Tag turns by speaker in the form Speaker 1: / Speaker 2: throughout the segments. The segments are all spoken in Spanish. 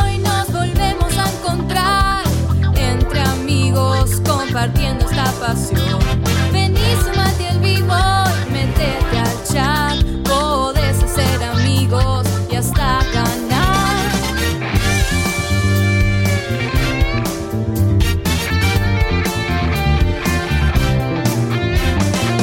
Speaker 1: Hoy nos volvemos a encontrar entre amigos compartiendo esta pasión. Vení, sumate al vivo y metete al chat. Podés hacer amigos y hasta ganar.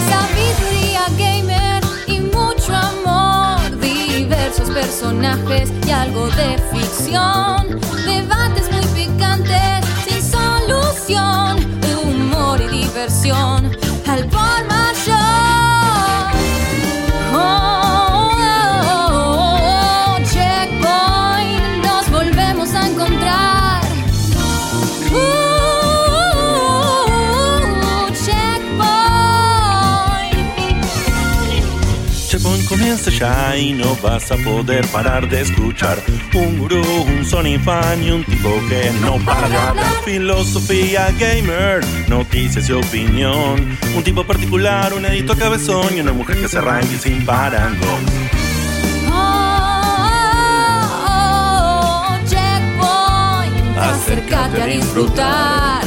Speaker 1: Sabiduría gamer y mucho amor, diversos personajes y algo de ficción, debates muy picantes sin solución, humor y diversión al por mayor. Oh, oh, oh, oh, checkpoint, nos volvemos a encontrar. Uh, checkpoint.
Speaker 2: Checkpoint comienza ya y no vas a poder parar de escuchar Un gurú, un Sony fan y un tipo que no para de hablar Filosofía gamer, noticias y opinión Un tipo particular, un editor cabezón y una mujer que se arranque sin parangón
Speaker 1: Oh, oh, oh, checkpoint. Acércate a disfrutar.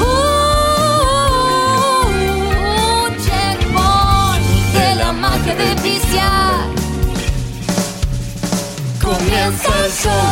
Speaker 1: Uh, checkpoint. De la magia de viciar. Comienza el show.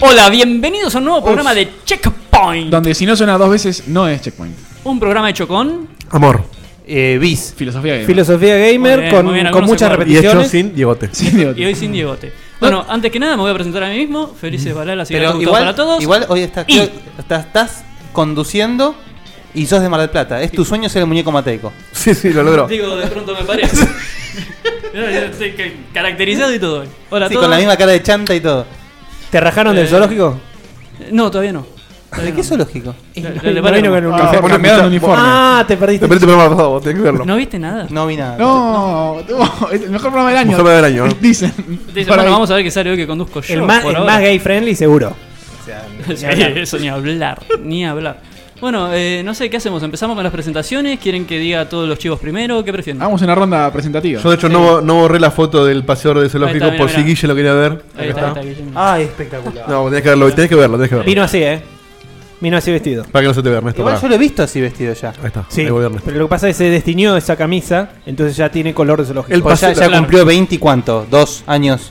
Speaker 3: Hola, bienvenidos a un nuevo programa de Checkpoint.
Speaker 4: Donde si no suena dos veces, no es checkpoint.
Speaker 3: Un programa hecho con.
Speaker 5: Amor. Eh, bis.
Speaker 4: Filosofía gamer.
Speaker 5: Filosofía gamer
Speaker 3: Muy bien,
Speaker 5: con,
Speaker 3: muy bien,
Speaker 5: con
Speaker 3: algunos
Speaker 5: muchas
Speaker 3: se acuerdan.
Speaker 5: repeticiones.
Speaker 6: Y hecho sin Diegote.
Speaker 4: Sí, digo,
Speaker 3: Y hoy sin Diegote. Bueno, antes que nada me voy a presentar a mí mismo. Felices Balalas y
Speaker 7: Mm. Pero igual,
Speaker 3: para todos.
Speaker 7: igual hoy estás,
Speaker 3: Y-
Speaker 7: creo- estás, estás conduciendo y sos de Mar del Plata. Es tu sueño ser el muñeco mateico.
Speaker 6: Sí, sí, lo logró.
Speaker 3: Digo, de pronto me parece. Estoy ca- Caracterizado y todo. Hola a
Speaker 7: Sí,
Speaker 3: todos.
Speaker 7: con la misma cara de chanta y todo.
Speaker 5: ¿Te rajaron
Speaker 3: Eh,
Speaker 5: del zoológico?
Speaker 3: No, todavía no. Eh,
Speaker 7: ¿De qué zoológico?
Speaker 3: La- la-
Speaker 5: No
Speaker 3: la-
Speaker 5: vino con un
Speaker 4: Ah,
Speaker 5: café.
Speaker 4: bueno, cambiaron de uniforme.
Speaker 5: Ah, te
Speaker 6: Te
Speaker 5: perdiste.
Speaker 6: perdiste el programa pasado, vos tenés que verlo.
Speaker 3: Ah, ¿No viste nada?
Speaker 7: No vi nada.
Speaker 4: No, no, es el mejor programa del año.
Speaker 6: Mejor programa del año, ¿no?
Speaker 4: Dicen.
Speaker 3: Dice,
Speaker 4: Por
Speaker 3: bueno,
Speaker 4: ahí.
Speaker 3: vamos a ver qué sale hoy que conduzco yo.
Speaker 5: El, más,
Speaker 3: por
Speaker 5: el
Speaker 3: ahora.
Speaker 5: más gay friendly, seguro.
Speaker 3: Sí, eso ni hablar, ni hablar. Bueno, eh, no sé, ¿qué hacemos? ¿Empezamos con las presentaciones? ¿Quieren que diga todos los chivos primero? ¿Qué prefieren?
Speaker 4: Hagamos una ronda presentativa.
Speaker 6: Yo, de hecho, no, no borré la foto del paseador de
Speaker 3: Ahí
Speaker 6: zoológico
Speaker 3: está,
Speaker 6: por
Speaker 3: mira,
Speaker 6: si
Speaker 3: mira.
Speaker 6: Guille lo quería ver.
Speaker 3: Ahí está, ahí está, Guillermo.
Speaker 5: Ay, espectacular.
Speaker 6: No, tenés que verlo, tenés que verlo, tenés que verlo.
Speaker 5: Vino así, ¿eh? Vino así vestido.
Speaker 6: Para que no se te vea, Ernesto.
Speaker 7: Igual
Speaker 6: pará.
Speaker 7: yo lo he visto así vestido ya.
Speaker 6: Ahí está,
Speaker 5: Sí.
Speaker 6: ahí volvió Ernesto.
Speaker 5: Pero lo que pasa es que se destiñó esa camisa, entonces ya tiene color de zoológico.
Speaker 6: El
Speaker 7: Pues ya,
Speaker 6: paseo-
Speaker 7: ya
Speaker 3: claro.
Speaker 7: cumplió 20 y cuánto, dos años.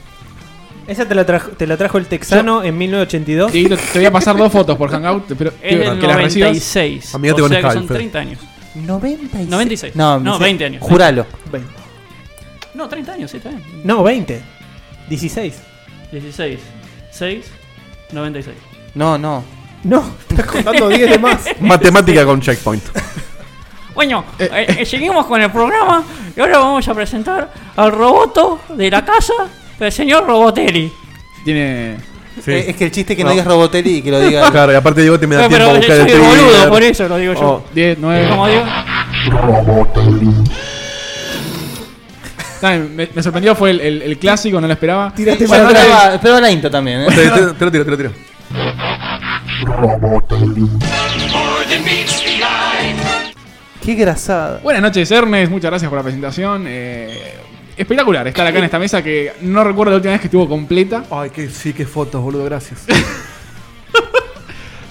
Speaker 5: Esa te la, trajo, te la trajo el texano en 1982.
Speaker 4: Sí, te te voy a pasar dos fotos por Hangout, pero
Speaker 3: Es
Speaker 4: que,
Speaker 3: del
Speaker 4: que las recibas.
Speaker 3: 96.
Speaker 6: Amigate
Speaker 3: o
Speaker 6: con
Speaker 3: sea que
Speaker 6: Skype,
Speaker 3: son
Speaker 6: Fede.
Speaker 3: 30 años.
Speaker 7: 96.
Speaker 3: 96.
Speaker 7: No,
Speaker 3: No,
Speaker 7: no sé,
Speaker 3: 20 años.
Speaker 7: Juralo.
Speaker 3: No, 30 años, sí, está bien.
Speaker 5: No, 20. 16.
Speaker 3: 16, 6, 96.
Speaker 7: No, no.
Speaker 5: No, estás contando 10 de más.
Speaker 6: Matemática con checkpoint.
Speaker 3: Bueno, eh, eh, seguimos con el programa y ahora vamos a presentar al roboto de la casa, el señor Robotelli.
Speaker 4: Tiene.
Speaker 6: Sí.
Speaker 7: Eh, Es que el chiste es que no,
Speaker 6: No.
Speaker 7: digas Robotelli y que lo diga.
Speaker 6: Claro, y aparte Diego te me da
Speaker 3: No,
Speaker 6: tiempo
Speaker 3: pero
Speaker 6: a
Speaker 3: yo
Speaker 6: buscar
Speaker 3: soy
Speaker 6: el
Speaker 3: el
Speaker 6: Twitter.
Speaker 3: boludo, por eso lo digo yo.
Speaker 6: Oh,
Speaker 4: 10, 9.
Speaker 3: Como digo,
Speaker 4: me, me sorprendió, fue el, el- el clásico, no lo esperaba.
Speaker 5: Tiraste
Speaker 4: Bueno,
Speaker 7: Bueno,
Speaker 4: no,
Speaker 7: esperaba, esperaba la intro también, ¿eh?
Speaker 6: Te, te- te lo tiro, te lo tiro.
Speaker 7: Qué grasada.
Speaker 4: Buenas noches, Ernest. Muchas gracias por la presentación. Eh, espectacular estar acá en esta mesa que no recuerdo la última vez que estuvo completa.
Speaker 6: Ay, que, sí, qué fotos, boludo, gracias.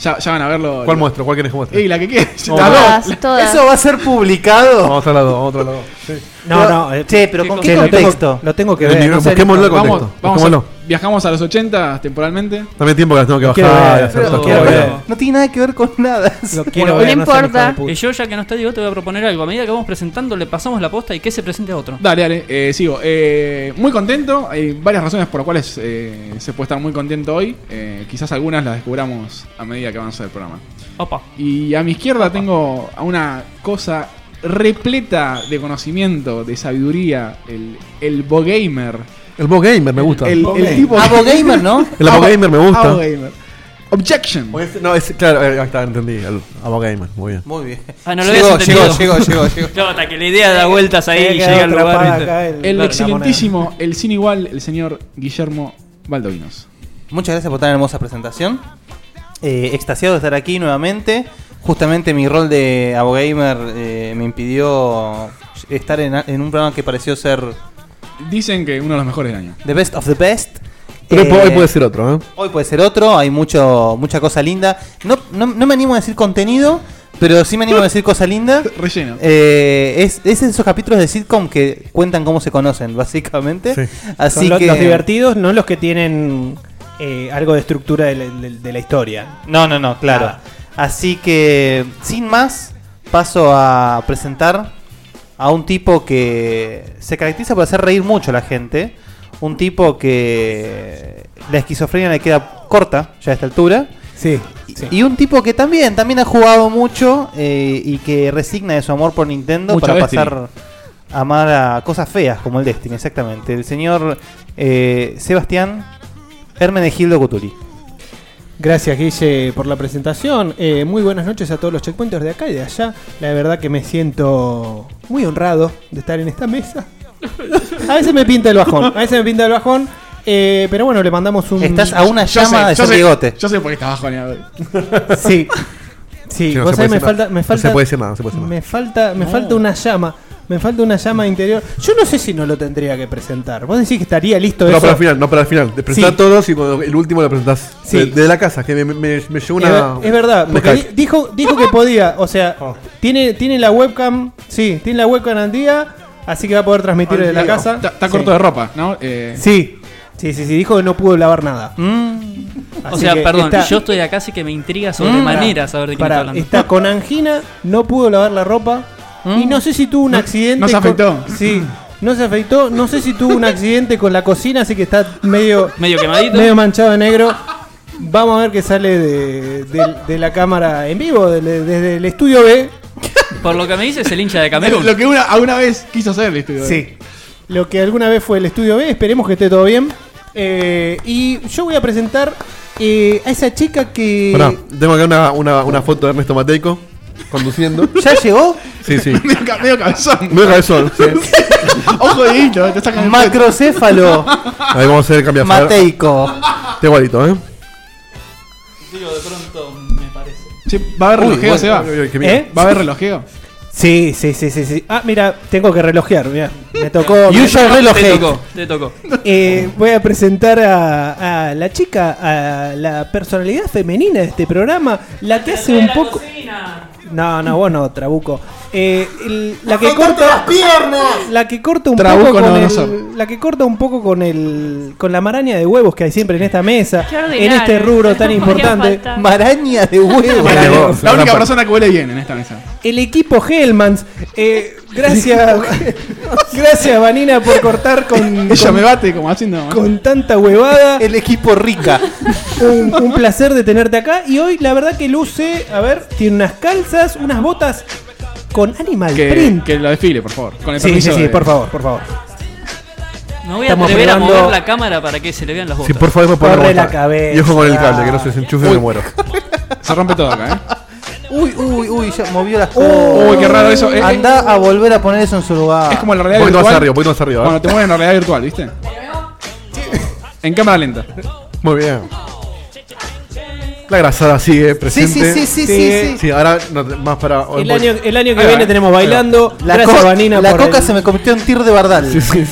Speaker 4: Ya, ya van a verlo.
Speaker 6: ¿Cuál muestro? ¿Cuál querés que muestre?
Speaker 4: Y la que quieras.
Speaker 6: Oh.
Speaker 4: Las dos.
Speaker 8: Todas, todas.
Speaker 7: va a ser publicado.
Speaker 6: Vamos a la dos, vamos a la dos. Sí.
Speaker 5: No, no. eh,
Speaker 7: Che, pero ¿con
Speaker 3: Sí,
Speaker 7: qué
Speaker 5: lo tengo,
Speaker 7: contexto?
Speaker 5: lo tengo que
Speaker 6: El
Speaker 5: ver.
Speaker 6: nivel-
Speaker 5: en serio.
Speaker 6: busquémoslo con-
Speaker 4: Vamos,
Speaker 6: contexto.
Speaker 4: vamos
Speaker 6: Buscámoslo.
Speaker 4: a- viajamos a los 80 temporalmente.
Speaker 6: También tiempo que las tengo que
Speaker 5: quiero
Speaker 6: bajar y
Speaker 5: ver,
Speaker 6: hacer
Speaker 5: lo
Speaker 6: todo.
Speaker 5: quiero ver.
Speaker 7: No tiene nada que ver con nada.
Speaker 5: Lo quiero
Speaker 8: No
Speaker 5: ver, seas
Speaker 8: importa.
Speaker 5: hijo de puta.
Speaker 3: Y yo, ya que no está Diego, te voy a proponer algo. A medida que vamos presentando, le pasamos la posta y que se presente a otro.
Speaker 4: Dale, dale, eh, sigo. Eh, muy contento, hay varias razones por las cuales eh, se puede estar muy contento hoy. Eh, quizás algunas las descubramos a medida que avanza el programa.
Speaker 3: Opa.
Speaker 4: Y a mi izquierda tengo a una cosa repleta de conocimiento, de sabiduría, el, el Bogamer.
Speaker 6: El Bo Gamer me gusta.
Speaker 4: El, el tipo
Speaker 5: Ah,
Speaker 7: Abogamer, ¿no?
Speaker 6: El Abogamer me gusta.
Speaker 4: Abogamer. Objection.
Speaker 6: Pues, no, es, claro, eh, ahí está, entendí. El Abo Gamer, muy bien.
Speaker 7: Muy bien.
Speaker 3: Ah, no lo
Speaker 7: llegó,
Speaker 3: habías
Speaker 7: llegó,
Speaker 3: entendido.
Speaker 7: llegó, llegó, llegó.
Speaker 3: Claro, hasta que la idea da vueltas ahí
Speaker 5: Había
Speaker 3: y
Speaker 5: quedado
Speaker 3: llega al
Speaker 5: atrapada
Speaker 3: lugar.
Speaker 5: acá
Speaker 3: ¿viste?
Speaker 5: el-
Speaker 4: El
Speaker 5: la
Speaker 4: excelentísimo, el sin igual, el señor Guillermo Baldovinos.
Speaker 7: Muchas gracias por tan hermosa presentación. Eh, extasiado de estar aquí nuevamente. Justamente mi rol de abogamer eh, me impidió estar en, en un programa que pareció ser
Speaker 4: Dicen que uno de los mejores del año.
Speaker 7: The Best of the Best.
Speaker 6: Pero
Speaker 7: Eh,
Speaker 6: hoy puede ser otro, ¿eh?
Speaker 7: Hoy puede ser otro, hay mucho, mucha cosa linda. No, no, no me animo a decir contenido, pero sí me animo a decir cosa linda.
Speaker 4: Relleno.
Speaker 7: Eh, es, es esos capítulos de sitcom que cuentan cómo se conocen, básicamente.
Speaker 6: Sí.
Speaker 7: Así
Speaker 5: Son lo-
Speaker 7: que.
Speaker 5: los divertidos, no los que tienen eh, algo de estructura de la, de- de la historia.
Speaker 7: No, no, no, claro.
Speaker 5: Nada.
Speaker 7: Así que, sin más, paso a presentar a un tipo que se caracteriza por hacer reír mucho a la gente. Un tipo que la esquizofrenia le queda corta ya a esta altura.
Speaker 5: Sí.
Speaker 7: Y- Y un tipo que también, también ha jugado mucho eh, y que resigna de su amor por Nintendo
Speaker 4: Mucho
Speaker 7: para
Speaker 4: Destiny.
Speaker 7: pasar a amar a cosas feas como el Destiny, exactamente. El señor eh, Sebastián Hermenegildo Cutuli.
Speaker 5: Gracias, Guille, por la presentación. Eh, muy buenas noches a todos los checkpointers de acá y de allá. La verdad que me siento muy honrado de estar en esta mesa. A veces me pinta el bajón, a veces me pinta el bajón. eh, pero bueno, le mandamos un.
Speaker 7: Estás a una
Speaker 4: Yo sé,
Speaker 7: llama de
Speaker 4: yo
Speaker 7: San
Speaker 4: sé,
Speaker 7: Diegote.
Speaker 4: Yo sé por qué estás bajoneado.
Speaker 5: Sí. Sí,
Speaker 6: Sí, no
Speaker 5: vos sabés,
Speaker 6: se puede
Speaker 5: me
Speaker 6: decir
Speaker 5: falta,
Speaker 6: nada.
Speaker 5: me
Speaker 6: No
Speaker 5: falta.
Speaker 6: se puede decir nada, no se puede decir nada.
Speaker 5: Me falta, me falta una llama. Me falta una llama interior. Yo no sé si no lo tendría que presentar. Vos decís que estaría listo
Speaker 6: No,
Speaker 5: eso.
Speaker 6: para el final, no, para el final. Te presentás
Speaker 5: Sí.
Speaker 6: todos y cuando el último lo presentás.
Speaker 5: Sí.
Speaker 6: De, de la casa, que me, me, me llegó
Speaker 5: Es
Speaker 6: una.
Speaker 5: ver- es verdad,
Speaker 6: un
Speaker 5: porque
Speaker 6: Skype.
Speaker 5: di- dijo, dijo que podía, o sea,
Speaker 6: Oh.
Speaker 5: tiene, tiene la webcam, sí, tiene la webcam al día, así que va a poder transmitir
Speaker 6: Al
Speaker 5: desde la
Speaker 6: día.
Speaker 5: casa.
Speaker 4: Está, está
Speaker 5: Sí.
Speaker 4: corto de ropa, ¿no? Eh,
Speaker 5: Sí. sí, sí, sí, dijo que no pudo lavar nada.
Speaker 3: O
Speaker 4: Mm.
Speaker 5: Así
Speaker 3: sea,
Speaker 5: que
Speaker 3: perdón,
Speaker 5: está-
Speaker 3: yo estoy acá, así que me intriga
Speaker 7: Mm.
Speaker 3: sobremanera saber de quién
Speaker 5: Pará,
Speaker 3: está hablando.
Speaker 5: está con angina, no pudo lavar la ropa y no sé si tuvo un accidente.
Speaker 4: Mm. no se
Speaker 5: con-
Speaker 4: afeitó.
Speaker 5: sí, no se afeitó. No sé si tuvo un accidente con la cocina, así que está medio,
Speaker 3: Medio quemadito.
Speaker 5: medio manchado de negro. Vamos a ver qué sale de, de- de la cámara en vivo, de- de- desde el estudio B.
Speaker 3: Por lo que me dices, el hincha de Camerún.
Speaker 4: Lo que una, alguna vez quiso hacer el estudio.
Speaker 5: Sí. Lo que alguna vez fue el estudio B, esperemos que esté todo bien. Eh, y yo voy a presentar eh, a esa chica que.
Speaker 6: Pará, tengo acá una, una, una foto de Ernesto Mateico conduciendo.
Speaker 7: ¿Ya llegó?
Speaker 6: Sí, sí.
Speaker 4: medio, ca- medio cabezón.
Speaker 6: Medio cabezón. sí.
Speaker 4: Ojo de hilo, te sacan el
Speaker 7: Macrocéfalo
Speaker 6: Ahí vamos a hacer el cambio.
Speaker 7: Mateico.
Speaker 6: Está igualito, ¿eh?
Speaker 4: Che, ¿Va a haber relojeo,
Speaker 6: bueno,
Speaker 4: Seba?
Speaker 6: uy, uy, uy, qué
Speaker 5: ¿Eh?
Speaker 4: ¿Va a haber relojeo?
Speaker 5: Sí, sí, sí, sí, sí. Ah, mira, tengo que relojear, mira. Me tocó.
Speaker 7: Y Usual reloj
Speaker 3: Te
Speaker 7: hate.
Speaker 3: tocó, te tocó.
Speaker 5: Eh, voy a presentar a, a la chica, a la personalidad femenina de este programa, la que hace un poco. No, no, vos no, Trabuco. Eh, el- la que corta las piernas. La que corta un
Speaker 4: Trabuco
Speaker 5: poco con
Speaker 4: no, no
Speaker 5: el-
Speaker 4: soy.
Speaker 5: la que corta un poco con el con la maraña de huevos que hay siempre en esta mesa,
Speaker 8: Qué
Speaker 5: en
Speaker 8: ordinario.
Speaker 5: este rubro tan
Speaker 8: No podía
Speaker 5: importante.
Speaker 8: faltar.
Speaker 7: Maraña de huevo.
Speaker 6: Maraña de huevo.
Speaker 4: La única
Speaker 6: Rampa.
Speaker 4: persona que huele bien en esta mesa.
Speaker 5: El equipo Hellmans. eh, gracias, gracias Vanina por cortar con,
Speaker 4: Ella
Speaker 5: con-
Speaker 4: me bate como haciendo.
Speaker 5: con tanta huevada.
Speaker 7: El equipo rica.
Speaker 5: un, un placer de tenerte acá. Y hoy, la verdad que luce, a ver, tiene unas calzas, unas botas con animal
Speaker 4: Que,
Speaker 5: print.
Speaker 4: Eh, que lo desfile, por favor. Con el
Speaker 5: sí, sí,
Speaker 4: permiso
Speaker 5: sí,
Speaker 4: de-
Speaker 5: por favor, por favor.
Speaker 3: Me voy a
Speaker 5: Estamos
Speaker 3: atrever
Speaker 5: probando-
Speaker 3: a mover la cámara para que se le vean las
Speaker 6: Sí,
Speaker 3: botas.
Speaker 6: por favor, me
Speaker 5: Corre
Speaker 6: pongo
Speaker 5: la cabeza.
Speaker 6: Y ojo con el cable, que no se desenchufe y me muero.
Speaker 4: Se rompe todo acá, ¿eh?
Speaker 7: Uy, uy, uy, ya movió las
Speaker 4: Uy, qué raro eso. Eh, eh,
Speaker 7: Anda a volver a poner eso en su lugar.
Speaker 4: Es como la
Speaker 6: Un
Speaker 4: realidad
Speaker 6: poquito
Speaker 4: virtual.
Speaker 6: más arriba, un poquito más arriba.
Speaker 4: Cuando
Speaker 6: ¿eh?
Speaker 4: te mueven en la realidad virtual, ¿viste? En cámara lenta.
Speaker 6: Muy bien. La grasada sigue
Speaker 7: Sí,
Speaker 6: presente.
Speaker 7: sí, sí, sí, sí. sí.
Speaker 6: Sí, ahora no, más para.
Speaker 5: El año, el año que
Speaker 4: Ahí va,
Speaker 5: viene tenemos bailando.
Speaker 7: La,
Speaker 5: Gracias,
Speaker 7: co-
Speaker 5: Vanina,
Speaker 7: la
Speaker 5: por
Speaker 7: coca
Speaker 5: el-
Speaker 7: se me convirtió en tir de bardal.
Speaker 6: Sí, sí.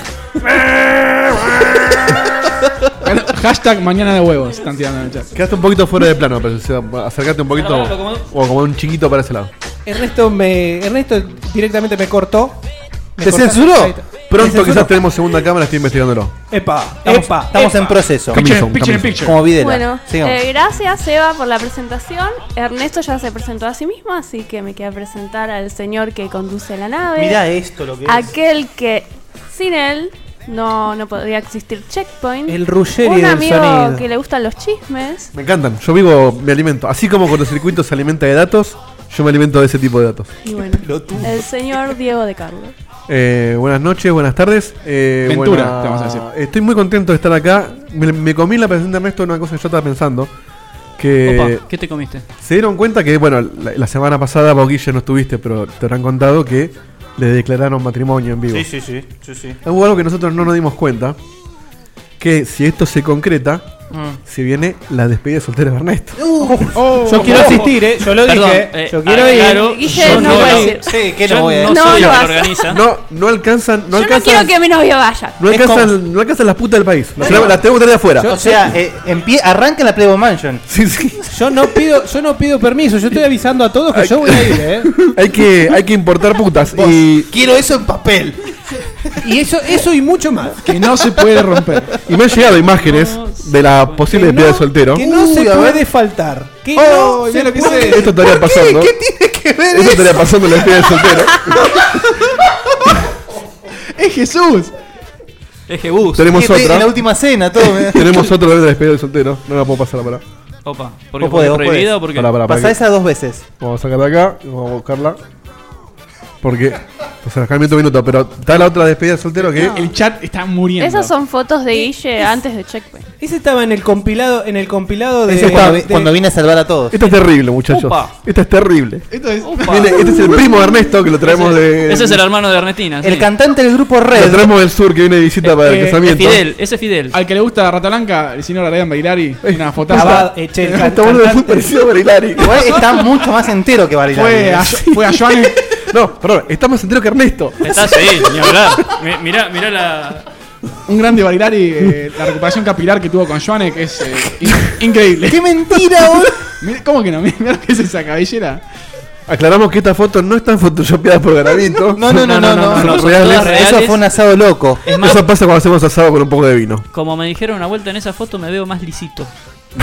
Speaker 4: Bueno, Hashtag mañana de huevos. Están tirando en el chat.
Speaker 6: Quedaste un poquito fuera de plano, pero o sea, acercate un poquito.
Speaker 3: Pará, pará, como-
Speaker 6: O como un chiquito para ese lado.
Speaker 5: Ernesto, me, Ernesto directamente me cortó. Me
Speaker 7: ¿Te
Speaker 5: corta-
Speaker 7: censuró?
Speaker 5: Ahí está. Me
Speaker 6: Pronto
Speaker 5: censuró.
Speaker 6: quizás tenemos segunda cámara, estoy investigándolo.
Speaker 5: Epa,
Speaker 7: Estamos,
Speaker 5: epa,
Speaker 7: estamos
Speaker 5: epa.
Speaker 7: en proceso.
Speaker 6: Cami-
Speaker 4: Picture,
Speaker 6: Camisón,
Speaker 4: picture in
Speaker 6: camisón.
Speaker 4: picture.
Speaker 7: Como Videla.
Speaker 8: Bueno,
Speaker 7: Sigamos.
Speaker 8: eh, gracias Eva por la presentación. Ernesto ya se presentó a sí mismo, así que me queda presentar al señor que conduce la nave.
Speaker 7: Mirá esto lo que es.
Speaker 8: aquel que sin él no, no podría existir Checkpoint.
Speaker 5: El Ruggeri
Speaker 8: un
Speaker 5: del
Speaker 8: amigo
Speaker 5: sonido.
Speaker 8: que le gustan los chismes.
Speaker 6: Me encantan, yo vivo, me alimento. Así como cortocircuito se alimenta de datos, yo me alimento de ese tipo de datos.
Speaker 8: Y bueno, el señor Diego de Carlos.
Speaker 6: Eh, buenas noches, buenas tardes. Eh,
Speaker 4: Ventura, te vamos a decir.
Speaker 6: Estoy muy contento de estar acá. Me, me comí la presentación de Ernesto en una cosa que yo estaba pensando. que
Speaker 3: Opa, ¿qué te comiste?
Speaker 6: se dieron cuenta que, bueno, la, la semana pasada vos, Guille, no estuviste, pero te habrán contado que le declararon matrimonio en vivo.
Speaker 7: Sí, sí, sí. sí, sí.
Speaker 6: Hubo algo que nosotros no nos dimos cuenta, que si esto se concreta,
Speaker 4: Mm.
Speaker 6: se viene la despedida de soltero de Ernesto.
Speaker 5: Yo quiero asistir, ¿eh? Yo lo
Speaker 3: Perdón,
Speaker 5: dije.
Speaker 3: eh,
Speaker 5: yo
Speaker 2: ah,
Speaker 6: ah,
Speaker 5: quiero ir.
Speaker 3: aclaro,
Speaker 8: Guille
Speaker 3: yo
Speaker 8: no
Speaker 3: no,
Speaker 8: puede ser.
Speaker 7: Sí, que
Speaker 3: yo
Speaker 7: no voy a
Speaker 3: no
Speaker 8: No,
Speaker 3: soy
Speaker 8: no
Speaker 3: el que
Speaker 8: vas.
Speaker 3: organiza.
Speaker 6: No, no alcanzan, no
Speaker 8: Yo no quiero
Speaker 6: alcanzan, no,
Speaker 8: que mi novio vaya.
Speaker 7: Es
Speaker 6: alcanzan,
Speaker 7: como-
Speaker 6: no alcanzan las putas del país. Las, tenemos- las tengo que traer de afuera.
Speaker 7: O sea, eh, empie- arranca la Playboy Mansion.
Speaker 6: sí, sí.
Speaker 5: Yo no pido, yo no pido permiso, yo estoy avisando a todos que yo voy a ir, ¿eh?
Speaker 6: hay, que, hay que importar putas. Y,
Speaker 7: Quiero eso en papel.
Speaker 5: Y eso, eso y mucho más.
Speaker 4: Que no se puede romper.
Speaker 6: y me han llegado imágenes de la posible
Speaker 5: Que no-
Speaker 6: despedida de soltero.
Speaker 5: Que no se
Speaker 6: Uy, a ver.
Speaker 5: puede faltar. Que
Speaker 4: Oh,
Speaker 5: no
Speaker 4: mirá
Speaker 5: se
Speaker 4: lo que
Speaker 5: puede-
Speaker 4: hice.
Speaker 6: Esto estaría pasando. ¿Qué tiene que ver Esto estaría pasando en la despedida de soltero.
Speaker 4: ¡Es Jesús!
Speaker 3: Es Jebus.
Speaker 6: Tenemos
Speaker 7: Que- En la
Speaker 6: otra.
Speaker 7: última cena, todo.
Speaker 6: Tenemos otra vez de la despedida de soltero. No la puedo pasar para.
Speaker 3: Opa, porque
Speaker 7: Vos podés,
Speaker 3: fue
Speaker 7: vos
Speaker 3: prohibido
Speaker 7: podés.
Speaker 3: porque
Speaker 6: Para, para,
Speaker 7: Pasá esa dos veces.
Speaker 6: Vamos a sacarla acá, y vamos a buscarla. Porque. O sea, acá el minuto minuto, pero está la otra despedida de soltero que.
Speaker 4: El chat está muriendo.
Speaker 8: Esas son fotos de Guille antes de Checkpoint.
Speaker 5: Ese estaba en el compilado, en el compilado de.
Speaker 6: Ese está-
Speaker 5: de-
Speaker 7: Cuando vine a salvar a todos.
Speaker 6: Esta es terrible, muchachos.
Speaker 3: Upa.
Speaker 6: Esta es terrible.
Speaker 4: Esto es.
Speaker 3: Opa.
Speaker 6: Viene- este es el primo de Ernesto que lo traemos de.
Speaker 3: Ese es el hermano de Ernestina.
Speaker 7: El
Speaker 3: sí.
Speaker 7: cantante del grupo
Speaker 6: Lo
Speaker 7: Red.
Speaker 6: traemos del sur que viene de visita para el
Speaker 4: eh,
Speaker 3: Es
Speaker 6: casamiento.
Speaker 3: Fidel, ese es Fidel.
Speaker 4: Al que le gusta Rata Blanca, el señor Arayán Bailari, una
Speaker 5: Abad,
Speaker 4: fotaza.
Speaker 5: eh, che, el can-
Speaker 6: Está bueno, es muy
Speaker 5: cantante.
Speaker 6: parecido a Barilari.
Speaker 7: Igual está mucho más entero que Barilari. eh.
Speaker 4: Fue a, fue a Joan.
Speaker 6: No, perdón, está más entero que Ernesto.
Speaker 3: Está así, ni hablar. Mi- Mirá, mirá la.
Speaker 4: Un grande Bailari, eh, la recuperación capilar que tuvo con Joanek es eh, in- increíble.
Speaker 7: ¡Qué mentira, boludo!
Speaker 4: Mira- ¿Cómo que no? Mira lo que es esa cabellera.
Speaker 6: Aclaramos que estas fotos no están photoshopeadas por Garavito.
Speaker 7: No, no, no, no, no.
Speaker 6: Son
Speaker 3: son
Speaker 6: reales.
Speaker 3: todas reales.
Speaker 7: Eso fue un asado loco.
Speaker 3: Es más,
Speaker 6: Eso pasa cuando hacemos asado con un poco de vino.
Speaker 3: como me dijeron una vuelta en esa foto, me veo más lisito.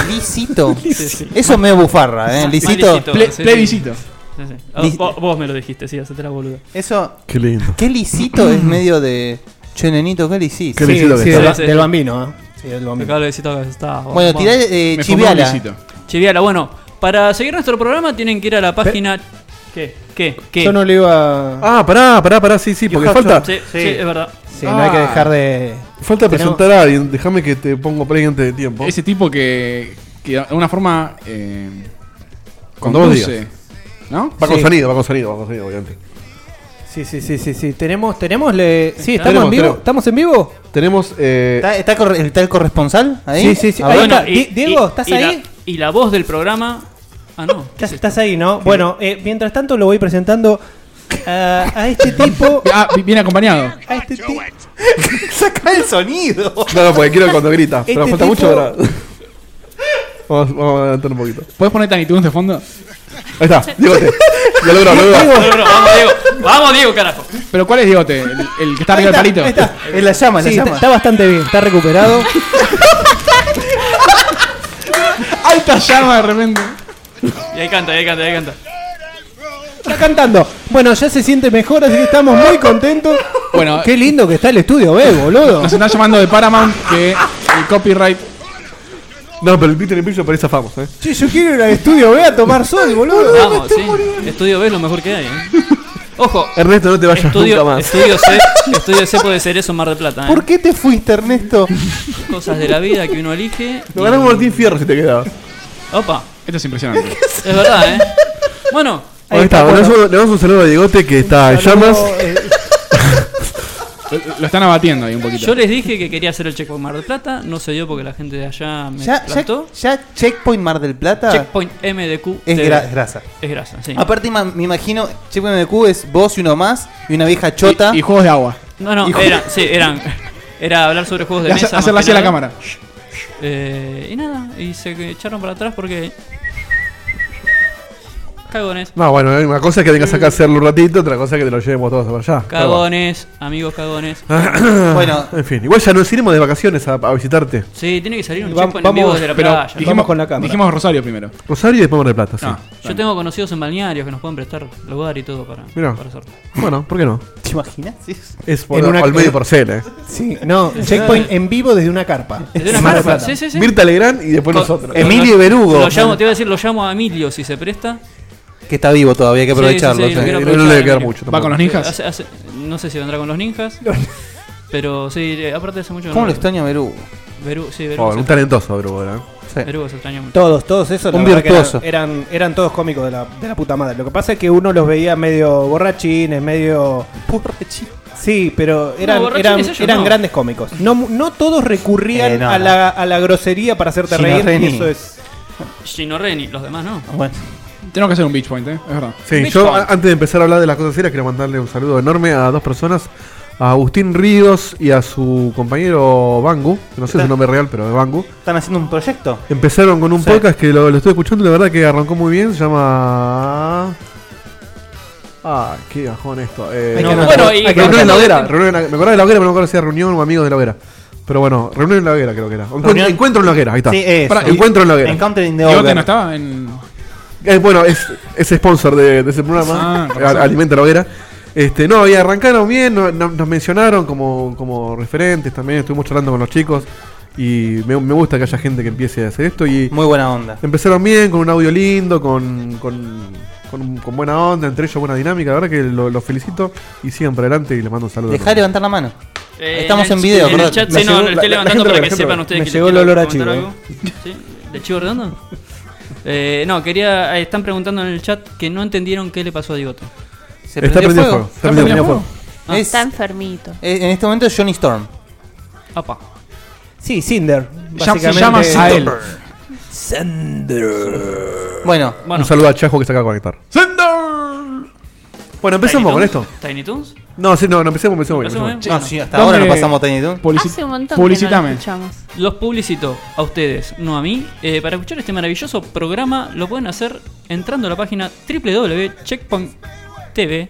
Speaker 7: Lisito.
Speaker 3: Sí, sí.
Speaker 7: Eso es medio bufarra, ¿eh?
Speaker 3: Más
Speaker 7: Lisito.
Speaker 3: lisito,
Speaker 4: Ple-
Speaker 3: sí, sí.
Speaker 4: plebiscito.
Speaker 3: Sí, sí. Ah,
Speaker 7: Lis-
Speaker 3: vos, vos me lo dijiste, sí, hacete la boluda.
Speaker 7: Eso.
Speaker 6: Qué lindo.
Speaker 7: ¿Qué lisito es medio de. Che, nenito, ¿qué lisito?
Speaker 6: Qué
Speaker 5: Sí,
Speaker 6: lisito que
Speaker 5: sí,
Speaker 6: está.
Speaker 5: del,
Speaker 3: Sí, sí.
Speaker 5: del bambino, ¿eh? Sí, del
Speaker 3: Me
Speaker 5: bambino.
Speaker 3: acabo de decir todo, está.
Speaker 7: Bueno,
Speaker 3: vamos.
Speaker 7: tirá eh,
Speaker 4: Me fumé un
Speaker 7: chiviala.
Speaker 4: visito.
Speaker 3: Chiviala, bueno, para seguir nuestro programa tienen que ir a la página. ¿Qué? ¿Qué? ¿Qué?
Speaker 5: Yo no le iba.
Speaker 6: Ah, pará, pará, pará, sí, sí, porque
Speaker 7: Yohacho,
Speaker 6: falta,
Speaker 3: Sí, sí, es verdad.
Speaker 5: sí, no hay que dejar de.
Speaker 6: falta
Speaker 5: Tenemos-
Speaker 6: presentar a alguien. Déjame que te pongo play antes de tiempo.
Speaker 4: Ese tipo que, que de alguna forma. Eh,
Speaker 6: Cuando vos
Speaker 4: conduce, ¿No?
Speaker 6: Va con
Speaker 5: Sí.
Speaker 6: sonido, va con sonido, va con sonido, obviamente.
Speaker 5: Sí, sí, sí, sí, sí. Tenemos, tenemos, le... sí, estamos
Speaker 6: Tenemos,
Speaker 5: en vivo,
Speaker 6: tenemos.
Speaker 5: estamos en vivo.
Speaker 6: Tenemos. Eh,
Speaker 7: ¿Está, está corre- está el corresponsal ahí?
Speaker 5: Sí, sí, sí.
Speaker 7: A
Speaker 5: Ahí
Speaker 7: ver.
Speaker 5: está. Di- Diego, ¿estás
Speaker 3: Ah, y
Speaker 5: ahí?
Speaker 3: la- y la voz del programa. Ah, no. ¿qué
Speaker 5: Estás,
Speaker 3: es
Speaker 5: estás ahí, ¿no? Bueno, eh, mientras tanto lo voy presentando a, a este tipo,
Speaker 4: Ah, vi- viene acompañado.
Speaker 5: a este, ti-
Speaker 7: Saca el sonido.
Speaker 6: No, no, porque quiero cuando grita. Pero
Speaker 5: Este
Speaker 6: falta
Speaker 5: tipo-
Speaker 6: mucho ahora. vamos, vamos a adelantar un poquito.
Speaker 4: ¿Puedes poner Tiny Toons de fondo?
Speaker 6: Ahí está, dígote. Ya logró, lo logró.
Speaker 3: No, no, no, vamos, Diego. Vamos, Diego, carajo.
Speaker 4: ¿Pero cuál es Diegote? ¿El, el que está arriba del palito?
Speaker 5: ahí está.
Speaker 7: En la llama, en
Speaker 5: Sí,
Speaker 7: la
Speaker 5: está,
Speaker 7: llama.
Speaker 5: está bastante bien, está recuperado.
Speaker 4: Alta llama de repente.
Speaker 3: Y ahí canta, y ahí canta, y ahí canta.
Speaker 5: Está cantando. Bueno, ya se siente mejor, así que estamos muy contentos.
Speaker 4: Bueno,
Speaker 5: Qué lindo que está el estudio, ve, boludo.
Speaker 4: nos están llamando de Paramount que el copyright.
Speaker 6: No, pero el Peter Impillo parece a Famos, eh.
Speaker 5: Che, yo quiero ir al estudio, ve a tomar sol, boludo.
Speaker 3: Vamos, sí. Estudio B es lo mejor que hay, ¿eh? Ojo,
Speaker 6: Ernesto, no te vayas nunca
Speaker 3: estudio,
Speaker 6: más.
Speaker 3: estudio C, estudio C puede ser eso en Mar de Plata, ¿eh?
Speaker 7: ¿Por qué te fuiste, Ernesto?
Speaker 3: Cosas de la vida que uno elige.
Speaker 6: Lo
Speaker 3: y-
Speaker 6: ganamos Martín Fierro si te quedabas.
Speaker 3: Opa,
Speaker 4: Esto es impresionante.
Speaker 3: es verdad, ¿eh? Bueno,
Speaker 6: Ahí está,
Speaker 5: bueno.
Speaker 6: le damos un- le damos un saludo a Diegote que está en llamas.
Speaker 4: Lo, lo están abatiendo ahí un poquito.
Speaker 3: yo les dije que quería hacer el checkpoint Mar de Plata, no se dio porque la gente de allá me
Speaker 7: Ya, ya,
Speaker 3: plantó.
Speaker 7: ya Checkpoint Mar del Plata
Speaker 3: Checkpoint MDQ
Speaker 7: es,
Speaker 3: TV.
Speaker 7: gra- es grasa. Ah,
Speaker 3: Es grasa, sí.
Speaker 7: Aparte, ima- me imagino, Checkpoint MQ es vos y uno más y una vieja chota.
Speaker 4: Y, y juegos de agua.
Speaker 3: No, no,
Speaker 7: Hijo.
Speaker 3: eran, sí, eran. Era hablar sobre juegos de
Speaker 4: Y hace-
Speaker 3: mesa. más
Speaker 4: hacerla
Speaker 3: que
Speaker 4: así a la
Speaker 3: nada.
Speaker 4: cámara.
Speaker 3: Eh, y nada, y se echaron para atrás porque. Cagones.
Speaker 6: No, bueno, hay una cosa es que vengas acá a hacerlo un ratito, otra cosa es que te lo llevemos todos para allá. Pero bueno.
Speaker 3: Cagones, amigos cagones.
Speaker 7: Bueno,
Speaker 6: En fin, igual ya nos iremos de vacaciones a, a visitarte.
Speaker 3: Sí, tiene que salir un
Speaker 5: Vam-
Speaker 3: checkpoint en vivo
Speaker 5: vamos,
Speaker 3: desde la
Speaker 4: Pero
Speaker 3: playa.
Speaker 4: dijimos
Speaker 5: con la cámara.
Speaker 4: Dijimos Rosario primero. Ah,
Speaker 6: Rosario y después Mar del Plata, sí.
Speaker 4: No.
Speaker 3: Yo tengo conocidos en balnearios que nos pueden prestar lugar y todo para,
Speaker 6: Mirá.
Speaker 3: para hacerlo.
Speaker 6: Bueno, ¿por qué no?
Speaker 7: ¿te imaginas? Sí.
Speaker 6: Es por,
Speaker 5: En una-
Speaker 6: al medio por cena, eh.
Speaker 5: Sí, no, checkpoint en vivo desde una carpa.
Speaker 3: Desde una
Speaker 5: Mar del
Speaker 3: carpa,
Speaker 5: Plata.
Speaker 3: Sí, sí, sí.
Speaker 6: Mirta Legrand y después
Speaker 3: Con-
Speaker 6: nosotros.
Speaker 3: con-
Speaker 7: Emilio
Speaker 3: lo-
Speaker 7: Berugo.
Speaker 3: Lo llamo, te iba a decir, lo llamo a Emilio si se presta.
Speaker 7: Que está vivo todavía, hay que
Speaker 3: Sí,
Speaker 7: aprovecharlo.
Speaker 3: sí, sí,
Speaker 7: sí.
Speaker 3: lo quiero
Speaker 6: Eh, no le debe quedar
Speaker 3: aprovechar,
Speaker 6: mucho.
Speaker 4: ¿Va con los ninjas?
Speaker 3: Hace- hace- no sé si vendrá con los ninjas. pero sí, eh, aparte hace mucho que
Speaker 7: ¿Cómo
Speaker 3: no
Speaker 7: lo extraño a Berugo?
Speaker 3: Beru- sí, Berugo
Speaker 6: Oh,
Speaker 3: se-
Speaker 6: un talentoso, bro, ¿verdad?
Speaker 7: Sí.
Speaker 3: Drugo se extraña mucho.
Speaker 5: Todos, todos esos. la
Speaker 7: Un
Speaker 5: verdad que eran-
Speaker 7: virtuoso.
Speaker 5: Eran, eran, todos cómicos de la, de la puta madre. Lo que pasa es que uno los veía medio borrachines, medio.
Speaker 7: Borrachín.
Speaker 5: Sí, pero eran,
Speaker 3: borrachines
Speaker 5: eran,
Speaker 3: ellos
Speaker 5: eran
Speaker 3: no.
Speaker 5: grandes cómicos. No, mu- no todos recurrían
Speaker 7: Eh, no,
Speaker 5: a,
Speaker 7: no.
Speaker 5: la, a la grosería para hacerte
Speaker 7: Gino
Speaker 5: reír. y
Speaker 7: Reni.
Speaker 5: eso es.
Speaker 3: Gino Reni, los demás no.
Speaker 7: Bueno.
Speaker 4: Tenemos que hacer un beach point, ¿eh? Es verdad.
Speaker 6: Sí,
Speaker 3: Mitch
Speaker 6: yo
Speaker 3: Pond.
Speaker 6: a- antes de empezar a hablar de las cosas serias, quiero mandarle un saludo enorme a dos personas, a Agustín Ríos y a su compañero Bangu, que no sé su nombre real, pero de Bangu.
Speaker 7: Están haciendo un proyecto.
Speaker 6: Empezaron con un
Speaker 7: Sí.
Speaker 6: podcast que lo, lo estoy escuchando, la verdad que arrancó muy bien, se llama... Ah, qué bajón esto. Eh,
Speaker 3: No, bueno, y-
Speaker 6: Reunión en la hoguera, reunión en la- me acordaba de la hoguera, pero no me acuerdo si era reunión o amigos de la hoguera. Pero bueno, reunión en la hoguera creo que era. Encuentro,
Speaker 7: Reunión-
Speaker 6: encuentro en la hoguera, ahí está.
Speaker 7: Sí, eso.
Speaker 6: Pará, encuentro en la hoguera.
Speaker 7: Encounter in the
Speaker 4: ¿Y Ote
Speaker 7: Ogre.
Speaker 4: no estaba en.
Speaker 6: Eh, bueno, es, es sponsor de, de ese
Speaker 4: Ah,
Speaker 6: programa,
Speaker 4: con
Speaker 6: A-
Speaker 4: razón.
Speaker 6: Alimenta la Hoguera. Este, no, y arrancaron bien, no- no- nos mencionaron como, como referentes también, estuvimos charlando con los chicos y me, me gusta que haya gente que empiece a hacer esto y
Speaker 7: Muy buena onda.
Speaker 6: empezaron bien, con un audio lindo, con, con, con- con buena onda, entre ellos buena dinámica, la verdad que lo- los felicito y sigan para adelante y les mando un saludo.
Speaker 7: Dejá de levantar la mano.
Speaker 3: Eh,
Speaker 7: Estamos
Speaker 3: el-
Speaker 7: en video,
Speaker 3: En el
Speaker 7: perdón.
Speaker 3: chat,
Speaker 6: Me
Speaker 3: sí, no,
Speaker 6: llegó-
Speaker 3: lo estoy
Speaker 6: la- la
Speaker 3: levantando
Speaker 6: gente
Speaker 3: para
Speaker 6: lo
Speaker 3: que
Speaker 6: ve,
Speaker 3: sepan
Speaker 6: me
Speaker 3: ustedes. que
Speaker 5: llegó
Speaker 3: les
Speaker 5: el
Speaker 3: quiero
Speaker 5: olor a
Speaker 3: comentar
Speaker 5: chivo,
Speaker 3: algo. ¿Sí? ¿De chivo redondo? Eh, no, quería. eh, Están preguntando en el chat que no entendieron qué le pasó a Digoto.
Speaker 7: Se prendió
Speaker 6: Está prendido
Speaker 7: fuego.
Speaker 6: fuego, está prendido fuego.
Speaker 7: Ah. Es-
Speaker 8: Está enfermito.
Speaker 7: eh, en este momento es Johnny Storm.
Speaker 3: Apa.
Speaker 5: Sí, Cinder.
Speaker 4: Ya- Se
Speaker 5: Básicamente.
Speaker 4: llama
Speaker 5: a
Speaker 4: Cinder.
Speaker 5: él.
Speaker 7: Bueno,
Speaker 3: Bueno,
Speaker 6: Un saludo a Chajo que se acaba de conectar.
Speaker 4: ¡Cinder!
Speaker 6: Bueno, empecemos con
Speaker 3: Tiny
Speaker 6: esto.
Speaker 3: Toons, ¿Tiny Toons?
Speaker 6: No, sí, no, no empecemos, empecemos. bien,
Speaker 3: Empecemos
Speaker 6: empecemos.
Speaker 3: ¿eh? bien.
Speaker 7: no,
Speaker 3: Bueno,
Speaker 7: Ah, sí, hasta
Speaker 4: ¿Dónde-
Speaker 7: ahora no pasamos Tiny Toon.
Speaker 4: Publici-
Speaker 8: Hace un montón que no lo
Speaker 4: publicitame.
Speaker 8: escuchamos.
Speaker 3: Los publicito a ustedes, no a mí. Eh, para escuchar este maravilloso programa lo pueden hacer entrando a la página www.checkpoint.tv.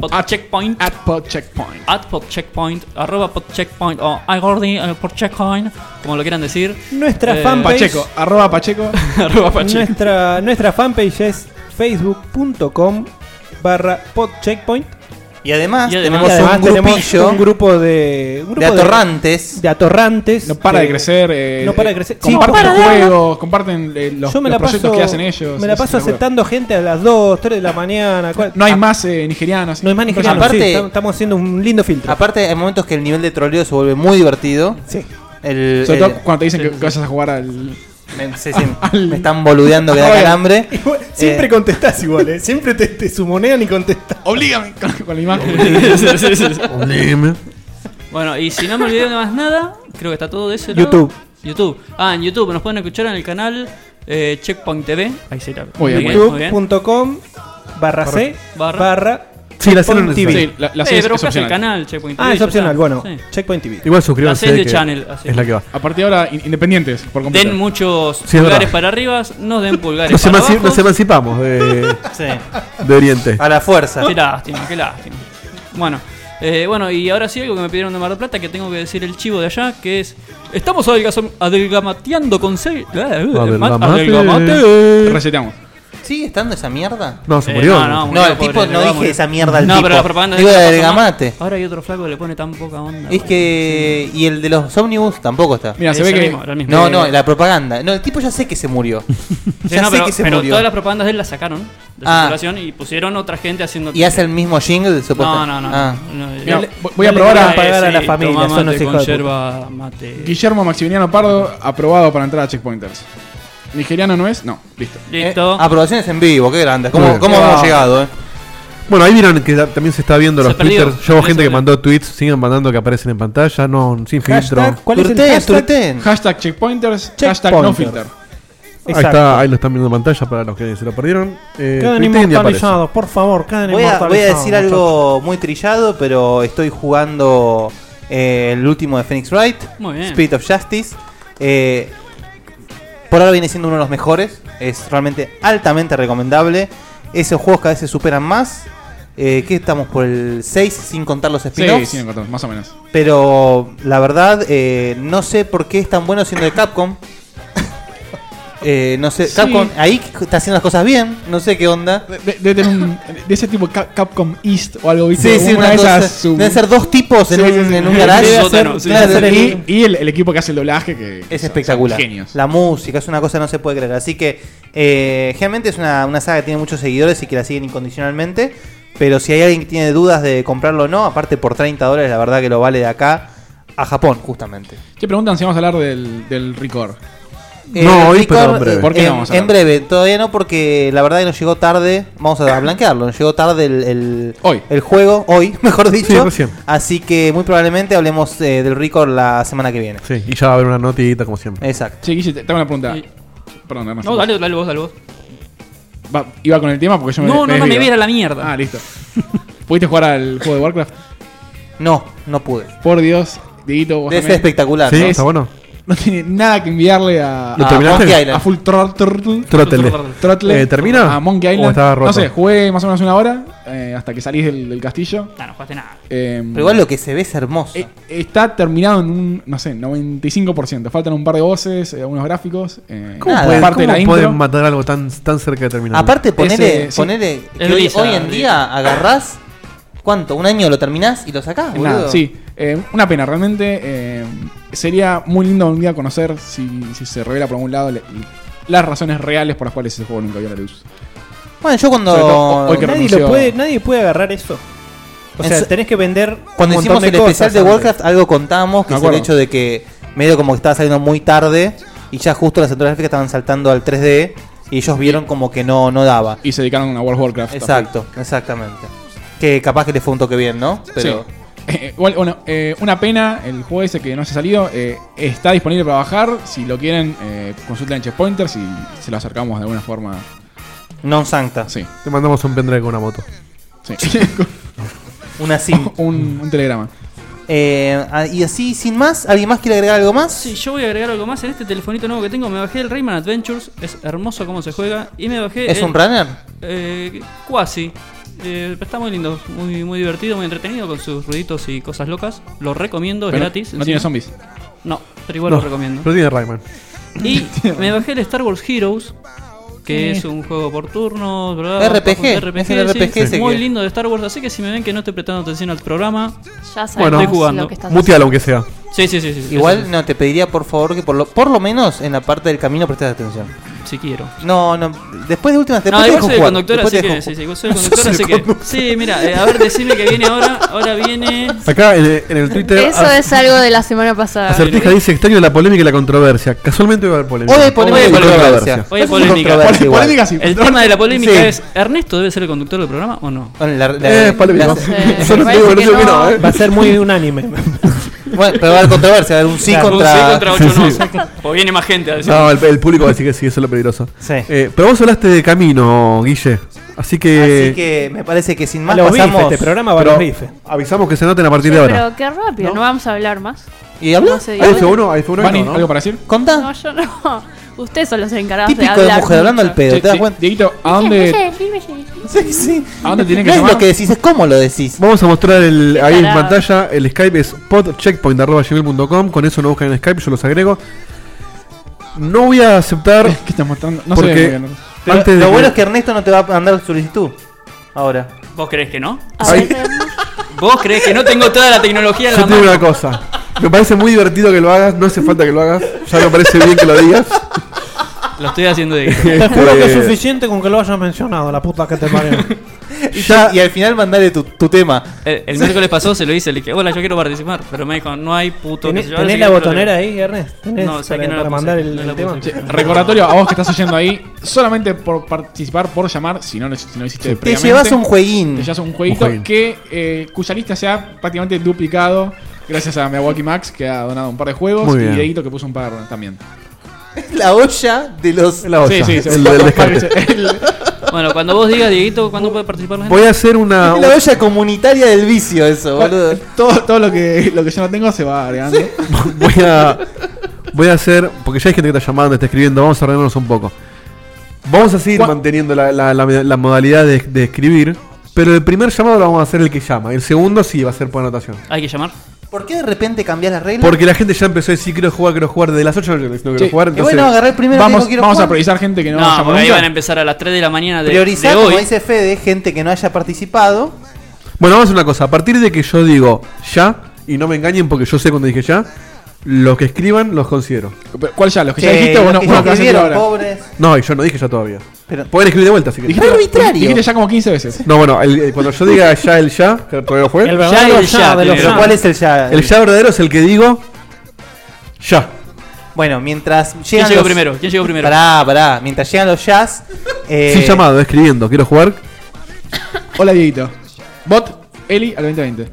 Speaker 3: podcheckpoint.
Speaker 4: At pod checkpoint.
Speaker 3: At podcheckpoint, arroba podcheckpoint o iGordy eh, podcheckpoint, como lo quieran decir.
Speaker 5: Nuestra
Speaker 3: Eh,
Speaker 5: fanpage.
Speaker 4: Pacheco, arroba Pacheco.
Speaker 3: arroba podcheck.
Speaker 5: Nuestra, nuestra fanpage es facebook.com barra podcheckpoint.
Speaker 7: Y además,
Speaker 3: Y además-
Speaker 5: Y
Speaker 7: tenemos
Speaker 5: además
Speaker 7: un
Speaker 5: tenemos
Speaker 7: grupillo
Speaker 5: un grupo de, un
Speaker 7: de
Speaker 5: grupo
Speaker 7: atorrantes.
Speaker 5: De, atorrantes.
Speaker 4: No para de
Speaker 5: que-
Speaker 4: crecer. eh,
Speaker 5: No para de crecer. Sí,
Speaker 4: Comparten
Speaker 5: para de-
Speaker 4: los juegos, comparten eh, los,
Speaker 5: Yo me
Speaker 4: los
Speaker 5: la
Speaker 4: proyectos
Speaker 5: paso,
Speaker 4: que hacen ellos.
Speaker 5: Me la
Speaker 4: es
Speaker 5: paso
Speaker 4: una locura.
Speaker 5: aceptando gente a las 2, 3 de la mañana. cual-
Speaker 4: No hay
Speaker 5: Ah,
Speaker 4: más eh, nigerianos.
Speaker 5: No hay más ni
Speaker 4: Impresionante.
Speaker 7: Aparte-
Speaker 5: Aparte, estamos haciendo un lindo filtro.
Speaker 7: Aparte, hay momentos que el nivel de troleo se vuelve muy divertido.
Speaker 5: Sí.
Speaker 7: El,
Speaker 4: Sobre todo
Speaker 7: el-
Speaker 4: cuando te dicen que, que vas a jugar al.
Speaker 7: me, sí, sí,
Speaker 4: al-
Speaker 7: me están boludeando que da
Speaker 5: Oigan,
Speaker 7: calambre.
Speaker 5: igual,
Speaker 7: Eh,
Speaker 5: Siempre contestás igual, ¿eh? Siempre te, te sumonean y contestás.
Speaker 4: Oblígame con, con la imagen.
Speaker 3: Sí, sí, sí.
Speaker 6: Oleme.
Speaker 3: Bueno, y si no me olvidé de más nada, creo que está todo de ese lado.
Speaker 5: YouTube.
Speaker 3: YouTube. Ah, en YouTube nos pueden escuchar en el canal eh, Checkpoint TV. Ahí se la-
Speaker 4: Muy bien,
Speaker 3: muy bien.
Speaker 5: YouTube.com barra C
Speaker 3: Barra.
Speaker 5: barra
Speaker 6: Sí, la hicieron en
Speaker 5: Checkpoint
Speaker 6: el-
Speaker 5: TV.
Speaker 4: sí, la, la
Speaker 3: Eh,
Speaker 4: serie es,
Speaker 3: pero
Speaker 4: es
Speaker 3: buscas el
Speaker 4: opcional.
Speaker 3: canal Checkpoint TV.
Speaker 5: Ah,
Speaker 3: y
Speaker 5: es
Speaker 3: ya
Speaker 5: opcional,
Speaker 3: está.
Speaker 5: bueno.
Speaker 3: Sí.
Speaker 5: Checkpoint TV.
Speaker 6: Igual
Speaker 3: La
Speaker 6: suscríbanse.
Speaker 3: serie
Speaker 6: que
Speaker 3: Channel, así.
Speaker 6: Es la que va.
Speaker 4: A partir de ahora, in- independientes. Por completo.
Speaker 3: Den muchos
Speaker 6: Sí, es
Speaker 3: pulgares
Speaker 6: verdad.
Speaker 3: para arriba, no den pulgares
Speaker 6: Nos,
Speaker 3: para
Speaker 6: emanci-
Speaker 3: abajo.
Speaker 6: nos emancipamos de,
Speaker 7: sí,
Speaker 6: de Oriente.
Speaker 7: a la fuerza.
Speaker 3: Qué lástima, qué lástima. Bueno, eh, bueno, y ahora sí algo que me pidieron de Mar del Plata, que tengo que decir el chivo de allá, que es... Estamos adelgazo- adelgamateando con... se-
Speaker 6: Adelgamate.
Speaker 3: Adelgamate.
Speaker 4: Reseteamos.
Speaker 7: ¿Sigue estando esa mierda?
Speaker 6: No, se
Speaker 3: Eh,
Speaker 6: murió.
Speaker 3: no, no,
Speaker 7: No,
Speaker 3: murió,
Speaker 7: el tipo
Speaker 3: pobre, le
Speaker 7: no
Speaker 3: va a
Speaker 7: dije
Speaker 3: morir.
Speaker 7: esa mierda al
Speaker 3: No,
Speaker 7: tipo.
Speaker 3: pero la propaganda
Speaker 7: Digo de
Speaker 3: esa pasó mal.
Speaker 7: Delgamate.
Speaker 3: Ahora hay otro flaco que le pone tan poca onda.
Speaker 7: Es
Speaker 3: boludo.
Speaker 7: que. Y el de los ómnibus tampoco está.
Speaker 4: Mira, se
Speaker 3: Ese
Speaker 4: ve que.
Speaker 3: mismo, era el mismo.
Speaker 7: No, no, la propaganda. No, el tipo ya sé que se murió.
Speaker 3: Sí,
Speaker 7: ya
Speaker 3: Eh, no,
Speaker 7: sé
Speaker 3: pero,
Speaker 7: que se
Speaker 3: pero
Speaker 7: murió.
Speaker 3: todas las propagandas de él las sacaron de
Speaker 7: Ah.
Speaker 3: circulación y pusieron otra gente haciendo.
Speaker 7: Y hace el mismo jingle, supuestamente.
Speaker 3: No, no, no.
Speaker 7: Ah.
Speaker 3: no, no,
Speaker 4: Mira,
Speaker 3: no,
Speaker 4: voy- voy a
Speaker 5: no le
Speaker 4: probar
Speaker 5: quiero
Speaker 4: a.
Speaker 5: dar pagar a
Speaker 3: eh,
Speaker 5: la
Speaker 3: sí,
Speaker 5: familia,
Speaker 3: toma
Speaker 5: son los
Speaker 3: mate,
Speaker 5: hijos de
Speaker 3: conserva mate.
Speaker 4: Guillermo Maximiliano Pardo, aprobado para entrar a Checkpointers. Nigeriano no es, no, listo.
Speaker 3: Listo.
Speaker 7: Eh, aprobaciones en vivo, qué grande. ¿Cómo,
Speaker 6: Muy bien.
Speaker 7: cómo
Speaker 4: Qué
Speaker 7: hemos
Speaker 4: va.
Speaker 7: llegado, eh?
Speaker 6: Bueno, ahí vieron que da- también se está viendo
Speaker 3: Se
Speaker 6: los
Speaker 3: perdió.
Speaker 6: twitters. Yo hubo
Speaker 3: Eso
Speaker 6: gente que
Speaker 3: era.
Speaker 6: mandó tweets, sigan mandando que aparecen en pantalla, no sin filtro.
Speaker 5: Hashtag, ¿Cuál es
Speaker 7: Turten,
Speaker 5: el hashtag?
Speaker 7: turten.
Speaker 4: Hashtag Checkpointers, hashtag
Speaker 5: Checkpointers.
Speaker 4: no filter.
Speaker 6: Ahí
Speaker 5: Exacto.
Speaker 6: está, ahí lo están viendo en pantalla para los que se lo perdieron. Eh,
Speaker 5: Quedan
Speaker 6: tuiteen y aparece.
Speaker 5: inmortalizados, por favor, quedan
Speaker 7: Voy a,
Speaker 5: inmortalizados.
Speaker 7: voy a decir algo muy trillado, pero estoy jugando eh, el último de Phoenix Wright,
Speaker 3: Muy bien.
Speaker 7: Spirit of Justice. Eh, por ahora viene siendo uno de los mejores, es realmente altamente recomendable. Esos juegos cada vez se superan más. Eh, ¿Qué estamos por el 6 sin contar los
Speaker 4: Sí,
Speaker 7: spin-offs?
Speaker 4: sí, me encontramos, más o menos.
Speaker 7: pero la verdad, eh, no sé por qué es tan bueno siendo de Capcom. Eh, no sé,
Speaker 4: Sí.
Speaker 7: Capcom ahí está haciendo las cosas bien, no sé qué onda.
Speaker 4: De, de tener un- de ese tipo Cap- Capcom East o algo, ¿viste?
Speaker 7: Sí, sí, una
Speaker 4: de
Speaker 7: cosa.
Speaker 4: esas, su-
Speaker 7: Deben ser dos tipos en,
Speaker 4: Sí,
Speaker 7: un,
Speaker 4: sí, sí.
Speaker 7: en un garage.
Speaker 4: Debe
Speaker 9: Sótano,
Speaker 7: ser-
Speaker 9: sí,
Speaker 7: claro,
Speaker 9: sí,
Speaker 7: debe ser-
Speaker 4: Y, y el, el equipo que hace el doblaje que son-
Speaker 7: Es
Speaker 4: son
Speaker 7: espectacular.
Speaker 4: Genios.
Speaker 7: La música es una cosa que no se puede creer. Así que eh, generalmente es una, una saga que tiene muchos seguidores y que la siguen incondicionalmente. Pero si hay alguien que tiene dudas de comprarlo o no, aparte por 30 dólares, la verdad que lo vale de acá a Japón, justamente.
Speaker 4: Te preguntan si vamos a hablar del, del Record.
Speaker 6: No, hoy,
Speaker 7: Record,
Speaker 6: pero en breve.
Speaker 7: eh,
Speaker 4: ¿Por qué no
Speaker 7: en,
Speaker 4: vamos a hablar?
Speaker 7: en breve, todavía no, porque la verdad que nos llegó tarde. Vamos a blanquearlo. Nos llegó tarde el, el,
Speaker 4: Hoy.
Speaker 7: el juego, hoy, mejor dicho.
Speaker 6: Sí, recién.
Speaker 7: Así que muy probablemente hablemos eh, del Record la semana que viene.
Speaker 6: Sí, y ya va a haber una notita como siempre.
Speaker 7: Exacto.
Speaker 4: Che, Guille, te- tengo una pregunta.
Speaker 3: Sí.
Speaker 4: Perdón, Ernesto.
Speaker 9: No, dale, dale vos, dale vos.
Speaker 4: Va- iba con el tema porque yo me
Speaker 3: No, no, no me
Speaker 4: desvío.
Speaker 3: viera la mierda.
Speaker 4: Ah, listo. ¿Pudiste jugar al juego de Warcraft?
Speaker 7: No, no pude.
Speaker 4: Por Dios, Dieguito, vos
Speaker 7: Debe ser
Speaker 4: también.
Speaker 7: espectacular.
Speaker 6: ¿Sí?
Speaker 7: ¿no?
Speaker 6: ¿Está bueno?
Speaker 4: No tiene nada que enviarle a,
Speaker 6: ¿Lo
Speaker 7: Ah,
Speaker 6: terminaste?
Speaker 7: Monkey Island.
Speaker 4: a Full Throttle.
Speaker 6: Trótele.
Speaker 4: Throttle.
Speaker 6: Eh, ¿termina?
Speaker 4: A Monkey
Speaker 6: ¿O
Speaker 4: Island.
Speaker 6: estaba roto?
Speaker 4: No sé, jugué más o menos una hora eh, hasta que salís del, del castillo.
Speaker 3: No, no jugaste nada.
Speaker 4: Eh,
Speaker 7: Pero igual lo que se ve es hermoso.
Speaker 4: eh, está terminado en un, no sé, 95%. Faltan un par de voces, eh, algunos gráficos. eh,
Speaker 6: ¿Cómo,
Speaker 7: Nada.
Speaker 6: pueden,
Speaker 4: parte de
Speaker 6: cómo
Speaker 4: la
Speaker 6: pueden
Speaker 4: intro.
Speaker 6: matar algo tan, tan cerca de terminar?
Speaker 7: Aparte, ponele,
Speaker 4: sí.
Speaker 7: ponele que
Speaker 9: Es
Speaker 7: hoy,
Speaker 9: Blizzard,
Speaker 7: hoy en
Speaker 9: sí.
Speaker 7: día agarrás. ¿Cuánto? ¿Un año lo terminás y lo sacás?
Speaker 4: Nada,
Speaker 7: boludo?
Speaker 4: sí. Eh, una pena, realmente. eh, sería muy lindo un día conocer si, si se revela por algún lado le- las razones reales por las cuales ese juego nunca vio la luz.
Speaker 7: Bueno, yo cuando.
Speaker 4: Sobre todo hoy que
Speaker 5: Nadie,
Speaker 4: renunció.
Speaker 5: lo puede, nadie puede agarrar eso. O
Speaker 7: En
Speaker 5: sea,
Speaker 7: su-
Speaker 5: tenés que vender.
Speaker 7: Cuando
Speaker 5: un
Speaker 7: hicimos
Speaker 5: montón
Speaker 7: el
Speaker 5: de cosas
Speaker 7: especial de
Speaker 5: antes.
Speaker 7: Warcraft, algo contamos, que
Speaker 4: Me
Speaker 7: es el
Speaker 4: acuerdo.
Speaker 7: hecho de que medio como que estaba saliendo muy tarde y ya justo las centrales gráficas estaban saltando al 3D y ellos vieron como que no, no daba.
Speaker 4: Y se dedicaron a World of Warcraft.
Speaker 7: Exacto, exactamente. Que capaz que le fue un toque bien, ¿no? Pero
Speaker 4: Sí. Eh, igual, bueno, eh, una pena, el juego ese que no se ha salido, eh, está disponible para bajar. Si lo quieren, eh, consulten en Checkpointers y se lo acercamos de alguna forma.
Speaker 7: non sancta.
Speaker 4: Sí,
Speaker 6: Te mandamos un pendrive con una moto.
Speaker 4: sí.
Speaker 7: Una sim.
Speaker 4: un, un telegrama.
Speaker 7: Eh, ah, y así, sin más, ¿alguien más quiere agregar algo más?
Speaker 3: Sí, yo voy a agregar algo más. En este telefonito nuevo que tengo, me bajé el Rayman Adventures. Es hermoso cómo se juega. Y me bajé.
Speaker 7: ¿Es
Speaker 3: el-
Speaker 7: un runner?
Speaker 3: Eh, cuasi. Eh, está muy lindo, muy, muy divertido, muy entretenido con sus ruiditos y cosas locas. Lo recomiendo, es
Speaker 4: Pero
Speaker 3: gratis.
Speaker 4: No tiene
Speaker 3: encima.
Speaker 4: zombies.
Speaker 3: No, pero igual lo recomiendo.
Speaker 6: Pero tiene Rayman.
Speaker 3: Y me bajé el Star Wars Heroes, que es un juego por turnos, ¿verdad?
Speaker 7: RPG,
Speaker 3: Bastante
Speaker 7: es el
Speaker 3: sí,
Speaker 7: RPG ese
Speaker 3: muy
Speaker 7: que-
Speaker 3: lindo de Star Wars, así que si me ven que no estoy prestando atención al programa,
Speaker 8: Ya sabemos
Speaker 6: Bueno,
Speaker 3: estoy jugando.
Speaker 8: lo que estás
Speaker 6: Mutealo aunque sea.
Speaker 3: sí, sí, sí, sí, sí, sí,
Speaker 7: Igual, no, te pediría por favor que por lo, por lo menos en la parte del camino prestes atención.
Speaker 3: si quiero.
Speaker 7: No, no, después de última, después
Speaker 3: no,
Speaker 7: te
Speaker 3: igual
Speaker 7: dejo
Speaker 3: soy el
Speaker 7: jugar,
Speaker 3: conductor,
Speaker 7: después
Speaker 3: así
Speaker 7: te dejo
Speaker 3: que.
Speaker 7: ju-
Speaker 3: Sí, sí, igual soy el conductor, así que. Sí, mira, eh, a ver, decime que viene ahora. Ahora viene.
Speaker 6: Acá en, en el Twitter.
Speaker 8: Eso
Speaker 6: a-
Speaker 8: es algo de la semana
Speaker 3: Ah,
Speaker 8: pasada.
Speaker 6: Acertija dice extraño la polémica y la controversia. Casualmente va a haber polémica.
Speaker 7: Hoy hay polémica
Speaker 6: y
Speaker 7: y controversia.
Speaker 6: controversia.
Speaker 3: Hoy
Speaker 7: Eso
Speaker 3: hay
Speaker 7: es
Speaker 3: polémica.
Speaker 7: controversia igual.
Speaker 4: Polémica sí.
Speaker 3: El tema de la polémica
Speaker 7: Sí.
Speaker 3: es: ¿Ernesto debe ser el conductor del programa o no?
Speaker 7: Bueno, la- la-
Speaker 6: Eh, polémica.
Speaker 7: la-
Speaker 8: Eh,
Speaker 6: Yo no
Speaker 8: me
Speaker 6: te digo, no
Speaker 8: parece
Speaker 6: digo
Speaker 8: que
Speaker 6: que no,
Speaker 8: no.
Speaker 6: eh.
Speaker 5: Va a ser muy unánime.
Speaker 7: Bueno, pero va a haber controversia, va a haber un sí
Speaker 5: Claro,
Speaker 7: contra.
Speaker 3: Un sí contra ocho
Speaker 6: Sí, sí.
Speaker 3: no. O viene más gente a decir.
Speaker 6: No, el, el público va a decir que sí, eso es lo peligroso.
Speaker 7: Sí.
Speaker 6: Eh, pero vos hablaste de camino, Guille. Así que.
Speaker 7: Así que me parece que sin
Speaker 5: A
Speaker 7: más
Speaker 5: los bifes,
Speaker 7: pasamos.
Speaker 5: este programa va a
Speaker 6: Pero
Speaker 5: los bifes.
Speaker 6: avisamos que se noten a
Speaker 8: Che,
Speaker 6: partir de ahora.
Speaker 8: pero qué rápido, ¿No? vamos a hablar más.
Speaker 7: ¿Y habla?
Speaker 8: No se
Speaker 6: Ahí fue
Speaker 8: diga.
Speaker 6: uno, ahí fue uno.
Speaker 4: Vani,
Speaker 6: ¿no?
Speaker 4: ¿algo para decir?
Speaker 8: No,
Speaker 7: Contá.
Speaker 8: yo no. Ustedes son los encargados de
Speaker 7: Típico
Speaker 8: hablar.
Speaker 7: de mujer hablando al
Speaker 8: mucho.
Speaker 7: pedo,
Speaker 4: Sí,
Speaker 7: ¿te das
Speaker 4: sí.
Speaker 7: cuenta?
Speaker 4: Dieguito, ¿a dónde,
Speaker 7: Sí, sí.
Speaker 4: ¿a dónde
Speaker 7: No
Speaker 4: tienen que
Speaker 7: es
Speaker 4: llamar?
Speaker 7: lo que decís, es cómo lo decís.
Speaker 6: Vamos a mostrar el, ahí en
Speaker 8: tarado.
Speaker 6: pantalla. El Skype es podcheckpoint.com. Con eso no buscan en Skype, yo los agrego. No voy a aceptar.
Speaker 4: ¿Qué estás mostrando? No
Speaker 6: Porque-
Speaker 4: sé. muy bien.
Speaker 7: Pero
Speaker 6: antes de
Speaker 7: lo
Speaker 6: que-
Speaker 7: bueno es que Ernesto no te va a mandar solicitud. Ahora.
Speaker 3: ¿Vos crees que no?
Speaker 8: A
Speaker 6: Ahí-
Speaker 8: ver,
Speaker 3: ¿Vos crees que no tengo toda la tecnología en
Speaker 6: Yo
Speaker 3: la
Speaker 6: te digo
Speaker 3: mano?
Speaker 6: una cosa. Me parece muy divertido que lo hagas. No hace falta que lo hagas. Ya me parece bien que lo digas.
Speaker 3: Lo estoy haciendo de
Speaker 5: Te juro que es
Speaker 6: Eh,
Speaker 5: suficiente con que lo hayas mencionado, la puta que te parió.
Speaker 7: Y,
Speaker 6: Ya-
Speaker 7: y al final mandale tu, tu tema.
Speaker 3: El, el miércoles pasó, se lo hice, le dije, hola, yo quiero participar. Pero me dijo, no hay puto.
Speaker 5: ¿Tenés,
Speaker 3: qué sé yo,
Speaker 5: tenés
Speaker 3: así
Speaker 5: la
Speaker 3: que-
Speaker 5: botonera ahí, Ernest? ¿Tenés
Speaker 3: No, o sea
Speaker 5: para,
Speaker 3: que no la
Speaker 5: para
Speaker 3: puse,
Speaker 5: mandar el,
Speaker 3: no la
Speaker 5: el tema?
Speaker 3: puse.
Speaker 4: Recordatorio a vos que estás oyendo ahí, solamente por participar, por llamar, si no lo, si no lo hiciste
Speaker 7: Te
Speaker 4: previamente.
Speaker 7: llevas un jueguín.
Speaker 4: Te llevas un jueguito
Speaker 6: Un jueguín.
Speaker 4: que eh, cuya lista se ha prácticamente duplicado gracias a Milwaukee Max que ha donado un par de juegos
Speaker 6: Muy
Speaker 4: y
Speaker 6: bien.
Speaker 4: Dieguito que puso un par también.
Speaker 7: La olla de los.
Speaker 6: la olla,
Speaker 4: sí, sí,
Speaker 6: el- el descarte.
Speaker 3: Bueno, cuando vos digas, Dieguito, ¿cuándo puede participar la gente?
Speaker 6: Voy a hacer una.
Speaker 7: La olla comunitaria del vicio, eso, boludo.
Speaker 4: Bueno, todo todo lo, que, lo que yo no tengo se va agregando.
Speaker 6: voy a voy a hacer porque ya hay gente que está llamando está escribiendo vamos a ordenarnos un poco vamos a seguir
Speaker 4: ¿Cuá-
Speaker 6: manteniendo la, la- la- la modalidad de, de escribir pero el primer llamado lo vamos a hacer el que llama el segundo sí va a ser por anotación
Speaker 3: Hay que llamar.
Speaker 7: ¿Por qué de repente cambiás las reglas?
Speaker 6: Porque la gente ya empezó a decir quiero jugar, quiero jugar desde las 8 no quiero
Speaker 7: Sí.
Speaker 6: jugar.
Speaker 7: Y bueno, agarré el primero que
Speaker 4: vamos,
Speaker 7: dijo, quiero
Speaker 4: vamos a
Speaker 7: jugar.
Speaker 4: priorizar gente que no, vaya
Speaker 3: No, porque ahí
Speaker 4: nunca.
Speaker 3: van a empezar a las 3 de la mañana de,
Speaker 7: Priorizar,
Speaker 3: de
Speaker 7: como
Speaker 3: hoy.
Speaker 7: dice Fede, gente que no haya participado.
Speaker 6: Bueno, vamos a hacer una cosa. A partir de que yo digo ya, y no me engañen porque yo sé cuando dije ya, los que escriban los considero.
Speaker 4: Pero, ¿Cuál ya? ¿Los que ya
Speaker 7: Che,
Speaker 4: dijiste o
Speaker 7: los
Speaker 4: no?
Speaker 7: que
Speaker 4: uno
Speaker 7: ya
Speaker 4: que vas a decir
Speaker 7: escribieron,
Speaker 4: ahora?
Speaker 7: pobres.
Speaker 6: No, y yo no dije ya todavía.
Speaker 7: Pero-
Speaker 6: Pueden escribir de vuelta si quieren.
Speaker 4: Dijiste,
Speaker 7: Arbitrario.
Speaker 4: dijiste ya como 15 veces.
Speaker 6: No, bueno, el- el- cuando yo diga ya el ya, que todavía no fue.
Speaker 5: El
Speaker 6: El,
Speaker 5: verdadero
Speaker 3: el ya,
Speaker 5: de los
Speaker 3: pero
Speaker 5: ya.
Speaker 7: ¿Cuál es el ya?
Speaker 6: ya verdadero es el que digo ya.
Speaker 7: Bueno, mientras
Speaker 3: ¿Quién
Speaker 7: llegan
Speaker 3: llegó
Speaker 7: los-
Speaker 3: primero? ¿Quién llegó primero?
Speaker 7: Pará, pará. Mientras llegan los jazz. eh,
Speaker 6: Sin llamado, escribiendo, quiero jugar.
Speaker 4: Hola, Dieguito. Bot, Eli al 2020.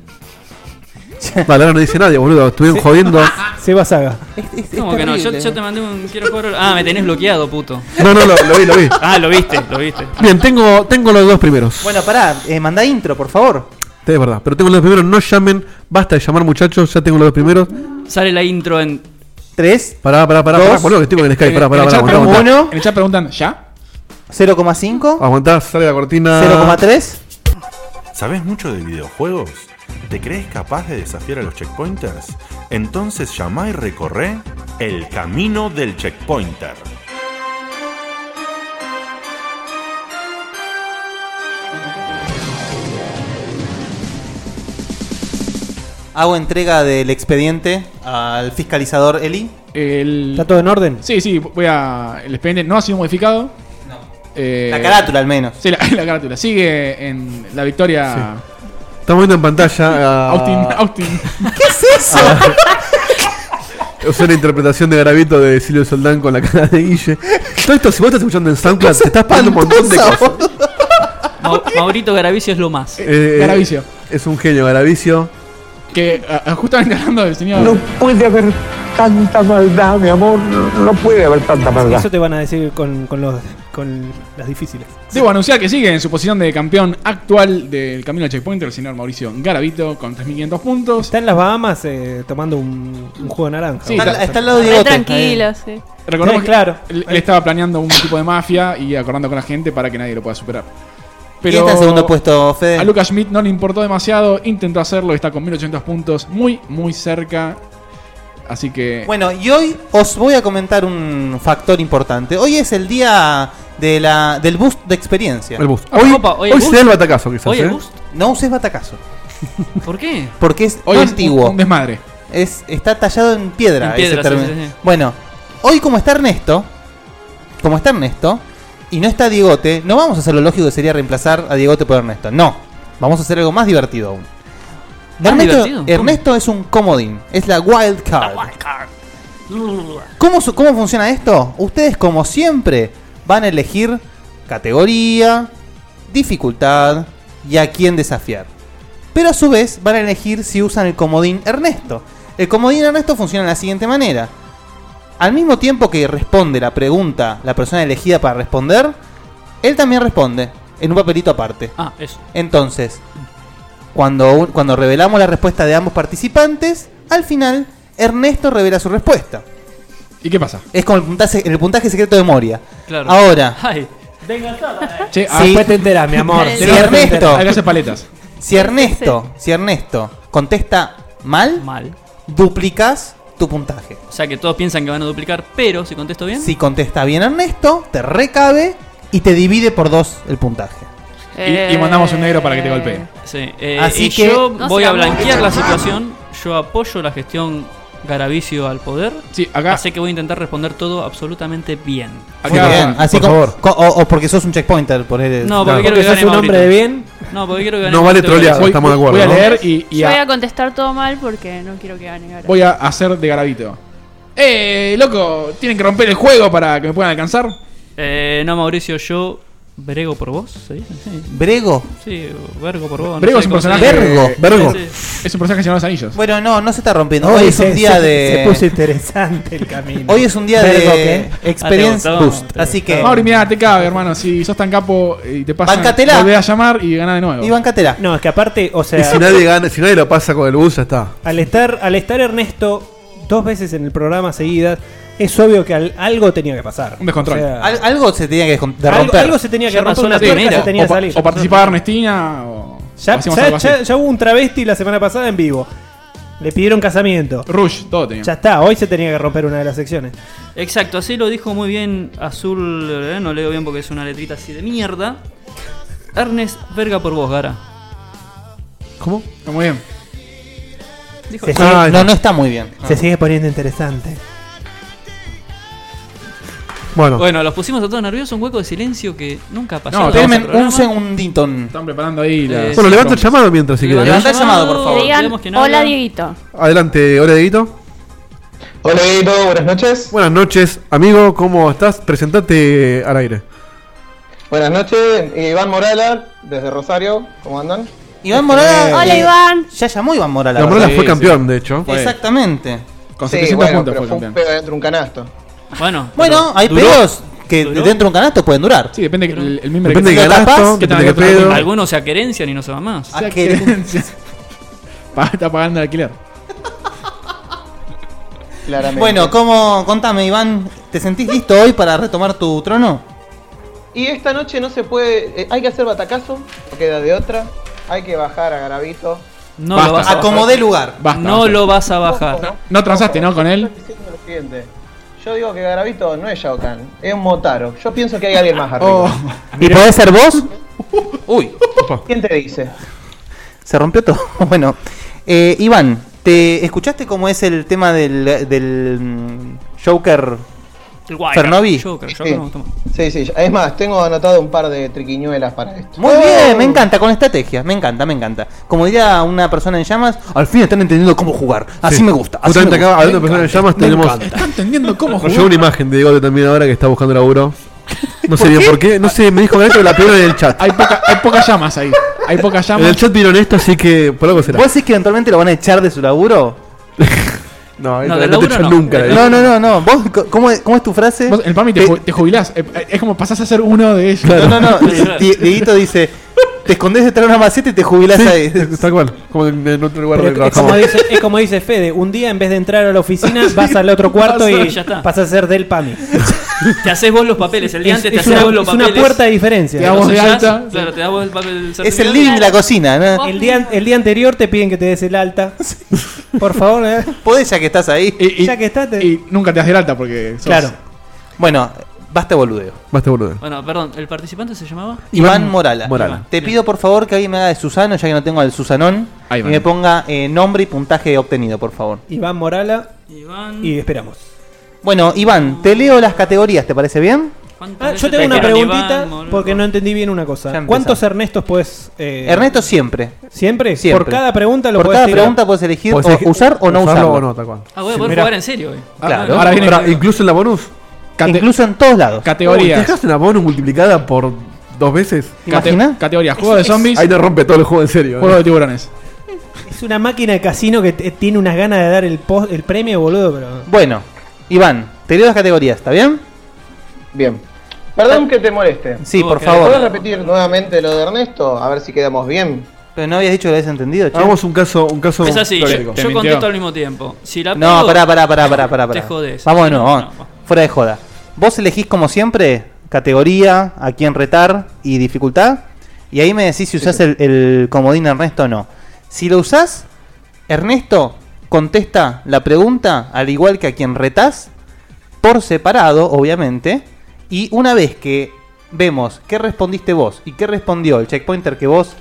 Speaker 6: Vale, ahora no dice nadie, boludo. Estuvieron jodiendo.
Speaker 5: Seba Saga.
Speaker 7: es- es- es
Speaker 3: ¿Cómo que no? Yo,
Speaker 7: terrible.
Speaker 3: yo te mandé un quiero cobrar. Ah, me tenés bloqueado, puto.
Speaker 6: No, no, lo, lo vi, lo vi.
Speaker 3: Ah, lo viste, lo viste.
Speaker 6: Bien, tengo, tengo los dos primeros.
Speaker 7: Bueno, pará. eh, manda intro, por favor.
Speaker 6: Sí, es verdad. Pero tengo los dos primeros. No llamen. Basta de llamar, muchachos. Ya tengo los dos primeros.
Speaker 3: Sale la intro en.
Speaker 7: Tres.
Speaker 6: Pará, pará, pará.
Speaker 7: Dos.
Speaker 6: pará boludo, que estoy con el Skype. Pará,
Speaker 4: En el-
Speaker 6: pará, pará.
Speaker 4: en el chat
Speaker 6: Aguantá,
Speaker 7: pregunta. Uno.
Speaker 4: preguntan-
Speaker 6: aguantá.
Speaker 4: En el chat preguntan, ¿ya?
Speaker 7: 0,5.
Speaker 6: Aguantá, sale la cortina.
Speaker 7: 0,3.
Speaker 2: ¿Sabes mucho de videojuegos? ¿Te crees capaz de desafiar a los checkpointers? Entonces llama y recorre el camino del checkpointer.
Speaker 7: Hago entrega del expediente al fiscalizador Eli.
Speaker 4: El...
Speaker 5: ¿Está todo en orden?
Speaker 4: Sí, sí, voy a. El expediente no ha sido modificado. Eh,
Speaker 7: La carátula, al menos.
Speaker 4: Sí, la, la carátula. Sigue en la victoria.
Speaker 6: Estamos viendo en pantalla.
Speaker 4: Austin.
Speaker 6: ah,
Speaker 4: Austin. Ah.
Speaker 6: Es una interpretación de Garavito de Silvio Soldán con la cara de Guille. Todo esto, si vos estás escuchando en SoundCloud, te estás pagando un montón de cosas.
Speaker 3: Ma- Maurito Garavicio es lo más.
Speaker 6: Eh,
Speaker 4: Garavicio.
Speaker 6: Es un genio, Garavicio.
Speaker 4: Que ah, justamente hablando del señor.
Speaker 9: No puede haber tanta maldad, mi amor. No puede haber tanta maldad.
Speaker 5: Eso te van a decir con, con, los, con las difíciles.
Speaker 4: Debo anunciar que sigue en su posición de campeón actual del camino al checkpoint el señor Mauricio Garavito con 3.500 puntos.
Speaker 5: Está en las Bahamas eh, tomando un, un jugo de naranja.
Speaker 4: Sí,
Speaker 7: Está,
Speaker 4: ta-
Speaker 7: está al lado de
Speaker 8: Re
Speaker 7: Diegote.
Speaker 8: tranquilo, sí.
Speaker 4: Recordemos
Speaker 5: Sí, claro.
Speaker 4: que él, él estaba planeando un tipo de mafia y acordando con la gente para que nadie lo pueda superar.
Speaker 7: ¿Quién
Speaker 4: Pero
Speaker 7: está en segundo puesto,
Speaker 4: a
Speaker 7: Fede?
Speaker 4: Lucas Schmidt no le importó demasiado, intentó hacerlo, está con 1.800 puntos, muy, muy cerca. Así que
Speaker 7: Bueno, y hoy os voy a comentar un factor importante. Hoy es el día de la, del boost de experiencia.
Speaker 6: El bus.
Speaker 3: Ah,
Speaker 6: Hoy,
Speaker 3: opa, hoy el
Speaker 6: hoy
Speaker 3: bus.
Speaker 6: se da el batacazo, quizás.
Speaker 3: Oye,
Speaker 6: ¿eh?
Speaker 3: Gust,
Speaker 7: No uses batacazo.
Speaker 3: ¿por qué?
Speaker 7: Porque es
Speaker 4: hoy
Speaker 7: no
Speaker 4: es un-
Speaker 7: antiguo.
Speaker 4: un desmadre.
Speaker 7: Es, está tallado en piedra,
Speaker 3: En piedra,
Speaker 7: ese
Speaker 3: sí,
Speaker 7: término.
Speaker 3: sí, sí.
Speaker 7: Bueno, hoy como está Ernesto, como está Ernesto, y no está Diegote, no vamos a hacer lo lógico que sería reemplazar a Diegote por Ernesto. No, vamos a hacer algo más divertido aún.
Speaker 3: ¿Más
Speaker 7: Ernesto,
Speaker 3: divertido?
Speaker 7: Ernesto es un comodín, es la wild card. ¿Cómo, su- ¿Cómo funciona esto? Ustedes, como siempre, van a elegir categoría, dificultad y a quién desafiar. Pero a su vez van a elegir si usan el comodín Ernesto. El comodín Ernesto funciona de la siguiente manera. Al mismo tiempo que responde la pregunta la persona elegida para responder, él también responde en un papelito aparte.
Speaker 3: Ah, eso.
Speaker 7: Entonces, cuando, un- cuando revelamos la respuesta de ambos participantes, al final Ernesto revela su respuesta.
Speaker 4: ¿Y qué pasa?
Speaker 7: Es como el puntaje, el puntaje secreto de Moria.
Speaker 3: Claro.
Speaker 7: Ahora,
Speaker 3: Ay,
Speaker 4: Che, ah,
Speaker 7: Sí.
Speaker 5: Después te enterás, mi amor.
Speaker 8: Sí,
Speaker 7: si
Speaker 5: Después te
Speaker 7: Ernesto.
Speaker 5: enterás.
Speaker 4: hay que hacer paletas.
Speaker 7: si Ernesto, si Ernesto contesta mal,
Speaker 3: mal.
Speaker 7: duplicas tu puntaje.
Speaker 3: O sea que todos piensan que van a duplicar, pero si contesto bien.
Speaker 7: Si contesta bien Ernesto, te recabe y te divide por dos el puntaje.
Speaker 4: Y, y mandamos un negro para que te golpee.
Speaker 3: Sí, eh,
Speaker 7: Así
Speaker 3: y
Speaker 7: que-
Speaker 3: yo
Speaker 8: No
Speaker 3: voy
Speaker 8: se
Speaker 3: a
Speaker 8: amó.
Speaker 3: blanquear la situación. Yo apoyo la gestión Garavicio al poder.
Speaker 4: Sí, acá,
Speaker 3: Así que voy a intentar responder todo absolutamente bien.
Speaker 7: Muy
Speaker 4: acá
Speaker 7: bien. Así
Speaker 6: por
Speaker 7: como,
Speaker 6: favor.
Speaker 7: co- o, o porque sos un checkpointer. Por el,
Speaker 3: No, porque
Speaker 6: Claro.
Speaker 3: quiero
Speaker 5: Porque
Speaker 3: que
Speaker 5: sos
Speaker 3: gane
Speaker 5: un hombre de
Speaker 3: Maurito.
Speaker 5: bien.
Speaker 3: No, porque quiero que gane
Speaker 6: No vale
Speaker 3: Maurito Garavicio.
Speaker 6: trolear.
Speaker 4: voy,
Speaker 6: Estamos de acuerdo,
Speaker 4: voy a
Speaker 6: ¿no?
Speaker 4: leer Er, y, y
Speaker 8: Yo
Speaker 4: a-
Speaker 8: voy a contestar todo mal porque no quiero que gane ahora.
Speaker 4: voy a hacer de Garavito. Eh, loco, tienen que romper el juego para que me puedan alcanzar.
Speaker 3: Eh, no, Mauricio, yo brego por vos. ¿se dice? Sí,
Speaker 7: Brego.
Speaker 3: sí, vergo por vos. no
Speaker 4: Brego
Speaker 3: sé
Speaker 4: es un
Speaker 3: cómo se
Speaker 4: personaje.
Speaker 3: dice.
Speaker 7: Vergo,
Speaker 4: eh,
Speaker 6: vergo.
Speaker 3: Sí, sí.
Speaker 4: Es un personaje que se llama Los Anillos.
Speaker 7: Bueno, no, no se está rompiendo.
Speaker 5: Hoy
Speaker 7: Hoy es un
Speaker 5: se-
Speaker 7: día
Speaker 5: se-
Speaker 7: de.
Speaker 5: Se puso interesante el camino.
Speaker 7: Hoy es un día
Speaker 5: Vergo,
Speaker 7: de
Speaker 5: ¿qué?
Speaker 7: Experience
Speaker 3: Ah, te gustó,
Speaker 7: Boost.
Speaker 3: te
Speaker 7: Así que.
Speaker 4: Mauri, mirá, te cabe, hermano. Si sos tan capo y te pasa,
Speaker 7: Bancatela.
Speaker 4: volvés a llamar y ganás de nuevo.
Speaker 7: Iván Catera.
Speaker 5: No, es que aparte, o sea,
Speaker 6: Y si nadie gana, si nadie lo pasa con el bus, ya está.
Speaker 5: al estar al estar Ernesto dos veces en el programa seguidas, es obvio que al- algo tenía que pasar.
Speaker 4: Un descontrol.
Speaker 5: O sea,
Speaker 7: Al- algo se tenía que descom- de
Speaker 5: algo,
Speaker 7: romper.
Speaker 5: algo se tenía que
Speaker 3: Ya pasó
Speaker 5: romper,
Speaker 3: la
Speaker 5: una tuerca
Speaker 3: primera.
Speaker 5: se tenía
Speaker 4: o,
Speaker 5: que
Speaker 4: pa-
Speaker 5: salir.
Speaker 4: o participaba Ernestina o. o
Speaker 5: Ya,
Speaker 4: hacíamos
Speaker 5: ya-
Speaker 4: algo así.
Speaker 5: ya- ya hubo un travesti la semana pasada en vivo. Le pidieron casamiento.
Speaker 4: Rush, todo tenía.
Speaker 5: Ya está, hoy se tenía que romper una de las secciones.
Speaker 3: Exacto, así lo dijo muy bien Azul. eh, no leo bien porque es una letrita así de mierda. Ernest, verga por vos, Gara.
Speaker 6: ¿Cómo?
Speaker 4: Está muy bien.
Speaker 3: Dijo-
Speaker 5: Se
Speaker 7: No,
Speaker 5: sigue-
Speaker 7: no, no está muy bien.
Speaker 3: Ah.
Speaker 4: Ah.
Speaker 5: Se sigue poniendo interesante.
Speaker 6: Bueno,
Speaker 3: Bueno, los pusimos a todos nerviosos, un hueco de silencio que nunca pasó.
Speaker 4: No,
Speaker 3: en este
Speaker 4: tenemos
Speaker 7: Denme
Speaker 3: programa.
Speaker 7: un segundintón.
Speaker 4: Están preparando ahí la.
Speaker 3: Eh,
Speaker 6: bueno levanta el
Speaker 4: bromas.
Speaker 6: llamado mientras si quieres.
Speaker 7: Levanta-
Speaker 6: ¿eh?
Speaker 7: Levantá el llamado, por favor.
Speaker 8: Que digan,
Speaker 3: Vemos quién
Speaker 8: hola
Speaker 3: habla".
Speaker 8: Dieguito.
Speaker 6: Adelante, hola Dieguito.
Speaker 9: Hola, Guido, buenas noches.
Speaker 6: Buenas noches, amigo, ¿cómo estás? Presentate al aire.
Speaker 9: Buenas noches, Iván Morala, desde Rosario, ¿cómo andan?
Speaker 7: Iván Morala.
Speaker 8: Ah, Hola
Speaker 7: eh,
Speaker 8: Iván.
Speaker 7: Ya llamó Iván Morala.
Speaker 6: La Morala
Speaker 7: ¿verdad?
Speaker 4: Sí,
Speaker 6: fue
Speaker 4: sí.
Speaker 6: campeón, de hecho.
Speaker 4: fue.
Speaker 7: Exactamente.
Speaker 4: Con
Speaker 9: sí,
Speaker 4: 700
Speaker 9: bueno,
Speaker 4: puntos
Speaker 9: pero
Speaker 4: fue
Speaker 9: fue un
Speaker 4: campeón.
Speaker 9: pedo dentro de un canasto.
Speaker 3: Bueno,
Speaker 7: Bueno, hay
Speaker 3: duró.
Speaker 7: pedos que
Speaker 3: ¿Duró?
Speaker 7: dentro de un canasto pueden durar.
Speaker 4: Sí, depende que- el, el mimbre
Speaker 6: Depende de
Speaker 4: que
Speaker 6: qué
Speaker 7: ¿Lo
Speaker 6: gasto,
Speaker 7: tapás?
Speaker 6: depende de
Speaker 4: ¿Qué
Speaker 6: qué
Speaker 4: tal?
Speaker 6: pedo.
Speaker 3: algunos se aquerencian y no se van más.
Speaker 7: Ah,
Speaker 4: Sea
Speaker 7: que-
Speaker 4: querencia. Pa- Está pagando el alquiler.
Speaker 9: Claramente.
Speaker 7: Bueno, ¿cómo, contame, Iván, ¿te sentís listo hoy para retomar tu trono?
Speaker 9: Y esta noche no se puede. eh, hay que hacer batacazo, no queda de otra. Hay que bajar a Garavito.
Speaker 3: No
Speaker 4: Basta.
Speaker 3: lo vas a bajar.
Speaker 7: Acomodé lugar.
Speaker 4: Basta.
Speaker 3: no
Speaker 4: basta.
Speaker 3: lo vas a bajar.
Speaker 4: No transaste, ¿no? Con él.
Speaker 9: Estoy diciendo lo siguiente. Yo digo que Garavito no es Shao Kahn, es un Motaro. Yo pienso que hay alguien más arriba.
Speaker 6: Ah,
Speaker 7: ¿Y podés ser vos? Uy,
Speaker 9: ¿Quién te dice?
Speaker 7: se rompió todo. Bueno, eh, Iván, ¿te escuchaste cómo es el tema del, del mm, Joker?
Speaker 3: El Wildcard,
Speaker 7: Fernovi.
Speaker 3: Joker, Joker,
Speaker 9: Sí.
Speaker 3: no, toma.
Speaker 9: Sí, sí, es más, tengo anotado un par de triquiñuelas para esto.
Speaker 7: Muy bien, me encanta, con estrategia, me encanta, me encanta. Como diría una persona en llamas, al fin están entendiendo cómo jugar. Así
Speaker 6: Sí.
Speaker 7: me gusta. Así
Speaker 6: Justamente
Speaker 7: me gusta.
Speaker 6: acá, hablando de personas en llamas, tenemos.
Speaker 4: Está entendiendo cómo
Speaker 6: Nos llegó
Speaker 4: jugar.
Speaker 6: una imagen de Diego también ahora que está buscando laburo. No sé bien por qué, no sé, me dijo que pero la peor en el chat.
Speaker 4: Hay, poca- hay pocas llamas ahí. Hay pocas
Speaker 6: En el
Speaker 4: llamas.
Speaker 6: chat vieron esto, así que por algo será.
Speaker 7: ¿Vos decís que eventualmente lo van a echar de su laburo?
Speaker 6: No,
Speaker 3: No,
Speaker 6: no,
Speaker 3: del
Speaker 6: no te
Speaker 3: laburo
Speaker 6: echan
Speaker 3: no.
Speaker 6: nunca.
Speaker 3: Del
Speaker 6: eh.
Speaker 7: No, no, no, no. ¿Vos, co- cómo, es- cómo es tu frase?
Speaker 4: Vos, en el PAMI te,
Speaker 7: Te-
Speaker 4: ju- te jubilás. Eh, eh, Es como pasás a ser uno de ellos.
Speaker 7: No, no, no.
Speaker 3: Sí, claro.
Speaker 7: Die- Dieguito dice: Te escondés detrás de una maceta y te jubilás ahí.
Speaker 6: Sí, tal cual, como en, en otro lugar
Speaker 5: Pero
Speaker 6: donde
Speaker 5: es, como
Speaker 6: trabajamos.
Speaker 5: dice, es como dice Fede, un día en vez de entrar a la oficina vas al otro cuarto
Speaker 3: pasa,
Speaker 5: y
Speaker 3: ya está.
Speaker 5: vas a ser del PAMI.
Speaker 3: Te haces vos los papeles, el día
Speaker 5: Es,
Speaker 3: antes te
Speaker 5: es
Speaker 3: haces
Speaker 5: una,
Speaker 3: vos los
Speaker 5: es una
Speaker 3: papeles.
Speaker 5: puerta de diferencia.
Speaker 4: Te hago-
Speaker 3: Los
Speaker 4: de
Speaker 3: sellás,
Speaker 4: alta.
Speaker 3: Claro, te da vos el papel.
Speaker 7: Es el living de la cocina, ¿no?
Speaker 5: El día, el día anterior te piden que te des el alta. Por favor, eh.
Speaker 7: Podés ya que estás ahí.
Speaker 4: Y, y-
Speaker 5: Ya que estás, te-
Speaker 4: y nunca te das del alta porque sos-
Speaker 5: Claro.
Speaker 7: Bueno, basta boludeo.
Speaker 6: Basta, boludo.
Speaker 3: Bueno, perdón, ¿el participante se llamaba?
Speaker 7: Iván, Morala.
Speaker 6: Morala.
Speaker 7: Te pido por favor que alguien me haga de Susano, ya que no tengo al Susanón.
Speaker 4: Ahí
Speaker 7: y
Speaker 4: va.
Speaker 7: me ponga eh, nombre y puntaje obtenido, por favor.
Speaker 5: Iván Morala
Speaker 3: Iván.
Speaker 5: y esperamos.
Speaker 7: Bueno, Iván, te leo las categorías, ¿te parece bien?
Speaker 5: Ah,
Speaker 3: ¿Cuántas
Speaker 5: yo
Speaker 3: veces
Speaker 5: tengo
Speaker 3: te
Speaker 5: una
Speaker 3: dijeron
Speaker 5: preguntita
Speaker 3: Iván, boludo?
Speaker 5: porque no entendí bien una
Speaker 7: Ya
Speaker 5: cosa.
Speaker 7: empezamos.
Speaker 5: ¿Cuántos Ernestos puedes eh,
Speaker 7: Ernesto siempre.
Speaker 5: ¿Siempre?
Speaker 7: Siempre.
Speaker 5: Por cada pregunta lo
Speaker 7: Por
Speaker 5: podés
Speaker 7: cada
Speaker 5: tirar.
Speaker 7: pregunta puedes elegir
Speaker 6: Podés
Speaker 7: o
Speaker 6: elegir
Speaker 7: usar o no
Speaker 6: usarlo
Speaker 7: usarlo.
Speaker 6: o no, tal cual.
Speaker 3: Ah, voy a poder
Speaker 5: Mira.
Speaker 3: jugar en serio, hoy.
Speaker 7: Claro.
Speaker 4: Ahora viene
Speaker 6: ah, Ahora, incluso en la bonus.
Speaker 4: cate-
Speaker 7: Incluso en todos lados.
Speaker 6: Uy, ¿Te
Speaker 4: categorías.
Speaker 6: dejas una bonus multiplicada por dos veces?
Speaker 7: ¿Te
Speaker 4: Cate-
Speaker 7: imaginas?
Speaker 4: categorías. Juego de zombies,
Speaker 6: Ahí te rompe todo el juego en serio. eh.
Speaker 4: juego de tiburones.
Speaker 5: Es una máquina de casino que te- tiene unas ganas de dar el, pos- el premio, boludo, pero...
Speaker 7: Bueno, Iván, te leo las categorías, ¿está bien?
Speaker 9: Bien. Perdón que te moleste.
Speaker 7: Sí,
Speaker 3: Oh,
Speaker 7: por
Speaker 3: ok.
Speaker 9: ¿Puedes
Speaker 7: favor.
Speaker 9: repetir nuevamente lo de Ernesto? A ver si quedamos bien.
Speaker 7: Pero no habías dicho que lo habías entendido, che.
Speaker 6: Hagamos un caso, un caso.
Speaker 3: Es así, yo,
Speaker 4: Histórico. Te
Speaker 3: yo
Speaker 4: mintió.
Speaker 3: contesto al mismo tiempo. Si la
Speaker 7: No,
Speaker 3: pego,
Speaker 7: pará, pará, pará, pará, pará.
Speaker 3: Te
Speaker 7: pará.
Speaker 3: jodés.
Speaker 7: Vamos de nuevo,
Speaker 3: No,
Speaker 7: vamos.
Speaker 3: no, va.
Speaker 7: Fuera de joda. Vos elegís como siempre categoría, a quién retar y dificultad. Y ahí me decís si usás el, el comodín Ernesto o no. Si lo usás, Ernesto contesta la pregunta al igual que a quien retás, por separado, obviamente. Y una vez que vemos qué respondiste vos y qué respondió el checkpointer que vos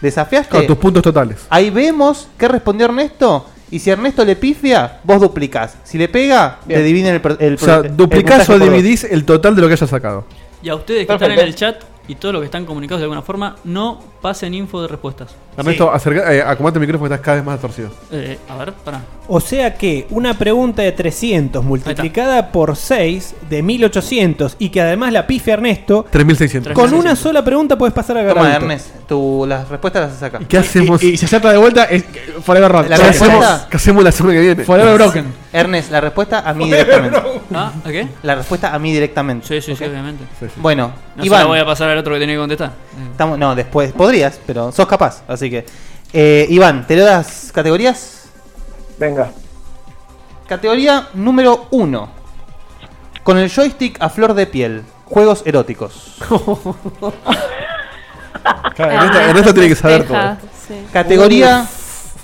Speaker 7: desafiaste,
Speaker 6: Con tus puntos totales.
Speaker 7: Ahí vemos qué respondió Ernesto. Y si Ernesto le pifia, vos duplicás. Si le pega,
Speaker 9: Bien.
Speaker 7: te dividen el, pro- el
Speaker 6: O sea,
Speaker 7: pro- el
Speaker 6: duplicás
Speaker 7: puntaje
Speaker 6: o
Speaker 7: por dos.
Speaker 6: dividís el total de lo que hayas sacado.
Speaker 3: Y a ustedes que
Speaker 9: Perfecto.
Speaker 3: están en el chat y todos los que están comunicados de alguna forma, no pasen info de respuestas.
Speaker 6: Ernesto, acerca, eh, acomodate el micrófono que estás cada vez más torcido.
Speaker 3: Eh, a ver, pará.
Speaker 5: O sea que una pregunta de 300 multiplicada por 6 de 1800 y que además la pifia Ernesto,
Speaker 6: 3600.
Speaker 3: Tres
Speaker 5: con
Speaker 3: mil
Speaker 5: una
Speaker 3: seiscientos.
Speaker 5: sola pregunta puedes pasar a
Speaker 7: Toma,
Speaker 5: ganar.
Speaker 7: Ernest, tu, las respuestas las haces acá.
Speaker 6: ¿Y qué hacemos?
Speaker 4: Y, y si acerta de vuelta, es Forever Rock.
Speaker 7: La
Speaker 6: ¿Qué hacemos,
Speaker 7: respuesta?
Speaker 6: qué hacemos la semana que viene?
Speaker 4: Forever Broken.
Speaker 7: Ernest, la respuesta a mí directamente.
Speaker 3: Ah, ¿a qué?
Speaker 7: La respuesta a mí directamente.
Speaker 3: Sí, sí, sí, obviamente.
Speaker 7: Bueno,
Speaker 3: No se la voy a
Speaker 7: Iván,
Speaker 3: pasar al otro que tiene que contestar. Eh,
Speaker 7: estamos- no, después podrías, pero sos capaz. Así que, eh, Iván, ¿te leo las categorías?
Speaker 9: Venga.
Speaker 7: Categoría número 1. Con el joystick a flor de piel. Juegos eróticos.
Speaker 6: Claro, Ernesto, Ernesto tiene que saber todo.
Speaker 8: Deja, sí.
Speaker 7: Categoría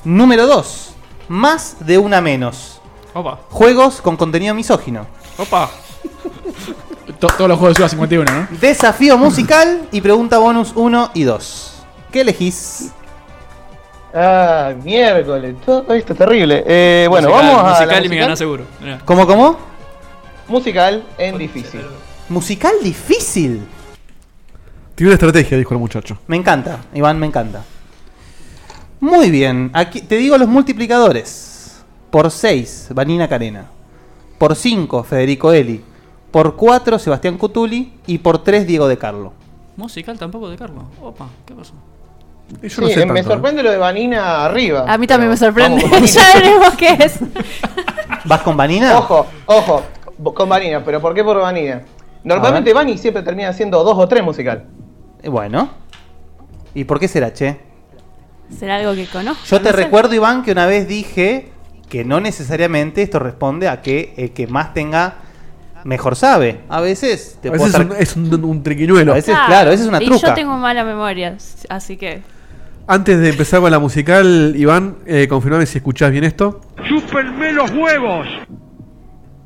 Speaker 7: número 2. más de una menos.
Speaker 3: Opa.
Speaker 7: Juegos con contenido misógino.
Speaker 3: Opa.
Speaker 4: To- todos los juegos de Suda 51, ¿no?
Speaker 7: Desafío musical y pregunta bonus 1 y 2. ¿Qué elegís?
Speaker 9: Ah, miércoles, todo esto es terrible. Eh, bueno,
Speaker 3: Musical,
Speaker 9: vamos a. la
Speaker 3: Musical y me ganás seguro. Mirá.
Speaker 7: ¿Cómo, cómo?
Speaker 9: Musical en difícil.
Speaker 7: Musical difícil.
Speaker 6: Tiene una estrategia, dijo el muchacho.
Speaker 7: Me encanta, Iván, me encanta. Muy bien, aquí te digo los multiplicadores. Por 6, Vanina Carena. Por 5, Federico Eli. Por 4, Sebastián Cutuli. Y por 3, Diego de Carlo.
Speaker 3: Musical tampoco de Carlos. Opa, ¿qué pasó?
Speaker 6: Yo
Speaker 9: Sí,
Speaker 6: no sé
Speaker 9: me
Speaker 6: tanto, ¿eh?
Speaker 9: sorprende lo de Vanina arriba.
Speaker 8: A mí también me sorprende.
Speaker 9: Vamos con Vanina.
Speaker 8: ya veremos qué es.
Speaker 7: ¿Vas con Vanina?
Speaker 9: Ojo, ojo, bo- con Vanina, pero ¿por qué por Vanina? Normalmente
Speaker 7: A
Speaker 9: Vani siempre termina haciendo dos o tres musical.
Speaker 7: Eh, Bueno. ¿Y por qué será, che?
Speaker 8: ¿Será algo que conozco?
Speaker 7: Yo te
Speaker 8: No sé.
Speaker 7: recuerdo, Iván, que una vez dije que no necesariamente esto responde a que el que más tenga mejor sabe. A veces te
Speaker 6: ¿eh? A
Speaker 7: puedo
Speaker 6: veces
Speaker 7: estar-
Speaker 6: es un, es un- un triquiñuelo.
Speaker 7: A veces- claro, esa es una
Speaker 8: y
Speaker 7: truca.
Speaker 8: Yo tengo mala memoria, así que.
Speaker 6: Antes de empezar con la musical, Iván, eh, confirmame si escuchás bien esto.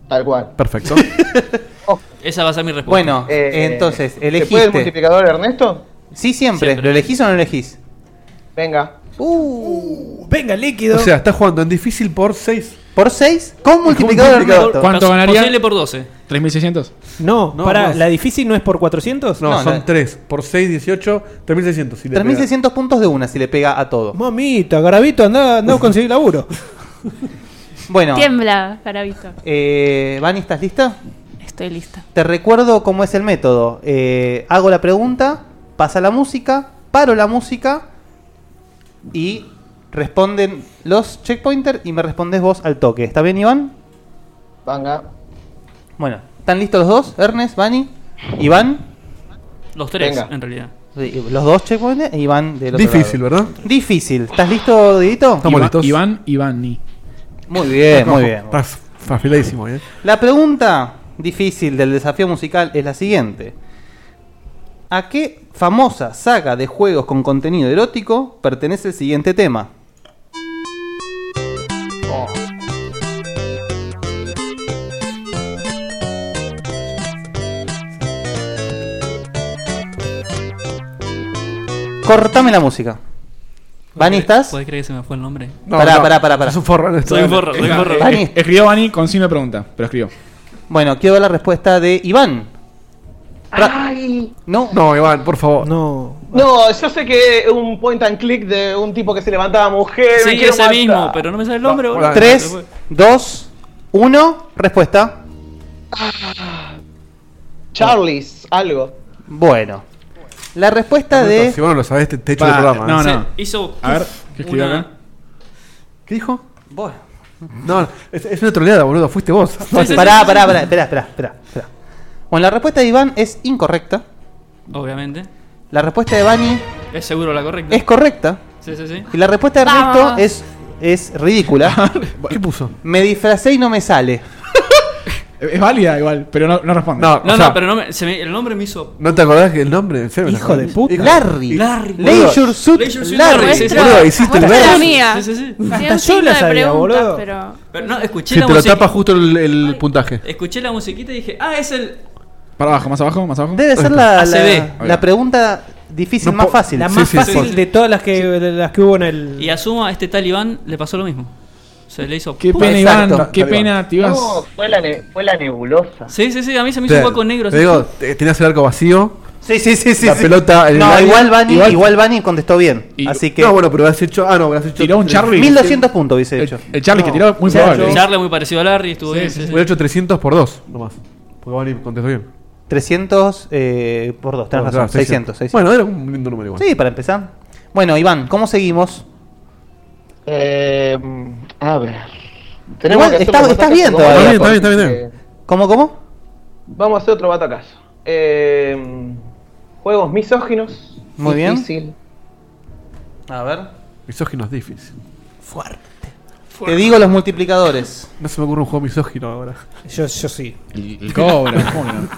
Speaker 9: Tal cual.
Speaker 6: Perfecto.
Speaker 3: Esa va a ser mi respuesta.
Speaker 7: Bueno,
Speaker 9: Eh,
Speaker 7: entonces,
Speaker 9: ¿Se puede el
Speaker 7: elegiste.
Speaker 9: multiplicador, Ernesto?
Speaker 7: Sí, siempre.
Speaker 3: Siempre.
Speaker 7: ¿Lo elegís o no lo elegís?
Speaker 9: Venga.
Speaker 7: Uh.
Speaker 5: Venga, líquido.
Speaker 6: o sea, estás jugando en difícil por 6.
Speaker 7: Por 6 con multiplicador de
Speaker 4: multiplicador.
Speaker 7: Ernesto.
Speaker 4: ¿Cuánto
Speaker 3: Pos-
Speaker 4: ganaría?
Speaker 3: Posible por 12.
Speaker 4: 3600.
Speaker 5: no,
Speaker 6: No,
Speaker 5: pará,
Speaker 6: más.
Speaker 5: la difícil no es por 400.
Speaker 6: No,
Speaker 7: No,
Speaker 6: son
Speaker 7: la-
Speaker 6: 3. Por 6, 18, 3600. si le
Speaker 7: 3600 puntos de una si le pega a todo.
Speaker 5: Mamita, Garavito, anda, anda a conseguir laburo.
Speaker 7: Bueno,
Speaker 8: Tiembla, Garavito.
Speaker 7: eh, Vani, ¿estás lista?
Speaker 8: Estoy lista.
Speaker 7: Te recuerdo cómo es el método. Eh, hago la pregunta, pasa la música, paro la música y responden los checkpointers y me respondes vos al toque. ¿Está bien, Iván?
Speaker 9: Venga.
Speaker 7: Bueno, ¿están listos los dos? Ernest, Vani, Iván.
Speaker 3: Los tres,
Speaker 9: Venga.
Speaker 3: en realidad.
Speaker 7: Sí, Los dos checkpointers e Iván del
Speaker 6: pega.
Speaker 7: otro
Speaker 6: Difícil,
Speaker 7: lado.
Speaker 6: ¿verdad?
Speaker 7: Difícil. ¿Estás listo, Didito?
Speaker 6: Estamos listos.
Speaker 4: Iván, Iván, Ni.
Speaker 7: Muy bien, muy bien.
Speaker 6: Estás afiladísimo, ¿eh?
Speaker 7: La pregunta difícil del desafío musical es la siguiente. ¿A qué famosa saga de juegos con contenido erótico pertenece el siguiente tema? Oh. Cortame la música. ¿Vani estás?
Speaker 3: ¿Puedes creer que se me fue el nombre?
Speaker 7: Pará, pará, pará, pará.
Speaker 6: Es un forro en esto.
Speaker 3: Soy un forro, soy un forro.
Speaker 7: Vani.
Speaker 4: Escribió Vani con signo de pregunta, pero escribió.
Speaker 7: Bueno, quiero ver la respuesta de Iván. Ra- No,
Speaker 6: No, Iván, por favor.
Speaker 5: No.
Speaker 9: No, yo sé que es un point and click de un tipo que se levantaba mujer. me
Speaker 3: Sí,
Speaker 9: quiero
Speaker 3: ese
Speaker 9: matar.
Speaker 3: mismo, pero no me sale el nombre, boludo.
Speaker 6: hola.
Speaker 7: 3, 2, 1, respuesta.
Speaker 9: Charlies, algo.
Speaker 7: Bueno. La respuesta
Speaker 6: Si
Speaker 7: de...
Speaker 6: vos no lo sabés, te, te echo el
Speaker 4: Pa,
Speaker 6: programa.
Speaker 4: no,
Speaker 6: ¿eh?
Speaker 3: Se
Speaker 4: no.
Speaker 3: Hizo.
Speaker 4: A ver, ¿qué escribió
Speaker 3: una-
Speaker 4: acá?
Speaker 6: ¿Qué dijo?
Speaker 7: Bueno.
Speaker 6: No, no, es, es una troleada, boludo. Fuiste vos.
Speaker 7: No,
Speaker 3: sí,
Speaker 7: pará,
Speaker 3: sí, sí,
Speaker 7: pará, pará, espera, espera, espera, espera. Bueno, la respuesta de Iván es incorrecta.
Speaker 3: Obviamente.
Speaker 7: La respuesta de Bani
Speaker 3: Es seguro la correcta.
Speaker 7: es correcta.
Speaker 3: Sí, sí, sí.
Speaker 7: Y la respuesta de Ernesto
Speaker 8: Vamos.
Speaker 7: es, es ridícula.
Speaker 6: ¿Qué puso?
Speaker 7: Me disfracé y no me sale.
Speaker 4: Es es válida igual, pero no, no responde.
Speaker 6: No,
Speaker 3: No,
Speaker 6: o sea,
Speaker 3: no, pero no me- se me- el nombre me hizo.
Speaker 6: ¿No te acordás que el nombre? ¿En serio?
Speaker 5: Hijo de puta.
Speaker 7: Larry.
Speaker 3: Larry.
Speaker 7: Leisure Suit
Speaker 3: Leisure Suit
Speaker 7: Larry.
Speaker 3: Larry, sí, sí.
Speaker 8: Muestra-
Speaker 6: Boludo, hiciste el
Speaker 8: muestra
Speaker 6: verso.
Speaker 8: la mía.
Speaker 3: Sí, sí, sí.
Speaker 8: Hacía
Speaker 5: yo
Speaker 8: un signo
Speaker 5: la
Speaker 8: de
Speaker 5: sabía,
Speaker 8: preguntas,
Speaker 5: boludo.
Speaker 8: Pero...
Speaker 3: Pero no, escuché
Speaker 6: Si
Speaker 3: la
Speaker 6: te lo
Speaker 3: musiquita.
Speaker 6: tapas justo el, el puntaje.
Speaker 3: Escuché la musiquita y dije, ah, es el.
Speaker 4: Para abajo, más abajo, más abajo. Ah,
Speaker 7: Debe ser la, la,
Speaker 3: ACB.
Speaker 7: la pregunta difícil
Speaker 6: No
Speaker 7: más
Speaker 6: po-
Speaker 7: fácil.
Speaker 5: La
Speaker 6: Sí,
Speaker 5: más
Speaker 6: sí,
Speaker 5: fácil
Speaker 3: sí.
Speaker 5: de todas las que, de las que hubo en el.
Speaker 3: Y asuma a este talibán le pasó lo mismo. Se le hizo.
Speaker 4: Qué
Speaker 3: ¡pum!
Speaker 4: pena,
Speaker 7: Exacto.
Speaker 4: Iván. Qué
Speaker 6: Ahí va.
Speaker 4: pena, te ibas.
Speaker 9: No, fue la, ne- fue la nebulosa.
Speaker 3: Sí, sí, sí, a mí se me hizo
Speaker 6: Te-
Speaker 3: un hueco negro.
Speaker 6: Te
Speaker 3: así.
Speaker 6: digo, te- tenías el arco vacío.
Speaker 7: Sí, sí, sí, sí.
Speaker 6: La
Speaker 7: sí.
Speaker 6: pelota en el
Speaker 7: No,
Speaker 6: área,
Speaker 7: igual Bani,
Speaker 6: igual-
Speaker 7: igual, Bani contestó bien.
Speaker 4: Y-
Speaker 7: así que
Speaker 6: No, bueno, pero has hecho. Ah, no, has hecho.
Speaker 4: Tiró un Charlie.
Speaker 7: 1200 puntos hubiese
Speaker 4: El,
Speaker 7: hecho.
Speaker 4: el Charlie que tiró, muy probable.
Speaker 3: Charla muy parecido a Larry, estuvo bien. sí, sí.
Speaker 6: Hubiera hecho 300 por 2, nomás. Porque Bani contestó bien.
Speaker 7: 300 eh, por 2, tenés
Speaker 6: Bueno,
Speaker 7: razón.
Speaker 6: claro,
Speaker 7: 600, 600.
Speaker 6: Bueno, era un lindo número igual.
Speaker 7: Sí, para empezar. Bueno, Iván, ¿cómo seguimos?
Speaker 9: Eh, a ver.
Speaker 7: Igual,
Speaker 9: hacer
Speaker 7: está-
Speaker 9: otro
Speaker 7: estás
Speaker 9: batacazo,
Speaker 7: bien
Speaker 9: vamos a
Speaker 7: todavía.
Speaker 9: hacer
Speaker 6: Está bien, está
Speaker 9: otro,
Speaker 6: bien, está bien.
Speaker 9: eh,
Speaker 7: ¿Cómo, cómo?
Speaker 9: Vamos a hacer otro batacazo. Eh, juegos misóginos.
Speaker 7: Muy bien.
Speaker 9: difícil.
Speaker 7: A ver.
Speaker 6: Misógino es difícil.
Speaker 7: Te digo los multiplicadores.
Speaker 6: No se me ocurre un juego misógino ahora.
Speaker 5: Yo, yo sí.
Speaker 4: El, el cobra, ¿cómo que no?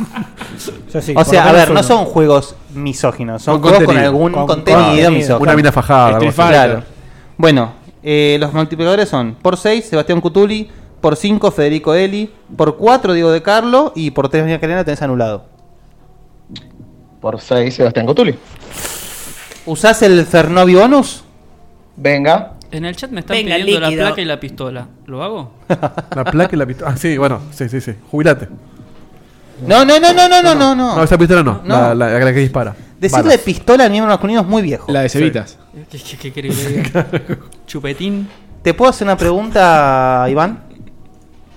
Speaker 5: Yo sí.
Speaker 7: o
Speaker 5: por lo
Speaker 7: sea, a
Speaker 5: menos
Speaker 7: ver, no
Speaker 5: uno.
Speaker 7: son juegos misóginos, son
Speaker 6: Con
Speaker 7: juegos con
Speaker 6: contenido.
Speaker 7: algún
Speaker 5: Con
Speaker 7: contenido
Speaker 5: contenido.
Speaker 7: misógino.
Speaker 6: Una mina fajada. algo
Speaker 4: Street
Speaker 6: así.
Speaker 4: Fighter.
Speaker 7: Claro. Bueno, Eh, los multiplicadores son por 6 Sebastián Cutuli, por 5 Federico Eli, por 4 Diego de Carlo y por 3 María Carena tenés anulado.
Speaker 9: Por 6 Sebastián Cutuli.
Speaker 7: ¿Usás el Fernovi bonus?
Speaker 9: Venga.
Speaker 3: En el chat me están
Speaker 10: Venga,
Speaker 3: pidiendo la
Speaker 10: líquido.
Speaker 3: placa y la pistola. ¿Lo hago?
Speaker 6: La placa y la pistola. Ah, sí, bueno, sí, sí, sí. Jubilate.
Speaker 7: No, no, no, no, no, no, no.
Speaker 6: No, esa pistola no. La, la- la que dispara.
Speaker 7: Decirle
Speaker 6: Balas.
Speaker 7: pistola al miembro masculino es muy viejo.
Speaker 4: La de Cevitas.
Speaker 3: ¿Qué, qué, qué querés que le diga? Chupetín.
Speaker 7: ¿Te puedo hacer una pregunta, Iván?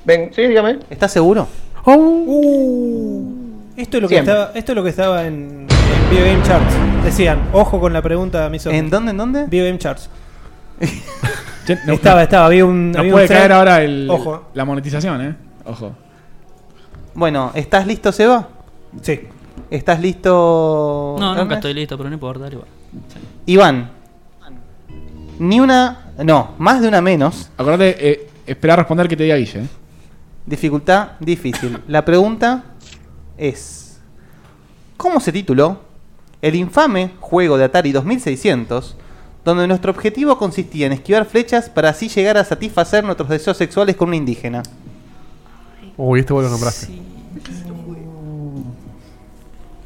Speaker 9: Ven, sí, dígame.
Speaker 7: ¿Estás seguro?
Speaker 6: Oh.
Speaker 7: Uh.
Speaker 5: Esto es lo que
Speaker 9: Siempre.
Speaker 5: estaba, esto es lo que estaba en, en Video Game Charts. Decían, ojo con la pregunta misógina.
Speaker 7: ¿En dónde, en dónde?
Speaker 5: Video Game Charts.
Speaker 4: Che, no-
Speaker 5: estaba, estaba, había un.
Speaker 4: no
Speaker 5: había un
Speaker 4: puede
Speaker 5: thread.
Speaker 4: caer ahora el,
Speaker 5: Ojo.
Speaker 4: la monetización, ¿eh? Ojo.
Speaker 7: Bueno, ¿estás listo, Seba?
Speaker 5: Sí.
Speaker 7: ¿Estás listo?
Speaker 3: No, nunca
Speaker 7: Ernest?
Speaker 3: estoy listo, pero no importa, dale, va.
Speaker 7: Iván. Ni una. No, más de una menos.
Speaker 4: Acordate, eh, espera a responder que te diga Guille. ¿eh?
Speaker 7: Dificultad difícil. La pregunta es: ¿Cómo se tituló el infame juego de Atari 2600? Donde nuestro objetivo consistía en esquivar flechas para así llegar a satisfacer nuestros deseos sexuales con un indígena.
Speaker 6: Uy, este vos lo nombraste.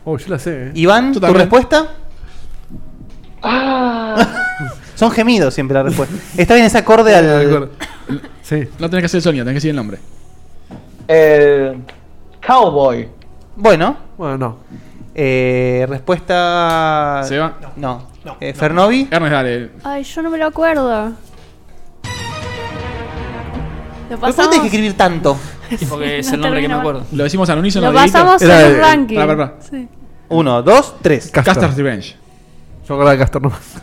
Speaker 6: Uy, yo la sé, eh.
Speaker 7: Iván,
Speaker 4: Tú
Speaker 7: ¿tu
Speaker 4: también.
Speaker 7: respuesta? Son gemidos siempre la respuesta. Está bien, es acorde al.
Speaker 6: Sí.
Speaker 4: No tenés que hacer el sonido, tenés que decir el nombre.
Speaker 9: El Cowboy.
Speaker 7: Bueno,
Speaker 6: Bueno, no.
Speaker 7: eh, respuesta.
Speaker 4: Seba.
Speaker 7: No. Eh, Fernovi.
Speaker 4: Ernest, dale.
Speaker 8: Ay, yo no me lo acuerdo. Lo
Speaker 7: ¿Por qué tenés que
Speaker 8: pasamos,
Speaker 7: escribir tanto?
Speaker 3: Porque es
Speaker 8: no
Speaker 3: el nombre que me
Speaker 8: terminaba.
Speaker 3: acuerdo.
Speaker 4: Lo decimos al unísono.
Speaker 8: lo
Speaker 4: Dieguito.
Speaker 8: pasamos
Speaker 6: Era
Speaker 8: en
Speaker 6: de-
Speaker 8: un ranking.
Speaker 4: Pará, pará, pará.
Speaker 8: Sí.
Speaker 7: Uno, dos, tres.
Speaker 6: Castor.
Speaker 4: Caster's Revenge.
Speaker 6: Yo acordaba de Castor nomás.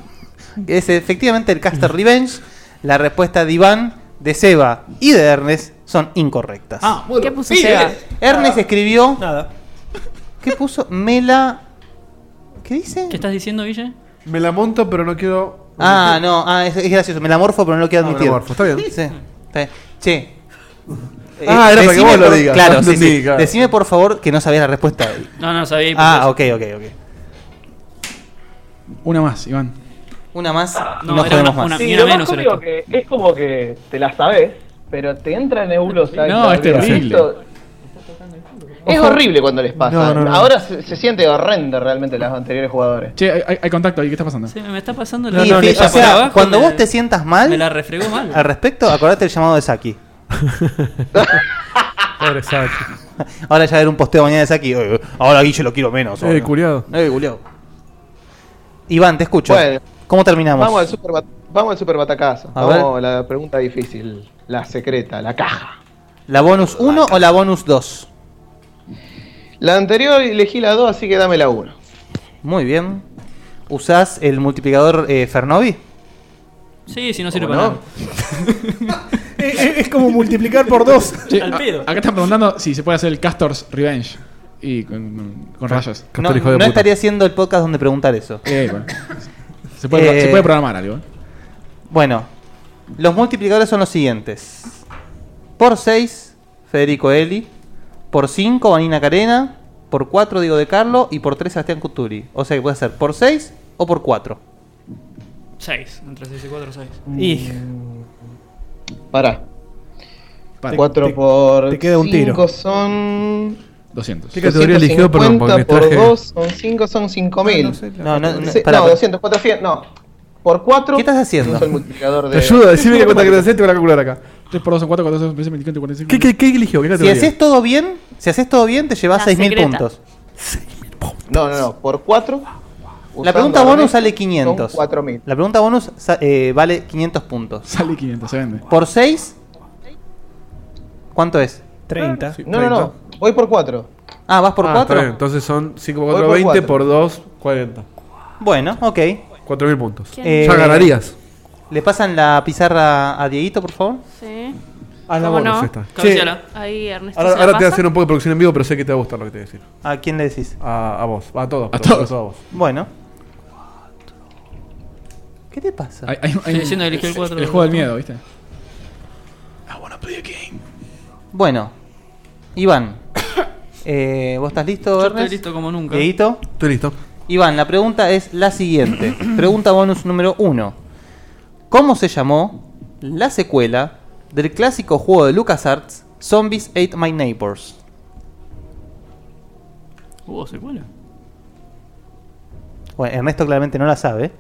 Speaker 7: Es efectivamente el Caster Revenge. La respuesta de Iván, de Seba y de Ernest son incorrectas.
Speaker 5: Ah,
Speaker 8: ¿Qué puso Seba?
Speaker 7: Ernest escribió.
Speaker 5: Nada.
Speaker 7: ¿Qué puso? Mela. ¿Qué dice?
Speaker 3: ¿Qué estás diciendo, Guille?
Speaker 6: Me la monto, pero no quiero.
Speaker 7: Ah, no, ah, es, es gracioso. Me la morfo, pero no lo quiero
Speaker 6: Ah,
Speaker 7: admitir.
Speaker 6: melamorfo, está bien.
Speaker 7: Sí, está bien. Che.
Speaker 6: Ah, era para que
Speaker 7: Eh, decime
Speaker 6: vos lo
Speaker 7: por-
Speaker 6: digas.
Speaker 7: Claro,
Speaker 6: No
Speaker 7: sí, sí.
Speaker 6: entendí, claro.
Speaker 7: Decime por favor que no sabía la respuesta.
Speaker 3: No, no, sabía.
Speaker 7: Ah,
Speaker 3: porque-
Speaker 7: ok, ok, ok.
Speaker 4: Una más, Iván.
Speaker 7: Una más. No,
Speaker 3: Ah, No,
Speaker 7: no
Speaker 3: era
Speaker 7: jodemos
Speaker 3: una-
Speaker 7: más.
Speaker 3: una-
Speaker 9: Sí,
Speaker 3: Mira
Speaker 9: lo más
Speaker 3: menos en
Speaker 9: jodido
Speaker 3: esto.
Speaker 9: que es como que te la sabes, pero te entra neuros. ahí
Speaker 4: No, es
Speaker 9: todavía.
Speaker 4: terrible.
Speaker 9: Esto- Es horrible cuando les pasa.
Speaker 6: No, no, no.
Speaker 9: Ahora se, se siente horrendo realmente los anteriores jugadores.
Speaker 4: Che, hay, hay- hay contacto ahí, ¿qué está pasando?
Speaker 3: Se me, me está pasando
Speaker 7: Y,
Speaker 3: rodilla
Speaker 7: o
Speaker 3: por
Speaker 7: sea,
Speaker 3: abajo,
Speaker 7: cuando
Speaker 3: me-
Speaker 7: vos te sientas mal
Speaker 3: Me la refregó mal.
Speaker 7: al respecto, acordate el llamado de Saki.
Speaker 6: Pobre Saki.
Speaker 7: Ahora ya era un posteo mañana de Saki. "Oye, Ahora a Guille lo quiero menos.
Speaker 6: Eh, curiado.
Speaker 7: No culiao. Iván, te escucho.
Speaker 9: Bueno.
Speaker 7: ¿Cómo terminamos?
Speaker 9: Vamos al super, bat- vamos al super batacazo.
Speaker 7: A
Speaker 9: vamos a la pregunta difícil, la secreta, la caja.
Speaker 7: ¿La bonus 1 o la bonus 2?
Speaker 9: La anterior elegí la 2, así que dame la 1.
Speaker 7: Muy bien. ¿Usás el multiplicador eh, Fernovi?
Speaker 3: Sí, si no sirve
Speaker 9: ¿O
Speaker 3: para
Speaker 9: no?
Speaker 3: nada.
Speaker 5: Es, es- es como multiplicar por dos.
Speaker 4: Che,
Speaker 3: Al
Speaker 4: a-
Speaker 3: pedo.
Speaker 4: acá están preguntando si se puede hacer el Castor's Revenge. Y con, con rayos.
Speaker 6: Castor,
Speaker 7: No,
Speaker 6: hijo de
Speaker 7: no
Speaker 6: puta.
Speaker 7: estaría haciendo el podcast donde preguntar eso.
Speaker 4: Eh, bueno. se, puede,
Speaker 7: Eh.
Speaker 4: se puede programar algo. ¿eh?
Speaker 7: Bueno, los multiplicadores son los siguientes. Por 6, Federico Eli. Por 5, Vanina Carena. Por 4, Diego de Carlo. Y por 3, Sebastián Cuturi. O sea que puede ser por 6 o por 4.
Speaker 3: 6. Entre 6 y 4, 6.
Speaker 5: Y
Speaker 9: Pará.
Speaker 4: Para,
Speaker 9: 4
Speaker 5: te-
Speaker 9: por
Speaker 5: te queda un
Speaker 9: cinco
Speaker 5: tiro.
Speaker 9: son.
Speaker 4: 200.
Speaker 6: ¿Qué categoría eligió? Perdón, porque me
Speaker 9: 250 por
Speaker 6: traje. Ah,
Speaker 9: 2 son 5, son 5000.
Speaker 6: No sé, la-
Speaker 7: No, no, no.
Speaker 9: Sí,
Speaker 7: pará,
Speaker 9: no,
Speaker 7: pará.
Speaker 9: 200, 400, no. Por 4.
Speaker 7: ¿Qué estás haciendo?
Speaker 9: Uso el multiplicador de.
Speaker 6: Te ayudo, decime qué cuenta que te haces, te voy a calcular acá.
Speaker 4: 3 por 2 son 4, 4 son 25, 45.
Speaker 6: ¿Qué, qué, qué eligió? ¿Qué
Speaker 7: Si
Speaker 6: categoría?
Speaker 7: haces todo bien, si haces todo bien, te llevas
Speaker 8: La
Speaker 7: 6.000
Speaker 8: secreta.
Speaker 7: puntos.
Speaker 9: No, no, no. Por 4.
Speaker 7: La pregunta bonus sale 500.
Speaker 9: Son 4000.
Speaker 7: La pregunta bonus sa- eh, vale 500 puntos.
Speaker 4: Sale 500, se vende.
Speaker 7: Por 6, ¿cuánto es?
Speaker 5: 30.
Speaker 9: No, no, no. Voy por 4.
Speaker 7: Ah, vas por
Speaker 6: Ah, está
Speaker 7: 4.
Speaker 6: bien, Entonces son 5 por
Speaker 9: Voy
Speaker 6: 4,
Speaker 9: por
Speaker 6: 20
Speaker 9: cuatro.
Speaker 6: por 2, 40.
Speaker 7: Bueno, ok.
Speaker 6: 4000 puntos.
Speaker 8: ¿Quién?
Speaker 7: Eh,
Speaker 6: ya ganarías.
Speaker 7: ¿Le pasan la pizarra a Dieguito, por favor?
Speaker 8: Sí.
Speaker 6: Ah,
Speaker 8: la ¿cómo bonus no? esta.
Speaker 6: esta.
Speaker 3: Cabeciala.
Speaker 8: Ahí Ernesto.
Speaker 6: Ahora,
Speaker 8: se la
Speaker 6: ahora te voy a
Speaker 8: pasa.
Speaker 6: hacer un poco de producción en vivo, pero sé que te va a gustar lo que te voy a decir.
Speaker 7: ¿A quién le decís?
Speaker 6: A, a vos, a todos.
Speaker 4: A
Speaker 6: pero sobre
Speaker 4: todos.
Speaker 6: todo a vos.
Speaker 7: Bueno. ¿Qué te pasa?
Speaker 4: Hay- hay- hay-
Speaker 3: Estoy diciendo que eligió el cuatro.
Speaker 4: El juego del miedo, ¿viste?
Speaker 7: Bueno, Iván, eh, ¿vos estás listo,
Speaker 3: Yo estoy
Speaker 7: Ernest?
Speaker 3: listo como nunca.
Speaker 7: Dieguito.
Speaker 6: Estoy listo.
Speaker 7: Iván, la pregunta es la siguiente. Pregunta bonus número uno. cómo se llamó la secuela del clásico juego de LucasArts, Zombies Ate My Neighbors.
Speaker 3: ¿Hubo secuela?
Speaker 7: Bueno, Ernesto claramente no la sabe.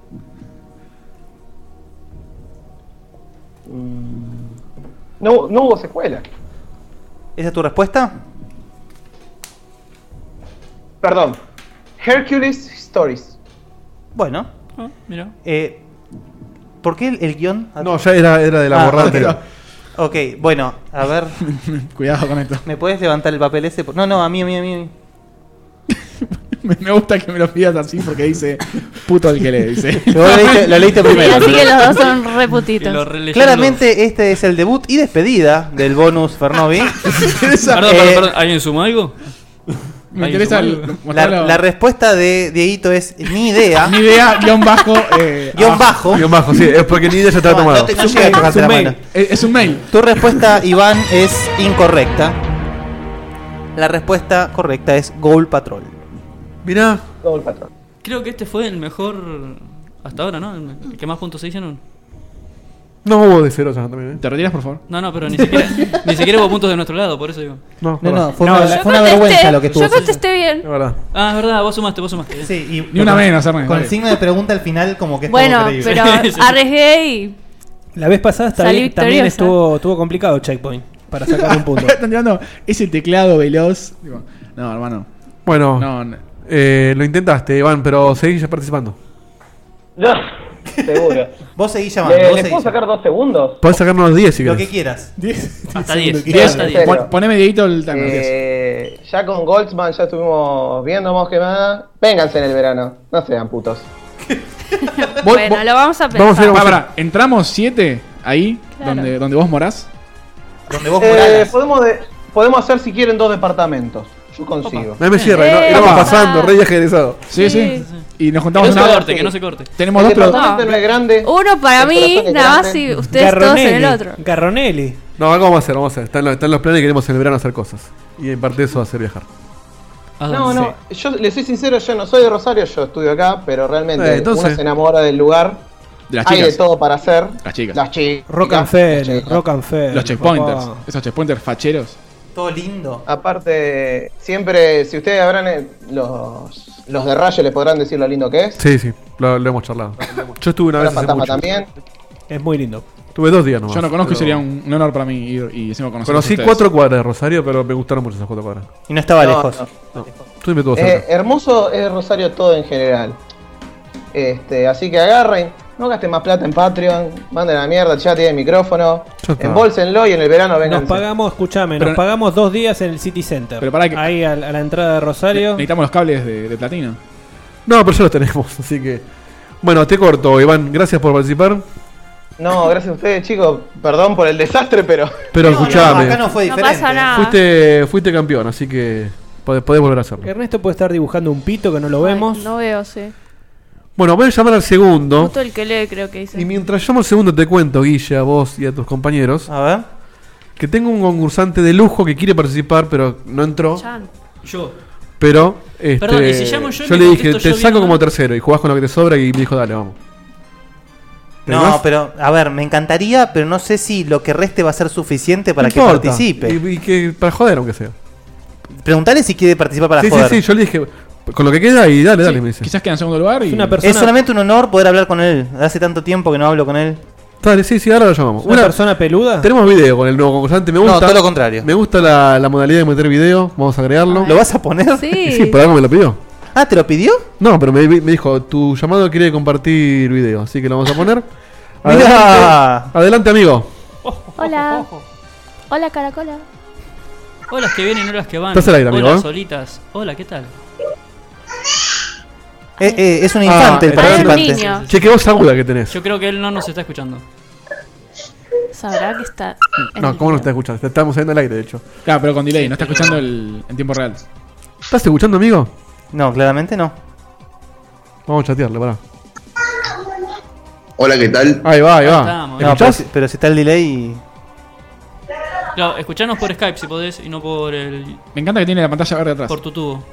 Speaker 9: No, no hubo secuela.
Speaker 7: ¿Esa es tu respuesta?
Speaker 9: Perdón. Hercules Stories.
Speaker 7: Bueno.
Speaker 3: Ah, mira.
Speaker 7: Eh, ¿Por qué el, el guión?
Speaker 6: No, ya era, era de la
Speaker 7: Ah,
Speaker 6: borrante.
Speaker 7: Ok, bueno, a ver.
Speaker 4: Cuidado con esto.
Speaker 7: ¿Me puedes levantar el papel ese? No, no, a mí, a mí, a mí.
Speaker 4: Me, me gusta que me lo pidas así porque dice puto el que le dice.
Speaker 7: Vos leíste- lo leíste
Speaker 8: Sí,
Speaker 7: primero.
Speaker 8: así que los dos son
Speaker 3: Y lo
Speaker 8: reputitos.
Speaker 3: releyeron
Speaker 7: Claramente este es el debut y despedida del bonus Fernovi.
Speaker 3: los- Perdón,
Speaker 7: Eh,
Speaker 3: perdón, perdón, ¿Alguien suma algo?
Speaker 4: Me interesa
Speaker 3: Ahí,
Speaker 4: el,
Speaker 7: La,
Speaker 4: mostrarlo.
Speaker 7: la respuesta de Dieguito es ni idea.
Speaker 4: Mi idea, guión bajo. eh,
Speaker 7: guión
Speaker 4: abajo.
Speaker 7: bajo.
Speaker 6: Ah, Guión bajo, sí, es porque ni idea ya estaba
Speaker 7: No,
Speaker 6: tomado.
Speaker 7: no te- no llega a tocarte la mano.
Speaker 4: Eh, Es un mail.
Speaker 7: Tu respuesta, Iván, es incorrecta. La respuesta correcta es Goal Patrol.
Speaker 6: Mirá,
Speaker 9: Todo el patrón.
Speaker 3: Creo que este fue el mejor hasta ahora, ¿no? El que más puntos se hicieron.
Speaker 6: no hubo de cero ya también, ¿eh?
Speaker 4: ¿Te retiras, por favor?
Speaker 3: No, no, pero ni siquiera, ni siquiera hubo puntos de nuestro lado, por eso digo.
Speaker 6: No,
Speaker 7: No, no, fue,
Speaker 5: No,
Speaker 7: una,
Speaker 5: la-
Speaker 7: fue una vergüenza lo que tuvo.
Speaker 8: Yo contesté bien.
Speaker 6: Es verdad.
Speaker 3: Ah, es verdad, vos sumaste, vos sumaste.
Speaker 7: Sí, y-
Speaker 4: Ni una
Speaker 7: con-
Speaker 4: menos, Ernesto.
Speaker 7: Con
Speaker 4: Dale.
Speaker 7: el signo de pregunta al final, como que es
Speaker 8: Bueno,
Speaker 7: todo creíble.
Speaker 8: pero
Speaker 3: Sí, sí.
Speaker 8: arriesgué y
Speaker 5: La vez pasada está
Speaker 8: Salí
Speaker 5: bien- también
Speaker 8: victoriosa.
Speaker 5: estuvo, estuvo complicado Checkpoint para sacar un punto.
Speaker 4: Están tirando ese teclado veloz. Digo, No, hermano.
Speaker 6: Bueno,
Speaker 4: No, no.
Speaker 6: eh, lo intentaste, Iván, pero seguís participando.
Speaker 9: No, seguro.
Speaker 7: Vos seguís llamando.
Speaker 9: ¿Le,
Speaker 7: vos
Speaker 9: ¿les
Speaker 7: seguís
Speaker 9: puedo sacar dos segundos?
Speaker 6: Podés sacarnos 10 si
Speaker 7: llamando. Lo que
Speaker 6: querés.
Speaker 7: quieras.
Speaker 3: Hasta 10.
Speaker 9: Diez.
Speaker 3: Hasta 10.
Speaker 9: Pero-
Speaker 4: Pon- Poneme dedito el timer. que es.
Speaker 9: Eh, ya con Goldsman ya estuvimos viendo más que nada. Vénganse en el verano, no sean putos.
Speaker 6: Vos-
Speaker 8: bueno,
Speaker 6: vos-
Speaker 8: lo vamos a pensar.
Speaker 6: vamos a ir a-
Speaker 4: Pará, pará, entramos 7 ahí,
Speaker 8: Claro.
Speaker 4: donde, donde vos morás.
Speaker 7: Donde vos
Speaker 9: Eh,
Speaker 7: murales.
Speaker 9: podemos, de- podemos hacer si quieren dos departamentos. Yo consigo.
Speaker 6: No me cierra, no,
Speaker 8: Eh,
Speaker 6: éramos
Speaker 8: papá.
Speaker 6: pasando, re egresado.
Speaker 4: Sí, sí.
Speaker 8: Sí.
Speaker 4: Y nos
Speaker 3: Que
Speaker 4: juntamos
Speaker 3: no
Speaker 4: en
Speaker 3: se
Speaker 4: una hora.
Speaker 3: corte, que no se corte.
Speaker 4: Tenemos
Speaker 9: El
Speaker 4: dos, pero.
Speaker 9: departamento no es grande.
Speaker 8: Uno para
Speaker 9: El
Speaker 8: mí,
Speaker 9: corazón es
Speaker 8: nada más
Speaker 9: grande.
Speaker 8: y ustedes todos en el otro.
Speaker 5: Garronelli.
Speaker 6: No, acá vamos a hacer, vamos a hacer. Están los, están los planes y queremos en el verano hacer cosas. Y en parte eso va a ser viajar.
Speaker 3: ¿A dónde?
Speaker 9: No, no, yo les soy sincero, yo no soy de Rosario, yo estudio acá, pero realmente
Speaker 6: Eh, entonces.
Speaker 9: uno se enamora del lugar,
Speaker 4: De las
Speaker 9: hay
Speaker 4: chicas.
Speaker 9: de todo para hacer.
Speaker 4: Las chicas.
Speaker 9: Las chicas.
Speaker 5: Rock and
Speaker 9: las
Speaker 5: Fair,
Speaker 9: chicas.
Speaker 5: Rock and Fair.
Speaker 4: Los checkpointers.
Speaker 5: papá.
Speaker 4: Esos checkpointers facheros.
Speaker 7: Todo lindo.
Speaker 9: Aparte, siempre, si ustedes habrán, eh, los, los de Rayo les podrán decir lo lindo que es.
Speaker 6: Sí, sí, lo, lo hemos charlado. Yo estuve una
Speaker 9: Ahora
Speaker 6: vez hace
Speaker 9: Fantasma
Speaker 6: mucho.
Speaker 9: también.
Speaker 5: Es muy lindo.
Speaker 6: Tuve dos días nomás.
Speaker 4: Yo no conozco y
Speaker 6: Pero-
Speaker 4: sería un, un honor para mí ir y encima conocer.
Speaker 6: Conocí cuatro cuadras de Rosario, pero me gustaron mucho esas cuatro cuadras.
Speaker 7: Y no estaba
Speaker 9: No,
Speaker 7: lejos.
Speaker 9: no.
Speaker 6: Tú me tuvo
Speaker 9: Eh,
Speaker 6: cerca.
Speaker 9: hermoso es Rosario todo en general. Este, así que agarren, no gasten más plata en Patreon, manden a la mierda, ya tienen micrófono,
Speaker 6: Ya está.
Speaker 9: embolsenlo y en el verano
Speaker 5: Nos
Speaker 9: vengan.
Speaker 5: pagamos, escúchame,
Speaker 4: Pero-
Speaker 5: nos pagamos dos días en el City Center.
Speaker 4: Pero pará que-
Speaker 5: Ahí a, la- a la entrada de Rosario.
Speaker 4: Necesitamos los cables de, de platino.
Speaker 6: No, pero ya los tenemos, así que. Bueno, te corto, Iván. Gracias por participar.
Speaker 9: No, gracias a ustedes chicos, perdón por el desastre, pero
Speaker 6: Pero
Speaker 7: No, no,
Speaker 6: escuchame,
Speaker 7: acá no fue
Speaker 8: No
Speaker 7: diferente.
Speaker 8: pasa nada.
Speaker 6: fuiste, fuiste campeón, así que podés, podés volver a hacerlo.
Speaker 5: Ernesto puede estar dibujando un pito que no lo
Speaker 8: Ay,
Speaker 5: vemos.
Speaker 8: no veo, sí.
Speaker 6: Bueno, voy a llamar al segundo.
Speaker 8: Justo el que lee creo que
Speaker 6: Y
Speaker 8: dice.
Speaker 6: mientras llamo al segundo, te cuento, Guille, a vos y a tus compañeros,
Speaker 7: A ver.
Speaker 6: que tengo un concursante de lujo que quiere participar, pero no entró.
Speaker 8: Chan.
Speaker 3: Yo.
Speaker 6: Pero este,
Speaker 3: Perdón, ¿y si llamo yo y le
Speaker 6: le dije,
Speaker 3: contesto
Speaker 6: te
Speaker 3: yo
Speaker 6: saco
Speaker 3: bien
Speaker 6: como
Speaker 3: mal?
Speaker 6: tercero y jugás con lo que te sobra. Y me dijo, dale, vamos.
Speaker 7: No, pero a ver, me encantaría, pero no sé si lo que reste va a ser suficiente para
Speaker 6: No
Speaker 7: que
Speaker 6: importa.
Speaker 7: participe.
Speaker 6: Y, y que, para joder, aunque sea.
Speaker 7: Preguntale si quiere participar para
Speaker 6: sí,
Speaker 7: joder.
Speaker 6: sí, sí, yo le dije, con lo que queda y dale, dale,
Speaker 4: Sí,
Speaker 6: me dice.
Speaker 4: Quizás queda en segundo lugar y.
Speaker 5: Es una persona,
Speaker 7: Es solamente un honor poder hablar con él. Hace tanto tiempo que no hablo con él.
Speaker 6: Dale, sí, sí, ahora lo llamamos.
Speaker 5: una
Speaker 6: Una-
Speaker 5: persona peluda.
Speaker 6: Ah. Tenemos video con el nuevo concursante, me gusta.
Speaker 7: No, todo lo contrario.
Speaker 6: Me gusta la, la modalidad de meter video, vamos a agregarlo.
Speaker 7: ¿Lo vas a poner?
Speaker 6: Y
Speaker 8: Sí.
Speaker 6: sí, por algo me lo pidió.
Speaker 7: Ah, ¿te lo pidió?
Speaker 6: No, pero me, me dijo, tu llamado quiere compartir video, así que lo vamos a poner.
Speaker 7: Mirá.
Speaker 6: adelante, amigo.
Speaker 1: Hola. Hola, caracola.
Speaker 3: Hola, las que vienen, hola, las que van.
Speaker 6: Estás al aire, amigo,
Speaker 3: Hola,
Speaker 6: ¿eh?
Speaker 3: solitas. Hola, ¿qué tal?
Speaker 7: Eh, eh, es un
Speaker 6: Ah,
Speaker 7: infante el
Speaker 6: está
Speaker 8: Parece un
Speaker 7: participante.
Speaker 8: niño.
Speaker 6: Ah. Che, qué voz aguda que tenés.
Speaker 3: Yo creo que él no nos está escuchando.
Speaker 8: Sabrá que está. en
Speaker 6: No,
Speaker 8: el
Speaker 6: ¿cómo no
Speaker 8: video.
Speaker 6: está escuchando? Te Estamos saliendo al aire, de hecho.
Speaker 4: Claro, pero con delay, no está escuchando el, en tiempo real.
Speaker 6: ¿Estás escuchando, amigo?
Speaker 7: No, claramente no.
Speaker 6: Vamos a chatearle, pará.
Speaker 10: Hola, ¿qué tal?
Speaker 6: Ahí va, ahí va.
Speaker 3: estamos.
Speaker 6: ¿Me
Speaker 7: No, pero,
Speaker 6: ¿Escuchás?
Speaker 7: si- pero si está el delay.
Speaker 3: Claro, escuchanos por Skype si podés y no por el
Speaker 4: Me encanta que tiene la pantalla verde atrás.
Speaker 3: por tu tubo.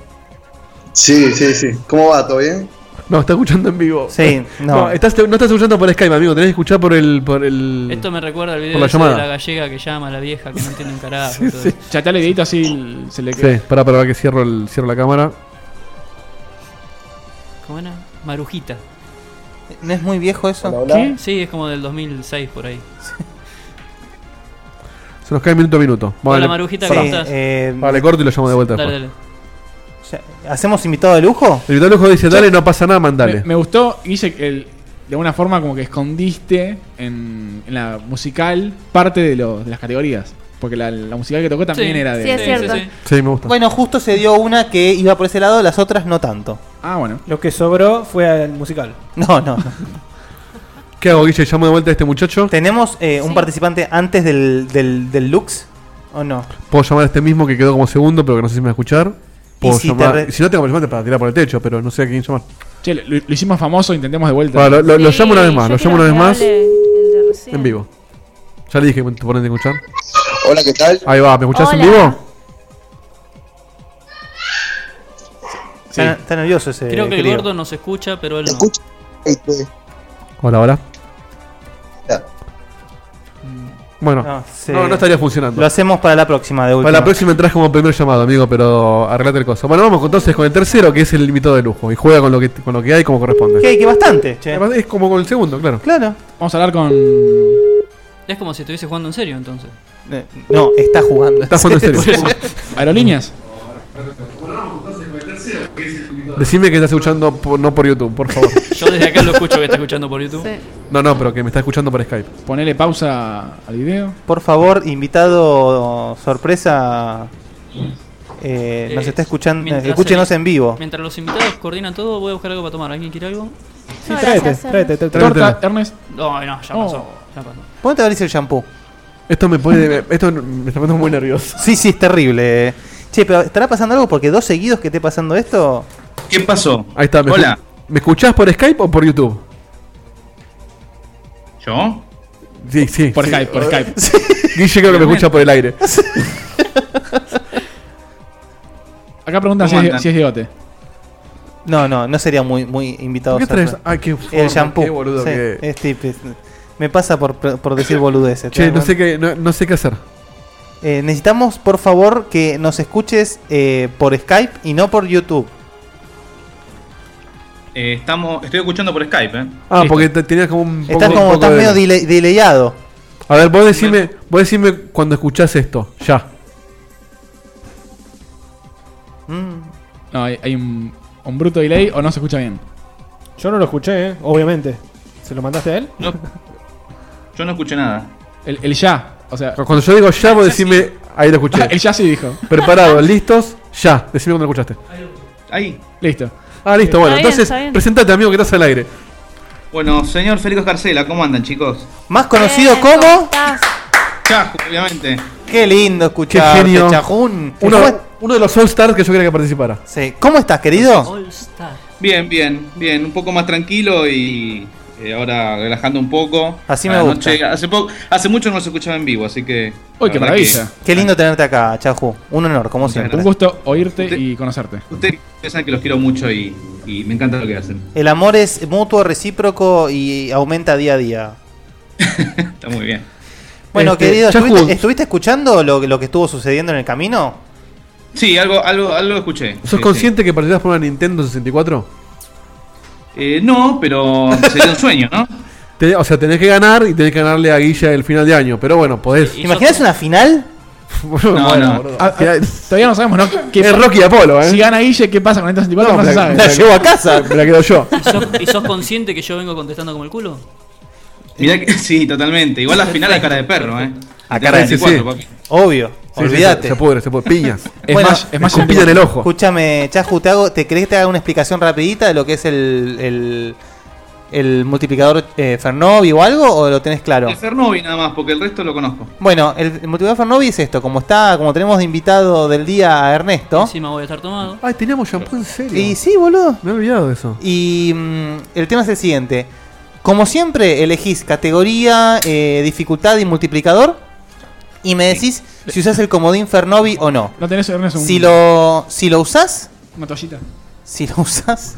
Speaker 10: Sí, sí, sí. ¿Cómo va? ¿Todo bien?
Speaker 6: No, está escuchando en vivo.
Speaker 7: Sí, no.
Speaker 6: estás- no estás escuchando por Skype, amigo. Tenés que escuchar por el. Por el
Speaker 10: Esto me recuerda al video
Speaker 6: Mm. Por la
Speaker 10: ese de la
Speaker 6: llamada.
Speaker 10: gallega que llama a la vieja que no entiende un carajo. y todo eso.
Speaker 4: Chateale el dedito así se le queda.
Speaker 6: Ah, Sí, pará, pará, que cierro, el, cierro la cámara.
Speaker 10: ¿Cómo era? Marujita.
Speaker 7: ¿No es muy viejo eso?
Speaker 10: ¿Qué? Sí, es como del 2006 por ahí.
Speaker 6: Se nos cae minuto a minuto.
Speaker 10: Hola,
Speaker 6: Vale,
Speaker 10: Marujita,
Speaker 7: Sí,
Speaker 10: ¿cómo estás?
Speaker 7: eh,
Speaker 6: vale, corto y lo llamo de vuelta.
Speaker 10: Dale,
Speaker 6: después.
Speaker 10: dale.
Speaker 7: Ya- ¿Hacemos invitado de lujo?
Speaker 6: El Vital Ojo dice: Dale, no pasa nada, mandale.
Speaker 4: Me, me gustó, Guille, que el- de alguna forma como que escondiste en, en la musical parte de, lo- de las categorías. Porque la, la musical que tocó también
Speaker 10: Sí.
Speaker 4: era de.
Speaker 8: Sí, es cierto.
Speaker 6: Sí, me gusta.
Speaker 7: Bueno, justo se dio una que iba por ese lado, las otras no tanto.
Speaker 4: Ah, bueno.
Speaker 5: Lo que sobró fue al musical.
Speaker 7: No, no. no.
Speaker 6: ¿Qué hago, Guille? ¿Llamo de vuelta a este muchacho?
Speaker 7: ¿Tenemos eh, un
Speaker 1: Sí.
Speaker 7: participante antes del, del, del Lux? ¿O no?
Speaker 6: Puedo llamar a este mismo que quedó como segundo, pero que no sé si me va a escuchar. Puedo
Speaker 7: si te
Speaker 6: llamar.
Speaker 7: re-
Speaker 6: Si no tengo llamante para tirar por el techo, pero no sé a quién llamar.
Speaker 4: Che, lo, lo hicimos famoso, intentemos de vuelta.
Speaker 6: Bueno, lo, lo- lo
Speaker 8: Sí,
Speaker 6: llamo una vez
Speaker 8: yo
Speaker 6: más, lo
Speaker 8: quiero
Speaker 6: llamo una vez
Speaker 8: que
Speaker 6: más.
Speaker 8: hable el de recién.
Speaker 6: En vivo. Ya le dije, te ponete a escuchar.
Speaker 9: Hola, ¿qué tal?
Speaker 6: Ahí va, ¿me escuchás en
Speaker 8: Hola.
Speaker 6: vivo?
Speaker 4: Sí.
Speaker 7: Está, está nervioso ese.
Speaker 10: Creo que el
Speaker 7: querido.
Speaker 10: gordo nos escucha, pero él no.
Speaker 9: escucho. Este,
Speaker 6: Hola, hola.
Speaker 9: ya.
Speaker 6: Bueno, no,
Speaker 7: No, se-
Speaker 6: no estaría funcionando.
Speaker 7: Lo hacemos para la próxima de última.
Speaker 6: Para la próxima entras como primer llamado, amigo, pero arreglate el coso. Bueno, vamos entonces con el tercero, que es el invitado de lujo. Y juega con lo que, con lo que hay como corresponde.
Speaker 7: Que, que bastante, che.
Speaker 6: Además, Es como con el segundo, claro.
Speaker 7: Claro.
Speaker 4: Vamos a hablar con.
Speaker 10: Es como si estuviese jugando en serio entonces.
Speaker 7: Eh, No, está jugando.
Speaker 6: Estás jugando en serio.
Speaker 4: Aerolíneas.
Speaker 6: Decime que estás escuchando por- no por YouTube, por favor.
Speaker 10: Yo desde acá lo escucho que está escuchando por YouTube.
Speaker 6: No, no, pero que me está escuchando por Skype.
Speaker 4: Ponele pausa al video.
Speaker 7: Por favor, invitado sorpresa. eh, nos
Speaker 10: Eh,
Speaker 7: está escuchando.
Speaker 10: mientras
Speaker 7: Escúchenos
Speaker 10: el-
Speaker 7: en vivo.
Speaker 10: Mientras los invitados coordinan todo, voy a buscar algo para tomar. ¿Alguien quiere algo?
Speaker 5: Sí,
Speaker 8: No,
Speaker 5: tráete,
Speaker 8: gracias,
Speaker 5: tráete, tráete.
Speaker 4: Torta, Ernest.
Speaker 10: No, no, ya
Speaker 4: Oh.
Speaker 10: pasó. Ya pasó.
Speaker 7: ¿Cuándo te abrís el shampoo?
Speaker 6: Esto me pone. Esto me está poniendo muy nervioso.
Speaker 7: Sí, sí, es terrible. Che, pero ¿estará pasando algo? Porque dos seguidos que esté pasando esto.
Speaker 11: ¿Qué pasó?
Speaker 6: Ahí está, me,
Speaker 11: Hola.
Speaker 6: escu- ¿Me escuchás por Skype o por YouTube?
Speaker 11: ¿Yo?
Speaker 6: Sí, sí.
Speaker 4: Por
Speaker 6: sí.
Speaker 4: Skype, por Skype.
Speaker 6: Guille creo que me escucha por el aire.
Speaker 4: Acá preguntan si
Speaker 11: ¿Cómo
Speaker 4: es,
Speaker 11: andan?
Speaker 4: si es debate.
Speaker 7: No, no, no sería muy, muy invitado.
Speaker 6: ¿Por qué
Speaker 7: sorpresa.
Speaker 6: traes? Ah, qué forma,
Speaker 7: El shampoo.
Speaker 6: Qué boludo
Speaker 7: sí,
Speaker 6: que-
Speaker 7: es
Speaker 5: este,
Speaker 7: tip- es- me pasa por, Eh. por decir boludeces. ¿te
Speaker 6: Che,
Speaker 7: das
Speaker 6: no sé,
Speaker 7: cuenta?
Speaker 6: qué, no, no sé qué hacer.
Speaker 7: Eh, necesitamos, por favor, que nos escuches eh, por Skype y no por YouTube.
Speaker 11: Eh, estamos, estoy escuchando por Skype, ¿eh?
Speaker 6: Ah,
Speaker 7: Listo.
Speaker 6: porque te- tenías como un.
Speaker 7: Estás
Speaker 6: poco- un
Speaker 7: como,
Speaker 6: poco
Speaker 7: estás
Speaker 6: de-
Speaker 7: medio dile- delayado.
Speaker 6: A ver, vos decime, vos decime cuando escuchás esto, ya.
Speaker 7: Mm.
Speaker 4: No, hay, hay un, un bruto delay o no se escucha bien.
Speaker 5: Yo no lo escuché, eh, obviamente. ¿Se lo mandaste a él?
Speaker 11: No- yo no escuché nada.
Speaker 4: El, el ya. O sea,
Speaker 6: Cuando yo digo ya, vos decime. Ahí lo escuché.
Speaker 4: el ya sí dijo.
Speaker 6: Preparados, listos, ya. Decime cuando lo escuchaste.
Speaker 11: Ahí.
Speaker 4: Listo.
Speaker 6: Ah, listo, bueno.
Speaker 8: bien,
Speaker 6: Entonces,
Speaker 8: está bien.
Speaker 6: presentate, amigo, que estás al aire.
Speaker 11: Bueno, señor Federico Escarcela, ¿cómo andan, chicos?
Speaker 7: Más conocido
Speaker 8: Eh, ¿cómo
Speaker 7: como.
Speaker 8: estás?
Speaker 11: Chajo, obviamente.
Speaker 7: Qué lindo escuchar.
Speaker 6: Qué genio.
Speaker 7: Chajún.
Speaker 6: Uno,
Speaker 7: ¿Cómo, est-
Speaker 6: uno de los All Stars que yo quería que participara.
Speaker 7: sí. ¿Cómo estás, querido?
Speaker 10: All Star.
Speaker 11: Bien, bien, bien. Un poco más tranquilo y eh, ahora relajando un poco.
Speaker 7: Así
Speaker 11: A
Speaker 7: me
Speaker 11: la
Speaker 7: gusta.
Speaker 11: noche- hace, poco, hace mucho no nos escuchaba en vivo, así que.
Speaker 4: Uy,
Speaker 11: la
Speaker 4: qué
Speaker 11: verdad
Speaker 4: maravilla.
Speaker 7: Qué lindo tenerte acá, Chajú. Un honor, como siempre.
Speaker 4: Un gusto oírte
Speaker 11: Usted-
Speaker 4: y conocerte.
Speaker 11: que Ustedes piensan que los quiero mucho y, y me encanta lo que hacen.
Speaker 7: El amor es mutuo, recíproco y aumenta día a día.
Speaker 11: Está muy bien.
Speaker 7: Bueno,
Speaker 6: Este,
Speaker 7: querido,
Speaker 6: Chajú.
Speaker 7: ¿estuviste, estuviste escuchando lo, lo que estuvo sucediendo en el camino?
Speaker 11: Sí, algo, algo, algo escuché. Sí,
Speaker 6: ¿Sos
Speaker 11: sí.
Speaker 6: consciente que partirás por una Nintendo 64?
Speaker 11: Eh, no, pero sería un sueño, ¿no?
Speaker 6: Te- o sea, tenés que ganar y tenés que ganarle a Guilla el final de año. Pero bueno, podés.
Speaker 7: ¿Te imaginas una final?
Speaker 11: No, no.
Speaker 4: Ah, ah, todavía no sabemos, ¿no? ¿Qué
Speaker 6: Es Rocky Apolo, ¿eh?
Speaker 4: Si gana Guille, ¿qué pasa con esta 64? No,
Speaker 6: me
Speaker 4: se
Speaker 6: la,
Speaker 4: sabe.
Speaker 6: me la llevo a casa. Me la quedo yo.
Speaker 10: ¿Y sos, y sos consciente que yo vengo contestando como el culo?
Speaker 11: Mirá que, sí, totalmente. Igual la final a cara de perro, ¿eh?
Speaker 7: A cara de-
Speaker 6: Sí, sí.
Speaker 11: 24, papi.
Speaker 7: Obvio,
Speaker 6: Sí, sí,
Speaker 7: olvídate.
Speaker 6: se- se pudre, se pudre. Piñas.
Speaker 4: Es
Speaker 7: Bueno,
Speaker 4: más, es más
Speaker 6: Con piña en el ojo.
Speaker 7: Escúchame, Chaju, ¿te, hago, ¿te querés que te haga una explicación rapidita de lo que es el, el, el multiplicador eh, Fernovi o algo? ¿O lo tenés claro?
Speaker 11: El Fernovi nada más, porque el resto lo conozco.
Speaker 7: Bueno, el, el multiplicador Fernovi es esto, como está, como tenemos de invitado del día a Ernesto.
Speaker 10: Encima voy a estar tomado.
Speaker 6: Ay, teníamos shampoo en serio.
Speaker 7: Y sí, boludo.
Speaker 6: Me he olvidado de eso.
Speaker 7: Y mm, el tema es el siguiente. Como siempre, elegís categoría, eh, dificultad y multiplicador. Y me decís si usás el comodín Fernovi o no.
Speaker 4: ¿No tenés, Ernest, un-
Speaker 7: Si lo, si lo usás,
Speaker 4: una toallita?
Speaker 7: si lo usás,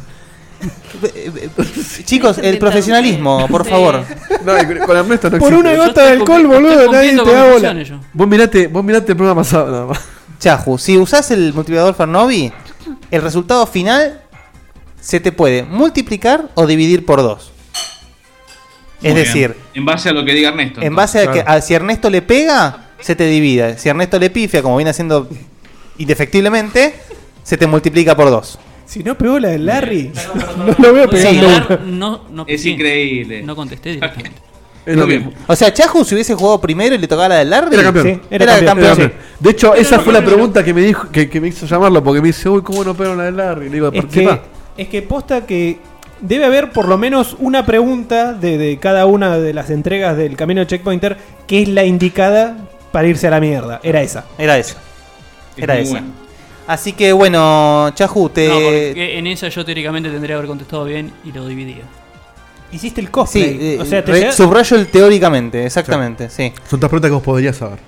Speaker 7: Chicos, el profesionalismo, por favor.
Speaker 6: No, y con- con Ernesto no
Speaker 7: Por
Speaker 6: existe.
Speaker 7: una Yo gota de estoy alcohol, cumpliendo- boludo, estoy nadie cumpliendo te da con bola. funciones yo.
Speaker 6: Vos mirate, vos mirate el programa pasado nada más.
Speaker 7: Chahu, si usás el multiplicador Farnobi, el resultado final se te puede multiplicar o dividir por dos.
Speaker 11: Muy
Speaker 7: es
Speaker 11: bien.
Speaker 7: decir,
Speaker 11: En base a lo que diga Ernesto.
Speaker 7: en base a que a- si Ernesto le pega, se te divide. Si Ernesto le pifia, como viene haciendo indefectiblemente, se te multiplica por dos.
Speaker 5: Si no pegó la de
Speaker 10: Eh,
Speaker 5: Larry, no lo veo pegando.
Speaker 10: No, no,
Speaker 11: es increíble.
Speaker 10: No contesté directamente.
Speaker 6: Es lo mismo.
Speaker 7: O sea, Chahu, si hubiese jugado primero y le tocaba la del Larry,
Speaker 6: Era campeón.
Speaker 7: sí, era campeón.
Speaker 6: Era campeón. De hecho, esa fue la pregunta que me dijo, que, que me hizo llamarlo, porque me dice, uy, ¿cómo no pegaron la de Larry? Le digo,
Speaker 5: Es que,
Speaker 6: participá.
Speaker 5: es que posta que debe haber por lo menos una pregunta de, de cada una de las entregas del camino checkpointer que es la indicada para irse a la mierda. Era esa.
Speaker 7: Era esa. Era
Speaker 5: muy
Speaker 7: esa.
Speaker 5: bueno.
Speaker 7: Así que bueno, Chahu, te.
Speaker 10: No,
Speaker 7: Eh,
Speaker 10: porque en esa yo teóricamente tendría que haber contestado bien y lo dividía.
Speaker 5: Hiciste el
Speaker 7: Sí,
Speaker 5: cosplay.
Speaker 7: eh,
Speaker 5: o sea, te
Speaker 7: re-
Speaker 5: llega-
Speaker 7: subrayo el teóricamente, exactamente, sí.
Speaker 6: Son estas preguntas que vos podrías saber.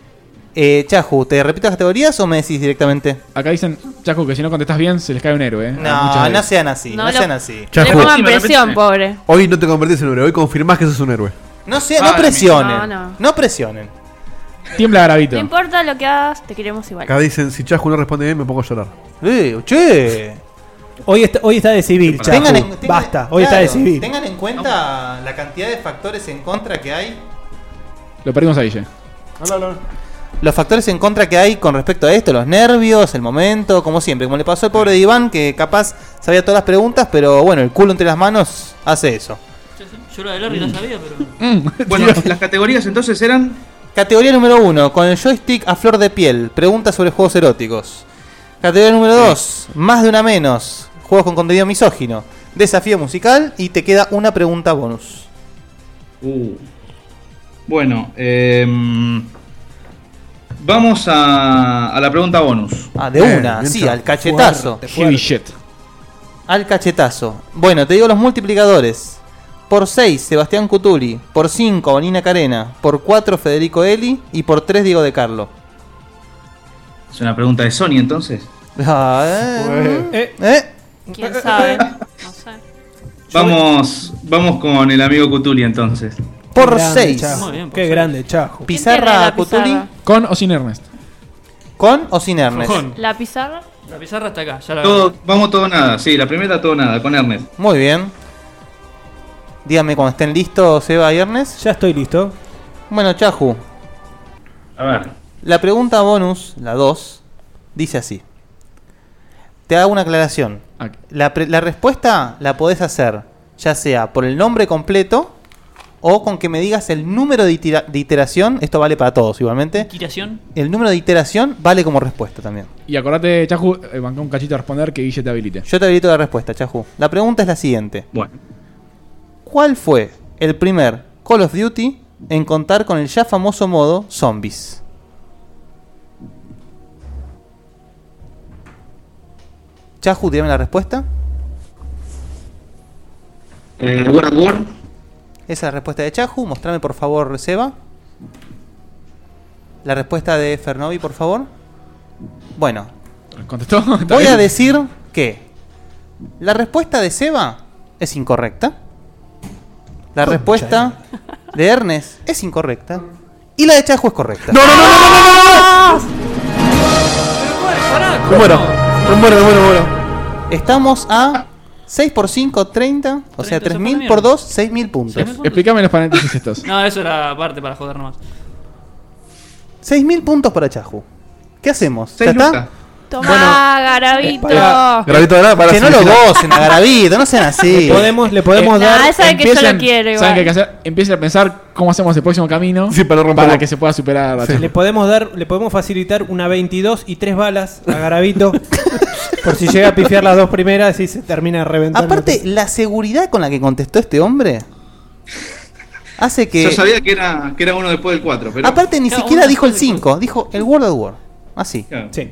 Speaker 7: Eh, Chahu, ¿te repito las categorías o me decís directamente?
Speaker 4: Acá dicen, Chaco, que si no contestas bien se les cae un héroe. ¿eh? Muchas
Speaker 7: No,
Speaker 4: veces.
Speaker 7: no sean así, no,
Speaker 8: No lo-
Speaker 7: sean así.
Speaker 8: Chahu. Le pongan presión, pobre.
Speaker 6: Hoy no te convertís en un héroe, hoy confirmás que sos un héroe.
Speaker 7: No, sea-
Speaker 8: Ah,
Speaker 7: no presionen,
Speaker 8: no,
Speaker 7: no,
Speaker 8: no.
Speaker 7: presionen.
Speaker 4: Tiembla
Speaker 8: No
Speaker 6: Gravito.
Speaker 8: importa lo que hagas, te queremos igual.
Speaker 6: Acá dicen, si Chajo no responde bien, me pongo a llorar.
Speaker 7: Eh, che.
Speaker 5: Hoy está, hoy está de civil, Chahu.
Speaker 7: Tengan en- tengan-
Speaker 5: Basta, hoy está
Speaker 7: claro,
Speaker 5: de civil.
Speaker 7: Tengan en cuenta la cantidad de factores en contra que hay.
Speaker 4: Lo perdimos ahí, ya.
Speaker 7: Los factores en contra que hay con respecto a esto, los nervios, el momento, como siempre. Como le pasó al pobre de Iván, que capaz sabía todas las preguntas, pero bueno, el culo entre las manos hace eso.
Speaker 10: Yo la de Larry la sabía, pero.
Speaker 11: Mm. Bueno, las categorías entonces eran.
Speaker 7: Categoría número 1, con el joystick a flor de piel, preguntas sobre juegos eróticos. Categoría número 2, más de una menos, juegos con contenido misógino, desafío musical y te queda una pregunta bonus.
Speaker 11: Uh. Bueno, em, vamos a, a la pregunta bonus.
Speaker 7: Ah, de Bien, una, bien, sí, chao. al cachetazo. Fuerte, fuerte. Heavy shit. Al cachetazo. Bueno, te digo los multiplicadores. Por 6, Sebastián Cutuli. Por 5, Nina Carena. Por 4, Federico Eli. Y por 3, Diego de Carlo.
Speaker 11: Es una pregunta de Sony entonces.
Speaker 7: Ah, eh, eh.
Speaker 8: ¿Quién sabe? No sé.
Speaker 11: Vamos, vamos con el amigo Cutuli entonces.
Speaker 7: Por
Speaker 5: Grande,
Speaker 7: 6.
Speaker 5: Chajo. Qué grande, Chajo.
Speaker 7: Pizarra
Speaker 8: ¿Quién tiene la
Speaker 7: Cutuli.
Speaker 8: pizarra?
Speaker 4: ¿Con o sin Ernest?
Speaker 7: ¿Con o sin Ernest?
Speaker 8: ¿La pizarra?
Speaker 10: La pizarra está acá, ya la
Speaker 11: Todo, vamos todo o nada, sí, la primera todo o nada, con Ernest.
Speaker 7: Muy bien. Díganme cuando estén listos, Seba y Ernest.
Speaker 5: Ya estoy listo.
Speaker 7: Bueno, Chahu,
Speaker 11: A ver.
Speaker 7: la pregunta bonus, la 2, dice así. Te hago una aclaración.
Speaker 11: Ah.
Speaker 7: La, pre- la respuesta la podés hacer ya sea por el nombre completo o con que me digas el número de, itera- de iteración. Esto vale para todos igualmente.
Speaker 10: ¿Iteración?
Speaker 7: El número de iteración vale como respuesta también.
Speaker 4: Y acordate, Chaco, eh, bancá un cachito a responder que Guille te habilite.
Speaker 7: Yo te habilito la respuesta, Chahu. La pregunta es la siguiente.
Speaker 11: Bueno.
Speaker 7: ¿Cuál fue el primer Call of Duty en contar con el ya famoso modo zombies? Chahu, dígame la respuesta.
Speaker 11: Eh, World at War.
Speaker 7: Esa es la respuesta de Chahu. Mostrame por favor, Seba. La respuesta de Fernovi, por favor. Bueno.
Speaker 4: ¿Contestó? ¿Está
Speaker 7: Voy a
Speaker 4: bien?
Speaker 7: decir que la respuesta de Seba es incorrecta. La respuesta de Ernest es incorrecta. Y la de Chahu es correcta.
Speaker 6: ¡No, no, no, no,
Speaker 7: no,
Speaker 6: Me muero, me muero, me muero, me muero.
Speaker 7: Estamos a 6 por 5, 30. O sea, 3.000 por 2, 6.000 puntos.
Speaker 4: Explícame los paréntesis estos.
Speaker 10: No, eso era parte para joder nomás.
Speaker 7: 6.000 puntos para Chahu. ¿Qué hacemos? ¿Ya
Speaker 10: Seis
Speaker 7: está?
Speaker 10: lucas.
Speaker 8: Tomá,
Speaker 7: Bueno,
Speaker 8: garabito.
Speaker 7: Gravito de
Speaker 6: para
Speaker 7: Que no lo
Speaker 6: solucionar.
Speaker 7: gocen a Gravito, no sean así.
Speaker 4: Le podemos-
Speaker 5: le
Speaker 4: podemos
Speaker 8: Nah, dar- esa de que yo lo quiero igual.
Speaker 4: ¿Saben qué hay que hacer? Empiecen a pensar cómo hacemos el próximo camino para que se pueda superar. a
Speaker 5: Le
Speaker 4: Chaco.
Speaker 5: podemos dar, le podemos facilitar una 22 y 3 balas a Garabito. por si llega a pifiar las dos primeras y se termina reventando.
Speaker 7: Aparte, la seguridad con la que contestó este hombre hace que.
Speaker 11: Yo sabía que era, que era uno después del 4, pero.
Speaker 7: Aparte, ni siquiera dijo el 5, dijo el World of War. Así.
Speaker 5: Sí.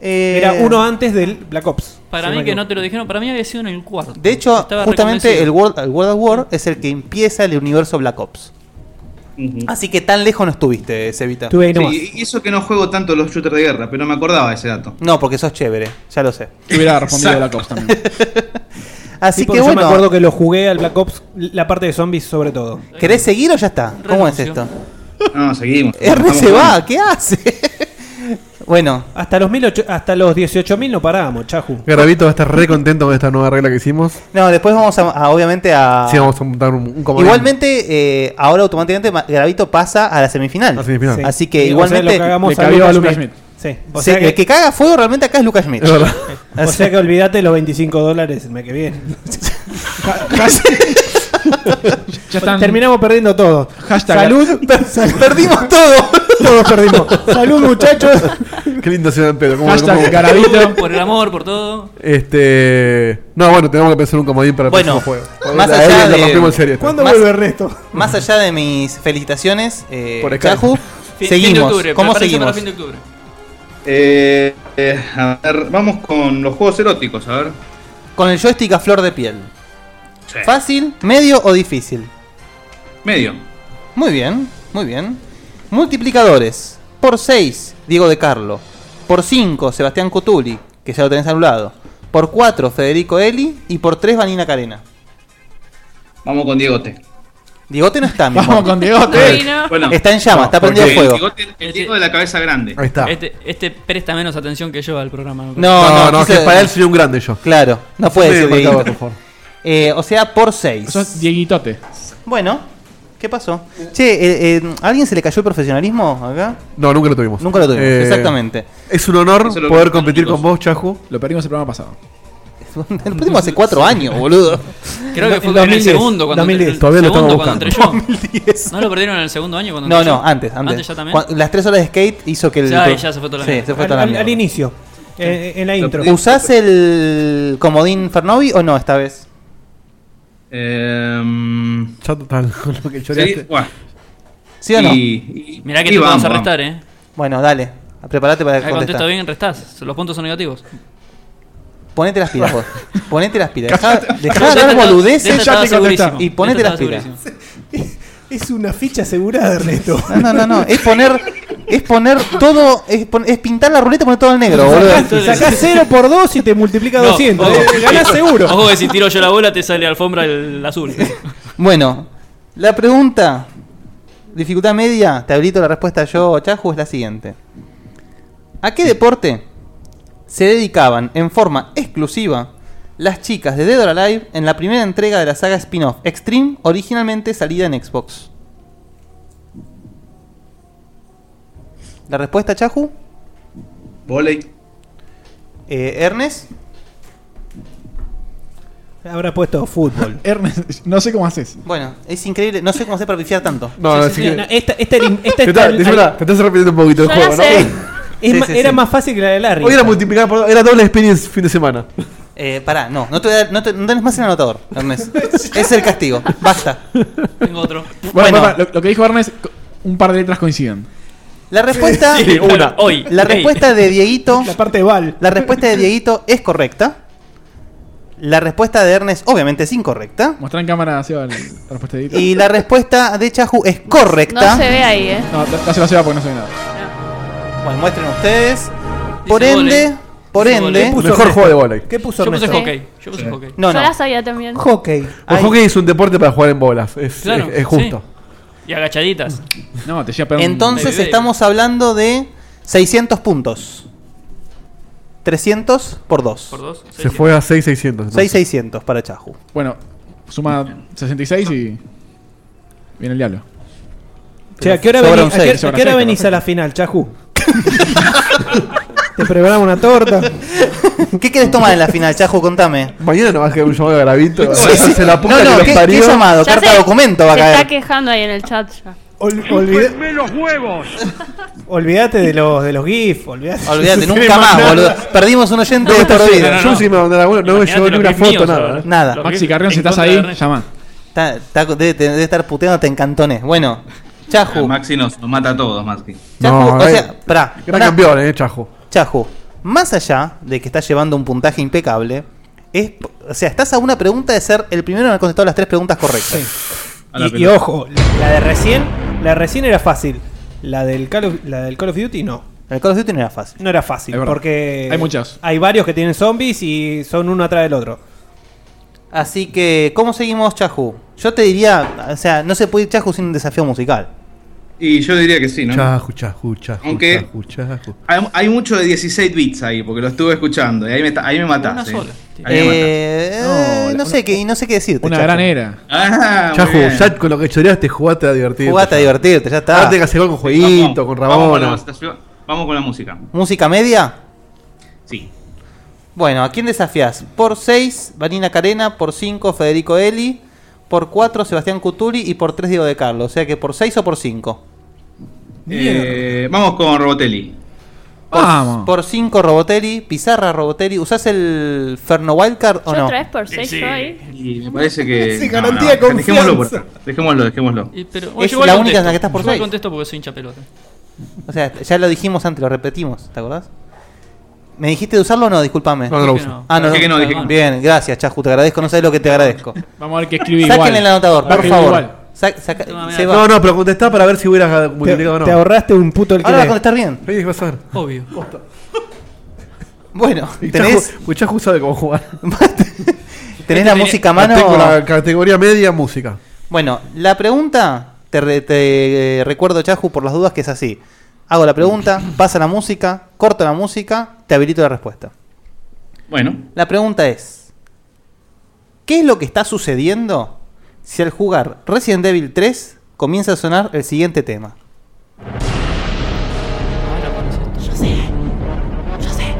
Speaker 7: Eh,
Speaker 5: Era uno antes del Black Ops.
Speaker 10: Para
Speaker 5: si
Speaker 10: mí
Speaker 5: me
Speaker 10: que
Speaker 5: equivoco.
Speaker 10: no te lo dijeron, para mí había sido en el cuarto.
Speaker 7: De hecho,
Speaker 10: Estaba
Speaker 7: justamente
Speaker 10: reconvencido.
Speaker 7: el World, el World of War es el que empieza el universo Black Ops. Así que tan lejos no estuviste, Cevita.
Speaker 11: Sí, y eso que no juego tanto los shooters de guerra, pero me acordaba de ese dato.
Speaker 7: No, porque sos chévere, ya lo sé.
Speaker 4: Te hubiera respondido Black Ops
Speaker 7: también. Así
Speaker 5: Tipo
Speaker 7: que
Speaker 5: yo
Speaker 7: bueno.
Speaker 5: me acuerdo que lo jugué al Black Ops, la parte de zombies sobre todo.
Speaker 7: ¿Querés seguir o ya está? ¿Cómo es esto?
Speaker 11: No, seguimos.
Speaker 7: R se va, ¿qué hace? bueno.
Speaker 5: Hasta los, 18 hasta los 18.000 no parábamos, Chahu.
Speaker 6: Garavito va a estar re contento con esta nueva regla que hicimos.
Speaker 7: No, después vamos a, a- obviamente a.
Speaker 6: Sí, vamos a montar un, un comodín.
Speaker 7: Igualmente, eh, ahora automáticamente Ma- Gravito pasa a la semifinal.
Speaker 6: semifinal.
Speaker 7: Ah. Así que
Speaker 5: Sí, Eh, o sea,
Speaker 7: igualmente.
Speaker 5: lo cagamos Le a cabió Lucas a Lucas Schmidt.
Speaker 7: Sí.
Speaker 5: Sí, o sea
Speaker 7: Sí,
Speaker 5: que-
Speaker 7: El que caga fuego realmente acá es Lucas Schmidt.
Speaker 5: O sea que olvídate los 25 dólares el mes que viene.
Speaker 4: Ya están-
Speaker 5: Terminamos perdiendo todo.
Speaker 4: Hashtag-
Speaker 5: Salud.
Speaker 7: perdimos todo.
Speaker 5: Todos perdimos. Salud, muchachos.
Speaker 6: Qué lindo ciudad Pedro. ¿Cómo,
Speaker 5: Hashtag
Speaker 6: cómo-
Speaker 5: Garavito.
Speaker 10: Por el amor, por todo.
Speaker 6: Este. No, bueno, tenemos que pensar un comodín para el
Speaker 7: Bueno,
Speaker 6: próximo juego.
Speaker 7: más
Speaker 6: La-
Speaker 7: allá
Speaker 6: la
Speaker 7: de-
Speaker 6: rompimos en serio esta.
Speaker 7: ¿Cuándo Más- vuelve
Speaker 5: Ernesto?
Speaker 7: Más allá de mis felicitaciones, eh,
Speaker 6: Por Skype.
Speaker 7: Chahu,
Speaker 10: Fin- fin de
Speaker 7: seguimos.
Speaker 10: octubre,
Speaker 7: ¿Cómo
Speaker 10: prepárense
Speaker 7: seguimos?
Speaker 10: para fin de octubre.
Speaker 11: Eh, eh, a ver, vamos con los juegos eróticos, a ver.
Speaker 7: Con el joystick a flor de piel.
Speaker 11: Sí.
Speaker 7: ¿Fácil, medio o difícil?
Speaker 11: Medio.
Speaker 7: Muy bien, muy bien. Multiplicadores. Por 6, Diego De Carlo. Por 5, Sebastián Cutuli, que ya lo tenés anulado. Por 4, Federico Eli. Y por 3, Vanina Carena.
Speaker 11: Vamos con Diegote.
Speaker 7: Diegote no está, mi
Speaker 11: Vamos
Speaker 7: amor.
Speaker 11: con Diegote. Ay, no. Bueno.
Speaker 7: está en llamas,
Speaker 11: No,
Speaker 7: está prendido
Speaker 11: porque
Speaker 7: fuego.
Speaker 11: Diegote- El Diego de la cabeza grande.
Speaker 7: Ahí está.
Speaker 10: Este, este presta menos atención que yo al programa. me parece.
Speaker 7: No, no,
Speaker 6: que para él sería un grande yo.
Speaker 7: Claro, no puede
Speaker 6: Sí,
Speaker 7: ser.
Speaker 6: marcaba,
Speaker 7: Dieguito.
Speaker 6: por favor.
Speaker 7: Eh, o sea, por 6.
Speaker 4: Eso es Dieguitote.
Speaker 7: Bueno, ¿qué pasó? Che, eh, eh, ¿a alguien se le cayó el profesionalismo acá?
Speaker 6: No, nunca lo tuvimos. Eh,
Speaker 7: Nunca lo tuvimos, exactamente.
Speaker 6: Es un honor
Speaker 7: Eso lo-
Speaker 6: poder competir
Speaker 7: amigos.
Speaker 6: con vos, Chahu.
Speaker 4: Lo perdimos el programa pasado.
Speaker 7: Lo perdimos hace 4 años, boludo.
Speaker 10: Creo que fue en el segundo cuando entré-
Speaker 7: Todavía
Speaker 10: el
Speaker 7: lo
Speaker 10: segundo
Speaker 7: estamos
Speaker 10: cuando entré
Speaker 7: buscando.
Speaker 10: yo. ¿No lo perdieron en el segundo año cuando
Speaker 7: No,
Speaker 10: entré
Speaker 7: no,
Speaker 10: yo?
Speaker 7: antes, antes.
Speaker 10: ya también.
Speaker 7: Cuando- las 3 horas de skate hizo que el.
Speaker 10: Ya, ya se fue toda la
Speaker 7: Sí,
Speaker 10: mierda.
Speaker 7: se fue
Speaker 10: Al-
Speaker 7: toda la
Speaker 10: al-
Speaker 7: mierda.
Speaker 10: al
Speaker 5: inicio, eh, en la intro.
Speaker 7: ¿Usás el comodín Fernovi o no esta vez?
Speaker 11: Eh,
Speaker 6: ya total, con lo que
Speaker 11: sí, bueno.
Speaker 7: ¿Sí o no?
Speaker 11: Y- y-
Speaker 10: Mirá que
Speaker 11: y
Speaker 10: te
Speaker 11: vamos,
Speaker 10: vamos a
Speaker 11: vamos.
Speaker 10: restar, eh.
Speaker 7: Bueno, dale. Prepárate para
Speaker 10: Ah, contesta
Speaker 7: contestar.
Speaker 10: bien, restás. Los puntos son negativos.
Speaker 7: Ponete las pilas vos. Ponete las pilas. Dejá,
Speaker 10: Cállate.
Speaker 7: dejá
Speaker 10: Ya
Speaker 7: de hablar
Speaker 10: estaba- ya
Speaker 7: boludeces
Speaker 10: estaba segurísimo.
Speaker 7: y ponete
Speaker 10: Ya
Speaker 7: las
Speaker 10: estaba
Speaker 7: pilas.
Speaker 5: Es una ficha asegurada, Ernesto.
Speaker 7: No, no, no, no. Es poner, es poner todo, es, pon- es pintar la ruleta y poner todo en negro, boludo.
Speaker 5: Sacás 0 por 2 y te multiplica 200.
Speaker 10: ojo.
Speaker 5: Eh, Ganás seguro.
Speaker 10: Ojo que si tiro yo la bola te sale alfombra el azul.
Speaker 7: Bueno, la pregunta, dificultad media, te habilito la respuesta yo, Chahu, es la siguiente. ¿A qué deporte se dedicaban en forma exclusiva las chicas de Dead or Alive en la primera entrega de la saga spin-off Extreme, originalmente salida en Xbox? ¿La respuesta, Chahu?
Speaker 11: Voley.
Speaker 7: Eh, ¿Ernest?
Speaker 5: Habrá puesto fútbol.
Speaker 4: Ernest, no sé cómo haces.
Speaker 7: Bueno, es increíble, no sé cómo hacer para pifiar tanto.
Speaker 6: No, Sí, sí, así sí, que- no,
Speaker 5: esta, esta, esta
Speaker 6: ¿Qué tal? Decímela, te estás repitiendo un poquito el
Speaker 5: Yo
Speaker 6: juego,
Speaker 5: la
Speaker 6: ¿no?
Speaker 5: sé. Es
Speaker 7: Sí,
Speaker 5: ma-
Speaker 7: sí, sí.
Speaker 5: Era más fácil que la de Larry.
Speaker 6: Hoy era multiplicar por era doble experience fin de semana.
Speaker 7: Eh, pará, no, no, te voy a dar- no, te- no tenés más el anotador, Ernest. es el castigo, basta.
Speaker 10: Tengo otro.
Speaker 4: Bueno, papá, lo, lo que dijo Ernest, co- un par de letras coinciden.
Speaker 7: La respuesta,
Speaker 4: Sí, sí, una. Hoy,
Speaker 7: la
Speaker 4: hoy.
Speaker 7: respuesta de Dieguito,
Speaker 5: la parte de Val,
Speaker 7: la respuesta de Dieguito es correcta. La respuesta de Ernest obviamente es incorrecta.
Speaker 4: Mostrá en cámara, Seba, la la respuesta de Dieguito.
Speaker 7: Y la respuesta de Chahu es correcta.
Speaker 8: No se ve ahí, eh.
Speaker 4: No, no se la Seba porque no soy nada.
Speaker 7: Bueno, muestren ustedes. Por ende,
Speaker 4: vóley.
Speaker 7: por
Speaker 4: Dice vóley.
Speaker 7: ende,
Speaker 4: ¿Qué puso Mejor Ernesto? juego de vóley.
Speaker 5: ¿Qué puso
Speaker 10: Yo puse
Speaker 5: Ernesto?
Speaker 10: hockey. Yo puse hockey.
Speaker 7: No,
Speaker 8: Yo
Speaker 7: no.
Speaker 8: la sabía también.
Speaker 5: Hockey.
Speaker 6: El hockey es un deporte para jugar en bolas. Es,
Speaker 10: Claro,
Speaker 6: es- es justo.
Speaker 10: Y agachaditas.
Speaker 4: No, te llega
Speaker 7: Entonces estamos hablando de 600 puntos. 300 por 2. Por
Speaker 10: 2.
Speaker 6: Se fue a 6600.
Speaker 7: 6600 para Chahu.
Speaker 4: Bueno, suma 66 y. Viene el diablo.
Speaker 5: Che, ¿a qué hora,
Speaker 4: Sobra
Speaker 5: venís-
Speaker 4: un
Speaker 5: a qué-
Speaker 4: seis,
Speaker 5: a
Speaker 4: sobra
Speaker 5: qué hora
Speaker 4: seis,
Speaker 5: venís a la final, Chahu? ¿Te preparamos una torta?
Speaker 7: ¿Qué quieres tomar en la final, Chahu? Contame.
Speaker 6: Mañana no vas a quedar un llamado de Garavito.
Speaker 7: Sí, sí.
Speaker 6: Se la puta
Speaker 7: No, no,
Speaker 6: que
Speaker 7: ¿qué-
Speaker 6: los
Speaker 7: qué
Speaker 6: parió.
Speaker 7: llamado?
Speaker 8: Ya
Speaker 7: Carta
Speaker 8: sé,
Speaker 7: documento va a
Speaker 8: se
Speaker 7: caer.
Speaker 8: está quejando ahí en el chat ya.
Speaker 5: los huevos! Olvídate de los, de los GIF, olvídate.
Speaker 7: Olvídate, nunca más, boludo. Perdimos un oyente de por vida.
Speaker 6: Yo sí me mandé la- no me llegó ni una foto, nada. ¿eh?
Speaker 7: Nada.
Speaker 4: Maxi Carrión, si estás ahí, llama.
Speaker 7: Está- está- debe, debe estar puteándote en cantones. Bueno, Chahu.
Speaker 11: Ah, Maxi nos, nos mata a todos, Maxi.
Speaker 7: Chahu,
Speaker 6: No,
Speaker 7: o
Speaker 6: eh,
Speaker 7: sea, pará,
Speaker 6: Gran
Speaker 7: pará.
Speaker 6: campeón, eh, Chajo.
Speaker 7: Chahu, más allá de que estás llevando un puntaje impecable, es, o sea, estás a una pregunta de ser el primero en haber contestado las tres preguntas correctas.
Speaker 11: A la
Speaker 5: Y, y
Speaker 11: pelota.
Speaker 5: ojo, la de recién, la de recién era fácil. La del Call of, la del Call of Duty no.
Speaker 7: El Call of Duty no era fácil.
Speaker 5: No era fácil,
Speaker 4: Es verdad.
Speaker 5: porque
Speaker 4: Hay muchas.
Speaker 5: Hay varios que tienen zombies y son uno atrás del otro.
Speaker 7: Así que, ¿cómo seguimos, Chahu? Yo te diría, o sea, no se puede ir Chahu sin un desafío musical.
Speaker 11: Y yo diría que sí, ¿no?
Speaker 6: Chahu, chahu, chahu.
Speaker 11: Aunque-
Speaker 6: chahu, chahu.
Speaker 11: Hay, hay mucho de 16 bits ahí, porque lo estuve escuchando. Y ahí me, ta- ahí me mataste.
Speaker 7: sola.
Speaker 11: Ahí me mataste.
Speaker 7: Eh, no, sé qué, no sé qué decirte.
Speaker 6: Una gran era.
Speaker 11: Ah, muy
Speaker 6: Chahu,
Speaker 11: bien.
Speaker 6: ya con lo que choreaste, jugate a divertirte.
Speaker 7: Jugate a divertirte, ya está.
Speaker 6: Jugate que hace gol con jueguito, con
Speaker 11: Vamos con,
Speaker 6: Rabona.
Speaker 11: la estación- vamos con la música.
Speaker 7: ¿Música media?
Speaker 11: Sí.
Speaker 7: Bueno, ¿a quién desafías? Por 6, Vanina Carena. Por 5, Federico Eli. Por 4, Sebastián Cutuli. Y por 3, Diego de Carlos. O sea que por 6 o por 5.
Speaker 11: Eh, vamos con Robotelli.
Speaker 7: Vamos. Por 5, Robotelli. Pizarra, Robotelli. ¿Usás el Ferno Wildcard o
Speaker 8: Yo
Speaker 7: no?
Speaker 8: otra vez por 6 ahí.
Speaker 11: Y me parece que.
Speaker 8: Sí,
Speaker 7: garantía de confianza.
Speaker 11: Dejémoslo, por favor. dejémoslo, dejémoslo.
Speaker 10: Y- pero,
Speaker 7: Es
Speaker 10: yo igual
Speaker 7: la
Speaker 10: contesto.
Speaker 7: única en la que estás por
Speaker 10: Yo igual
Speaker 7: seis.
Speaker 10: contesto porque soy hincha pelota.
Speaker 7: O sea, ya lo dijimos antes, lo repetimos. ¿Te acordás? ¿Me dijiste de usarlo o no? Disculpame.
Speaker 6: No, no lo Dije uso. que no.
Speaker 7: Ah, no,
Speaker 6: Dije que no, dije que no.
Speaker 7: Bien, gracias, Chaju. Te agradezco. No sabes lo que te agradezco.
Speaker 4: Vamos a ver que escribí
Speaker 7: Sáquenle
Speaker 4: igual.
Speaker 7: el anotador,
Speaker 4: Va a
Speaker 7: por
Speaker 4: escribir
Speaker 7: favor.
Speaker 4: igual.
Speaker 7: Sa- saca- Seba.
Speaker 6: No, no, pero contestá para ver si hubieras multiplicado o no.
Speaker 5: Te ahorraste un puto el que
Speaker 7: Ahora va a contestar bien.
Speaker 6: Sí, vas a ver.
Speaker 10: Obvio.
Speaker 7: Bueno,
Speaker 6: Y
Speaker 7: tenés,
Speaker 6: Chahu- pues Chahu sabe cómo jugar.
Speaker 7: tenés la música a mano.
Speaker 6: Tengo la categoría media música.
Speaker 7: Bueno, la pregunta, te, re- te, eh, recuerdo, Chaju, por las dudas que es así. Hago la pregunta, pasa la música, corto la música, te habilito la respuesta.
Speaker 11: Bueno.
Speaker 7: La pregunta es, ¿qué es lo que está sucediendo si al jugar Resident Evil 3 comienza a sonar el siguiente tema?
Speaker 1: Yo sé, yo sé.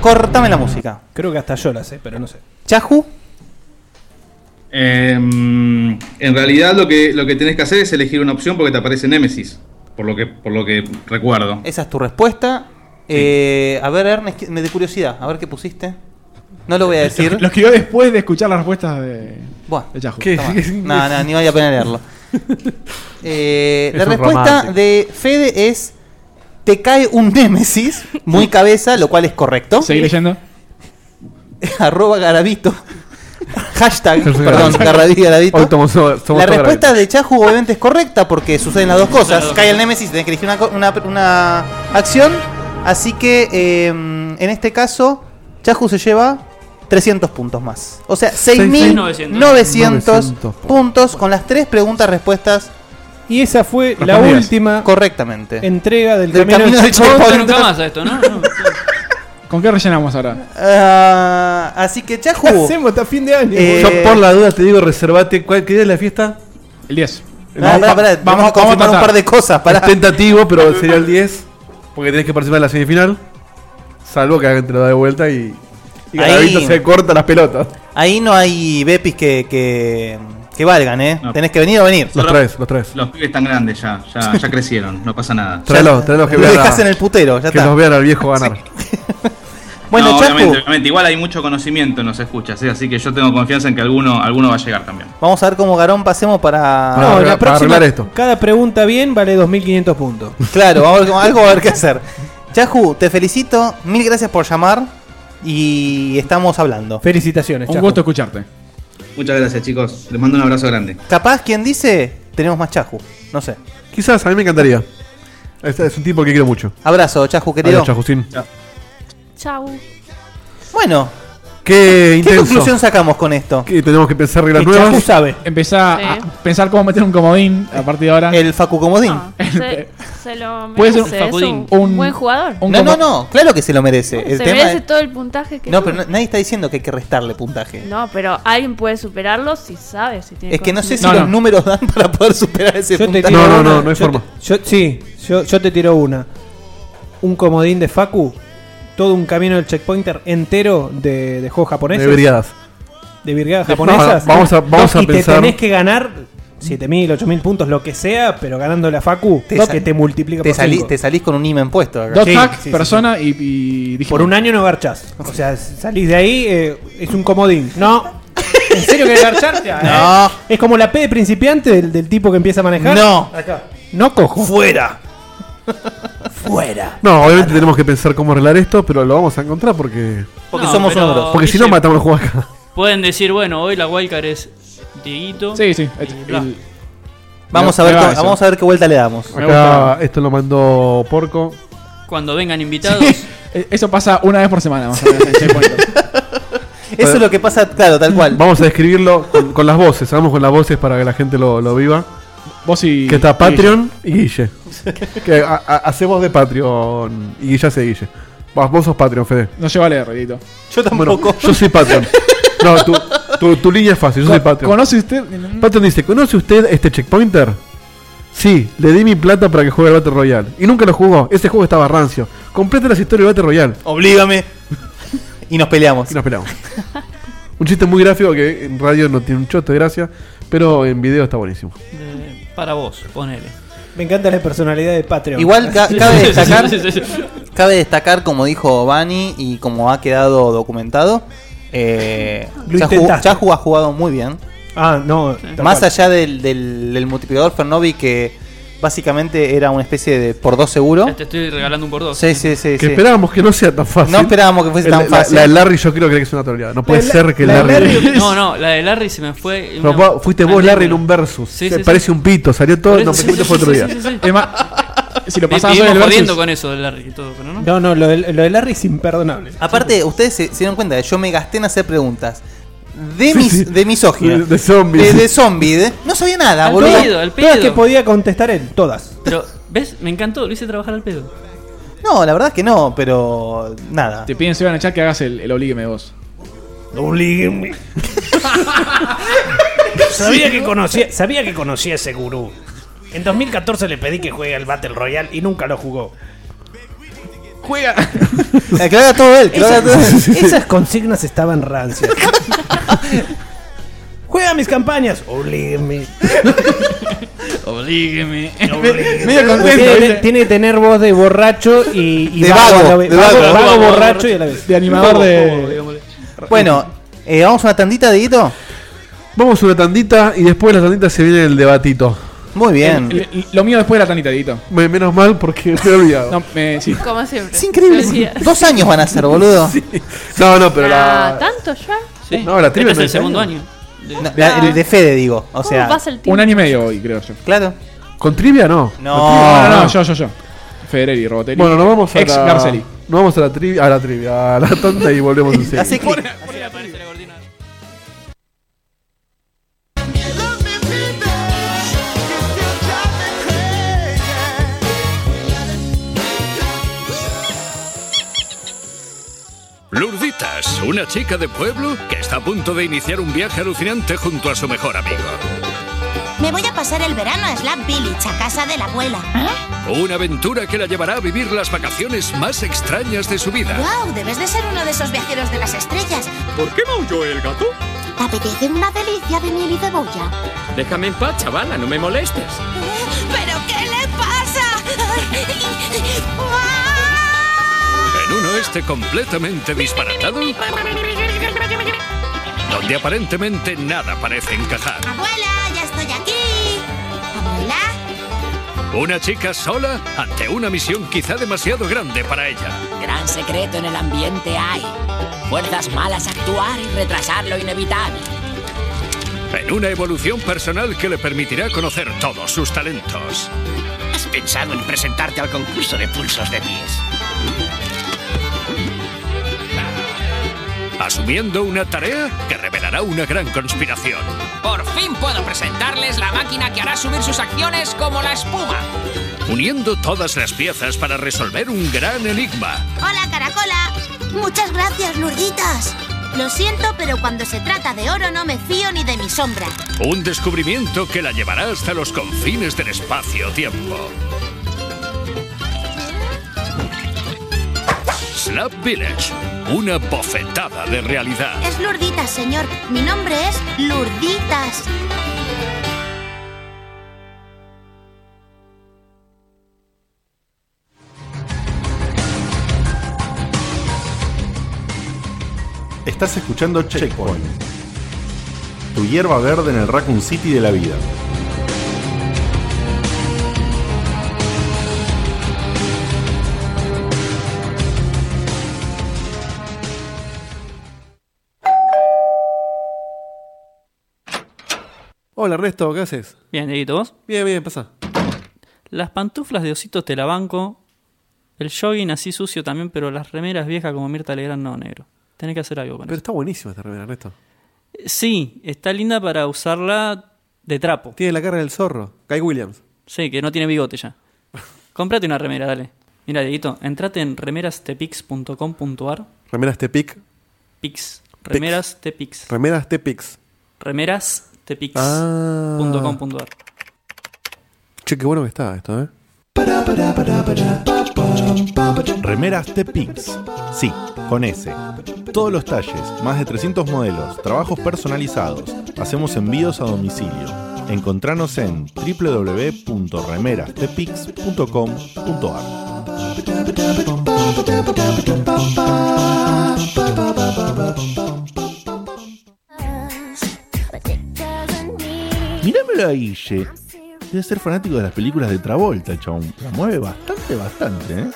Speaker 7: Cortame la música.
Speaker 5: Creo que hasta yo la sé, pero no sé.
Speaker 7: Chahu,
Speaker 11: Eh, en realidad lo que, lo que tenés que hacer es elegir una opción porque te aparece Nemesis. Por lo que, por lo que recuerdo.
Speaker 7: esa es tu respuesta. Eh, a ver, Ernest, que- me de curiosidad, a ver qué pusiste. No lo voy a decir.
Speaker 4: Lo escribió después de escuchar las respuestas de,
Speaker 7: Buah.
Speaker 4: de Yahoo.
Speaker 7: ¿Qué? No, no, ni vale la pena leerlo. Eh,
Speaker 4: Es
Speaker 7: la
Speaker 4: un
Speaker 7: respuesta
Speaker 4: romántico.
Speaker 7: de Fede es: Te cae un Némesis, muy cabeza, lo cual es correcto.
Speaker 4: Seguí leyendo.
Speaker 7: Arroba Garabito. Hashtag, perdón, Garabito. Garabito.
Speaker 6: Hoy somos- somos
Speaker 7: la
Speaker 6: todos
Speaker 7: respuesta
Speaker 6: Garabito.
Speaker 7: de Chahu obviamente es correcta porque suceden las dos cosas. Cae el Némesis, tenés que elegir una, co- una- una acción. Así que eh, en este caso, Chahu se lleva 300 puntos más. O sea, 6.900
Speaker 5: 900
Speaker 7: puntos con las tres preguntas respuestas.
Speaker 5: Y esa fue la
Speaker 7: Respondidas.
Speaker 5: última
Speaker 7: correctamente
Speaker 5: entrega del,
Speaker 7: Del
Speaker 5: camino,
Speaker 7: camino
Speaker 5: del
Speaker 7: del
Speaker 5: Chahu.
Speaker 7: Chahu.
Speaker 10: Nunca más a esto, ¿no? No.
Speaker 4: ¿Con qué rellenamos ahora?
Speaker 7: Ah, así que Chahu.
Speaker 5: ¿Qué hacemos hasta fin de año?
Speaker 7: Eh,
Speaker 6: Yo por la duda te digo, reservate. ¿cuál, ¿Qué día es la fiesta?
Speaker 4: El 10.
Speaker 7: Ah, Pará, pará, pará, tenemos que confirmar un par de cosas. Pará.
Speaker 6: Es tentativo, pero sería el 10. Porque tenés que participar en la semifinal. Salvo que alguien te lo da de vuelta y. Y
Speaker 7: Ahí-
Speaker 6: Garavito se corta las pelotas.
Speaker 7: Ahí no hay Bepis que, que, que valgan, ¿eh?
Speaker 11: No.
Speaker 7: Tenés que venir o venir.
Speaker 11: Los
Speaker 6: traes, los traes.
Speaker 11: Los pibes están grandes ya, ya, ya crecieron, no pasa nada.
Speaker 6: Tráelos, tráelos que
Speaker 7: Lo
Speaker 6: vean.
Speaker 7: dejás en el putero, ya
Speaker 6: que
Speaker 7: está.
Speaker 6: los vean al viejo ganar.
Speaker 7: Bueno,
Speaker 11: No,
Speaker 7: Chahu.
Speaker 11: obviamente, obviamente, igual hay mucho conocimiento en los escuchas, ¿eh? así que yo tengo confianza en que alguno, alguno va a llegar también.
Speaker 7: Vamos a ver cómo Garón pasemos para.
Speaker 5: No, la próxima, cada pregunta bien vale 2.500 puntos.
Speaker 7: Claro, vamos a ver, algo va a haber que hacer. Chahu, te felicito. Mil gracias por llamar. Y estamos hablando.
Speaker 5: Felicitaciones,
Speaker 11: Un gusto
Speaker 4: escucharte.
Speaker 11: Muchas gracias, chicos. Les mando un abrazo grande.
Speaker 7: Capaz quien dice, tenemos más Chahu. No sé.
Speaker 6: Quizás, a mí me encantaría. Este es un tipo que quiero mucho.
Speaker 7: Abrazo, Chahu, querido.
Speaker 6: Adiós, Chajucín.
Speaker 8: Chau.
Speaker 7: Bueno,
Speaker 6: Qué intenso.
Speaker 7: conclusión sacamos con esto?
Speaker 6: Que tenemos que pensar reglas
Speaker 4: El
Speaker 6: nuevas.
Speaker 7: sabe.
Speaker 4: Empezá
Speaker 8: Sí.
Speaker 4: a pensar cómo meter un comodín a partir de
Speaker 10: Eh,
Speaker 4: ahora.
Speaker 7: El Facu Comodín.
Speaker 8: Se, se lo merece.
Speaker 4: Puede ser un
Speaker 8: es
Speaker 4: Facudín.
Speaker 8: un,
Speaker 4: Un-
Speaker 8: buen jugador.
Speaker 7: No, no, no, claro que se lo merece. El
Speaker 8: se
Speaker 7: tema
Speaker 8: merece
Speaker 7: es-
Speaker 8: todo el puntaje que
Speaker 7: No,
Speaker 8: tuvo.
Speaker 7: pero no- nadie está diciendo que hay que restarle puntaje.
Speaker 8: No, pero alguien puede superarlo si sabe, si tiene
Speaker 7: Es que no sé si
Speaker 5: No,
Speaker 7: los
Speaker 5: no.
Speaker 7: números dan para poder superar ese
Speaker 5: Yo te
Speaker 7: puntaje.
Speaker 5: tiro una, yo te- yo, sí, yo, yo te tiro una. Un comodín de Facu, todo un camino del checkpointer entero de, de juegos japoneses.
Speaker 6: De brigadas.
Speaker 5: De brigadas
Speaker 6: No,
Speaker 5: japonesas.
Speaker 6: vamos a- vamos a
Speaker 5: y
Speaker 6: pensar-
Speaker 5: te tenés que ganar 7.000, 8.000 puntos, lo que sea, pero ganando la Facu,
Speaker 7: Te
Speaker 5: que
Speaker 7: sal-
Speaker 5: te multiplica
Speaker 7: te
Speaker 5: por
Speaker 7: salí-
Speaker 5: cinco.
Speaker 7: te salís con un imán puesto. acá.
Speaker 5: Dos
Speaker 7: Sí,
Speaker 5: hack,
Speaker 7: sí, sí,
Speaker 4: Persona y, y Digimon.
Speaker 5: Por un año no garchás. O sea, salís de ahí, eh, es un comodín. No. ¿En serio que garcharte? Ah, eh. Es como la P de principiante del, del tipo que empieza a manejar.
Speaker 7: No.
Speaker 5: Acá. No cojo.
Speaker 7: Fuera. Fuera.
Speaker 6: No, obviamente tenemos que pensar cómo arreglar esto, pero lo vamos a encontrar porque.
Speaker 10: Porque No, somos pero- ogros.
Speaker 6: Porque si no,
Speaker 10: Guille-
Speaker 6: matamos el juego acá.
Speaker 4: este,
Speaker 10: Pueden decir, bueno, hoy la Wildcard es Dieguito.
Speaker 4: Sí, sí.
Speaker 10: y bla.
Speaker 7: Vamos a ver, cómo- vamos a ver qué vuelta le damos.
Speaker 6: Acá esto lo mandó Porco.
Speaker 10: Cuando vengan invitados.
Speaker 4: Eh, Eso pasa una vez por semana, más o menos. en Checkpoint.
Speaker 7: Eso es lo que pasa, claro, tal cual.
Speaker 6: Vamos a describirlo con, con las voces. Vamos con las voces para que la gente lo, lo viva.
Speaker 4: Vos y.
Speaker 6: Que está
Speaker 4: y
Speaker 6: Patreon y Guille. que ha- ha- hace voz de Patreon y Guille hace Guille. Vos, vos sos Patreon, Fede.
Speaker 4: No lleva a leer, Dieguito.
Speaker 7: Yo
Speaker 6: Bueno, yo soy Patreon. No, tu, tu, tu línea es fácil. Yo soy Patreon.
Speaker 4: ¿Conoce usted?
Speaker 6: Patreon dice: ¿Conoce usted este checkpointer? Sí, le di mi plata para que juegue al Battle Royale. Y nunca lo jugó. Ese juego estaba rancio. Completa las historias del Battle Royale.
Speaker 7: Oblígame. Y nos peleamos.
Speaker 6: Y nos peleamos. un chiste muy gráfico que en radio no tiene un choto de gracia, pero en video está buenísimo.
Speaker 10: eh, para vos, ponele.
Speaker 5: Me encanta la personalidad de Patreon.
Speaker 7: Igual ca- cabe destacar,
Speaker 10: Sí, sí, sí,
Speaker 7: cabe destacar, como dijo Bani y como ha quedado documentado, eh,
Speaker 5: Lo
Speaker 7: Chahu-
Speaker 5: intentaste.
Speaker 7: Chahu ha jugado muy bien.
Speaker 5: Ah, no. tal
Speaker 7: Más
Speaker 5: cual.
Speaker 7: allá del, del, del multiplicador Fernovi que básicamente era una especie de por dos seguro.
Speaker 10: Te estoy regalando un por dos.
Speaker 7: Sí, sí, sí. sí.
Speaker 6: Que esperábamos que no sea tan fácil.
Speaker 7: No esperábamos que fuese
Speaker 6: El-
Speaker 7: tan
Speaker 6: la-
Speaker 7: fácil.
Speaker 6: La, de Larry yo creo que es una troleada. No puede
Speaker 7: La-
Speaker 6: ser que
Speaker 7: la de
Speaker 6: Larry...
Speaker 10: No, no, la de Larry se me fue.
Speaker 6: No,
Speaker 10: una-
Speaker 6: vos- fuiste vos,
Speaker 10: una
Speaker 6: Larry, en
Speaker 10: lengua.
Speaker 6: un versus.
Speaker 10: Sí,
Speaker 6: Se
Speaker 10: sí,
Speaker 6: parece
Speaker 10: sí.
Speaker 6: un pito. Salió todo.
Speaker 10: Por
Speaker 6: No,
Speaker 10: eso,
Speaker 6: pero
Speaker 10: sí,
Speaker 6: fue
Speaker 10: sí,
Speaker 6: otro
Speaker 10: sí,
Speaker 6: día.
Speaker 10: sí, sí, sí.
Speaker 4: Es más, si lo
Speaker 10: Vi-
Speaker 4: pasabas
Speaker 10: vivimos
Speaker 4: hoy el versus-
Speaker 10: jodiendo con eso de Larry y todo, pero no.
Speaker 5: No, no, lo de, lo de Larry es imperdonable.
Speaker 7: Aparte, ustedes se, se dieron cuenta que yo me gasté en hacer preguntas. De, mis, de misógino.
Speaker 5: De- de zombies.
Speaker 7: De, de zombie, de- No sabía nada,
Speaker 10: Al
Speaker 7: boludo.
Speaker 10: pedo, al
Speaker 5: Todas
Speaker 10: pedo.
Speaker 5: que podía contestar él, todas.
Speaker 10: Pero, ¿ves? Me encantó, lo hice trabajar al pedo.
Speaker 7: No, la verdad es que no, pero nada.
Speaker 4: Te piden, se van a echar que hagas el, el oblígueme vos.
Speaker 12: Oblígueme. Sabía que conocía, sabía que conocía ese gurú. En 2014 le pedí que juegue al Battle Royale y nunca lo jugó.
Speaker 4: Juega.
Speaker 7: Eh, que lo haga todo él, que lo haga todo él.
Speaker 5: Esas consignas estaban rancias. Juega mis campañas. Oblígueme.
Speaker 10: Oblígueme.
Speaker 5: Medio contento, tiene,
Speaker 10: ¿viste?
Speaker 5: tiene que tener voz de borracho y, y
Speaker 7: De vago,
Speaker 5: a la vez.
Speaker 7: de vago.
Speaker 5: vago, borracho y a la vez.
Speaker 4: De animador de.
Speaker 7: Bueno, eh, ¿vamos a una tandita, Dieguito?
Speaker 6: Vamos a una tandita y después de la tandita se viene el debatito.
Speaker 7: Muy
Speaker 4: El- el- lo mío después de la tanita, Dieguito.
Speaker 6: Me- menos mal porque me he olvidado.
Speaker 4: No, me, sí.
Speaker 8: Como siempre.
Speaker 7: Es increíble. Dos años van a ser, boludo.
Speaker 6: No, no, pero
Speaker 8: Ah,
Speaker 6: la...
Speaker 8: ¿Tanto ya?
Speaker 10: Sí.
Speaker 6: No, la
Speaker 10: Este
Speaker 6: trivia no
Speaker 10: es el
Speaker 6: dice
Speaker 10: segundo
Speaker 6: año.
Speaker 10: año.
Speaker 7: No, la- el de Fede, digo. O sea,
Speaker 8: pasa el tiempo?
Speaker 4: Un año y medio hoy, creo yo. Ah,
Speaker 7: claro.
Speaker 6: ¿Con trivia no?
Speaker 7: No.
Speaker 6: Con trivia,
Speaker 4: no, no, yo, yo, yo. Federer y Robotelli.
Speaker 6: Bueno, nos vamos a
Speaker 4: Ex
Speaker 6: la...
Speaker 4: Garceli.
Speaker 6: Nos vamos a la trivia, a la trivia, a la tanda y volvemos enseguida.
Speaker 7: Así que.
Speaker 13: Lurditas, una chica de pueblo que está a punto de iniciar un viaje alucinante junto a su mejor amigo.
Speaker 14: Me voy a pasar el verano a Slap Village, a casa de la abuela.
Speaker 15: Ah.
Speaker 13: Una aventura que la llevará a vivir las vacaciones más extrañas de su vida.
Speaker 14: ¡Wow! Debes de ser uno de esos viajeros de las estrellas.
Speaker 13: ¿Por qué maulló el gato?
Speaker 14: ¿Te apetece una delicia de miel y cebolla?
Speaker 15: Déjame en paz, chavala, no me molestes.
Speaker 14: ¿Pero qué le pasa?
Speaker 13: En un oeste completamente disparatado, donde aparentemente nada parece encajar.
Speaker 14: ¡Abuela, ya estoy aquí! ¿Abuela?
Speaker 13: Una chica sola ante una misión quizá demasiado grande para ella.
Speaker 16: Gran secreto en el ambiente hay. Fuerzas malas a actuar y retrasar lo inevitable.
Speaker 13: En una evolución personal que le permitirá conocer todos sus talentos.
Speaker 15: ¿Has pensado en presentarte al concurso de pulsos de pies?
Speaker 13: Asumiendo una tarea que revelará una gran conspiración.
Speaker 15: Por fin puedo presentarles la máquina que hará subir sus acciones como la espuma.
Speaker 13: Uniendo todas las piezas para resolver un gran enigma.
Speaker 14: ¡Hola, Caracola! Muchas gracias, Lurditas. Lo siento, pero cuando se trata de oro no me fío ni de mi sombra.
Speaker 13: Un descubrimiento que la llevará hasta los confines del espacio-tiempo. Slap Village. Una bofetada de realidad.
Speaker 14: Es Lurditas, señor. Mi nombre es Lurditas.
Speaker 17: Estás escuchando Checkpoint. Tu hierba verde en el Raccoon City de la vida.
Speaker 6: Hola Ernesto, ¿qué haces?
Speaker 3: Bien, Dieguito, ¿vos?
Speaker 6: Bien, bien, pasa.
Speaker 3: Las pantuflas de ositos te la banco. El jogging así sucio también, pero las remeras viejas como Mirta Legrand no, negro. Tenés que hacer algo con
Speaker 6: Pero está buenísimo esta remera, Ernesto.
Speaker 3: eso. Sí, está linda para usarla de trapo.
Speaker 6: Tiene la cara del zorro. Guy Williams.
Speaker 3: Sí, que no tiene bigote ya. Comprate una remera, dale. Mira, Dieguito, entrate en remerastepix.com.ar.
Speaker 6: Remeras Tepic.
Speaker 3: Pix. Remeras Tepix.
Speaker 6: Remeras Tepix.
Speaker 3: Remeras
Speaker 6: Ah. Che, qué bueno que está esto, ¿eh?
Speaker 17: Remeras Tepix. Sí, con S. Todos los talles, más de 300 modelos, trabajos personalizados. Hacemos envíos a domicilio. Encontranos en www.remerastepix.com.ar. Mirámelo a Guille. Debe ser fanático de las películas de Travolta, chabón. La mueve bastante, bastante, ¿eh?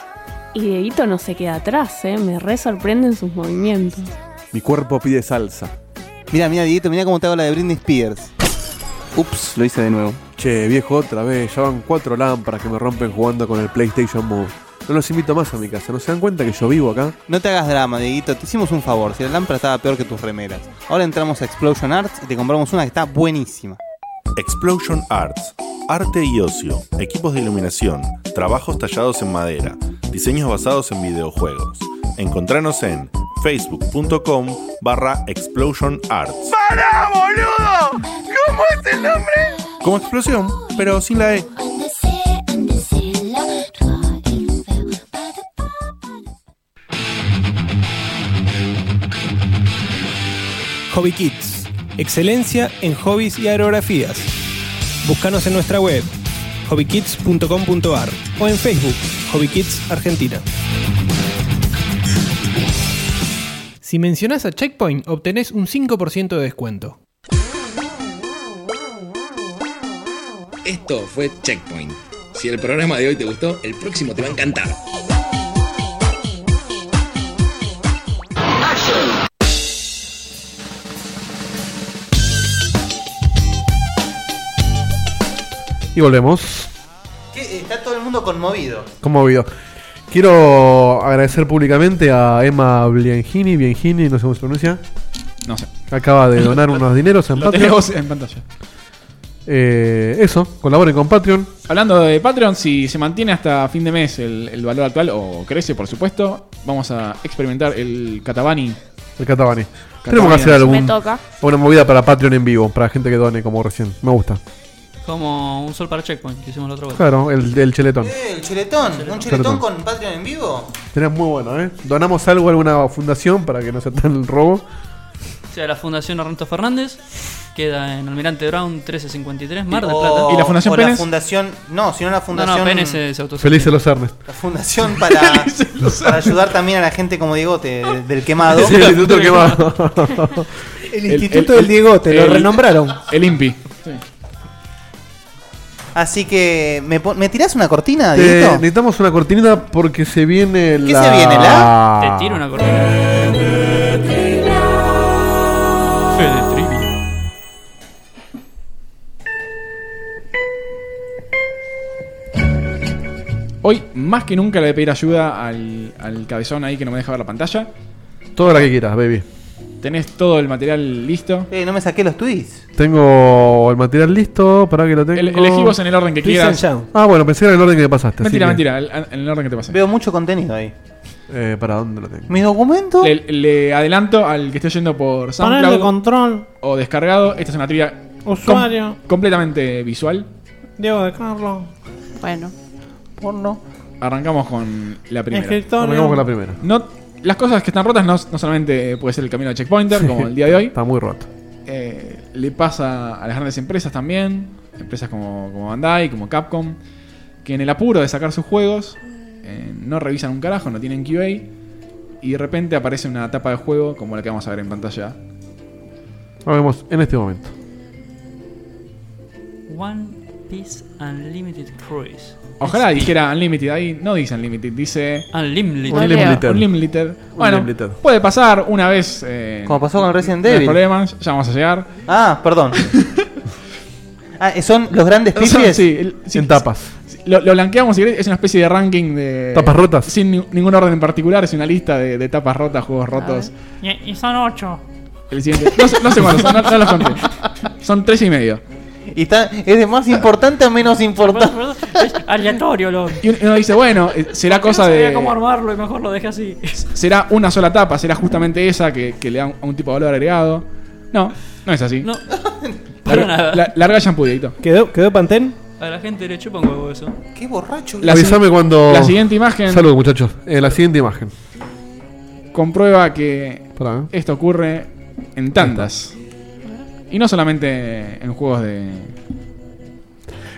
Speaker 8: Y Dieguito no se queda atrás, ¿eh? Me re sorprenden sus movimientos.
Speaker 6: Mi cuerpo pide salsa.
Speaker 7: Mira, mira, Dieguito, mira cómo te hago la de Britney Spears.
Speaker 6: Ups, lo hice de nuevo. Che, viejo, otra vez. Ya van cuatro lámparas que me rompen jugando con el PlayStation Move. No los invito más a mi casa. ¿No se dan cuenta que yo vivo acá?
Speaker 7: No te hagas drama, Dieguito, te hicimos un favor. Si la lámpara estaba peor que tus remeras. Ahora entramos a Explosion Arts y te compramos una que está buenísima.
Speaker 17: Explosion Arts. Arte y ocio, equipos de iluminación, trabajos tallados en madera, diseños basados en videojuegos. Encontranos en facebook.com barra explosion arts.
Speaker 1: ¡Para, boludo! ¿Cómo es el nombre?
Speaker 17: Como explosión, pero sin la E.
Speaker 5: Hobby Kids, excelencia en hobbies y aerografías. Búscanos en nuestra web hobbykids.com.ar o en Facebook Hobby Kids Argentina. Si mencionas a Checkpoint, obtenés un 5% de descuento.
Speaker 18: Esto fue Checkpoint. Si el programa de hoy te gustó, el próximo te va a encantar.
Speaker 6: Y volvemos.
Speaker 7: Está todo el mundo conmovido.
Speaker 6: Conmovido. Quiero agradecer públicamente a Emma Biengini, Biengini, no sé cómo se pronuncia.
Speaker 4: No sé.
Speaker 6: Acaba de donar unos dineros en
Speaker 4: Lo
Speaker 6: Patreon.
Speaker 4: tenemos en pantalla.
Speaker 6: Eh, eso, colaboren con Patreon.
Speaker 4: Hablando de Patreon, si se mantiene hasta fin de mes el, el valor actual, o crece, por supuesto, vamos a experimentar el Catabani.
Speaker 6: El Catabani. Tenemos
Speaker 4: Catabani,
Speaker 6: que hacer
Speaker 4: no sé.
Speaker 6: algún,
Speaker 4: Me toca.
Speaker 6: una movida para Patreon en vivo, para gente que done como recién. Me gusta.
Speaker 3: Como un sol para checkpoint que hicimos la otra vez.
Speaker 6: Claro, el, el cheletón.
Speaker 7: Eh, El chuletón, un
Speaker 6: Cheletón.
Speaker 7: chuletón con Patreon en vivo.
Speaker 6: Tenés muy bueno, ¿eh? Donamos algo a alguna fundación para que no sea tan el robo.
Speaker 3: O sea, la Fundación Ernesto Fernández queda en Almirante Brown 1353, Mar del
Speaker 7: O-
Speaker 3: Plata.
Speaker 7: Oh. o La fundación, no, sino la fundación.
Speaker 3: No, no, Pérez se- se autosostiene.
Speaker 6: Felices los Ernest.
Speaker 7: La fundación para, para ayudar también a la gente como Diegote del- del quemado.
Speaker 6: Sí, el Instituto Quemado.
Speaker 7: El Instituto del Diegote, lo renombraron.
Speaker 4: El INPI.
Speaker 7: Así que, ¿me, pon- ¿me tirás una cortina,
Speaker 6: Te-
Speaker 7: Dieguito?
Speaker 6: Eh, necesitamos una cortinita porque se viene la.
Speaker 7: Ah, ¿Qué se viene,
Speaker 6: Ah.
Speaker 7: la?
Speaker 3: Tiro una cortina. Fede Trivia.
Speaker 4: Hoy, más que nunca, le voy a pedir ayuda al, al cabezón ahí que no me deja ver la pantalla.
Speaker 6: Toda la que quieras, baby.
Speaker 4: Tenés todo el material listo.
Speaker 7: Eh, no me saqué los tweets.
Speaker 6: Tengo el material listo, para que lo tengo.
Speaker 4: El- elegí vos en el orden que
Speaker 6: Twist
Speaker 4: quieras.
Speaker 6: and shout. Ah, bueno, pensé en el orden que me pasaste.
Speaker 4: Mentira,
Speaker 6: así que-
Speaker 4: mentira, el- en el orden que te pasé.
Speaker 7: Veo mucho contenido ahí.
Speaker 6: Eh, ¿Para dónde lo tengo?
Speaker 7: ¿Mis documentos?
Speaker 4: Le, le adelanto al que esté yendo por
Speaker 5: Panel de
Speaker 4: SoundCloud
Speaker 5: control,
Speaker 4: o descargado. Esta es una trivia
Speaker 5: Usuario.
Speaker 4: com- completamente visual.
Speaker 5: Diego de Carlos,
Speaker 8: Bueno.
Speaker 7: Porno.
Speaker 4: Arrancamos con la primera.
Speaker 5: Escritorio. Arrancamos con la
Speaker 6: primera.
Speaker 4: No, las cosas que están rotas no, no solamente puede ser el camino de checkpointer, como el día de hoy.
Speaker 6: Está muy roto.
Speaker 4: Eh, le pasa a las grandes empresas también, empresas como, como Bandai, como Capcom, que en el apuro de sacar sus juegos eh, no revisan un carajo, no tienen QA, y de repente aparece una tapa de juego como la que vamos a ver en pantalla.
Speaker 6: Lo vemos en este momento.
Speaker 3: One Piece Unlimited Cruise.
Speaker 4: Ojalá dijera Unlimited, ahí no dice Unlimited, dice
Speaker 3: Unlimited.
Speaker 4: Unlimited. Unlimited. Bueno,
Speaker 7: Unlimited.
Speaker 4: puede pasar una vez. eh,
Speaker 7: Como pasó con Resident
Speaker 4: no hay
Speaker 7: Evil.
Speaker 4: problemas, ya vamos a llegar.
Speaker 7: Ah, perdón. Ah, son los grandes pipis.
Speaker 4: Sí, el- sí,
Speaker 6: en tapas.
Speaker 4: Lo, lo blanqueamos y es una especie de ranking de.
Speaker 6: Tapas rotas.
Speaker 4: Sin ni- ningún orden en particular, es una lista de, de tapas rotas, juegos rotos.
Speaker 3: Y, y son ocho.
Speaker 4: El siguiente. No, sé- no sé cuántos, son, no, no los conté. Son tres y medio.
Speaker 7: Y está, es de más importante a menos importante.
Speaker 3: Es aleatorio, lo.
Speaker 4: Y uno dice, bueno, eh, será cosa
Speaker 3: no sabía
Speaker 4: de.
Speaker 3: cómo armarlo y mejor lo dejé así.
Speaker 4: Será una sola tapa, será justamente esa que, que le da un, a un tipo de valor agregado. No, no es así.
Speaker 3: No.
Speaker 4: Larga,
Speaker 10: nada.
Speaker 4: la- larga shampoo, Dieguito.
Speaker 5: ¿Quedó, ¿Quedó Pantén?
Speaker 10: A la gente le chupa un huevo eso.
Speaker 7: Qué borracho.
Speaker 4: La
Speaker 6: Avísame
Speaker 4: si-
Speaker 6: cuando.
Speaker 4: la siguiente imagen-
Speaker 6: Salud, muchachos. Eh, la siguiente imagen.
Speaker 4: Comprueba que
Speaker 6: Pará, ¿eh?
Speaker 4: esto ocurre en tandas. Y no solamente en juegos de.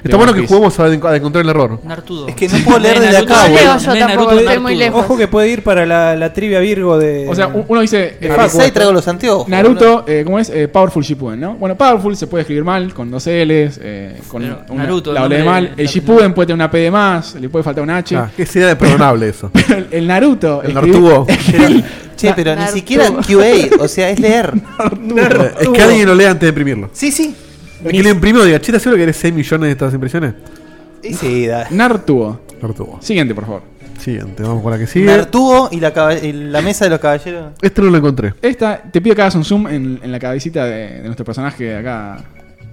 Speaker 6: Está bueno que juguemos a, a encontrar el error.
Speaker 10: Nartudo.
Speaker 7: Es que no puedo leer desde acá,
Speaker 5: No leo
Speaker 7: boludo.
Speaker 5: yo tampoco, estoy muy lejos. Ojo que puede ir para la, la trivia Virgo de.
Speaker 4: O sea, u- uno dice.
Speaker 5: de
Speaker 4: eh,
Speaker 5: Facu.
Speaker 4: Facu,
Speaker 7: anteojos.
Speaker 4: Naruto, eh, ¿cómo es? Eh, Powerful Shippuden, ¿no? Bueno, Powerful se puede escribir mal, con dos L's, eh, con
Speaker 10: Pero
Speaker 4: una-
Speaker 10: Naruto,
Speaker 4: la
Speaker 10: el
Speaker 4: ole de
Speaker 10: nombre
Speaker 4: mal. El Shippuden puede tener una P de más, le puede faltar una H.
Speaker 6: Ah, qué idea de perdonable eso.
Speaker 4: Pero el- el Naruto.
Speaker 6: El
Speaker 4: escribí-
Speaker 6: Nartubo.
Speaker 7: Che, pero ni
Speaker 4: Nartudo.
Speaker 7: siquiera QA, o sea, es leer.
Speaker 6: Eh, Es que alguien lo lea antes de imprimirlo.
Speaker 7: Sí, sí.
Speaker 6: El que lo imprimió diga, che, ¿te seguro que eres 6 millones de estas impresiones?
Speaker 7: Y sí, da.
Speaker 4: Nartubo.
Speaker 6: Nartubo.
Speaker 4: Siguiente, por favor.
Speaker 6: Siguiente, vamos con la que sigue.
Speaker 7: Nartugo y la, caba- y la mesa de los caballeros.
Speaker 6: Este no lo encontré.
Speaker 4: Esta, te pido que hagas un zoom en, en la cabecita de, de nuestro personaje acá,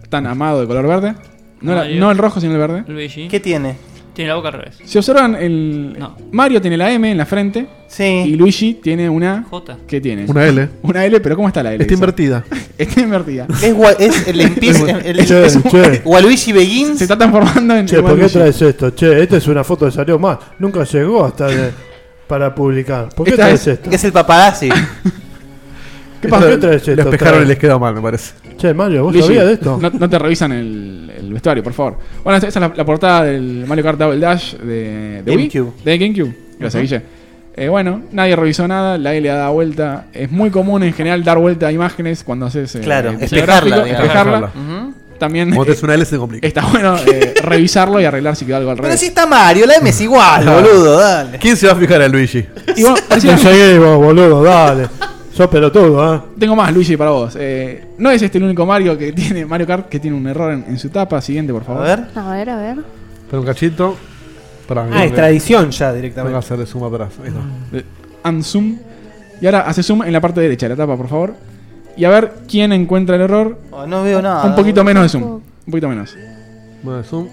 Speaker 4: tan amado de color verde. No, la-
Speaker 10: Mario.
Speaker 4: no el rojo, sino el verde.
Speaker 10: Luigi.
Speaker 7: ¿Qué tiene?
Speaker 10: Tiene la boca al revés.
Speaker 4: Si observan, el Mario tiene la M en la frente. Y Luigi tiene una.
Speaker 10: J.
Speaker 4: ¿Qué tiene?
Speaker 6: Una L.
Speaker 4: Una L, pero ¿cómo está la L?
Speaker 6: Está invertida.
Speaker 4: Está invertida.
Speaker 7: Es, gua- es el empiezo. el- es un- Waluigi Begins.
Speaker 4: Se está transformando en.
Speaker 19: Che, ¿por qué
Speaker 4: Waluigi.
Speaker 19: traes esto? Che, esta es una foto que salió más. Nunca llegó hasta de- para publicar. ¿Por qué
Speaker 7: Esta
Speaker 19: traes
Speaker 7: es-
Speaker 19: esto?
Speaker 7: Es el paparazzi.
Speaker 19: ¿Qué pasa? ¿Qué traes esto?
Speaker 6: Les pescaron
Speaker 19: Traes-
Speaker 6: y les quedó mal, me parece.
Speaker 19: Che, Mario, ¿vos
Speaker 4: Luigi,
Speaker 19: sabías de esto?
Speaker 4: No, no te revisan el, el vestuario, por favor. Bueno, esa esa es la, la portada del Mario Kart Double Dash de, de Wii.
Speaker 7: GameCube.
Speaker 4: De GameCube.
Speaker 7: Ujú.
Speaker 4: Gracias, Guille. Eh, bueno, nadie revisó nada, la L ha dado vuelta. Es muy común en general dar vuelta a imágenes cuando haces. eh,
Speaker 7: Claro,
Speaker 4: diseño
Speaker 7: espejarla,
Speaker 4: gráfico,
Speaker 7: digamos.
Speaker 4: espejarla.
Speaker 7: Ujú.
Speaker 4: También.
Speaker 6: Como
Speaker 4: eh,
Speaker 6: te es una L se complica.
Speaker 4: Está bueno eh, revisarlo y arreglar si quedó algo al
Speaker 7: Pero
Speaker 4: revés.
Speaker 7: si está Mario, la M es igual,
Speaker 4: Ah.
Speaker 7: boludo, dale.
Speaker 6: ¿Quién se va a fijar a Luigi?
Speaker 4: Y bueno,
Speaker 19: No llegué vos, boludo, dale. Sos pelotudo, ¿eh?
Speaker 4: Tengo más, Luigi, para vos. Eh, no es este el único Mario que tiene Mario Kart que tiene un error en, en su tapa. Siguiente, por favor.
Speaker 8: A ver, a ver.
Speaker 6: Pero un cachito. Para
Speaker 5: Ah, es tradición ya directamente. Mm.
Speaker 6: Voy a hacer de suma para. ahí está.
Speaker 4: Eh, And zoom. Y ahora hace zoom en la parte derecha de la tapa, por favor. Y a ver quién encuentra el error.
Speaker 7: Oh, no veo nada.
Speaker 8: Ah,
Speaker 4: un poquito menos de zoom. Un poquito menos.
Speaker 6: Bueno, zoom.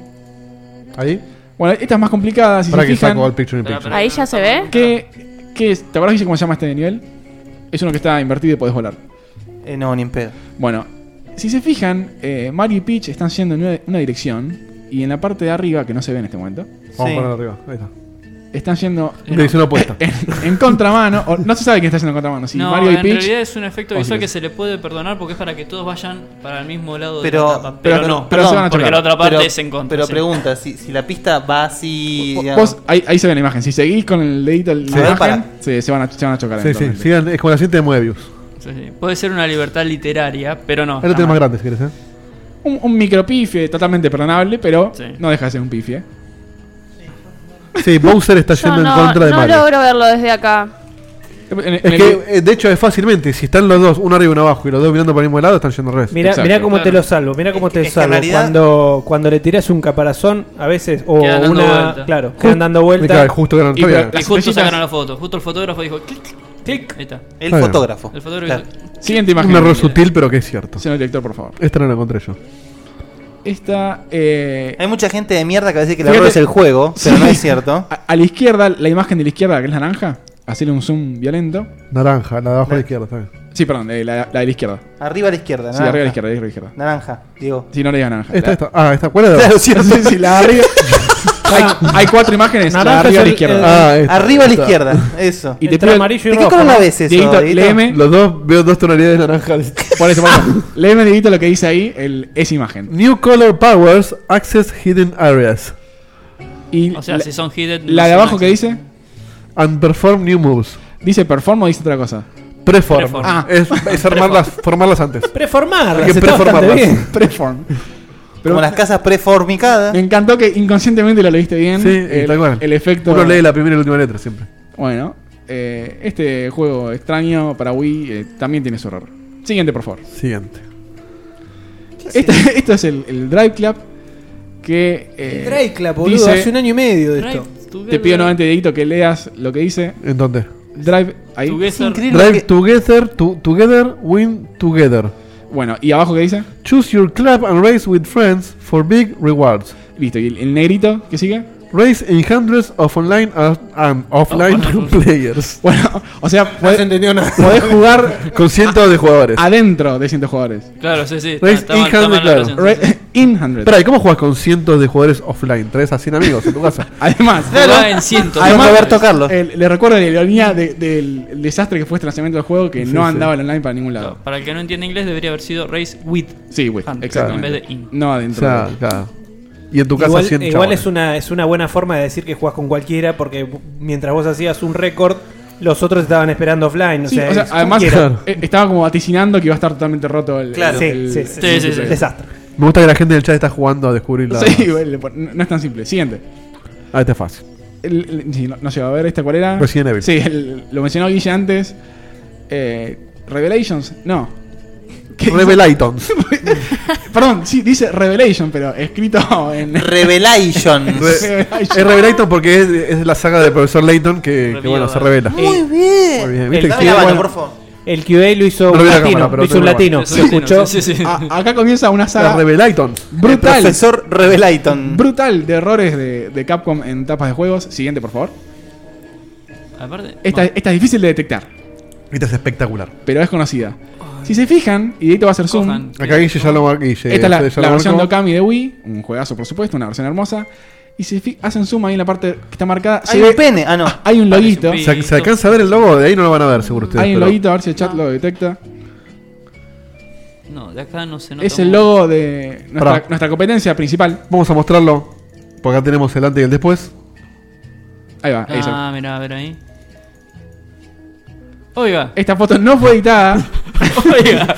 Speaker 6: Ahí.
Speaker 4: Bueno, esta es más complicada. Si
Speaker 6: Para
Speaker 4: se
Speaker 6: que
Speaker 4: fijan,
Speaker 6: saco el picture in picture.
Speaker 8: Ahí ya se ve.
Speaker 4: ¿qué, qué es? ¿Te acuerdas Guille, cómo se llama este nivel? Es uno que está invertido y podés volar.
Speaker 7: Eh, no, ni en pedo.
Speaker 4: Bueno, si se fijan, eh, Mario y Peach están yendo en una, una dirección. Y en la parte de arriba, que no se ve en este momento,
Speaker 6: Vamos
Speaker 7: Sí.
Speaker 6: a ponerlo arriba. Ahí está.
Speaker 4: están yendo
Speaker 6: Dirección opuesta.
Speaker 4: en, en contramano. o no se sabe quién está yendo en contramano. Si
Speaker 10: no,
Speaker 4: Mario y
Speaker 10: en
Speaker 4: Peach.
Speaker 10: realidad es un efecto
Speaker 4: o si
Speaker 10: visual
Speaker 4: los-
Speaker 10: que se le puede perdonar porque es para que todos vayan para el mismo lado
Speaker 7: Pero-
Speaker 10: de la tapa.
Speaker 7: pero-
Speaker 10: Pero, no,
Speaker 7: pero se
Speaker 10: perdón,
Speaker 7: van a
Speaker 10: porque
Speaker 4: chocar.
Speaker 10: la otra parte
Speaker 7: Pero,
Speaker 10: es en contra.
Speaker 7: pero
Speaker 10: sí.
Speaker 7: pregunta, si, si la pista va así.
Speaker 4: Vos-
Speaker 7: digamos,
Speaker 4: Vos, ahí, ahí se ve la imagen. Si seguís con el dedito en la
Speaker 7: A ver,
Speaker 4: imagen,
Speaker 7: para.
Speaker 4: se, se van a, se van a chocar.
Speaker 6: Sí, sí.
Speaker 4: eventualmente.
Speaker 6: Sigan, es como la siguiente de Moebius.
Speaker 10: Sí, sí. Puede ser una libertad literaria, pero no.
Speaker 6: Ahí lo
Speaker 10: está
Speaker 6: tenés
Speaker 10: mal.
Speaker 6: más grande si querés, ¿eh?
Speaker 4: Un, un micropifie totalmente perdonable, pero
Speaker 10: Sí.
Speaker 4: no deja de ser un pifie.
Speaker 6: Sí, Bowser está
Speaker 8: Yo
Speaker 6: yendo en
Speaker 8: no,
Speaker 6: contra de
Speaker 8: no
Speaker 6: Mario.
Speaker 8: logro verlo desde acá.
Speaker 6: Es que, eh, de hecho, es fácilmente. Si están los dos, uno arriba y uno abajo, y los dos mirando para el mismo lado, están yendo al revés.
Speaker 5: Mirá, mirá cómo te lo salvo, mirá cómo te
Speaker 7: es que
Speaker 5: lo
Speaker 7: en
Speaker 5: salvo.
Speaker 7: realidad-
Speaker 5: Cuando, cuando le tirás un caparazón, a veces, o
Speaker 10: Queda dando
Speaker 5: una.
Speaker 10: vuelta.
Speaker 5: Claro, quedan dando vueltas.
Speaker 6: Claro, justo que no-
Speaker 4: Y pero-
Speaker 10: Y
Speaker 4: Las
Speaker 10: justo
Speaker 4: estrellitas-
Speaker 10: sacaron la foto. Justo el fotógrafo dijo clic, clic. Ahí está.
Speaker 7: El
Speaker 6: Está bien.
Speaker 7: fotógrafo.
Speaker 10: El fotógrafo
Speaker 7: Claro.
Speaker 10: hizo-
Speaker 4: Siguiente imagen.
Speaker 6: Un error sutil, pero que es cierto.
Speaker 4: Señor director, por favor.
Speaker 6: Esta no la encontré yo.
Speaker 4: Esta. eh,
Speaker 7: Hay mucha gente de mierda que va a decir que el
Speaker 4: Fíjate-
Speaker 7: error es el juego, pero
Speaker 4: Sí.
Speaker 7: no es cierto.
Speaker 4: a, a la izquierda, la imagen de la izquierda, que es la naranja, hacerle un zoom violento.
Speaker 6: Naranja, la de abajo a la izquierda también.
Speaker 4: Sí, perdón, eh, la, la de la izquierda.
Speaker 7: Arriba a la izquierda,
Speaker 4: Sí,
Speaker 7: naranja.
Speaker 4: arriba a la izquierda, arriba a la izquierda.
Speaker 7: Naranja, digo.
Speaker 4: Si no le digan naranja.
Speaker 6: Esta,
Speaker 4: La-
Speaker 6: esta. Ah, esta, ¿cuál era?
Speaker 7: Claro,
Speaker 4: Sí, sí, sí, la de arriba. hay, hay cuatro imágenes. La de arriba a
Speaker 6: Naranja es
Speaker 4: la
Speaker 6: el-
Speaker 4: izquierda.
Speaker 6: Ah, esta.
Speaker 7: Arriba a la izquierda, eso.
Speaker 4: Y te
Speaker 5: Entre
Speaker 4: pido-
Speaker 5: amarillo y
Speaker 7: ¿De qué
Speaker 5: rojo,
Speaker 7: color la
Speaker 5: ¿no?
Speaker 7: ves eso?
Speaker 4: Dieguito,
Speaker 7: Dieguito?
Speaker 4: léeme.
Speaker 6: Los dos veo dos tonalidades naranjas.
Speaker 4: Por eso, por eso. Léeme, Dieguito, lo que dice ahí, el, es imagen.
Speaker 6: New color powers, access hidden areas.
Speaker 4: Y
Speaker 10: O sea,
Speaker 4: la,
Speaker 10: si son hidden.
Speaker 4: la
Speaker 10: no
Speaker 4: de
Speaker 10: son
Speaker 4: abajo, ¿qué
Speaker 10: access.
Speaker 4: dice?
Speaker 6: And perform new moves.
Speaker 4: ¿Dice perform o dice otra cosa?
Speaker 6: Preform.
Speaker 10: Preform.
Speaker 6: Ah, es, es armarlas, formarlas antes.
Speaker 5: Preformar,
Speaker 6: Hay que
Speaker 5: está bastante
Speaker 6: preformarlas.
Speaker 5: bien.
Speaker 4: Preform.
Speaker 7: Como las casas preformicadas.
Speaker 4: Me encantó que inconscientemente lo leíste bien. Eh,
Speaker 6: Sí,
Speaker 4: el,
Speaker 6: tal cual.
Speaker 4: el efecto.
Speaker 6: Uno lee la primera y la última letra siempre.
Speaker 4: Bueno, eh, este juego extraño para Wii eh, también tiene su error. Siguiente, por favor.
Speaker 6: Siguiente.
Speaker 7: ¿Qué
Speaker 4: Este- esto es el, el Drive Club. Que. eh,
Speaker 5: Drive Club, boludo,
Speaker 4: dice-
Speaker 5: hace un año y medio de esto.
Speaker 4: Te pido nuevamente, Dieguito, que leas lo que dice.
Speaker 6: ¿En dónde?
Speaker 4: Drive. Ahí.
Speaker 6: Drive together, to- together, win together.
Speaker 4: Bueno, ¿y abajo qué dice?
Speaker 6: Choose your club and race with friends for big rewards.
Speaker 4: Listo, ¿y el, el negrito que sigue?
Speaker 6: Race in hundreds of online and, and offline
Speaker 10: Oh,
Speaker 6: players.
Speaker 4: Bueno, o sea, podés,
Speaker 6: nada.
Speaker 4: podés jugar
Speaker 6: con cientos de jugadores.
Speaker 4: Adentro de cientos jugadores.
Speaker 10: Claro, sí, sí.
Speaker 6: Race
Speaker 10: está- está
Speaker 6: in
Speaker 10: mal- está
Speaker 6: hundred,
Speaker 10: mal la
Speaker 6: claro.
Speaker 10: relación, sí, sí.
Speaker 4: In hundred.
Speaker 6: Espera, ¿y cómo juegas con cientos de jugadores offline? Traes a 100 amigos en tu casa.
Speaker 4: Además,
Speaker 6: Claro.
Speaker 4: además-
Speaker 6: en cientos.
Speaker 4: además,
Speaker 6: No Roberto Carlos.
Speaker 4: el- le recuerdo la ironía de- del desastre que fue este lanzamiento del juego que
Speaker 10: Sí,
Speaker 4: no
Speaker 10: sí.
Speaker 4: andaba el online para ningún lado.
Speaker 10: Para el que no entiende inglés, debería haber sido Race with.
Speaker 4: Sí, with,
Speaker 10: Hand,
Speaker 4: exactamente.
Speaker 10: En vez de in.
Speaker 4: No adentro.
Speaker 6: O sea, claro. Y en tu casa
Speaker 5: igual
Speaker 6: 100
Speaker 5: igual
Speaker 6: chabones.
Speaker 5: es una es una buena forma de decir que jugás con cualquiera porque mientras vos hacías un récord los otros estaban esperando offline. O
Speaker 4: Sí,
Speaker 5: sea,
Speaker 4: o sea,
Speaker 5: es
Speaker 4: además
Speaker 5: cualquiera.
Speaker 4: eh, estaba como vaticinando que iba a estar totalmente roto el.
Speaker 5: Claro.
Speaker 4: el-
Speaker 5: Sí,
Speaker 4: el-
Speaker 5: sí, sí, sí, sí, sí. Desastre.
Speaker 6: Me gusta que la gente del chat está jugando a descubrir la.
Speaker 4: Sí, bueno, le pon- no no es tan simple. Siguiente.
Speaker 6: Ah, este es fácil.
Speaker 4: El- el- sí, no, no sé, a ver, ¿esta cuál era?
Speaker 6: Resident Evil.
Speaker 4: Sí, el- lo mencionó Guille antes. Eh, Revelations, no. ¿Qué dice?
Speaker 6: Revelations.
Speaker 4: Perdón, sí, dice Revelation, pero escrito en.
Speaker 7: Revelation.
Speaker 6: Re- es Revelation porque es, es la saga del profesor Layton que, que, bueno, se revela.
Speaker 5: Muy
Speaker 7: bien.
Speaker 6: Muy bien, ¿viste?
Speaker 5: Eh, El- dame
Speaker 6: Sí,
Speaker 5: la
Speaker 6: bueno.
Speaker 5: mano, por favor. El QA lo hizo
Speaker 6: No
Speaker 5: un
Speaker 6: lo vi a la
Speaker 5: latino.
Speaker 6: cámara, pero
Speaker 5: lo hizo un
Speaker 6: tengo
Speaker 5: latino.
Speaker 6: igual.
Speaker 5: Se escuchó.
Speaker 4: A- acá comienza una
Speaker 6: La
Speaker 4: saga
Speaker 6: Revelayton.
Speaker 4: brutal.
Speaker 7: El profesor Revelaiton.
Speaker 4: Brutal de errores de, de Capcom en tapas de juegos. Siguiente, por favor.
Speaker 10: Aparte,
Speaker 4: Esta, esta es difícil de detectar,
Speaker 6: Ah. Esta es espectacular.
Speaker 4: pero es conocida. Si se fijan, y de ahí te va a hacer zoom.
Speaker 6: Acá Guille ya lo mar- Guille,
Speaker 4: Esta es la,
Speaker 6: Fede ya
Speaker 4: la
Speaker 6: lo
Speaker 4: versión de
Speaker 6: marcó.
Speaker 4: Okami de Wii, un juegazo por supuesto, una versión hermosa. Y si fi- hacen zoom ahí en la parte que está marcada, se
Speaker 7: Hay un
Speaker 4: ve-
Speaker 7: pene. Ah, no.
Speaker 4: hay un loguito.
Speaker 6: ¿Se, se alcanza a ver el logo? De ahí no lo van a ver, seguro ustedes.
Speaker 4: Hay un
Speaker 6: pero-
Speaker 4: loguito, a ver si el chat lo detecta.
Speaker 10: No, de acá no se nota.
Speaker 4: Es el
Speaker 10: mucho.
Speaker 4: logo de nuestra,
Speaker 6: Pará.
Speaker 4: nuestra competencia principal.
Speaker 6: Vamos a mostrarlo. Porque acá tenemos el antes y el después.
Speaker 4: Ahí va, ahí se ve.
Speaker 10: Ah, mirá, a ver ahí. Oiga.
Speaker 4: Esta foto no fue editada.
Speaker 10: Oiga.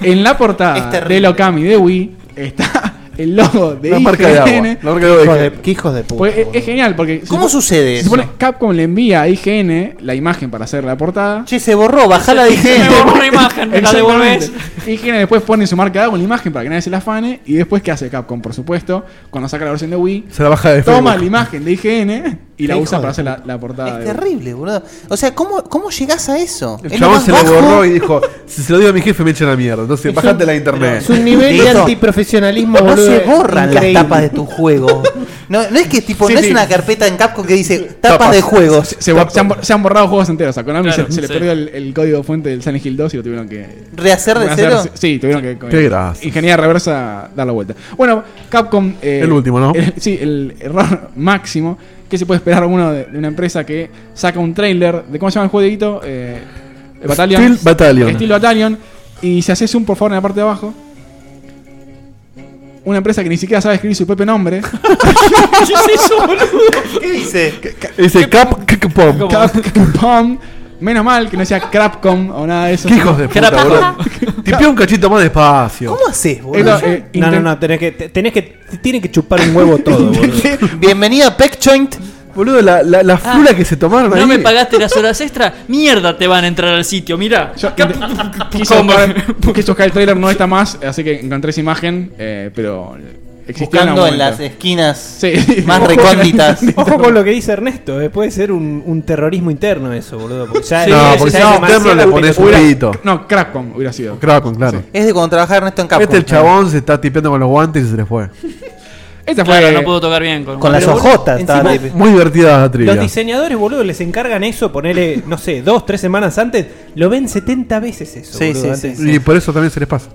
Speaker 4: en la portada
Speaker 10: terrible.
Speaker 4: del Okami de Wii está el logo de
Speaker 6: La marca de agua.
Speaker 4: IGN.
Speaker 6: La marca de agua.
Speaker 7: Hijos de- qué hijos de puta.
Speaker 4: Pues es, es genial porque se
Speaker 7: ¿Cómo
Speaker 4: supo-
Speaker 7: sucede
Speaker 4: se
Speaker 7: eso?
Speaker 4: supone que Capcom le envía a IGN la imagen para hacer la portada.
Speaker 7: Che, se borró, bajá la de IGN.
Speaker 10: Se borró la imagen, la
Speaker 4: Exactamente.
Speaker 10: devolvés.
Speaker 4: IGN después pone su marca de agua en la imagen para que nadie se la afane. Y después, ¿qué hace Capcom? Por supuesto, cuando saca la versión de Wii,
Speaker 6: Se la baja de
Speaker 4: toma
Speaker 6: Facebook.
Speaker 4: la imagen de IGN y la
Speaker 7: Hijo
Speaker 4: usa
Speaker 7: de
Speaker 4: para hacer la, la portada. de-
Speaker 7: Terrible, boludo. O sea, ¿cómo, cómo llegás a eso?
Speaker 6: El
Speaker 7: Es lo
Speaker 6: chabón
Speaker 7: más
Speaker 6: se lo
Speaker 7: bajo.
Speaker 6: borró y dijo: Si se lo digo a mi jefe, me echan la mierda. Entonces, bajate la internet.
Speaker 5: Es un nivel de
Speaker 7: Listo.
Speaker 5: antiprofesionalismo,
Speaker 7: No
Speaker 5: boludo.
Speaker 7: se borran
Speaker 5: increíble.
Speaker 7: las tapas de tu juego. No, no es que tipo,
Speaker 5: Sí,
Speaker 7: no
Speaker 5: sí.
Speaker 7: es una carpeta en Capcom que dice tapas, de juegos.
Speaker 4: Se, se- se han, bor- se han borrado juegos enteros. A Konami
Speaker 7: Claro,
Speaker 4: se, se le
Speaker 7: sí.
Speaker 4: perdió el, el código fuente del Silent Hill 2 y lo tuvieron que.
Speaker 7: ¿Rehacer de cero?
Speaker 4: Sí, tuvieron que.
Speaker 6: Qué gracia.
Speaker 4: Ingeniería reversa dar la vuelta. Bueno, Capcom. eh,
Speaker 6: El último, ¿no?
Speaker 4: el- sí, el error máximo. que se puede esperar uno de, de una empresa que saca un trailer de cómo se llama el jueguito? Eh, Battalion.
Speaker 6: Steel Battalion.
Speaker 4: Estilo Battalion. Y si haces un por favor en la parte de abajo. Una empresa que ni siquiera sabe escribir su propio nombre.
Speaker 7: ¿Qué es eso, boludo? ¿Qué dice?
Speaker 6: Dice Cap Pom.
Speaker 4: Capcom. Menos mal que no sea Crapcom o nada de eso.
Speaker 6: ¿Qué hijos de puta, boludo? Tipea un cachito más despacio.
Speaker 7: ¿Cómo haces,
Speaker 4: Era,
Speaker 5: boludo?
Speaker 4: eh,
Speaker 5: no, no,
Speaker 4: intent-
Speaker 5: no, tenés que, te- tenés que, te tienen que chupar un huevo todo, boludo.
Speaker 7: Bienvenida a Peckchoint.
Speaker 6: Boludo, la, la, la
Speaker 5: Ah.
Speaker 6: fula que se tomaron ahí.
Speaker 10: No me pagaste las horas extra, mierda te van a entrar al sitio, mirá.
Speaker 4: Quise
Speaker 10: Combo.
Speaker 4: buscar, quise buscar el trailer, no está más, así que encontré esa imagen, eh, pero existió
Speaker 7: Buscando en
Speaker 4: algún
Speaker 7: las
Speaker 4: momento.
Speaker 7: esquinas
Speaker 4: Sí.
Speaker 7: más
Speaker 4: Ojo con-
Speaker 7: recónditas.
Speaker 5: Ojo con lo que dice Ernesto, eh, puede ser un, un terrorismo interno eso, boludo. porque ya-
Speaker 6: Sí,
Speaker 5: ya
Speaker 6: no,
Speaker 5: es-
Speaker 6: porque
Speaker 5: ya
Speaker 6: si
Speaker 5: es
Speaker 6: es interno
Speaker 5: demasiado-
Speaker 6: le pones un
Speaker 4: Hubiera-
Speaker 6: pito.
Speaker 4: No, Crapcom hubiera sido.
Speaker 6: Crapcom, claro.
Speaker 7: Es de cuando trabajaba Ernesto en Capcom.
Speaker 6: Este el chabón se está tipeando con los guantes y se le fue.
Speaker 4: Esta
Speaker 10: Claro,
Speaker 4: fue
Speaker 10: no puedo tocar bien con,
Speaker 7: Con las
Speaker 5: Pero, boludo,
Speaker 7: ojotas estaba
Speaker 5: encima-
Speaker 7: ahí.
Speaker 6: Muy divertida la trivia.
Speaker 5: Los diseñadores, boludo, les encargan eso, ponerle, no sé, dos, tres semanas antes, lo ven 70 veces eso, boludo, antes.
Speaker 6: Y por eso también se les pasa.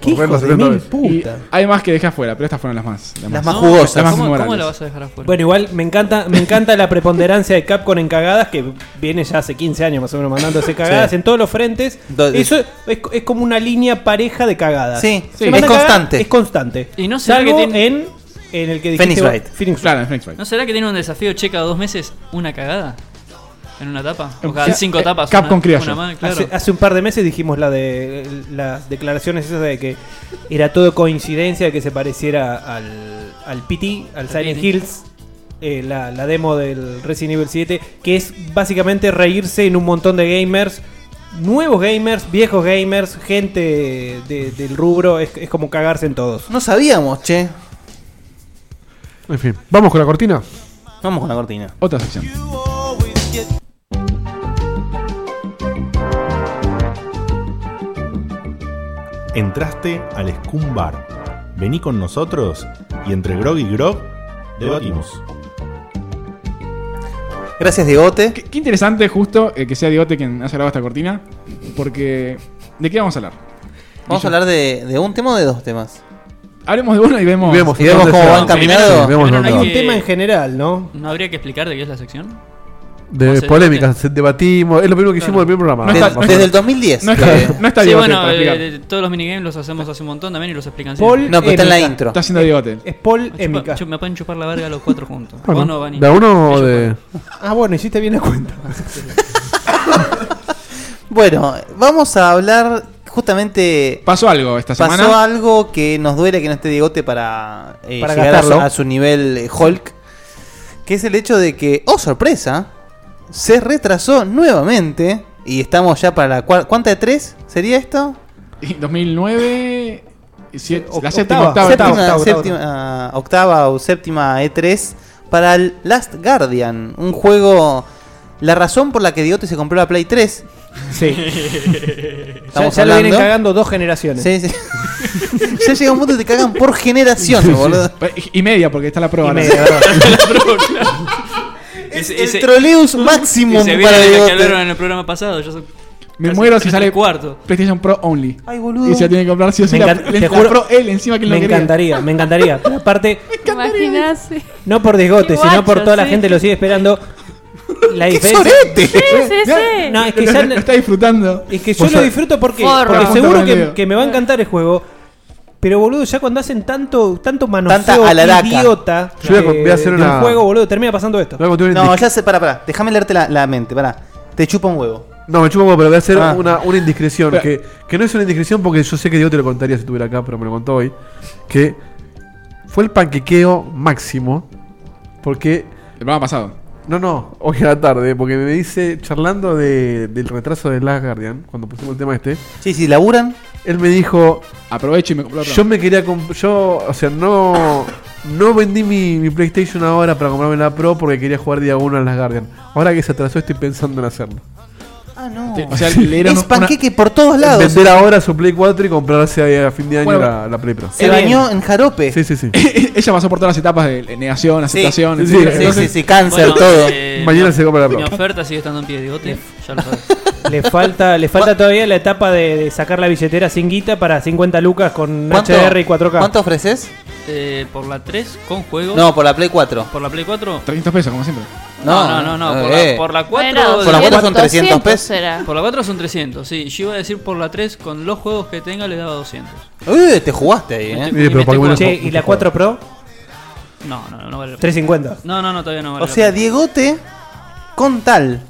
Speaker 5: ¿Qué
Speaker 6: Por verlo
Speaker 5: hijos de
Speaker 6: 70
Speaker 5: mil
Speaker 6: veces.
Speaker 5: puta?
Speaker 4: Y hay más que dejé afuera, pero estas fueron las más. Las,
Speaker 5: más jugosas.
Speaker 4: Las más
Speaker 5: ¿Cómo- cómo
Speaker 4: memorables.
Speaker 10: la vas a dejar afuera?
Speaker 5: Bueno, igual me encanta, me encanta la preponderancia de Capcom en cagadas, que viene ya hace 15 años más o menos mandándose cagadas
Speaker 7: Sí.
Speaker 5: en todos los frentes.
Speaker 7: Do- de-
Speaker 5: Eso es, es como una línea pareja de cagadas.
Speaker 7: Sí,
Speaker 5: Se
Speaker 7: sí.
Speaker 5: mandan
Speaker 7: es
Speaker 5: cagadas,
Speaker 7: constante.
Speaker 5: es constante.
Speaker 10: Y no será,
Speaker 5: Salvo
Speaker 10: que tiene,
Speaker 5: en, en el que dijiste
Speaker 7: Phoenix
Speaker 5: vos-
Speaker 7: Wright.
Speaker 5: Phoenix
Speaker 4: Claro, en Phoenix Wright.
Speaker 10: ¿no será que tiene un desafío che cada dos meses una cagada? ¿En una tapa? O cada
Speaker 5: Eh,
Speaker 10: cinco
Speaker 5: eh,
Speaker 10: tapas. una, una más, claro.
Speaker 5: Hace, hace un par de meses dijimos la de las declaraciones esas de que era todo coincidencia que se pareciera al, al PT, al Silent
Speaker 10: PT.
Speaker 5: Hills, eh, la, la demo del Resident Evil 7, que es básicamente reírse en un montón de gamers nuevos gamers, viejos gamers, gente de- del rubro, es, es como cagarse en todos.
Speaker 7: No sabíamos, che.
Speaker 6: En fin, vamos con la cortina.
Speaker 7: Vamos con la cortina.
Speaker 4: Otra sección.
Speaker 17: Entraste al Scum Bar. Vení con nosotros y entre Grog y Grog debatimos.
Speaker 7: Gracias, Diegote.
Speaker 4: Qué, qué interesante, justo, eh, que sea Diegote quien haya grabado esta cortina. Porque. ¿De qué vamos a hablar?
Speaker 7: Vamos a hablar de, de un tema o de dos temas.
Speaker 4: Hablemos de uno y vemos.
Speaker 7: Y vemos- y vemos cómo van caminando.
Speaker 4: Sí, vemos dónde
Speaker 5: Hay
Speaker 4: va.
Speaker 5: un tema en general, ¿no?
Speaker 10: ¿No habría que explicar de qué es la sección?
Speaker 6: De polémicas, debatimos. Es lo primero que hicimos del primer programa.
Speaker 10: Claro.
Speaker 6: Eh,
Speaker 10: sí, bueno, eh, todos los minigames los hacemos hace un montón también y los explican siempre.
Speaker 5: Es
Speaker 10: Me
Speaker 5: Paul
Speaker 10: chupa-
Speaker 5: Emica.
Speaker 10: chu- me pueden chupar la verga los cuatro juntos.
Speaker 6: Bueno,
Speaker 10: Vos no, Vani.
Speaker 6: ¿De a uno o de.?
Speaker 5: Ah, bueno, hiciste bien la cuenta.
Speaker 7: Bueno, vamos a hablar justamente.
Speaker 4: Pasó algo esta
Speaker 7: pasó
Speaker 4: semana.
Speaker 7: algo que nos duele que no esté Diegote para, eh,
Speaker 5: Para
Speaker 7: llegar a su,
Speaker 5: gastarlo.
Speaker 7: a su nivel eh, Hulk. Que es el hecho de que, oh sorpresa, se retrasó nuevamente. Y estamos ya para la cuar- ¿Cuánta de tres sería esto?
Speaker 4: 2009. y siete- la
Speaker 7: Octava,
Speaker 4: séptima, octava,
Speaker 7: séptima,
Speaker 4: octava, octava.
Speaker 7: séptima, ah, octava o séptima E3 para el Last Guardian, un juego la razón por la que Diote se compró la Play 3.
Speaker 5: Sí. ya
Speaker 7: Estamos
Speaker 5: ya lo vienen
Speaker 7: hablando.
Speaker 5: cagando dos generaciones.
Speaker 7: Sí, sí. ya llega un punto que te cagan por generación,
Speaker 4: Sí, sí.
Speaker 7: boludo.
Speaker 4: Y media, porque está la prueba.
Speaker 7: Y
Speaker 4: ahora.
Speaker 7: media,
Speaker 10: Es
Speaker 7: el troleus máximo
Speaker 10: Se
Speaker 7: para
Speaker 10: viene lo
Speaker 7: Diegote.
Speaker 10: que hablaron en el programa pasado. Yo soy-
Speaker 4: Me
Speaker 10: casi
Speaker 4: muero si
Speaker 10: tres
Speaker 4: sale
Speaker 10: y cuarto.
Speaker 4: PlayStation Pro only.
Speaker 7: Ay,
Speaker 10: boludo.
Speaker 4: Y se la tiene que comprar sí o sí.
Speaker 5: Me
Speaker 4: la-
Speaker 5: encan-
Speaker 4: la-
Speaker 5: te
Speaker 4: la
Speaker 5: juro-
Speaker 4: Pro él encima que él no
Speaker 5: me
Speaker 4: quería.
Speaker 5: encantaría, me encantaría. Pero aparte,
Speaker 8: Imaginase.
Speaker 5: no por desgote,
Speaker 8: Qué
Speaker 5: sino por
Speaker 8: guacho,
Speaker 5: toda la
Speaker 8: sí.
Speaker 5: gente que lo sigue esperando. La
Speaker 8: ¡Qué
Speaker 5: diferencia.
Speaker 8: sorete! Sí, sí, sí.
Speaker 5: No, es que
Speaker 4: Lo-
Speaker 5: ya
Speaker 4: lo- lo está disfrutando.
Speaker 5: Es que yo
Speaker 4: Vos
Speaker 5: lo
Speaker 4: sab-
Speaker 5: disfruto porque,
Speaker 4: Forro.
Speaker 5: porque
Speaker 4: Porque
Speaker 5: seguro
Speaker 4: apunta con el
Speaker 5: que,
Speaker 4: dedo.
Speaker 5: que me va a encantar el juego. Pero boludo, ya cuando hacen tanto tanto manoseo
Speaker 7: Tanta alaraca.
Speaker 5: idiota
Speaker 7: Yo voy a-
Speaker 5: eh,
Speaker 7: voy a hacer
Speaker 5: de
Speaker 7: una-
Speaker 5: un juego, boludo, termina pasando esto.
Speaker 7: No, ya sé, para, para. Déjame leerte la, la mente, para. Te chupa un huevo.
Speaker 6: No, me chupo, pero voy a hacer
Speaker 7: Ah.
Speaker 6: una, una indiscreción.
Speaker 7: Pero-
Speaker 6: Que, que no es una indiscreción porque yo sé que Diego te lo contaría si estuviera acá, pero me lo contó hoy. Que fue el panquequeo máximo. Porque. El
Speaker 4: programa pasado.
Speaker 6: No, no, hoy a la tarde. Porque me dice, charlando de- del retraso de Last Guardian, cuando pusimos el tema este.
Speaker 7: Sí, sí, laburan.
Speaker 6: Él me dijo.
Speaker 4: Aprovecho y me compro la
Speaker 6: Yo me quería comp- Yo, o sea, no. No vendí mi, mi PlayStation ahora para comprarme la Pro porque quería jugar día 1 en Last Guardian. Ahora que se atrasó, estoy pensando en hacerlo.
Speaker 7: Ah, no.
Speaker 4: O sea, le dieron
Speaker 7: es
Speaker 4: una-
Speaker 7: panqueque por todos lados.
Speaker 6: eh, Vender ahora su Play 4 y comprarse ahí a fin de año
Speaker 4: Bueno,
Speaker 6: la, la Play Pro.
Speaker 7: Se bañó en jarope.
Speaker 6: Sí, sí, sí.
Speaker 4: Ella pasó por todas las etapas de negación, aceptación.
Speaker 6: Sí, sí,
Speaker 4: etcétera.
Speaker 6: sí,
Speaker 4: Entonces-
Speaker 7: sí,
Speaker 10: Bueno, eh,
Speaker 6: Mañana
Speaker 10: no,
Speaker 6: se compra la
Speaker 10: Mi
Speaker 6: Pro.
Speaker 10: oferta sigue estando en pie, Diegote. Ya lo sabes.
Speaker 5: Le falta, le falta todavía la etapa de, de sacar la billetera sin guita para 50 lucas con
Speaker 7: ¿Cuánto-
Speaker 5: HDR y 4K.
Speaker 7: ¿Cuánto ofreces?
Speaker 10: Eh, por la 3 con juegos.
Speaker 7: No, por la Play 4.
Speaker 10: Por la Play 4.
Speaker 4: 300 pesos, como siempre.
Speaker 10: No, no, no, no, por,
Speaker 7: eh.
Speaker 10: la, por la
Speaker 7: Bueno,
Speaker 10: 4
Speaker 7: Por la 4 son 300 pesos.
Speaker 10: será. Por la 4 son 300, sí. Yo iba a decir por la 3 con los juegos que tenga le daba 200.
Speaker 7: Uy, te jugaste ahí, eh.
Speaker 10: Sí, pero para algunos-
Speaker 5: Che, ¿y la 4 Pro?
Speaker 10: No, no, no, no vale la pena.
Speaker 5: 350.
Speaker 10: No, no, no, todavía no vale.
Speaker 7: O sea, Diegote, con tal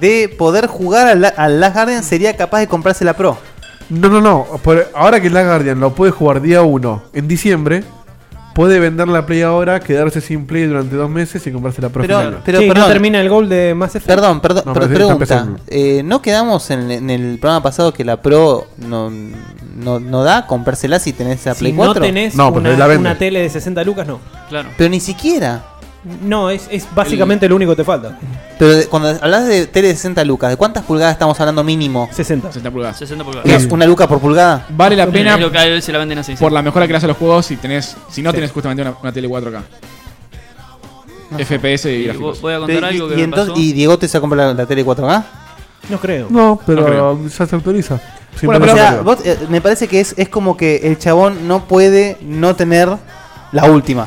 Speaker 7: de poder jugar al, al Last Guardian, sería capaz de comprarse la Pro.
Speaker 6: No, no, no. por- ahora que Last Guardian lo puede jugar día 1 en diciembre, puede vender la Play ahora, quedarse sin Play durante dos meses y comprarse la Pro. final.
Speaker 5: Che, ¿no termina el gol de Mass Effect?
Speaker 7: Perdón, perdón,
Speaker 6: No,
Speaker 7: pero
Speaker 6: pero sí, está
Speaker 7: pregunta,
Speaker 6: empezando.
Speaker 7: eh, ¿no quedamos en, en el programa pasado que la Pro no, no, no da comprársela si tenés la
Speaker 5: Si
Speaker 7: Play
Speaker 5: no
Speaker 7: 4?
Speaker 5: tenés una, una tele de 60 lucas, no.
Speaker 10: Claro.
Speaker 7: Pero ni siquiera.
Speaker 5: No, es, es básicamente lo único que te falta.
Speaker 7: Pero de- cuando hablas de tele de 60 lucas, ¿de cuántas pulgadas estamos hablando mínimo?
Speaker 5: 60.
Speaker 4: 60 pulgadas.
Speaker 10: 60 pulgadas.
Speaker 7: ¿Es una luca por pulgada?
Speaker 4: Vale la
Speaker 10: Es
Speaker 4: pena
Speaker 10: lo que a veces la venden así. sí.
Speaker 4: por la mejora que le hace a los juegos si tenés si no tenés justamente una, una tele 4K. FPS y
Speaker 10: Y
Speaker 4: gráficos.
Speaker 10: vo- voy a contar algo que
Speaker 7: y,
Speaker 10: me
Speaker 7: entonces,
Speaker 10: pasó.
Speaker 7: ¿Y Diego te se compró la, la tele 4K?
Speaker 5: No creo.
Speaker 6: No,
Speaker 7: No
Speaker 6: pero
Speaker 7: creo.
Speaker 6: ya se autoriza. Sin
Speaker 7: Bueno, pero
Speaker 6: problema.
Speaker 7: o sea, vos, eh, me parece que es, es como que el chabón no puede no tener la última.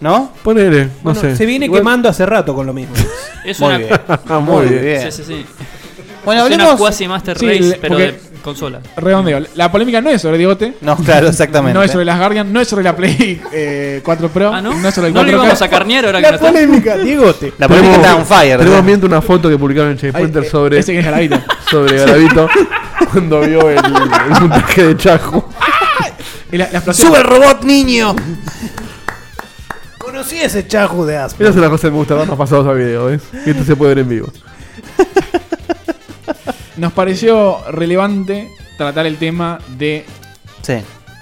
Speaker 7: ¿No?
Speaker 6: Ponele, no
Speaker 5: Bueno, Se viene quemando hace rato con lo mismo.
Speaker 10: Es
Speaker 7: Muy
Speaker 10: una.
Speaker 7: bien. Muy bien.
Speaker 10: Sí, sí, sí.
Speaker 7: Bueno,
Speaker 10: es
Speaker 7: hablemos-
Speaker 10: Una quasi Master
Speaker 4: Sí,
Speaker 10: Race,
Speaker 4: le-
Speaker 10: pero
Speaker 4: porque-
Speaker 10: de consola.
Speaker 4: Redondeo. La polémica no es sobre Diegote.
Speaker 7: No, claro, exactamente.
Speaker 4: No es sobre las Guardian, no es sobre la Play eh, 4 Pro. no? es sobre el
Speaker 10: Ah, No
Speaker 4: 4K.
Speaker 10: le íbamos a carnear ahora que no está.
Speaker 6: Diegote.
Speaker 7: La polémica está on fire,
Speaker 6: Tenemos
Speaker 7: ¿no?
Speaker 6: viendo una foto que publicaron en Checkpointer
Speaker 7: Ay, eh,
Speaker 6: sobre.
Speaker 7: ese que es Garavito.
Speaker 6: Sobre Garavito. cuando vio el, el montaje de Chajo.
Speaker 7: ¡Sube el robot, niño!
Speaker 5: Conocí ese chajo de aspa.
Speaker 6: Esa es la cosa que me gusta más pasados a video, ¿ves? Y esto se puede ver en vivo.
Speaker 4: nos pareció relevante tratar el tema de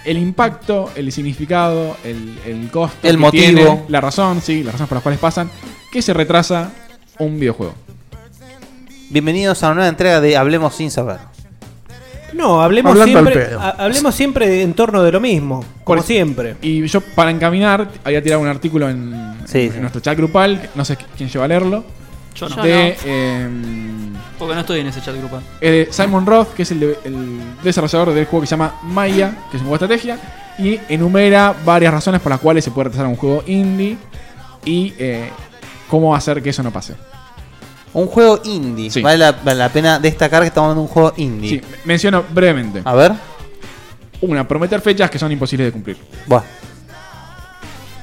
Speaker 4: el impacto, el significado, el, el costo,
Speaker 7: El
Speaker 4: que
Speaker 7: motivo.
Speaker 4: tiene, la razón, sí, las razones por las cuales pasan, que se retrasa un videojuego.
Speaker 7: Bienvenidos a una nueva entrega de Hablemos sin saber.
Speaker 5: No, hablemos
Speaker 7: Hablando al
Speaker 5: siempre,
Speaker 7: pedo.
Speaker 5: ha- hablemos siempre en torno de lo mismo, como
Speaker 4: Por-
Speaker 5: siempre.
Speaker 4: Y yo para encaminar había tirado un artículo en, en nuestro chat grupal, no sé quién lleva a leerlo.
Speaker 10: Yo no.
Speaker 4: De,
Speaker 10: Yo no.
Speaker 4: em,
Speaker 10: Porque no estoy en ese chat grupal.
Speaker 4: eh, de Simon Roth, que es el, de- el desarrollador del juego que se llama Maya, que es un juego de estrategia, y enumera varias razones por las cuales se puede retrasar un juego indie y eh, cómo hacer que eso no pase.
Speaker 7: Un juego indie. Vale, la, vale la pena destacar que estamos hablando de un juego indie.
Speaker 4: Sí, menciono brevemente.
Speaker 7: A ver.
Speaker 4: Una, prometer fechas que son imposibles de cumplir.
Speaker 7: Bueno.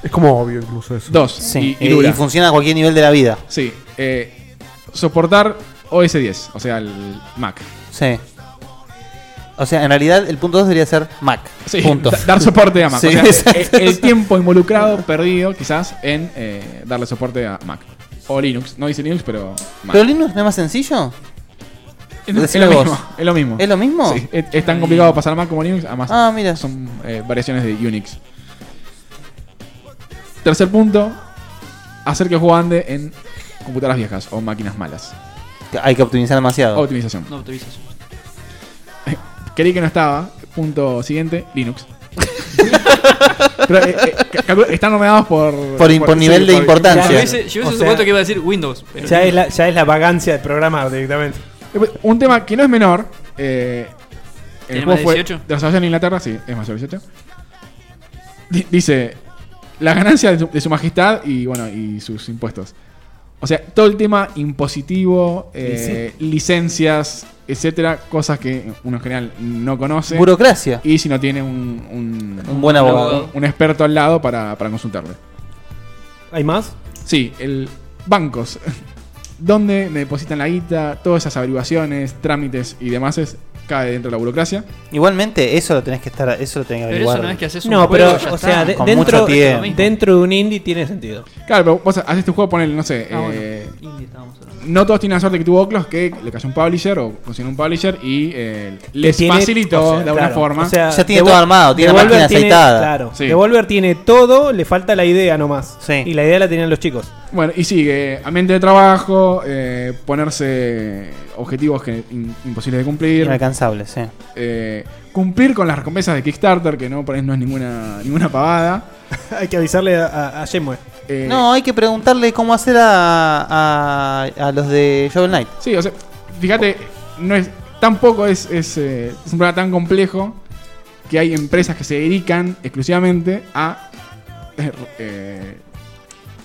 Speaker 6: Es como obvio incluso eso.
Speaker 4: Dos.
Speaker 7: Sí,
Speaker 4: Y,
Speaker 7: eh, y funciona a cualquier nivel de la vida.
Speaker 4: Sí. eh, soportar OS10, o sea, el Mac.
Speaker 7: Sí. O sea, en realidad el punto 2 debería ser Mac.
Speaker 4: Sí,
Speaker 7: punto.
Speaker 4: da- dar soporte a Mac.
Speaker 7: Sí,
Speaker 4: o sea, e, eh,
Speaker 7: exacto.
Speaker 4: el, el tiempo involucrado, perdido, quizás, en eh, darle soporte a Mac. O Linux. No dice Linux, pero Mac.
Speaker 7: ¿Pero Linux no es más sencillo?
Speaker 4: es, lo- es
Speaker 7: decime
Speaker 4: lo
Speaker 7: vos.
Speaker 4: mismo, es lo mismo.
Speaker 7: ¿Es lo mismo?
Speaker 4: Sí, es, es tan complicado pasar a Mac como Linux. Además,
Speaker 7: Ah, mira.
Speaker 4: son eh, variaciones de Unix. Tercer punto, hacer que el juego ande en computadoras viejas o máquinas malas.
Speaker 7: Hay que optimizar demasiado.
Speaker 4: Optimización.
Speaker 10: No, te avisas.
Speaker 4: Creí que no estaba. Punto siguiente, Linux. Pero, eh, eh, calculo- están ordenados por... sí, por-
Speaker 10: Yo hubiese, yo hubiese
Speaker 5: O sea,
Speaker 10: supuesto que iba a decir Windows. pero-
Speaker 5: Ya es, la, ya es la vagancia de programar directamente.
Speaker 4: Un tema que no es menor. eh,
Speaker 10: ¿Tiene
Speaker 4: el
Speaker 10: más
Speaker 4: juego
Speaker 10: de
Speaker 4: fue
Speaker 10: 18?
Speaker 4: desarrollado en Inglaterra, sí, es mayor de 18. Di- dice, la ganancia de su, de su majestad y bueno y sus impuestos. O sea, todo el tema impositivo, eh, licencias, etcétera, cosas que uno en general no conoce.
Speaker 7: Burocracia.
Speaker 4: Y si no tiene un, un,
Speaker 7: Un buen abogado.
Speaker 4: Un experto al lado para, para consultarle.
Speaker 5: ¿Hay más?
Speaker 4: Sí, el bancos. ¿Dónde me depositan la guita? Todas esas averiguaciones, trámites y demás es, cae dentro de la burocracia.
Speaker 7: Igualmente, eso lo tenés que estar, eso lo tenés que
Speaker 10: Pero
Speaker 7: averiguar.
Speaker 10: eso no es que haces un
Speaker 5: No,
Speaker 10: juego,
Speaker 5: pero,
Speaker 10: ya
Speaker 5: o
Speaker 10: está.
Speaker 5: sea, de-
Speaker 7: Con
Speaker 5: dentro,
Speaker 7: mucho tiempo.
Speaker 5: dentro de un indie tiene sentido.
Speaker 4: Claro, pero vos haces tu juego, ponele, no sé.
Speaker 10: Ah, bueno,
Speaker 4: eh,
Speaker 10: indie estábamos hablando.
Speaker 4: no todos tienen la suerte que tuvo Oclos, que le cayó un publisher o consiguió un publisher y eh, les
Speaker 5: tiene-
Speaker 4: facilitó
Speaker 5: o sea,
Speaker 4: de alguna
Speaker 5: claro,
Speaker 4: forma.
Speaker 5: o sea, Devol- Devolver
Speaker 4: máquinas
Speaker 5: tiene-
Speaker 4: aceitadas
Speaker 5: Claro, Devolver tiene todo, le falta la idea nomás. Y la idea la tenían los chicos.
Speaker 4: Bueno, y sigue. Ambiente de trabajo, eh, ponerse objetivos que in- imposibles de cumplir.
Speaker 7: Inalcanzables, sí.
Speaker 4: Eh, cumplir con las recompensas de Kickstarter, que no, por ahí no es ninguna, ninguna pavada.
Speaker 5: Hay que avisarle a, a Shenmue.
Speaker 4: Eh,
Speaker 7: No, hay que preguntarle cómo hacer a, a, a los de Shovel Knight.
Speaker 4: Sí, o sea, fíjate, no es, tampoco es, es, eh, es un problema tan complejo que hay empresas que se dedican exclusivamente a eh, eh,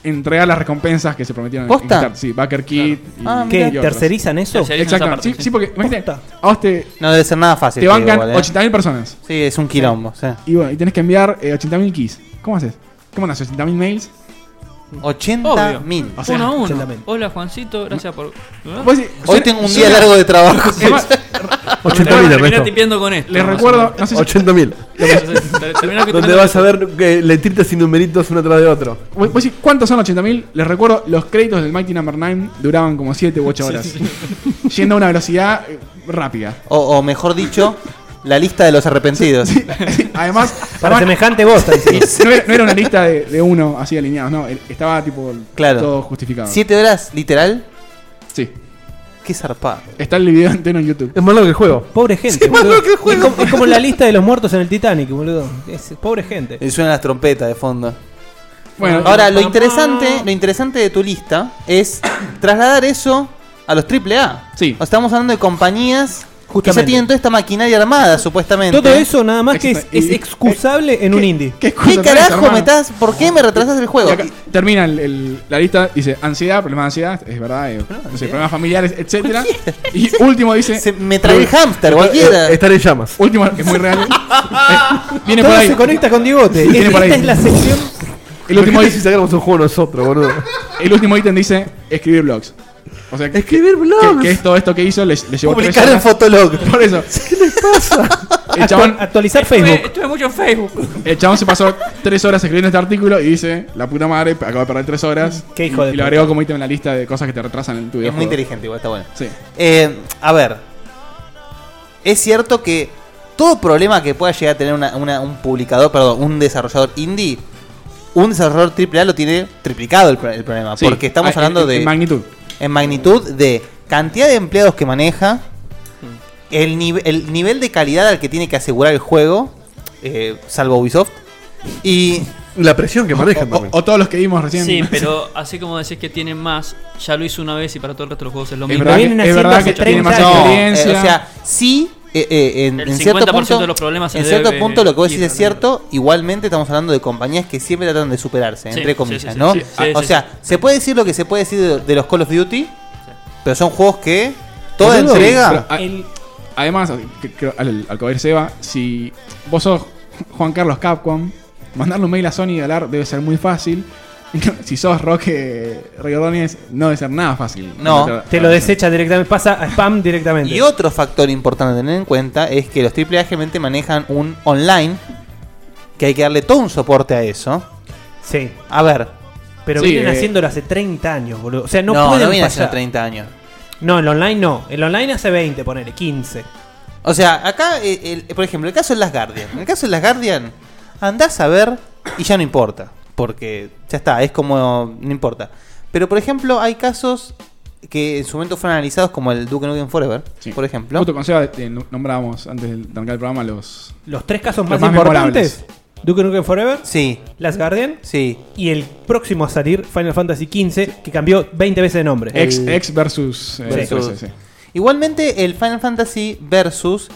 Speaker 4: entregar las recompensas que se prometieron
Speaker 5: ¿Posta?
Speaker 4: Kickstarter. Sí, Backer Kit. y-
Speaker 5: Ah,
Speaker 4: y
Speaker 5: mirá. ¿Qué,
Speaker 4: otros.
Speaker 5: tercerizan eso? Tercerizan esa
Speaker 4: Exactamente.
Speaker 5: parte,
Speaker 4: Sí,
Speaker 5: sí.
Speaker 4: sí, porque imagínate, a vos te,
Speaker 7: No debe ser nada fácil.
Speaker 4: te
Speaker 7: digo,
Speaker 4: bancan
Speaker 7: igual, ¿eh?
Speaker 4: 80.000 personas.
Speaker 7: Sí, es un quilombo. sí.
Speaker 4: Y bueno, y tenés que enviar eh, 80.000 keys. ¿Cómo haces? ¿Cómo andas? ¿80.000 mails?
Speaker 7: 80.000.
Speaker 4: O sea,
Speaker 10: uno a uno.
Speaker 4: 80.000.
Speaker 10: Hola Juancito, gracias por.
Speaker 4: Vos decís,
Speaker 7: Hoy
Speaker 4: suena-
Speaker 7: tengo un
Speaker 4: suena-
Speaker 7: día largo de trabajo.
Speaker 4: Además,
Speaker 6: 80.000
Speaker 10: Termina
Speaker 6: Ernesto.
Speaker 10: tipeando con esto.
Speaker 4: Les
Speaker 10: más o
Speaker 4: recuerdo,
Speaker 10: menos.
Speaker 4: no sé si-
Speaker 6: 80.000.
Speaker 10: Terminás que
Speaker 6: Donde
Speaker 10: te-
Speaker 6: vas a ver eh, letritas y numeritos uno tras de otro.
Speaker 4: Voy- voy a decir, ¿Cuántos son 80.000? Les recuerdo, los créditos del Mighty Number 9 duraban como 7 u 8 horas. Yendo a una velocidad eh, rápida.
Speaker 7: O, o mejor dicho, la lista de los arrepentidos.
Speaker 4: Además,
Speaker 7: Para
Speaker 4: además,
Speaker 7: semejante bosta.
Speaker 4: no, era, no era una lista de, de uno así alineados, no. el- Estaba tipo
Speaker 7: Claro.
Speaker 4: todo justificado.
Speaker 7: ¿Siete horas, literal?
Speaker 4: Sí.
Speaker 7: Qué zarpado.
Speaker 4: Está el video entero en YouTube.
Speaker 6: Es más largo que el juego.
Speaker 5: Pobre gente.
Speaker 7: Sí,
Speaker 5: boludo.
Speaker 7: boludo, qué juego.
Speaker 5: Es, como, es como la lista de los muertos en el Titanic, boludo. Es- pobre gente.
Speaker 7: Y suenan las trompetas de fondo.
Speaker 5: Bueno,
Speaker 7: ahora
Speaker 5: y-
Speaker 7: lo interesante, lo interesante de tu lista es trasladar eso a los AAA.
Speaker 4: Sí.
Speaker 7: O estamos hablando de compañías que ya
Speaker 5: Justamente.
Speaker 7: tienen toda esta maquinaria armada, supuestamente.
Speaker 5: Todo eso nada más que es,
Speaker 7: Exacto.
Speaker 5: es
Speaker 7: Y-
Speaker 5: excusable en un indie.
Speaker 4: ¿Qué,
Speaker 7: ¿Qué carajo me estás? ¿Por qué me retrasas el juego?
Speaker 4: Y acá termina el- el- la lista, dice ansiedad, problemas de ansiedad, es verdad, eh, no sé, problemas familiares, etcétera. Y último dice. eh,
Speaker 7: me trae el hámster, cualquiera.
Speaker 6: Estar en llamas.
Speaker 4: Último, es muy real. Eh, viene
Speaker 5: Todo
Speaker 4: por ahí.
Speaker 5: se conecta con Digote.
Speaker 4: Sí, viene por ahí.
Speaker 5: Esta es la sección.
Speaker 4: El último
Speaker 6: Imagínate si sacáramos un juego nosotros, boludo.
Speaker 4: El último ítem dice escribir blogs. O sea, escribir
Speaker 6: blogs.
Speaker 4: Que, que es todo esto que hizo le, le llevó
Speaker 7: Publicar en
Speaker 4: Fotolog. Por eso.
Speaker 6: ¿Qué les pasa?
Speaker 4: El chabón,
Speaker 5: actualizar
Speaker 10: Estuve, estuve mucho en Facebook.
Speaker 4: el chabón se pasó tres horas escribiendo este artículo y dice, la puta madre, acabo de perder tres horas.
Speaker 7: Qué hijo
Speaker 4: y,
Speaker 7: de
Speaker 4: y lo
Speaker 7: puta.
Speaker 4: agregó como ítem en la lista de cosas que te retrasan en tu
Speaker 7: Es
Speaker 4: videojuego.
Speaker 7: muy inteligente, igual está bueno.
Speaker 4: Sí.
Speaker 7: Eh, a ver, es cierto que todo problema que pueda llegar a tener una- una- un publicador, perdón, un desarrollador indie, un desarrollador AAA lo tiene triplicado el, pro- el problema.
Speaker 4: Sí.
Speaker 7: Porque
Speaker 4: Ah,
Speaker 7: estamos
Speaker 4: en-
Speaker 7: hablando
Speaker 4: en-
Speaker 7: de.
Speaker 4: en magnitud.
Speaker 7: En magnitud de cantidad de empleados que maneja,
Speaker 4: Mm.
Speaker 7: el, nive- el nivel de calidad al que tiene que asegurar el juego, eh, salvo Ubisoft, y.
Speaker 6: La presión que manejan también.
Speaker 4: O todos los que vimos recién.
Speaker 10: Sí, pero así como decís que tienen más, ya lo hizo una vez y para todo el resto de los juegos es lo
Speaker 4: Es
Speaker 10: mismo.
Speaker 4: verdad Lo que- vienen es haciendo verdad hace que tiene 30 más años. experiencia.
Speaker 7: eh, o sea, sí, eh, eh, en,
Speaker 10: El
Speaker 7: en cierto
Speaker 10: 50%
Speaker 7: punto,
Speaker 10: de los problemas se
Speaker 7: en cierto
Speaker 10: debe
Speaker 7: punto lo que vos decís
Speaker 10: ir
Speaker 7: es cierto, igualmente estamos hablando de compañías que siempre tratan de superarse,
Speaker 10: Sí,
Speaker 7: entre
Speaker 10: sí,
Speaker 7: comillas,
Speaker 10: sí, sí.
Speaker 7: ¿no? Ah,
Speaker 10: Sí, sí,
Speaker 7: o
Speaker 10: sí,
Speaker 7: sea, se puede decir lo que se puede decir de, de los Call of Duty, pero son juegos que toda
Speaker 4: Boludo,
Speaker 7: entrega...
Speaker 4: pero a- Además, que- que- al, al coger Seba, si vos sos Juan Carlos Capcom, mandarle un mail a Sony y hablar debe ser muy fácil. si sos Roque Rigordones, no debe ser nada fácil. ah.
Speaker 5: te lo desecha directamente, pasa a spam directamente.
Speaker 7: Ah, Y otro factor importante a tener en cuenta es que los AAA generalmente manejan un online que hay que darle todo un soporte a eso.
Speaker 5: Sí.
Speaker 7: A ver.
Speaker 5: Pero vienen
Speaker 4: eh.
Speaker 5: haciéndolo hace 30 años, boludo. O sea, no,
Speaker 7: No, no
Speaker 5: pueden
Speaker 7: vienen
Speaker 5: pasar.
Speaker 7: haciendo 30 años.
Speaker 5: No, el online no. El online hace 20, ponele, 15.
Speaker 7: O sea, acá, eh, el- por ejemplo, el caso de Las Guardian. En el caso de Las Guardian, andás a ver y ya no importa. Porque ya está, es como. No importa. Pero, por ejemplo, hay casos que en su momento fueron analizados, como el Duke Nukem Forever, por ejemplo.
Speaker 4: Justo con Seba eh, nombrábamos antes de arrancar el programa los.
Speaker 5: Los tres casos
Speaker 4: los
Speaker 5: más,
Speaker 4: memorables.
Speaker 5: importantes: Duke Nukem Forever,
Speaker 7: sí.
Speaker 5: Last Guardian,
Speaker 7: sí.
Speaker 5: y el próximo a salir, Final Fantasy XV, que cambió 20 veces de nombre.
Speaker 4: Ex, ex versus. eh,
Speaker 7: Versus.
Speaker 4: 13, sí.
Speaker 7: Igualmente, el Final Fantasy Versus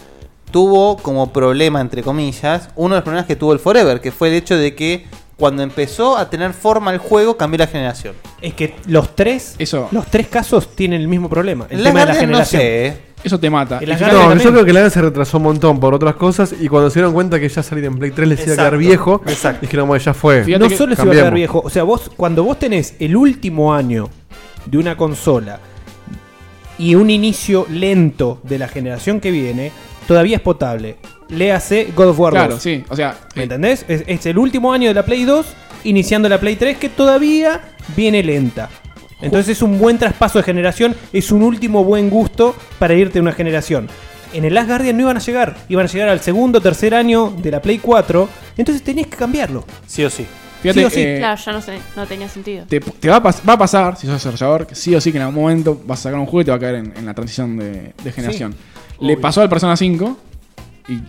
Speaker 7: tuvo como problema, entre comillas, uno de los problemas que tuvo el Forever, que fue el hecho de que cuando empezó a tener forma el juego, cambió la generación.
Speaker 5: Es que los tres, los tres casos tienen el mismo problema. El
Speaker 7: Las
Speaker 5: tema de la
Speaker 7: Guardian no
Speaker 5: generación.
Speaker 7: sé, eh.
Speaker 4: Eso te mata.
Speaker 5: El Las Guardian
Speaker 6: No, yo
Speaker 5: también.
Speaker 6: creo que la N se retrasó un montón por otras cosas y cuando se dieron cuenta que ya salir en Play 3 les iba a quedar
Speaker 5: Exacto,
Speaker 6: viejo, dijeron, bueno, ya fue.
Speaker 5: no solo se va a quedar viejo, o sea, vos cuando vos tenés el último año de una consola y un inicio lento de la generación que viene, todavía es potable. Léase God of War
Speaker 4: Claro,
Speaker 5: 2.
Speaker 4: sí, o sea, eh,
Speaker 5: ¿me entendés? Es, es el último año de la Play 2 iniciando la Play 3 que todavía viene lenta. Entonces es un buen traspaso de generación, es un último buen gusto para irte a una generación. En el Last Guardian no iban a llegar, iban a llegar al segundo, tercer año de la Play 4, entonces tenías que cambiarlo.
Speaker 7: Sí o sí.
Speaker 4: Fíjate,
Speaker 5: Sí o sí.
Speaker 4: eh,
Speaker 8: claro, ya no, sé, no tenía sentido.
Speaker 4: te, te va, a pas- va a pasar, si sos desarrollador, que sí o sí que en algún momento vas a sacar un juego y te va a caer en, en la transición de, de generación. Le
Speaker 5: Obvio.
Speaker 4: pasó al Persona 5 y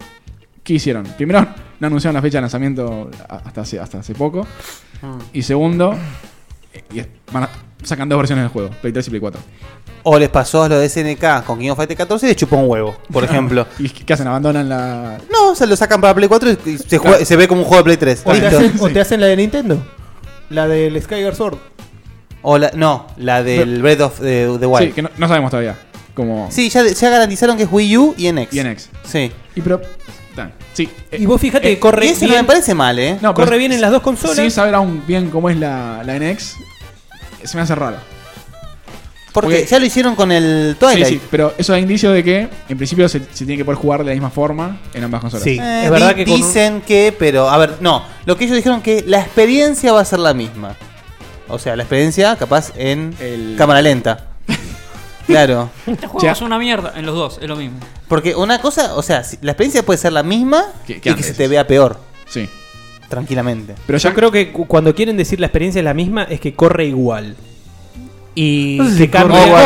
Speaker 4: ¿qué hicieron? Primero, no anunciaron la fecha de lanzamiento a- hasta hace, hasta hace poco.
Speaker 7: Ah.
Speaker 4: Y segundo, eh, y es- van a- sacan dos versiones del juego, Play 3 y Play 4.
Speaker 7: O les pasó a los de SNK con King of Fighters 14 y les chupó un huevo, por ejemplo.
Speaker 4: ¿Y qué hacen? ¿Abandonan la...?
Speaker 7: No, se lo sacan para Play 4 y se, juega-
Speaker 5: Claro.
Speaker 7: se ve como un juego de Play 3.
Speaker 5: O te,
Speaker 7: Listo.
Speaker 5: hacen, o te hacen la de Nintendo. La del Skyward Sword.
Speaker 7: O la- no, la del Breath of the, the Wild.
Speaker 4: Sí, que no, no sabemos todavía. Como...
Speaker 7: Sí, ya, ya garantizaron que es Wii U y NX.
Speaker 4: Y NX.
Speaker 7: Sí.
Speaker 4: Y pero... Sí. eh,
Speaker 5: Y vos fíjate que corre
Speaker 7: Eh, y eso no
Speaker 5: bien-
Speaker 7: me parece mal, ¿eh?
Speaker 4: No, pero
Speaker 5: Corre bien en las dos consolas.
Speaker 4: Sin saber aún bien cómo es la, la NX, se me hace raro.
Speaker 7: Porque ya lo hicieron con el Twilight.
Speaker 4: Sí, sí, pero eso da indicio de que en principio se, se tiene que poder jugar de la misma forma en ambas consolas.
Speaker 7: Eh, di- dicen que, pero a ver, no, lo que ellos dijeron que la experiencia va a ser la misma. O sea, la experiencia capaz en cámara lenta. claro.
Speaker 10: Este juego es una mierda en los dos, es lo mismo.
Speaker 7: Porque una cosa, o sea, si- la experiencia puede ser la misma
Speaker 10: que
Speaker 7: y que
Speaker 10: antes.
Speaker 7: se te vea peor.
Speaker 4: Sí.
Speaker 7: Tranquilamente.
Speaker 5: Pero yo creo que cu- cuando quieren decir la experiencia es la misma, es que corre igual. Y
Speaker 6: No sé si
Speaker 5: se cambia.
Speaker 6: igual.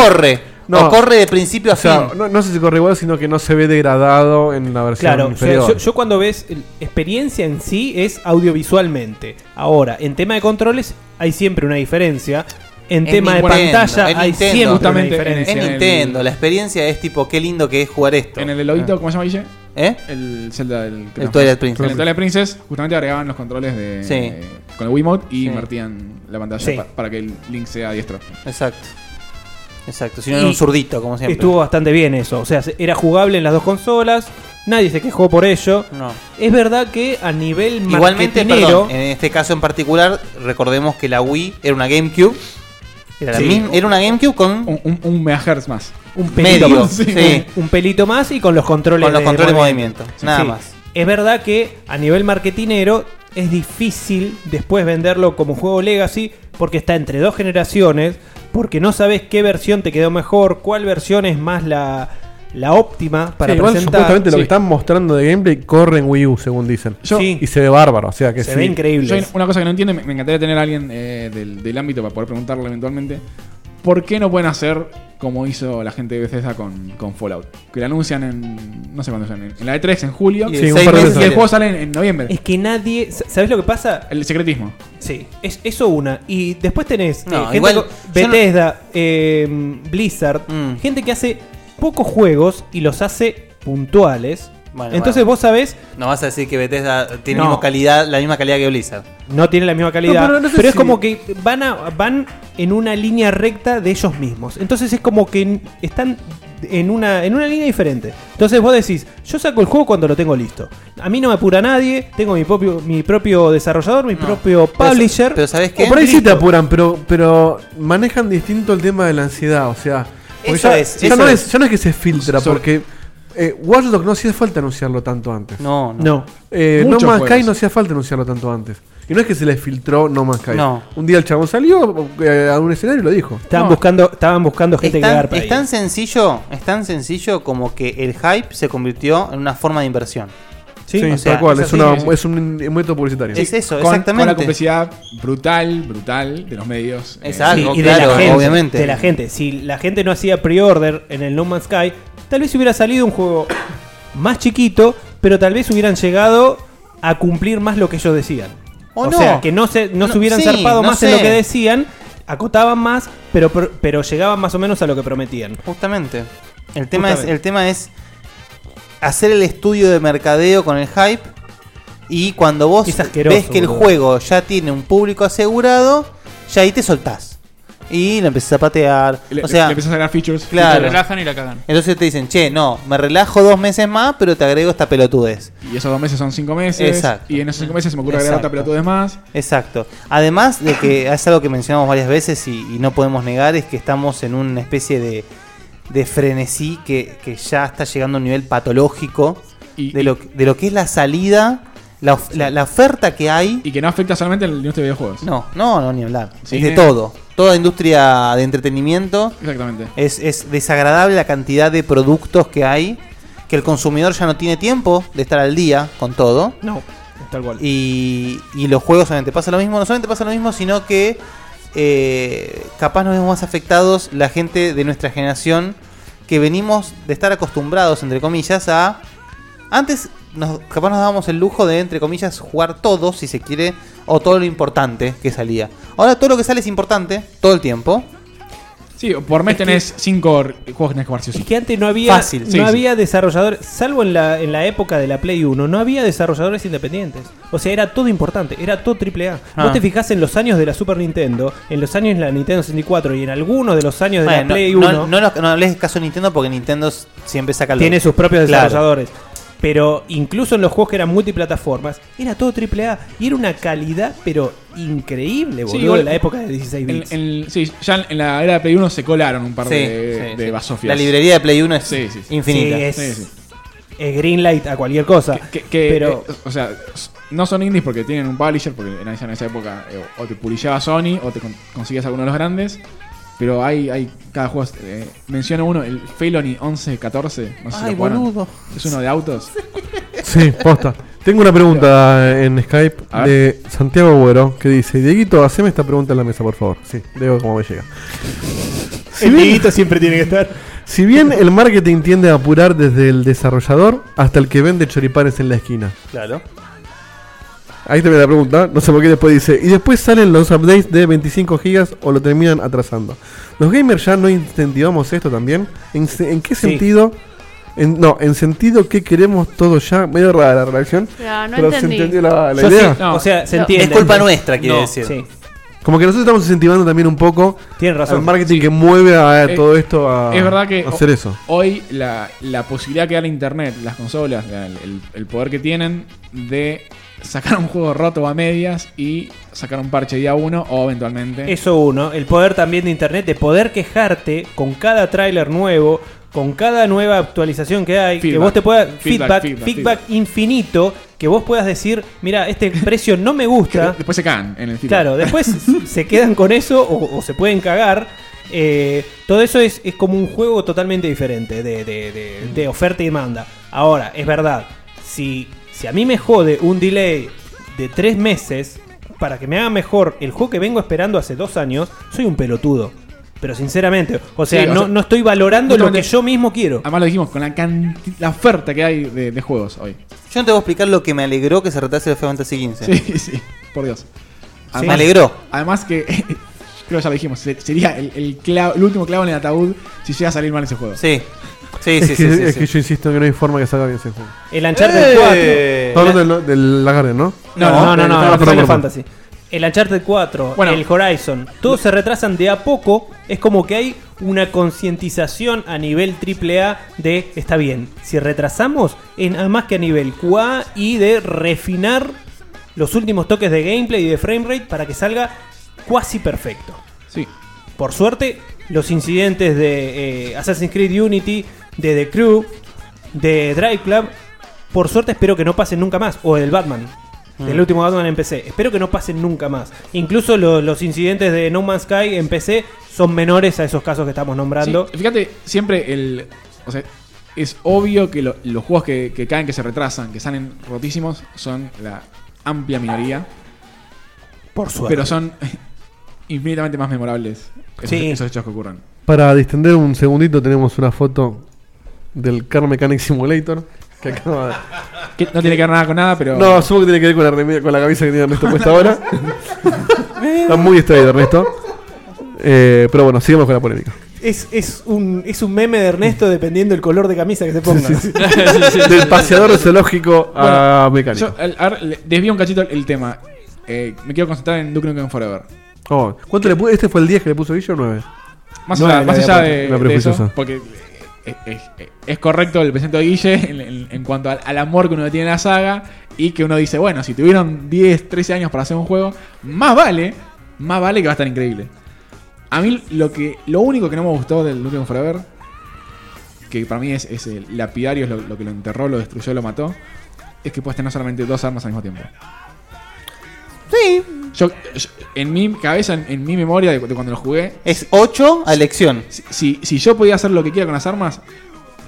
Speaker 5: No.
Speaker 6: O sea, No, no sé si corre igual, sino que no se ve degradado en la versión
Speaker 5: Claro, o sea,
Speaker 6: inferior.
Speaker 5: yo, yo cuando ves el- experiencia en sí es audiovisualmente. Ahora, en tema de controles hay siempre una diferencia. En
Speaker 7: Es
Speaker 5: tema
Speaker 7: Nintendo,
Speaker 5: de pantalla
Speaker 7: es
Speaker 5: hay
Speaker 7: Nintendo.
Speaker 5: siempre
Speaker 7: Justamente
Speaker 5: una
Speaker 7: en-
Speaker 5: diferencia.
Speaker 7: es Nintendo, la experiencia es tipo qué lindo que es jugar esto.
Speaker 4: En el de Lobito, ¿cómo se llama Guille?
Speaker 7: ¿Eh?
Speaker 4: El Zelda del...
Speaker 7: El Twilight Princess.
Speaker 4: En el Twilight Princess justamente agregaban los controles de,
Speaker 7: Sí.
Speaker 4: eh, con el Wiimote y
Speaker 7: Sí.
Speaker 4: invertían la pantalla
Speaker 7: Sí.
Speaker 4: pa- para que el Link sea diestro.
Speaker 7: Exacto. Exacto, si no era un
Speaker 5: Y
Speaker 7: zurdito, como siempre.
Speaker 5: Estuvo bastante bien eso. O sea, se- era jugable en las dos consolas. Nadie se quejó por ello.
Speaker 7: No.
Speaker 5: Es verdad que a nivel
Speaker 7: Igualmente,
Speaker 5: marketinero-
Speaker 7: perdón, en este caso en particular, recordemos que la Wii era una GameCube. Era, la
Speaker 5: Sí.
Speaker 7: misma- era una GameCube con
Speaker 4: un, un, un megahertz más.
Speaker 5: Un pelito
Speaker 7: Medio,
Speaker 5: más.
Speaker 7: sí.
Speaker 5: Un, un pelito más y con los controles
Speaker 7: Con los
Speaker 5: de
Speaker 7: controles de movimiento, nada más.
Speaker 5: Es verdad que a nivel marketinero es difícil después venderlo como juego legacy porque está entre dos generaciones, porque no sabes qué versión te quedó mejor, cuál versión es más la la óptima para
Speaker 6: Sí, igual
Speaker 5: presentar.
Speaker 6: supuestamente
Speaker 5: Sí.
Speaker 6: lo que están mostrando de gameplay corre en Wii U, según dicen.
Speaker 5: Yo-
Speaker 6: Y se ve bárbaro, o sea que sí.
Speaker 4: Yo hay una cosa que no entiendo, me, me encantaría tener a alguien eh, del, del ámbito para poder preguntarle eventualmente. ¿Por qué no pueden hacer como hizo la gente de Bethesda con, con Fallout? Que lo anuncian en. No sé cuándo son, en, en la E3, en julio.
Speaker 5: Y
Speaker 4: Y,
Speaker 5: en Sí, un seis par de meses
Speaker 4: el
Speaker 5: sale.
Speaker 4: juego sale en, en noviembre.
Speaker 5: Es que nadie. ¿Sabes lo que pasa?
Speaker 4: El secretismo.
Speaker 5: Sí, es eso una. Y después tenés eh,
Speaker 7: No,
Speaker 5: gente
Speaker 7: igual,
Speaker 5: co-
Speaker 7: yo no- Mm.
Speaker 5: Bethesda, eh, Blizzard, gente que hace pocos juegos y los hace puntuales.
Speaker 7: Bueno,
Speaker 5: Entonces
Speaker 7: bueno.
Speaker 5: vos sabés,
Speaker 7: No vas a decir que Bethesda tiene
Speaker 5: No.
Speaker 7: mismo calidad, la misma calidad que Blizzard.
Speaker 5: no tiene la misma calidad.
Speaker 7: No,
Speaker 5: pero
Speaker 7: pero no sé
Speaker 5: es
Speaker 7: si-
Speaker 5: como que van, a, van en una línea recta de ellos mismos. Entonces es como que n- están en una, en una línea diferente. Entonces vos decís, yo saco el juego cuando lo tengo listo. A mí no me apura nadie, tengo mi propio, mi propio desarrollador, mi propio publisher.
Speaker 7: pero ¿sabés
Speaker 6: O por ahí sí te apuran, pero, pero manejan distinto el tema de la ansiedad, o sea. porque
Speaker 7: Eso
Speaker 6: ya,
Speaker 7: es,
Speaker 6: ya
Speaker 7: eso
Speaker 6: no
Speaker 7: es.
Speaker 6: es, ya no es que se filtra,
Speaker 7: Sobre-
Speaker 6: porque eh, Watch Dogs no hacía falta anunciarlo tanto antes.
Speaker 7: No, no.
Speaker 5: No.
Speaker 6: Eh, no
Speaker 7: Muchos
Speaker 6: Man's
Speaker 7: juegos.
Speaker 6: Sky no hacía falta anunciarlo tanto antes. Y no es que se les filtró No Man's Sky.
Speaker 7: No.
Speaker 6: Un día el chabón salió eh, a un escenario y lo dijo.
Speaker 5: Estaban buscando, estaban buscando gente
Speaker 7: Es
Speaker 5: que
Speaker 7: tan,
Speaker 5: garpa
Speaker 7: es
Speaker 5: ahí.
Speaker 7: tan sencillo, es tan sencillo como que el hype se convirtió en una forma de inversión.
Speaker 6: Sí,
Speaker 7: O
Speaker 6: tal
Speaker 7: sea,
Speaker 6: cual, es,
Speaker 7: así.
Speaker 6: una- es un método publicitario.
Speaker 7: Es eso,
Speaker 4: Con- Con la
Speaker 7: exactamente.
Speaker 4: complicidad brutal, brutal de los medios. eh,
Speaker 7: Es
Speaker 5: Sí,
Speaker 7: algo,
Speaker 5: y de la gente, De la gente. Si la gente no hacía pre-order en el No Man's Sky, tal vez hubiera salido un juego más chiquito, pero tal vez hubieran llegado a cumplir más lo que ellos decían.
Speaker 7: O
Speaker 5: o
Speaker 7: no.
Speaker 5: sea, que no se, no
Speaker 7: No,
Speaker 5: se hubieran
Speaker 7: sí,
Speaker 5: zarpado
Speaker 7: no
Speaker 5: más en lo
Speaker 7: sé.
Speaker 5: que decían, acotaban más, pero, pero, pero llegaban más o menos a lo que prometían.
Speaker 7: Justamente. El tema, es, el tema es hacer el estudio de mercadeo con el hype y cuando vos
Speaker 5: Es asqueroso,
Speaker 7: ves que el
Speaker 5: boludo.
Speaker 7: juego ya tiene un público asegurado, ya ahí te soltás. Y lo empezás a patear.
Speaker 4: Le-
Speaker 7: o sea,
Speaker 4: le empezás a sacar features.
Speaker 7: Claro.
Speaker 4: Te relajan y la cagan.
Speaker 7: Entonces te dicen, che, no, me relajo dos meses más, pero te agrego esta pelotudez.
Speaker 4: Y esos dos meses son cinco meses.
Speaker 7: Exacto.
Speaker 4: Y en esos cinco meses se me ocurre agregar otra
Speaker 7: Exacto.
Speaker 4: pelotudez más.
Speaker 7: Exacto. Además de que es algo que mencionamos varias veces y, y no podemos negar, es que estamos en una especie de, de frenesí que, que ya está llegando a un nivel patológico de, lo, que- de lo que es la salida, la, of- la- la oferta que hay.
Speaker 4: Y que no afecta solamente a la industria de videojuegos.
Speaker 7: No, no, no, ni hablar.
Speaker 4: Cine.
Speaker 7: Es de todo. Toda industria de entretenimiento.
Speaker 4: Exactamente.
Speaker 7: Es, es desagradable la cantidad de productos que hay, que el consumidor ya no tiene tiempo de estar al día con todo.
Speaker 5: No, tal cual.
Speaker 7: Y, y los juegos solamente pasa lo mismo, no solamente pasa lo mismo, sino que eh, capaz nos vemos más afectados la gente de nuestra generación que venimos de estar acostumbrados, entre comillas, a... Antes nos, capaz nos dábamos el lujo de, entre comillas, jugar todo, si se quiere, o todo lo importante que salía. Ahora todo lo que sale es importante, todo el tiempo.
Speaker 4: Sí, por mes tenés cinco r- juegos que tenés que jugar sí o sí.
Speaker 5: Es que antes no había,
Speaker 7: Fácil.
Speaker 5: no
Speaker 7: Sí, sí.
Speaker 5: había desarrolladores, salvo en la, en la época de la Play 1, no había desarrolladores independientes. O sea, era todo importante, era todo AAA.
Speaker 7: Ah.
Speaker 5: Vos te fijás en los años de la Super Nintendo, en los años de la Nintendo 64 y en algunos de los años de
Speaker 7: Bueno,
Speaker 5: la Play
Speaker 7: no,
Speaker 5: 1,
Speaker 7: No, no, lo- no hables caso a Nintendo porque Nintendo s- siempre saca lo-
Speaker 5: tiene sus propios
Speaker 7: Claro.
Speaker 5: desarrolladores. Pero incluso en los juegos que eran multiplataformas, era todo AAA y era una calidad, pero increíble, boludo,
Speaker 4: igual-
Speaker 5: de la época de 16 bits.
Speaker 4: En- en- sí, ya en- en la era de Play 1 se colaron un par
Speaker 5: Sí,
Speaker 4: de,
Speaker 5: sí,
Speaker 4: de
Speaker 5: sí.
Speaker 4: basofias.
Speaker 7: La librería de Play 1 es infinita.
Speaker 5: Sí, es,
Speaker 4: Sí, sí.
Speaker 5: es Greenlight a cualquier cosa.
Speaker 4: Que,
Speaker 5: pero
Speaker 4: eh, o sea, s- no son indies porque tienen un publisher, porque en esa, en esa época eh, o te publicaba Sony o te con- conseguías alguno de los grandes. Pero hay, hay cada juego. eh, menciono uno, el Felony 1114. No sé si
Speaker 7: Ay,
Speaker 4: lo jugaron.
Speaker 7: boludo.
Speaker 4: Es uno de autos.
Speaker 6: Sí, posta. Tengo una pregunta en Skype
Speaker 4: A ver.
Speaker 6: de Santiago Güero que dice: Dieguito, haceme esta pregunta en la mesa, por favor. Sí, Diego, cómo me llega.
Speaker 19: El Dieguito siempre tiene que estar.
Speaker 6: Si bien el marketing tiende a apurar desde el desarrollador hasta el que vende choripanes en la esquina.
Speaker 7: Claro.
Speaker 6: Ahí te viene la pregunta, no sé por qué después dice. Y después salen los updates de 25 gigas o lo terminan atrasando. ¿Los gamers ya no incentivamos esto también? ¿En, se- en qué
Speaker 5: Sí.
Speaker 6: sentido? En- no, en sentido que queremos todo ya. Medio rara la relación.
Speaker 8: Claro, no
Speaker 6: pero
Speaker 8: entendí.
Speaker 6: se entendió
Speaker 4: Ah,
Speaker 6: la, la
Speaker 5: Yo sí,
Speaker 6: idea.
Speaker 5: no, o sea, se No. entiende.
Speaker 7: Es culpa nuestra, quiere
Speaker 5: No,
Speaker 7: decir.
Speaker 5: sí.
Speaker 6: Como que nosotros estamos incentivando también un poco
Speaker 5: Tienen razón.
Speaker 6: al marketing que mueve a
Speaker 4: Eh,
Speaker 6: todo esto a
Speaker 4: es verdad que
Speaker 6: a hacer
Speaker 4: ho-
Speaker 6: eso.
Speaker 4: Hoy la, la posibilidad que da la internet, las consolas, la- el, el poder que tienen de sacar un juego roto a medias y sacar un parche día uno o eventualmente.
Speaker 5: Eso uno, el poder también de internet, de poder quejarte con cada tráiler nuevo, con cada nueva actualización que hay, que
Speaker 4: Feedback.
Speaker 5: vos te puedas
Speaker 4: Feedback,
Speaker 5: feedback, feedback,
Speaker 4: feedback,
Speaker 5: infinito, que vos puedas decir, mira, este precio no me gusta.
Speaker 4: después se cagan en el feedback.
Speaker 5: Claro, después se quedan con eso o, o se pueden cagar. Eh, todo eso es, es como un juego totalmente diferente de, de- de-
Speaker 4: Mm.
Speaker 5: de oferta y demanda. Ahora, es verdad, si, si a mí me jode un delay de tres meses para que me haga mejor el juego que vengo esperando hace dos años, soy un pelotudo. Pero sinceramente, o sea,
Speaker 4: Sí, o
Speaker 5: no,
Speaker 4: sea,
Speaker 5: no estoy valorando lo que
Speaker 4: justamente-
Speaker 5: yo mismo quiero.
Speaker 4: Además lo dijimos, con la, canti- la oferta que hay de, de juegos hoy.
Speaker 7: Yo no te voy a explicar lo que me alegró que se retrase el Final Fantasy XV.
Speaker 4: Sí, sí, por Dios.
Speaker 7: Me alegró.
Speaker 4: Además que, creo que ya lo dijimos, se- sería el, el clavo- el último clavo en el ataúd si llega a salir mal ese juego.
Speaker 7: Sí.
Speaker 6: es que, es que yo insisto que no hay forma que salga bien ese juego.
Speaker 5: El Uncharted
Speaker 6: Eh.
Speaker 5: 4.
Speaker 6: Estamos hablando del, del Lagarden, ¿no?
Speaker 5: No, no, no, no, no,
Speaker 6: perdón,
Speaker 5: Final
Speaker 6: perdón.
Speaker 5: Fantasy. El Uncharted 4,
Speaker 6: Bueno.
Speaker 5: el Horizon, todos se retrasan de a poco. Es como que hay una concientización a nivel AAA de está bien. Si retrasamos, es nada más que a nivel QA y de refinar los últimos toques de gameplay y de framerate para que salga cuasi perfecto.
Speaker 4: Sí.
Speaker 5: Por suerte, los incidentes de eh, Assassin's Creed Unity, de The Crew, de Drive Club, por suerte espero que no pasen nunca más. O del Batman.
Speaker 12: Mm.
Speaker 5: Del último Batman en PC. Espero que no pasen nunca más. Incluso lo- los incidentes de No Man's Sky en PC son menores a esos casos que estamos nombrando.
Speaker 4: Sí, Fíjate, siempre el. O sea, es obvio que lo- los juegos que, que caen, que se retrasan, que salen rotísimos, son la amplia minoría.
Speaker 5: Por suerte.
Speaker 4: Pero son infinitamente más memorables esos, esos hechos que ocurren.
Speaker 6: Para distender un segundito tenemos una foto del Car Mechanic Simulator que acaba de...
Speaker 4: Que no tiene que ver nada con nada, pero.
Speaker 6: No, asumo que tiene que ver con la, remera- con la camisa que tiene Ernesto puesta ahora. Está muy distraído Ernesto. Eh, pero bueno, sigamos con la polémica.
Speaker 5: Es, es, un, es un meme de Ernesto dependiendo el color de camisa que se ponga.
Speaker 6: Del paseador zoológico a mecánico.
Speaker 4: Yo, al- a ver, le- desvío un cachito el, el tema. Eh, me quiero concentrar en Duke Nukem Forever.
Speaker 6: Oh, ¿cuánto le pu- ¿Este fue el 10 que le puso Villa o 9?
Speaker 4: Más allá,
Speaker 6: eh,
Speaker 4: más allá de, de
Speaker 6: La
Speaker 4: eso,
Speaker 6: prejuiciosa.
Speaker 4: porque eh, es, es- es correcto el presento de Guille en, en- en cuanto al, al amor que uno tiene a la saga y que uno dice, bueno, si tuvieron 10, 13 años para hacer un juego, más vale, más vale que va a estar increíble. A mí lo que lo único que no me gustó del Nukem Forever, que para mí es, es el lapidario, es lo, lo que lo enterró, lo destruyó, lo mató, es que puedes tener solamente dos armas al mismo tiempo.
Speaker 7: Sí.
Speaker 4: Yo, yo- en mi cabeza, en, en mi memoria de, de cuando lo jugué.
Speaker 7: Es 8 a elección.
Speaker 4: Si, si- si yo podía hacer lo que quiera con las armas,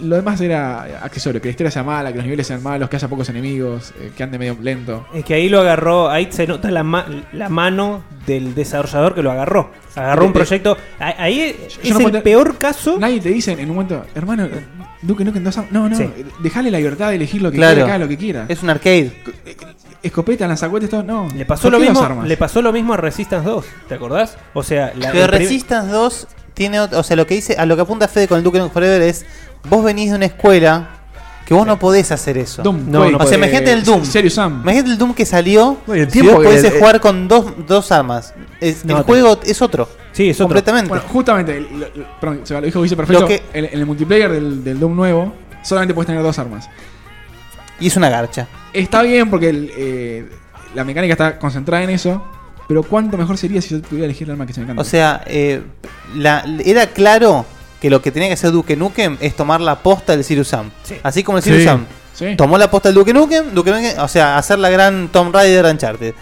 Speaker 4: lo demás era accesorio. Que la historia sea mala, que los niveles sean malos, que haya pocos enemigos, eh, que ande medio lento.
Speaker 5: Es que ahí lo agarró, ahí se nota la, ma- la mano del desarrollador que lo agarró. Agarró un
Speaker 4: Eh, eh,
Speaker 5: proyecto. a- Ahí es el
Speaker 4: peor
Speaker 5: caso.
Speaker 4: Nadie te dice en un momento, hermano, Duke Nukem dos armas". No, no,
Speaker 5: Sí.
Speaker 4: dejale la libertad de elegir lo que
Speaker 7: Claro.
Speaker 4: quiera, que haga lo que quiera.
Speaker 7: Es un arcade.
Speaker 4: Escopeta, lanzacohetes, todo. No.
Speaker 5: Le pasó,
Speaker 4: ¿Por
Speaker 5: lo
Speaker 4: qué dos
Speaker 5: mismo,
Speaker 4: armas?
Speaker 5: le pasó lo mismo a Resistance 2, ¿te acordás? O sea, la,
Speaker 7: Pero
Speaker 5: el prim-
Speaker 7: Resistance 2 tiene, ot- o sea, lo que dice, a lo que apunta Fede con el Duke Nukem Forever es vos venís de una escuela que vos no podés hacer eso.
Speaker 4: Doom,
Speaker 7: no,
Speaker 4: Quake,
Speaker 7: o sea,
Speaker 4: eh,
Speaker 7: imagínate el Doom. Imagínate el Doom que salió.
Speaker 4: y el
Speaker 7: si
Speaker 4: tiempo
Speaker 7: vos
Speaker 4: que-
Speaker 7: podés
Speaker 4: el-
Speaker 7: jugar con dos, dos armas. Es-
Speaker 4: No,
Speaker 7: el
Speaker 4: te-
Speaker 7: juego es otro.
Speaker 5: Sí, es
Speaker 4: otro.
Speaker 7: Completamente.
Speaker 4: Bueno, justamente, el- lo- lo- perdón, se lo dijo Guille perfecto.
Speaker 7: Lo que-
Speaker 4: en, en el multiplayer del, del Doom nuevo, solamente puedes tener dos armas.
Speaker 7: Y es una garcha.
Speaker 4: Está bien porque el, eh, la mecánica está concentrada en eso, pero ¿cuánto mejor sería si yo pudiera elegir el arma que se me encanta?
Speaker 7: O sea, eh, la- era claro que lo que tenía que hacer Duke Nukem es tomar la posta del Sirius Sam. Así como el Sirius
Speaker 4: Sí.
Speaker 7: Sam
Speaker 4: Sí.
Speaker 7: tomó la posta del Duke Nukem, Duke Nukem- o sea, hacer la gran Tomb Raider Uncharted.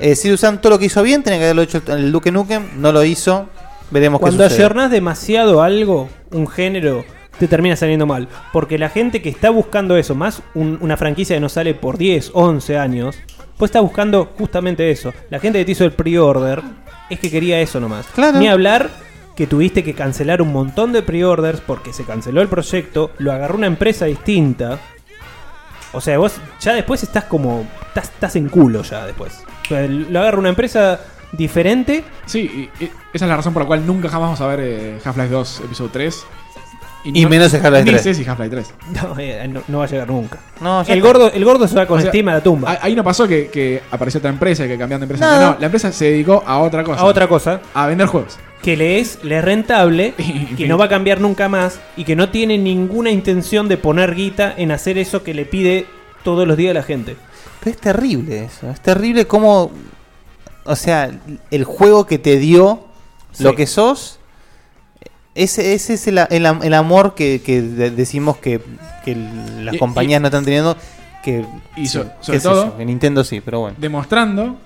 Speaker 7: Eh, Sirius Sam todo lo que hizo bien tenía que haberlo hecho el Duke Nukem, no lo hizo. Veremos
Speaker 5: Cuando
Speaker 7: qué sucede.
Speaker 5: ayornás demasiado algo, un género, te termina saliendo mal. Porque la gente que está buscando eso, más un- una franquicia que nos sale por 10, 11 años, pues está buscando justamente eso. La gente que te hizo el pre-order es que quería eso nomás.
Speaker 7: Claro.
Speaker 5: Ni hablar que tuviste que cancelar un montón de pre-orders porque se canceló el proyecto, lo agarró una empresa distinta. O sea, vos ya después estás como. Estás, estás en culo ya después. O sea, lo agarra una empresa diferente.
Speaker 4: Sí, y- y esa es la razón por la cual nunca jamás vamos a ver eh, Half-Life 2, episodio 3.
Speaker 5: Y menos el Half-Life
Speaker 4: ni
Speaker 5: 3.
Speaker 4: sé si Half-Life 3.
Speaker 5: No, eh, no, no va a llegar nunca.
Speaker 7: No,
Speaker 5: el, gordo, el gordo se va con
Speaker 4: O sea,
Speaker 5: estima a la tumba.
Speaker 4: Ah, Ahí no pasó que, que apareció otra empresa y que cambiaron de empresa.
Speaker 5: Nada.
Speaker 4: No, no, la empresa se dedicó a otra cosa.
Speaker 5: A otra cosa.
Speaker 4: A vender juegos.
Speaker 5: Que le es, le es rentable, que no va a cambiar nunca más y que no tiene ninguna intención de poner guita en hacer eso que le pide todos los días la gente.
Speaker 7: Pero es terrible eso. Es terrible cómo. O sea, el juego que te dio lo
Speaker 5: Sí.
Speaker 7: que sos. Ese, ese es el, el am- el amor que, que de- decimos que, que el- las
Speaker 4: Y-
Speaker 7: compañías
Speaker 4: y-
Speaker 7: no están teniendo. Que,
Speaker 4: y so-
Speaker 7: qué
Speaker 4: sobre
Speaker 7: sé
Speaker 4: todo-
Speaker 7: yo, que Nintendo sí, pero bueno.
Speaker 4: Demostrando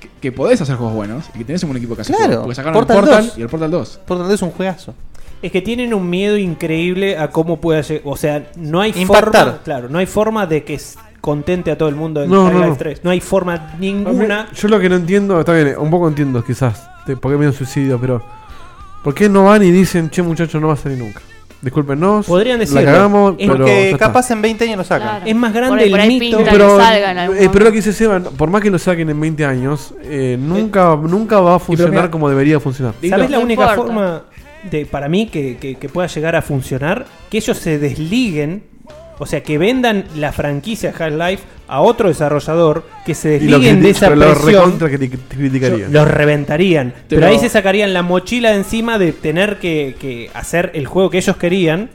Speaker 4: que, que podés hacer juegos buenos y que tenés un buen equipo que hace
Speaker 7: Claro,
Speaker 4: juegos, Porque sacaron
Speaker 7: Portal
Speaker 4: el Portal
Speaker 7: 2.
Speaker 4: y el Portal 2.
Speaker 7: Portal 2 es un juegazo.
Speaker 5: Es que tienen un miedo increíble a cómo pueda llegar. O sea, no hay
Speaker 7: Impactar.
Speaker 5: forma. Claro, no hay forma de que s- contente a todo el mundo en
Speaker 6: No,
Speaker 5: Half-Life
Speaker 6: no, no.
Speaker 5: 3. No hay forma
Speaker 6: A
Speaker 5: ninguna.
Speaker 6: mí- Yo lo que no entiendo, está bien, un poco entiendo quizás, te- porque me dio suicidio, pero ¿por qué no van y dicen, che muchachos, no va a salir nunca? Discúlpenos.
Speaker 5: Podrían
Speaker 6: La
Speaker 5: decirlo.
Speaker 6: cagamos,
Speaker 5: Es
Speaker 6: pero
Speaker 5: porque
Speaker 6: ya está.
Speaker 7: capaz en 20 años lo sacan.
Speaker 5: Es más grande
Speaker 7: Por ahí- por
Speaker 5: el
Speaker 7: ahí
Speaker 5: mito.
Speaker 7: pinta que
Speaker 6: pero,
Speaker 7: salgan algún
Speaker 6: eh, pero lo que dice Seba, por más que lo saquen en 20 años, eh, nunca, nunca va a funcionar
Speaker 5: mira,
Speaker 6: como debería funcionar.
Speaker 5: ¿Sabes la
Speaker 6: No
Speaker 5: única
Speaker 6: importa.
Speaker 5: forma de para mí que, que- que pueda llegar a funcionar? Que ellos se desliguen, o sea, que vendan la franquicia Half-Life a otro desarrollador, que se
Speaker 6: Y lo
Speaker 5: desliguen de
Speaker 6: criti-
Speaker 5: esa
Speaker 6: pero lo
Speaker 5: presión.
Speaker 6: recontra criti- criticaría.
Speaker 5: Los reventarían. Pero,
Speaker 6: Pero-
Speaker 5: ahí se sacarían la mochila de encima de tener que, que hacer el juego que ellos querían.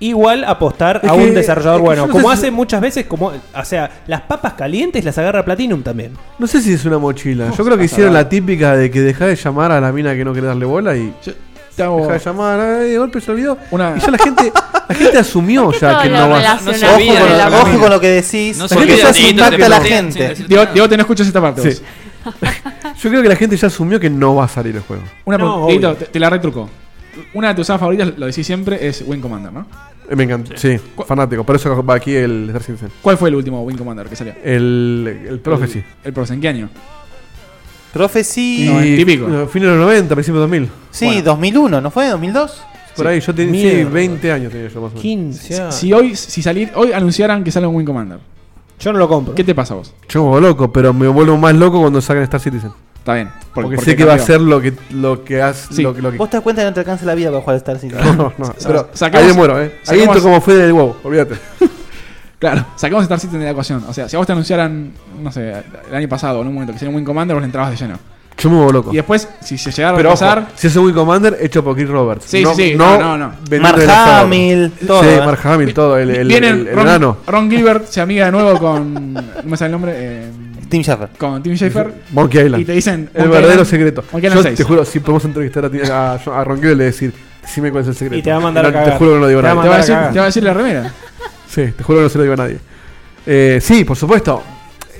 Speaker 5: Igual apostar
Speaker 6: Es
Speaker 5: a
Speaker 6: que-
Speaker 5: un desarrollador
Speaker 6: es que
Speaker 5: bueno.
Speaker 6: yo no sé
Speaker 5: como
Speaker 6: si-
Speaker 5: hace muchas veces, como. O sea, las papas calientes las agarra Platinum también.
Speaker 6: No sé si es una mochila. Yo
Speaker 5: se
Speaker 6: creo
Speaker 5: pasa
Speaker 6: que hicieron
Speaker 5: nada?
Speaker 6: la típica de que dejá de llamar a la mina que no querés darle bola y. Dejá de llamar, ay, de golpe se olvidó. Y ya la gente, la gente asumió ya
Speaker 7: todo
Speaker 6: que
Speaker 7: lo
Speaker 6: no va a
Speaker 7: relacionás Ojo con con lo- la- ojo con lo que decís, No se porque olvida, eso hace Dieguito, impacto te a la plantean gente. sin decirte
Speaker 4: Diego,
Speaker 6: nada.
Speaker 4: Diego, te no escuchas esta parte.
Speaker 6: Sí.
Speaker 4: vos.
Speaker 6: Yo creo que la gente ya asumió que no va a salir el juego.
Speaker 4: Una
Speaker 6: No,
Speaker 4: pregunta, Dieguito,
Speaker 6: obvio.
Speaker 4: te, te la retruco. Una de tus sagas favoritas, lo decís siempre, es Wing Commander, ¿no?
Speaker 6: Eh, Me encanta, sí, fanático. Por eso va aquí el Star Citizen.
Speaker 4: ¿Cuál fue el último Wing Commander que salió?
Speaker 6: El, el Prophecy.
Speaker 4: El, el Prophecy, ¿en qué año?
Speaker 7: Prophecy.
Speaker 6: Y- eh, Fin de los 90, principio de 2000.
Speaker 7: Sí, 2001, ¿no fue? ¿2002?
Speaker 6: Por ahí, yo tenía sí, 20 años tenía yo más o menos.
Speaker 5: 15
Speaker 4: Si, si hoy, si salir, hoy anunciaran que sale un Wing Commander.
Speaker 5: Yo no lo compro.
Speaker 4: ¿Qué te pasa a vos?
Speaker 6: Yo me vuelvo loco, pero me vuelvo más loco cuando sacan Star Citizen.
Speaker 4: Está bien.
Speaker 6: Porque,
Speaker 4: porque
Speaker 6: sé que va a
Speaker 4: cambió.
Speaker 6: ser lo que, lo que hace.
Speaker 4: Sí.
Speaker 6: Lo, que- lo que-
Speaker 7: Vos te das cuenta que no te alcanza la vida para jugar al Star Citizen.
Speaker 6: No, no, no. Pero
Speaker 4: Sacamos-
Speaker 6: ahí me muero, eh. Ahí
Speaker 4: sacamos-
Speaker 6: entro como fue del huevo, olvídate.
Speaker 4: Claro, sacamos Star Citizen de la ecuación. O sea, si a vos te anunciaran, no sé, el año pasado, en un momento que sería un Wing Commander, vos le entrabas de lleno.
Speaker 6: Yo me vuelvo loco.
Speaker 4: Y después, si se llegara
Speaker 6: Pero
Speaker 4: a
Speaker 6: ojo,
Speaker 4: pasar.
Speaker 6: si es un Wing Commander, hecho por Keith Roberts.
Speaker 4: Sí,
Speaker 6: no,
Speaker 4: sí, sí.
Speaker 6: No,
Speaker 4: No, no, no.
Speaker 6: vendiendo
Speaker 4: Mark
Speaker 6: el asado.
Speaker 4: Hamill, todo,
Speaker 6: Sí,
Speaker 4: eh.
Speaker 6: Mark Hamill, todo. El, el,
Speaker 4: Viene
Speaker 6: el- el
Speaker 4: Ron,
Speaker 6: enano.
Speaker 4: Ron Gilbert se amiga de nuevo con. No me sale el nombre. eh,
Speaker 7: Tim Schafer.
Speaker 4: Con Tim Schafer.
Speaker 6: Monkey Island.
Speaker 4: Y te dicen.
Speaker 6: El
Speaker 4: Monkey
Speaker 6: verdadero
Speaker 4: Island-
Speaker 6: secreto.
Speaker 4: Monkey Island
Speaker 6: Yo
Speaker 4: 6.
Speaker 6: te juro, si podemos entrevistar a, a, a Ron Gilbert y le decir, decime cuál es el secreto.
Speaker 4: Y te va a mandar a
Speaker 6: No, Te
Speaker 4: cagar.
Speaker 6: juro que no lo digo a
Speaker 4: Te va a
Speaker 6: nadie.
Speaker 4: mandar Te va a a decir- cagar. te va a decir la remera.
Speaker 6: Sí, te juro que no se lo digo a nadie. Eh, sí, por supuesto.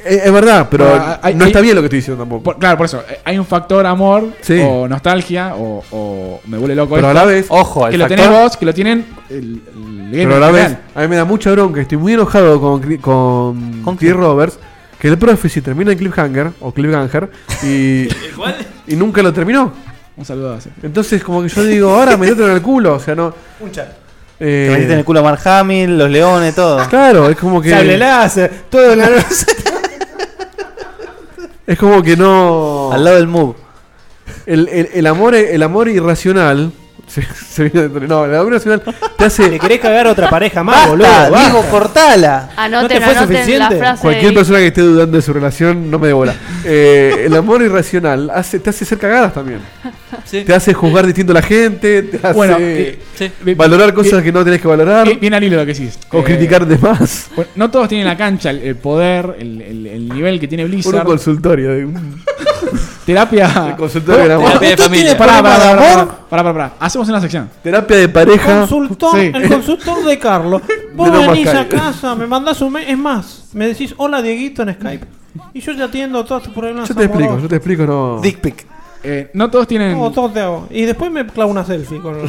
Speaker 6: Eh, Es verdad, pero
Speaker 4: Ah, hay-
Speaker 6: no
Speaker 4: hay-
Speaker 6: está bien lo que estoy diciendo tampoco.
Speaker 4: Por- claro, por eso. eh, Hay un factor amor
Speaker 6: Sí.
Speaker 4: o nostalgia o, o me vuelve loco.
Speaker 6: Pero a
Speaker 4: esto,
Speaker 6: la vez- Ojo, el
Speaker 4: que lo
Speaker 6: factor-
Speaker 4: tenés vos, que lo tienen. El, el
Speaker 6: Pero a la
Speaker 4: en
Speaker 6: vez,
Speaker 4: general.
Speaker 6: a mí me da mucha bronca. Estoy muy enojado con, Cri- con, Keith Roberts. Que el Prophecy termina en Cliffhanger o Cliffhanger y, y nunca lo terminó.
Speaker 4: Un saludo a ese.
Speaker 6: Entonces, como que yo digo, ahora me dio en el culo. O sea, no.
Speaker 5: Un chat.
Speaker 6: eh,
Speaker 7: Te metiste en el culo a Mark Hamill, los leones, todo.
Speaker 6: Claro, es como que.
Speaker 7: Sable
Speaker 5: todo la
Speaker 6: Es como que no. Al
Speaker 7: lado del move.
Speaker 6: El, el- el amor, el amor irracional. Se, se viene adentro. No, el amor irracional te hace. ¿Le
Speaker 5: querés cagar a otra pareja más,
Speaker 6: Basta,
Speaker 5: boludo? Basta.
Speaker 6: Diego,
Speaker 7: cortala.
Speaker 5: ¿No te
Speaker 8: Anoten,
Speaker 5: fue
Speaker 8: anoten la
Speaker 5: suficiente?
Speaker 8: frase.
Speaker 6: Cualquier
Speaker 8: de-
Speaker 6: persona que esté dudando de su relación, no me debola. Eh, el amor irracional hace, te hace ser cagadas también. Te hace juzgar distinto a la gente, te hace
Speaker 4: Bueno, eh,
Speaker 6: Ah, valorar
Speaker 4: eh,
Speaker 6: cosas
Speaker 4: eh,
Speaker 6: que no tenés que valorar.
Speaker 4: Bien al hilo lo que decís.
Speaker 6: O
Speaker 4: Eh,
Speaker 6: criticar de más.
Speaker 4: bueno, no todos tienen la cancha, el, el poder, el, el- el nivel que tiene
Speaker 6: Un
Speaker 4: Blizzard.
Speaker 6: consultorio. de un-
Speaker 4: Terapia.
Speaker 6: El consultorio del amor. Terapia de familia.
Speaker 4: Pará, pará,
Speaker 6: ¿Problema de
Speaker 4: pará,
Speaker 6: amor?
Speaker 4: pará, pará, pará, pará. Hacemos una sección.
Speaker 6: Terapia de pareja.
Speaker 5: Consultor,
Speaker 4: Sí.
Speaker 5: El consultor de Carlos. Vos
Speaker 4: De no más
Speaker 5: venís a
Speaker 4: Skype.
Speaker 5: casa, me mandás un mail. Es más, me decís hola Dieguito en Skype. Y yo te atiendo todos tus problemas.
Speaker 6: Yo te explico,
Speaker 5: amorosos.
Speaker 6: yo te explico, no. Eh,
Speaker 5: Dick
Speaker 7: pic.
Speaker 5: Eh,
Speaker 4: no todos tienen.
Speaker 5: Todo, todo te hago. Y después me clavo una selfie con
Speaker 7: Con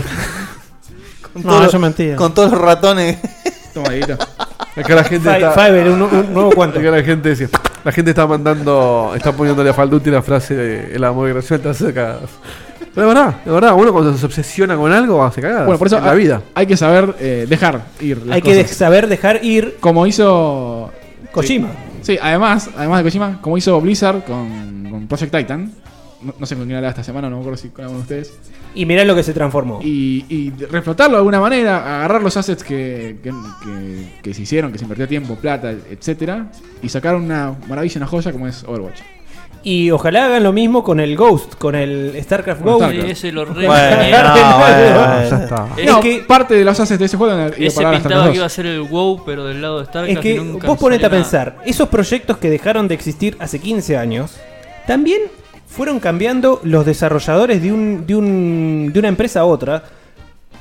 Speaker 5: No,
Speaker 7: todo-
Speaker 5: eso es mentira.
Speaker 7: Con todos los ratones.
Speaker 4: Toma, Dieguito.
Speaker 6: Acá la gente
Speaker 5: Fi-
Speaker 6: está.
Speaker 5: Fiverr, un- un nuevo cuento.
Speaker 6: Acá la gente decía. La gente está mandando. Está poniéndole a Falduti la frase de el amor irracional te hace cagadas. Pero de verdad, de verdad, uno cuando se obsesiona con algo hace cagadas.
Speaker 4: Bueno, por eso
Speaker 6: En la
Speaker 4: hay-
Speaker 6: vida.
Speaker 4: Hay que saber eh, dejar ir. las
Speaker 5: Hay que de-
Speaker 4: cosas.
Speaker 5: saber dejar ir.
Speaker 4: Como hizo.
Speaker 5: Kojima.
Speaker 4: Sí, sí, además, además de Kojima, como hizo Blizzard con, con Project Titan. No, no sé con quién hablaba esta semana, no me acuerdo si con alguno de ustedes.
Speaker 5: Y mirá lo que se transformó.
Speaker 4: Y, y de- reflotarlo de alguna manera, agarrar los assets que, que, que- que se hicieron, que se invirtió tiempo, plata, etcétera, y sacar una maravilla, una joya como es Overwatch.
Speaker 5: Y ojalá hagan lo mismo con el Ghost, con el StarCraft
Speaker 4: Con
Speaker 5: Ghost.
Speaker 4: StarCraft. Sí,
Speaker 3: ese lo re-
Speaker 5: Ojalá
Speaker 3: Bueno,
Speaker 5: agarren
Speaker 3: no,
Speaker 5: algo.
Speaker 3: bueno, ya está.
Speaker 4: Es No, que parte de los assets de ese juego han ido
Speaker 3: Ese
Speaker 4: parar hasta los
Speaker 3: pintaba
Speaker 4: dos.
Speaker 3: que iba a ser el WoW, pero del lado de Starcraft.
Speaker 5: Es
Speaker 3: y
Speaker 5: que
Speaker 3: nunca
Speaker 5: vos ponete a
Speaker 3: salió nada.
Speaker 5: pensar, esos proyectos que dejaron de existir hace 15 años, también fueron cambiando los desarrolladores de, un, de, un, de una empresa a otra.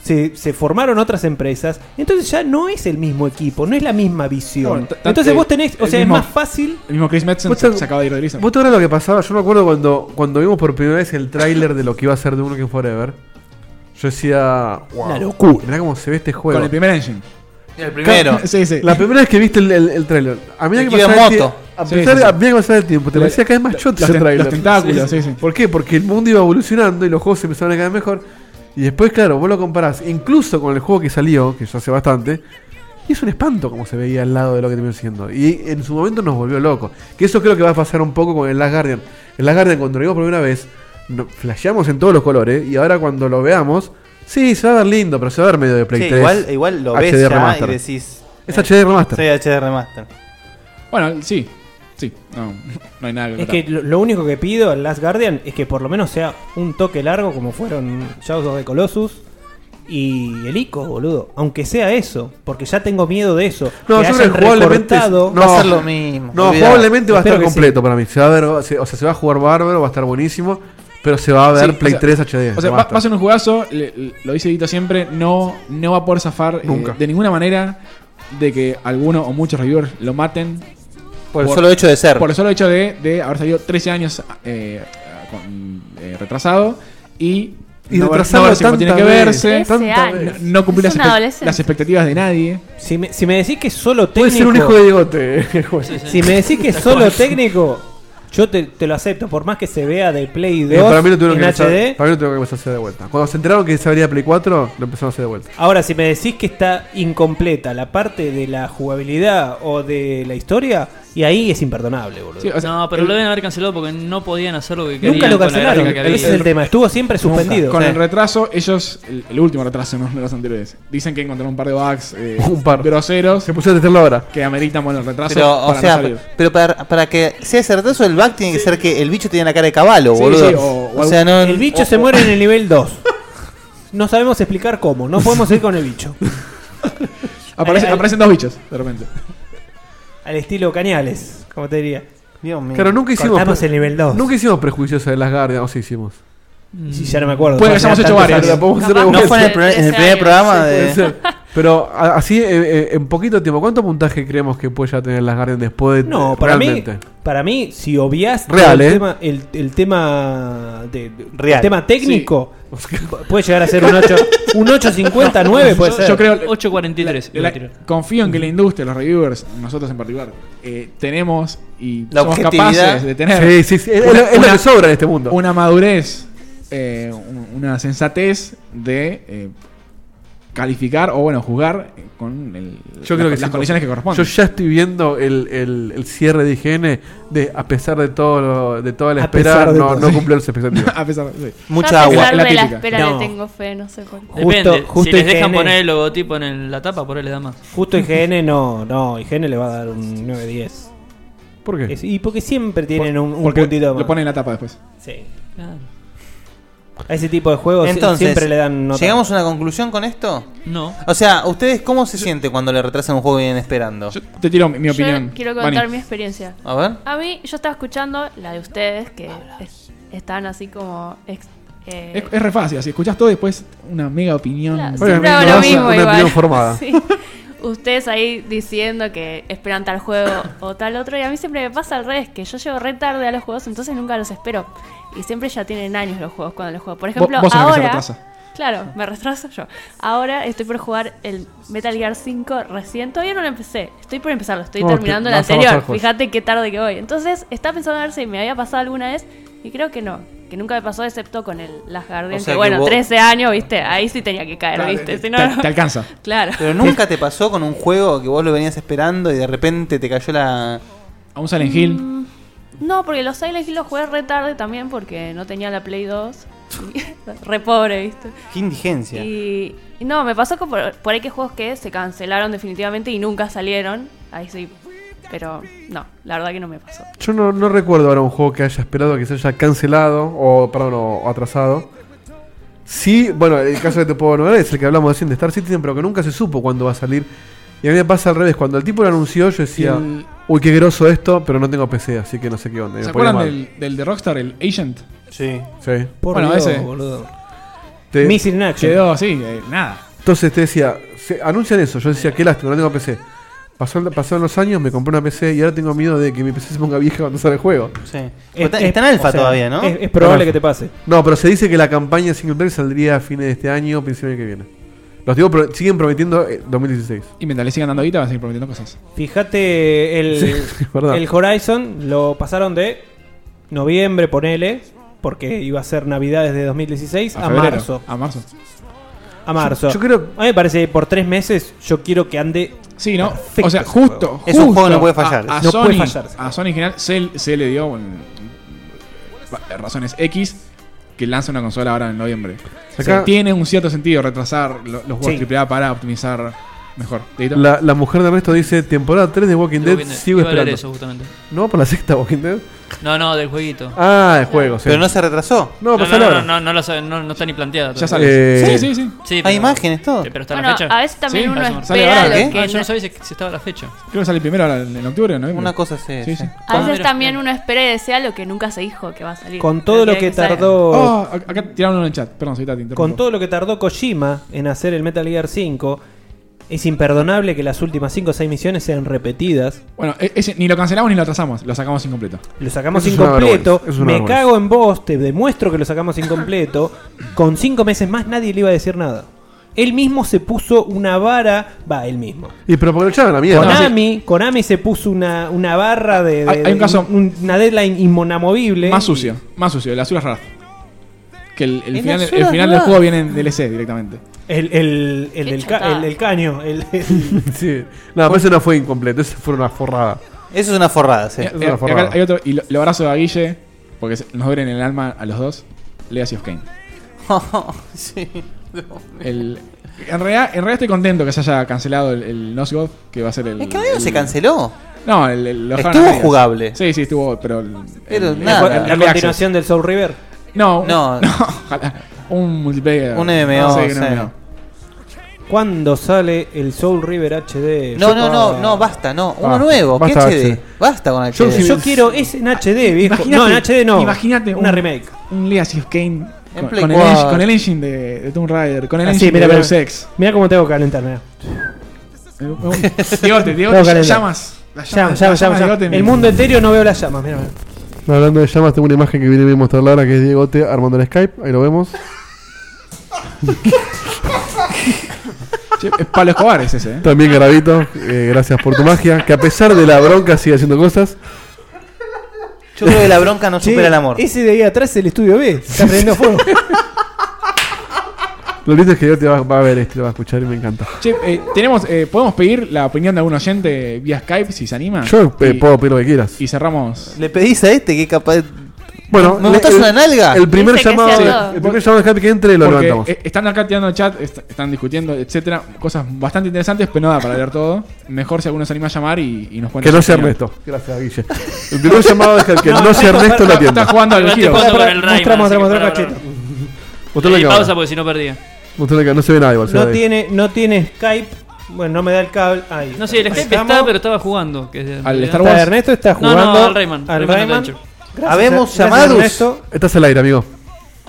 Speaker 5: se, se formaron otras empresas, entonces ya no es el mismo equipo, no es la misma visión.
Speaker 4: Bueno, ta- ta-
Speaker 5: entonces
Speaker 4: eh,
Speaker 5: vos tenés, o
Speaker 4: el
Speaker 5: sea,
Speaker 4: mismo-
Speaker 5: es más fácil.
Speaker 4: El mismo Chris Metzen
Speaker 6: Vos
Speaker 4: se,
Speaker 6: te-
Speaker 4: se acaba de ir de Grizzly.
Speaker 6: ¿Vos te acuerdas lo que pasaba? Yo me acuerdo cuando, cuando vimos por primera vez el tráiler de lo que iba a ser The Unlocking Forever. Yo decía. Wow,
Speaker 4: Una locura.
Speaker 6: Mirá cómo se ve este juego.
Speaker 4: Con el primer engine.
Speaker 7: El primero.
Speaker 4: Sí, sí.
Speaker 6: La primera vez que viste el, el, el tráiler. A medida
Speaker 4: El
Speaker 6: que
Speaker 4: que iba en
Speaker 6: pasaba el
Speaker 4: moto.
Speaker 6: tie- a
Speaker 4: Sí,
Speaker 6: pesar-
Speaker 4: sí, sí.
Speaker 6: a medida que pasaba el tiempo, te
Speaker 4: La-
Speaker 6: parecía cada vez más
Speaker 4: los
Speaker 6: choto
Speaker 4: ten-
Speaker 6: ese tráiler.
Speaker 4: los tentáculos, sí, sí.
Speaker 6: ¿Por qué? Porque el mundo iba evolucionando y los juegos se empezaron a quedar mejor. Y después, claro, vos lo comparás incluso con el juego que salió, que ya hace bastante. Y es un espanto como se veía al lado de lo que terminó siendo. Y en su momento nos volvió locos. Que eso creo que va a pasar un poco con el Last Guardian. El Last Guardian, cuando lo vimos por primera vez, no- flasheamos en todos los colores. Y ahora cuando lo veamos, sí, se va a ver lindo, pero se va a ver medio de Play
Speaker 7: Sí,
Speaker 6: 3.
Speaker 7: igual, igual lo ves
Speaker 6: HD
Speaker 7: ya
Speaker 6: remaster.
Speaker 7: y decís. eh,
Speaker 6: Es HD Remaster.
Speaker 7: Sí, HD Remaster.
Speaker 4: Bueno, sí. Sí, no, no hay nada que
Speaker 5: Es
Speaker 4: contar.
Speaker 5: que lo, lo único que pido al Last Guardian es que por lo menos sea un toque largo como fueron Shadows of the Colossus y el ICO, boludo. Aunque sea eso, porque ya tengo miedo de eso.
Speaker 6: No,
Speaker 5: que
Speaker 6: yo creo
Speaker 5: hayan
Speaker 6: que jugablemente
Speaker 5: recortado-
Speaker 6: no, No, probablemente va a estar completo para mí. Se va a ver, se- o sea, se va a jugar bárbaro, va a estar buenísimo, pero se va a ver
Speaker 4: Sí,
Speaker 6: Play
Speaker 4: o sea,
Speaker 6: 3 HD.
Speaker 4: O sea, va,
Speaker 6: basta.
Speaker 4: va a ser un jugazo, le- le- lo dice Dito siempre, no, no va a poder zafar eh,
Speaker 6: Nunca.
Speaker 4: de ninguna manera de que alguno o muchos reviewers lo maten.
Speaker 7: Por el solo hecho de ser.
Speaker 4: Por el solo hecho de, de haber salido 13 años eh, con- eh, retrasado y...
Speaker 6: Y
Speaker 4: ver-
Speaker 6: retrasarlo
Speaker 4: verse como tiene
Speaker 6: tantas
Speaker 4: que
Speaker 6: veces,
Speaker 4: verse.
Speaker 6: tantas
Speaker 4: No-
Speaker 6: veces.
Speaker 4: No, cumplir las,
Speaker 6: Es un
Speaker 4: expect-
Speaker 6: adolescente.
Speaker 4: las expectativas de nadie.
Speaker 5: Si me, si me decís que es solo técnico.
Speaker 6: Puede ser un hijo de bigote.
Speaker 5: Si me decís que es solo técnico, yo te, te lo acepto. Por más que se vea de Play 2
Speaker 6: Eh, para mí lo tuvieron
Speaker 5: en HD.
Speaker 6: que empezar- para mí lo tuvieron que empezar a hacer de vuelta. Cuando se enteraron que se abría Play 4, lo empezaron a hacer de vuelta.
Speaker 5: Ahora, si me decís que está incompleta la parte de la jugabilidad o de la historia, y ahí es imperdonable, boludo.
Speaker 3: no, pero lo deben haber cancelado porque no podían hacer lo que querían.
Speaker 5: Nunca lo
Speaker 3: con la
Speaker 5: cancelaron.
Speaker 3: gráfica que
Speaker 5: Ese es
Speaker 3: había.
Speaker 5: el tema. Estuvo siempre
Speaker 4: Nunca.
Speaker 5: suspendido.
Speaker 4: Con
Speaker 5: Sí.
Speaker 4: el retraso, ellos, el, el último retraso, no de los anteriores, dicen que encontraron un par de bugs eh,
Speaker 6: Un par.
Speaker 4: groseros.
Speaker 6: Se pusieron a hacerlo ahora.
Speaker 4: Que ameritan bueno, el retraso
Speaker 7: Pero,
Speaker 4: para
Speaker 7: o
Speaker 4: no
Speaker 7: sea,
Speaker 4: salir.
Speaker 7: pero para, para que sea ese retraso, el back tiene que ser que el bicho tiene la cara de caballo,
Speaker 5: Sí,
Speaker 7: boludo.
Speaker 5: sí, o-
Speaker 7: O sea, no-
Speaker 5: el bicho
Speaker 7: o-
Speaker 5: se
Speaker 7: o-
Speaker 5: muere en el nivel 2. No sabemos explicar cómo. No podemos ir con el bicho.
Speaker 4: Aparece-
Speaker 5: Al- al-
Speaker 4: aparecen dos bichos, de repente.
Speaker 5: Al estilo Cañales, como te diría. Dios mío.
Speaker 6: Claro, nunca hicimos.
Speaker 5: Mm. Cortamos el nivel 2.
Speaker 6: Nunca hicimos prejuicios de las Guardian, o sí hicimos.
Speaker 5: Y si ya no me acuerdo.
Speaker 6: Puede que
Speaker 5: Fue hace
Speaker 6: hayamos hecho
Speaker 5: tantos
Speaker 6: varios.
Speaker 5: años.
Speaker 6: la podemos hacer
Speaker 5: Capaz
Speaker 6: de
Speaker 5: no
Speaker 6: vuelta.
Speaker 5: fue en el primer- en el primer programa
Speaker 6: Sí, puede
Speaker 5: de-
Speaker 6: ser. Pero a- así, eh, eh, en poquito tiempo, ¿cuánto puntaje creemos que puede ya tener las Guardian después de
Speaker 5: No, para
Speaker 6: realmente?
Speaker 5: mí, para mí, si obviaste
Speaker 6: Real,
Speaker 5: el,
Speaker 6: ¿eh?
Speaker 5: tema, el, el tema de, de-
Speaker 6: Real.
Speaker 5: el tema técnico, pu- puede llegar a ser un 8, un 859 puede
Speaker 4: yo,
Speaker 5: ser.
Speaker 4: Yo creo.
Speaker 3: 8.43.
Speaker 4: la- la- confío en que la industria, los reviewers, nosotros en particular, eh, tenemos y
Speaker 6: La
Speaker 4: somos
Speaker 6: objetividad.
Speaker 4: capaces de tener.
Speaker 6: Sí, sí, sí, es lo- es lo que sobra en este mundo.
Speaker 4: Una madurez, eh, un- una sensatez de. eh, calificar o bueno jugar eh, con el-
Speaker 6: Yo
Speaker 4: las-
Speaker 6: creo que
Speaker 4: las
Speaker 6: sí.
Speaker 4: condiciones que corresponden
Speaker 6: Yo ya estoy viendo el, el, el cierre de IGN de a pesar de todo lo- de toda la
Speaker 4: A
Speaker 6: espera
Speaker 4: pesar de
Speaker 6: no,
Speaker 4: todo,
Speaker 6: no
Speaker 4: sí.
Speaker 6: cumplió sus expectativas.
Speaker 4: A pesar, sí.
Speaker 8: Yo a pesar de la espera le tengo fe, no sé por qué.
Speaker 3: Depende.
Speaker 5: Justo- justo
Speaker 3: si les dejan
Speaker 5: IGN.
Speaker 3: poner el logotipo en el- la tapa, por ahí les da más.
Speaker 5: Justo IGN no, no, IGN le va a dar un 9-10.
Speaker 6: ¿Por qué?
Speaker 5: y porque siempre tienen un, un
Speaker 4: porque
Speaker 5: puntito más.
Speaker 4: lo ponen en la tapa después
Speaker 5: Sí. A ese tipo de juegos
Speaker 7: Entonces,
Speaker 5: siempre le dan nota.
Speaker 7: ¿llegamos a una conclusión con esto?
Speaker 3: No.
Speaker 7: O sea, ¿ustedes cómo se siente cuando le retrasan un juego que vienen esperando?
Speaker 4: te tiro mi,
Speaker 7: Yo
Speaker 4: opinión.
Speaker 8: Quiero contar mi experiencia.
Speaker 7: A ver.
Speaker 8: A mí, yo estaba escuchando la de ustedes que es- están así como. ex- eh,
Speaker 4: es, es re fácil así escuchás todo y después una mega opinión
Speaker 8: siempre hago lo mismo igual. Sí.
Speaker 4: Yo
Speaker 8: Ustedes ahí diciendo que esperan tal juego o tal otro y a mí siempre me pasa al revés, que yo llego re tarde a los juegos, entonces nunca los espero. Y siempre ya tienen años los juegos cuando los juego. Por ejemplo,
Speaker 4: vos sos la que se
Speaker 8: ahora...
Speaker 4: retrasa.
Speaker 8: Claro, me retraso yo. Ahora estoy por jugar el Metal Gear 5 recién. Todavía no lo empecé. Estoy por empezarlo. Estoy
Speaker 6: No, te-
Speaker 8: terminando el
Speaker 6: vas a
Speaker 8: anterior.
Speaker 6: pasar cosas.
Speaker 8: Fíjate qué tarde que voy. Entonces, estaba pensando a ver si me había pasado alguna vez. Y creo que no. Que nunca me pasó, excepto con el Last
Speaker 7: O
Speaker 8: Guardian.
Speaker 7: sea
Speaker 8: que
Speaker 7: que
Speaker 8: bueno,
Speaker 7: vos-
Speaker 8: 13 años, ¿viste? Ahí sí tenía que caer,
Speaker 7: Claro,
Speaker 5: eh,
Speaker 8: ¿viste?
Speaker 7: te-
Speaker 8: Si no, no. Claro.
Speaker 7: Pero nunca te pasó con un juego que vos lo venías esperando y de repente te cayó la. Mm.
Speaker 4: A un Silent Hill.
Speaker 8: No, porque los Silent Hill los jugué re tarde también porque no tenía la Play 2. re pobre, ¿viste?
Speaker 7: Qué indigencia.
Speaker 8: Y, y no, me pasó que por, por ahí que juegos que se cancelaron definitivamente y nunca salieron. Ahí sí. Pero no, la verdad que no me pasó.
Speaker 6: Yo no, no recuerdo ahora un juego que haya esperado que se haya cancelado o, perdón, o, o atrasado. Sí, bueno, el caso que te puedo nombrar es el que hablamos recién de Star Citizen, pero que nunca se supo cuándo va a salir. Y a mí me pasa al revés, cuando el tipo lo anunció yo decía,
Speaker 4: El-
Speaker 6: uy, qué groso esto, pero no tengo PC, así que no sé qué onda. Y
Speaker 4: ¿Se
Speaker 6: me ponía
Speaker 4: acuerdan
Speaker 6: mal.
Speaker 4: del, del de Rockstar, el Agent?
Speaker 7: Sí.
Speaker 6: Sí.
Speaker 4: bueno, ese.
Speaker 6: Te-
Speaker 5: Missing in action.
Speaker 4: Quedó así, eh, nada.
Speaker 6: Entonces te decía, se- anuncian eso. Yo decía, qué lástima, no tengo PC. Pasó, pasaron los años, me compré una PC y ahora tengo miedo de que mi PC se ponga vieja cuando sale el juego.
Speaker 7: Sí.
Speaker 4: Eh,
Speaker 7: Está- está en alfa
Speaker 6: o sea,
Speaker 7: todavía, ¿no?
Speaker 5: es- es probable
Speaker 6: Está en
Speaker 5: que te
Speaker 6: alfa.
Speaker 5: pase.
Speaker 6: No, pero se dice que la campaña single player saldría a fines de este año, principio del que viene. Los digo, pro- siguen prometiendo eh, 2016.
Speaker 4: Y mientras le sigan dando guita, van a seguir prometiendo cosas.
Speaker 5: Fíjate, Eh, el,
Speaker 6: Sí, es verdad.
Speaker 5: el Horizon lo pasaron de noviembre, ponele, porque iba a ser Navidades de 2016,
Speaker 4: A
Speaker 5: a,
Speaker 4: febrero,
Speaker 5: marzo.
Speaker 4: A marzo.
Speaker 5: A marzo.
Speaker 4: Yo- yo creo-
Speaker 5: A mí me parece que por tres meses yo quiero que ande.
Speaker 4: Sí, ¿no?
Speaker 5: perfecto
Speaker 4: o sea,
Speaker 5: ese
Speaker 4: justo.
Speaker 5: juego. Es un juego que no puede fallar.
Speaker 4: A, a
Speaker 5: No
Speaker 4: Sony,
Speaker 5: puede fallar.
Speaker 4: A Sony en general se, se le dio bueno, va- razones X que lanza una consola ahora en noviembre. O sea,
Speaker 6: Acá-
Speaker 4: tiene un cierto sentido retrasar lo- los
Speaker 6: Sí.
Speaker 4: juegos AAA para optimizar mejor. ¿Dedito?
Speaker 6: La, la mujer de Ernesto dice, temporada 3 de Walking Dead,
Speaker 3: Walking Dead.
Speaker 6: sigo
Speaker 3: Iba a leer
Speaker 6: esperando.
Speaker 3: eso, justamente.
Speaker 6: ¿No va por la sexta Walking Dead?
Speaker 3: No, no, del jueguito.
Speaker 6: Ah, el juego, sí. Pero no se retrasó. No,
Speaker 3: no,
Speaker 6: pasó
Speaker 3: no,
Speaker 6: ahora.
Speaker 3: no, no, no lo sabe- no- no está ni planteada.
Speaker 6: Ya
Speaker 3: todavía.
Speaker 6: sale. Eh, Sí, sí, sí.
Speaker 3: Sí,
Speaker 7: Hay
Speaker 3: pero-
Speaker 7: imágenes, todo.
Speaker 3: Sí, Pero está
Speaker 8: Bueno,
Speaker 3: la fecha.
Speaker 8: a veces también uno
Speaker 3: parece-
Speaker 8: espera
Speaker 3: ahora,
Speaker 8: lo
Speaker 3: ¿qué?
Speaker 8: que-
Speaker 3: Ah, yo no sabía si si estaba la fecha.
Speaker 4: Creo que sale primero ahora en en octubre o noviembre.
Speaker 7: Una cosa así,
Speaker 4: Sí,
Speaker 7: sí.
Speaker 4: sí.
Speaker 8: A veces también uno espera y desea lo que nunca se dijo que va a salir.
Speaker 5: Con todo
Speaker 8: Pero
Speaker 5: lo que
Speaker 8: salga.
Speaker 5: tardó.
Speaker 4: Oh, ac- acá tiraron uno en el chat. Perdón, Solita, te interrumpo.
Speaker 5: Con todo lo que tardó Kojima en hacer el Metal Gear 5, es imperdonable que las últimas 5 o 6 misiones sean repetidas.
Speaker 4: Bueno, e- ese ni lo cancelamos ni lo atrasamos. Lo sacamos incompleto.
Speaker 5: Lo sacamos incompleto, me cago en vos, te demuestro que lo sacamos incompleto. Con 5 meses más nadie le iba a decir nada. Él mismo se puso una vara, va, él mismo.
Speaker 6: Y pero porque lo echaron a la mierda.
Speaker 5: Konami, Konami se puso una, una barra de, de-
Speaker 4: Hay- hay un caso-
Speaker 5: un- una deadline inmonamovible.
Speaker 4: Más sucio, más sucio, el Azul Wrath. Que el, el
Speaker 5: El
Speaker 4: final, el
Speaker 5: Azura's
Speaker 4: final del
Speaker 5: Wrath.
Speaker 4: juego viene en DLC directamente.
Speaker 5: El, el, el del ca- el del caño. el- el-
Speaker 6: Sí. No, pero eso no fue incompleto, eso fue una forrada.
Speaker 7: Eso es una forrada, sí.
Speaker 4: Y, y- y eh, acá hay otro, y lo, lo abrazo a Guille, porque se- nos duele en el alma a los dos. Legacy of Kane.
Speaker 7: sí.
Speaker 4: El- en, realidad, en realidad estoy contento que se haya cancelado el, el Nosgoth, que va a ser el.
Speaker 7: Es que medio
Speaker 4: el-
Speaker 7: se canceló.
Speaker 4: No, el, el- lo dejaron
Speaker 7: Estuvo
Speaker 4: a medias.
Speaker 7: jugable.
Speaker 4: Sí, sí, estuvo, pero. el-
Speaker 7: Pero
Speaker 4: el-
Speaker 7: nada.
Speaker 4: el- el
Speaker 7: La
Speaker 4: Early
Speaker 7: continuación
Speaker 4: Access.
Speaker 5: del Soul River.
Speaker 4: No,
Speaker 7: No.
Speaker 4: ojalá. Un multiplayer.
Speaker 7: Un MMO,
Speaker 4: Sí,
Speaker 7: sí.
Speaker 4: un MMO.
Speaker 5: ¿Cuándo sale el Soul River
Speaker 6: Eh,
Speaker 5: HD?
Speaker 7: No, no, no, no, basta, no. Uno nuevo, ¿qué HD? Basta con HD.
Speaker 5: Yo, yo quiero es en HD, viejo.
Speaker 4: Imagínate-
Speaker 5: no, en HD no.
Speaker 4: Imagínate
Speaker 5: una
Speaker 4: un-
Speaker 5: remake.
Speaker 4: Un Legacy of Kane
Speaker 5: En
Speaker 4: con,
Speaker 5: Play
Speaker 4: con el,
Speaker 5: cuatro.
Speaker 4: engine- con el engine de, de Tomb Raider, con el
Speaker 5: Así,
Speaker 4: engine
Speaker 5: mira,
Speaker 4: de
Speaker 5: mira.
Speaker 4: Deus Ex.
Speaker 5: Mira cómo tengo que calentar,
Speaker 4: Eh,
Speaker 5: mira.
Speaker 4: Diego, te digo,
Speaker 5: Tengo que calentar.
Speaker 4: llamas. Las
Speaker 5: Llamas, llamas,
Speaker 4: llamas, las llamas,
Speaker 5: llamas.
Speaker 4: Diegote,
Speaker 5: El
Speaker 4: mi-
Speaker 5: mundo entero no veo las llamas, mira. mira.
Speaker 6: Hablando de llamas, tengo una imagen que viene a mostrarla ahora que es Diegote armando el Skype. Ahí lo vemos.
Speaker 4: Che, es Pablo Escobar es ese, ¿eh?
Speaker 6: También Garavito, eh, gracias por tu magia. Que a pesar de la bronca sigue haciendo cosas.
Speaker 7: Yo creo que la bronca no
Speaker 5: Che,
Speaker 7: supera el amor.
Speaker 5: Ese de ahí atrás es el estudio B. Está prendiendo fuego.
Speaker 6: Lo lindo es que Diegote va, va a ver esto, y lo va a escuchar y me encanta.
Speaker 4: Che, eh, tenemos, eh, ¿podemos pedir la opinión de algún oyente vía Skype si se anima?
Speaker 6: Yo eh,
Speaker 4: Y-
Speaker 6: puedo pedir lo que quieras.
Speaker 4: Y cerramos.
Speaker 7: Le pedís a este que es capaz.
Speaker 6: Bueno,
Speaker 7: ¿me
Speaker 6: le-
Speaker 7: botas
Speaker 6: el-
Speaker 7: una nalga?
Speaker 6: El primer llamado,
Speaker 4: sea
Speaker 6: de-
Speaker 4: todo.
Speaker 6: el primer llamado de Skype que entre lo
Speaker 4: Porque,
Speaker 6: levantamos.
Speaker 4: eh, están acá tirando el chat, est- están discutiendo, etcétera. Cosas bastante interesantes, pero nada para leer todo. Mejor si alguno se anima a llamar y, y nos cuenta.
Speaker 6: Que no
Speaker 4: su
Speaker 6: sea
Speaker 4: opinión.
Speaker 6: Ernesto. Gracias, Guille. El primer llamado de Skype que no, sea Ernesto en la tienda.
Speaker 4: Está jugando al giro.
Speaker 3: Estoy jugando con el Rayman,
Speaker 5: Mostrá,
Speaker 3: así
Speaker 5: mostrá,
Speaker 3: que
Speaker 5: mostrá,
Speaker 3: para,
Speaker 5: cachito.
Speaker 6: Mostrale
Speaker 3: Eh,
Speaker 6: que
Speaker 3: pausa
Speaker 6: ahora.
Speaker 3: porque si no perdía.
Speaker 6: Mostrale que no se ve nada igual. se
Speaker 5: No
Speaker 6: ve.
Speaker 5: tiene, no tiene Skype. Bueno, no me da el cable. Ahí.
Speaker 3: No sé, el Skype está, pero estaba jugando. que-
Speaker 5: Está Ernesto está
Speaker 3: No,
Speaker 5: jugando.
Speaker 3: no, al Rayman.
Speaker 5: Al
Speaker 3: Rayman
Speaker 5: Rayman.
Speaker 3: Adventure.
Speaker 5: Gracias,
Speaker 7: Habemos
Speaker 5: gracias,
Speaker 7: llamados.
Speaker 5: Ernesto.
Speaker 6: Estás al aire, amigo.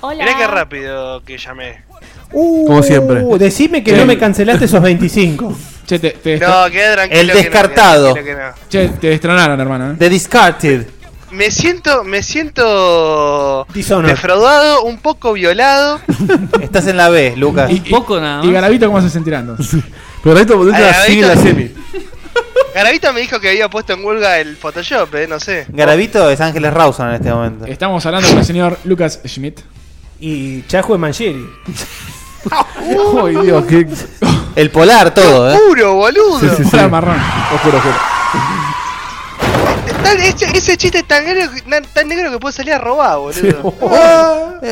Speaker 8: Hola.
Speaker 20: Mirá qué rápido que llamé.
Speaker 5: Uh,
Speaker 6: Como siempre.
Speaker 5: Decime que
Speaker 4: Sí.
Speaker 5: no me cancelaste esos 25.
Speaker 4: Che, te, te
Speaker 20: No,
Speaker 4: destro-
Speaker 20: queda tranquilo.
Speaker 7: El
Speaker 20: que no, queda
Speaker 7: descartado.
Speaker 20: tranquilo que no.
Speaker 4: Che, te destronaron, hermano. ¿eh?
Speaker 7: The Discarded.
Speaker 20: Me siento, me siento
Speaker 7: Dishonored.
Speaker 20: defraudado, un poco violado.
Speaker 7: Estás en la B, Lucas.
Speaker 4: Un
Speaker 3: poco nada
Speaker 4: ¿Y Garavito cómo se sentirá entonces?
Speaker 6: Pero Garavito
Speaker 20: Ah, Garavito-
Speaker 6: sigue la semi.
Speaker 20: Garavito me dijo que había puesto en huelga el Photoshop, eh, no sé.
Speaker 7: Garavito es Ángeles Rawson en este momento.
Speaker 4: Estamos hablando con el señor Lucas Schmidt.
Speaker 5: Y Chajo es Mangieri.
Speaker 20: Uh.
Speaker 6: Ay, Dios, qué.
Speaker 7: El polar, todo, ¿eh?
Speaker 20: Puro, boludo.
Speaker 4: marrón.
Speaker 6: Oscuro, oscuro.
Speaker 20: Tan- ese, ese chiste es tan negro, que- na- tan negro que puede salir a robar, boludo.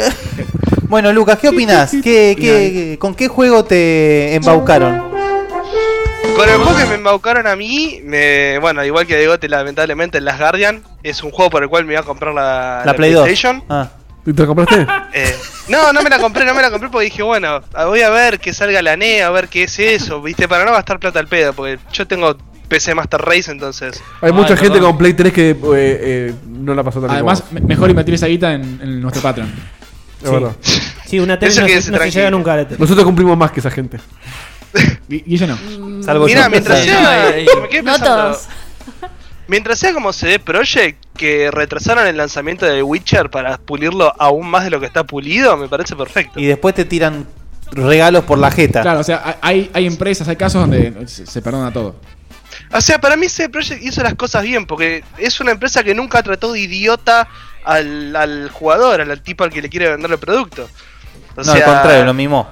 Speaker 7: Bueno, Lucas, ¿qué opinas? ¿Qué, qué, ¿Con qué juego te embaucaron?
Speaker 20: Con el juego que me embaucaron a mí, me- bueno, igual que a Diegote, lamentablemente, el Last Guardian es un juego por el cual me iba a comprar la,
Speaker 7: La Play 2.
Speaker 20: PlayStation.
Speaker 7: Ah.
Speaker 6: ¿Y ¿Te lo compraste?
Speaker 20: Eh, no, no me la compré, no me la compré porque dije, bueno, ah, voy a ver que salga la NEA, a ver qué es eso, viste, para no gastar plata al pedo, porque yo tengo PC Master Race, entonces.
Speaker 4: Ah,
Speaker 6: Hay mucha gente con Play 3 que eh, eh, no la pasó tan bien
Speaker 4: Además,
Speaker 6: como
Speaker 4: me- mejor invertir esa guita en, en nuestro Patreon.
Speaker 6: vos. Es verdad.
Speaker 12: Sí, una tele
Speaker 20: Eso
Speaker 12: no,
Speaker 20: que
Speaker 12: se-
Speaker 20: se
Speaker 12: no se
Speaker 20: tranquila.
Speaker 12: llega nunca a la tele.
Speaker 6: Nosotros cumplimos más que esa gente.
Speaker 4: Y, ella no.
Speaker 20: Mira, mientras sea. me quedé
Speaker 8: No
Speaker 20: pensando,
Speaker 8: todos.
Speaker 20: Mientras sea como CD Projekt, que retrasaron el lanzamiento de Witcher para pulirlo aún más de lo que está pulido, me parece perfecto.
Speaker 7: Y después te tiran regalos por la jeta.
Speaker 4: Claro, o sea, hay, hay empresas, hay casos donde se, se perdona todo.
Speaker 20: O sea, para mí CD Projekt hizo las cosas bien, porque es una empresa que nunca trató de idiota al, al jugador, al, al tipo al que le quiere vender el producto. O
Speaker 7: no,
Speaker 20: sea,
Speaker 7: al contrario, lo mismo.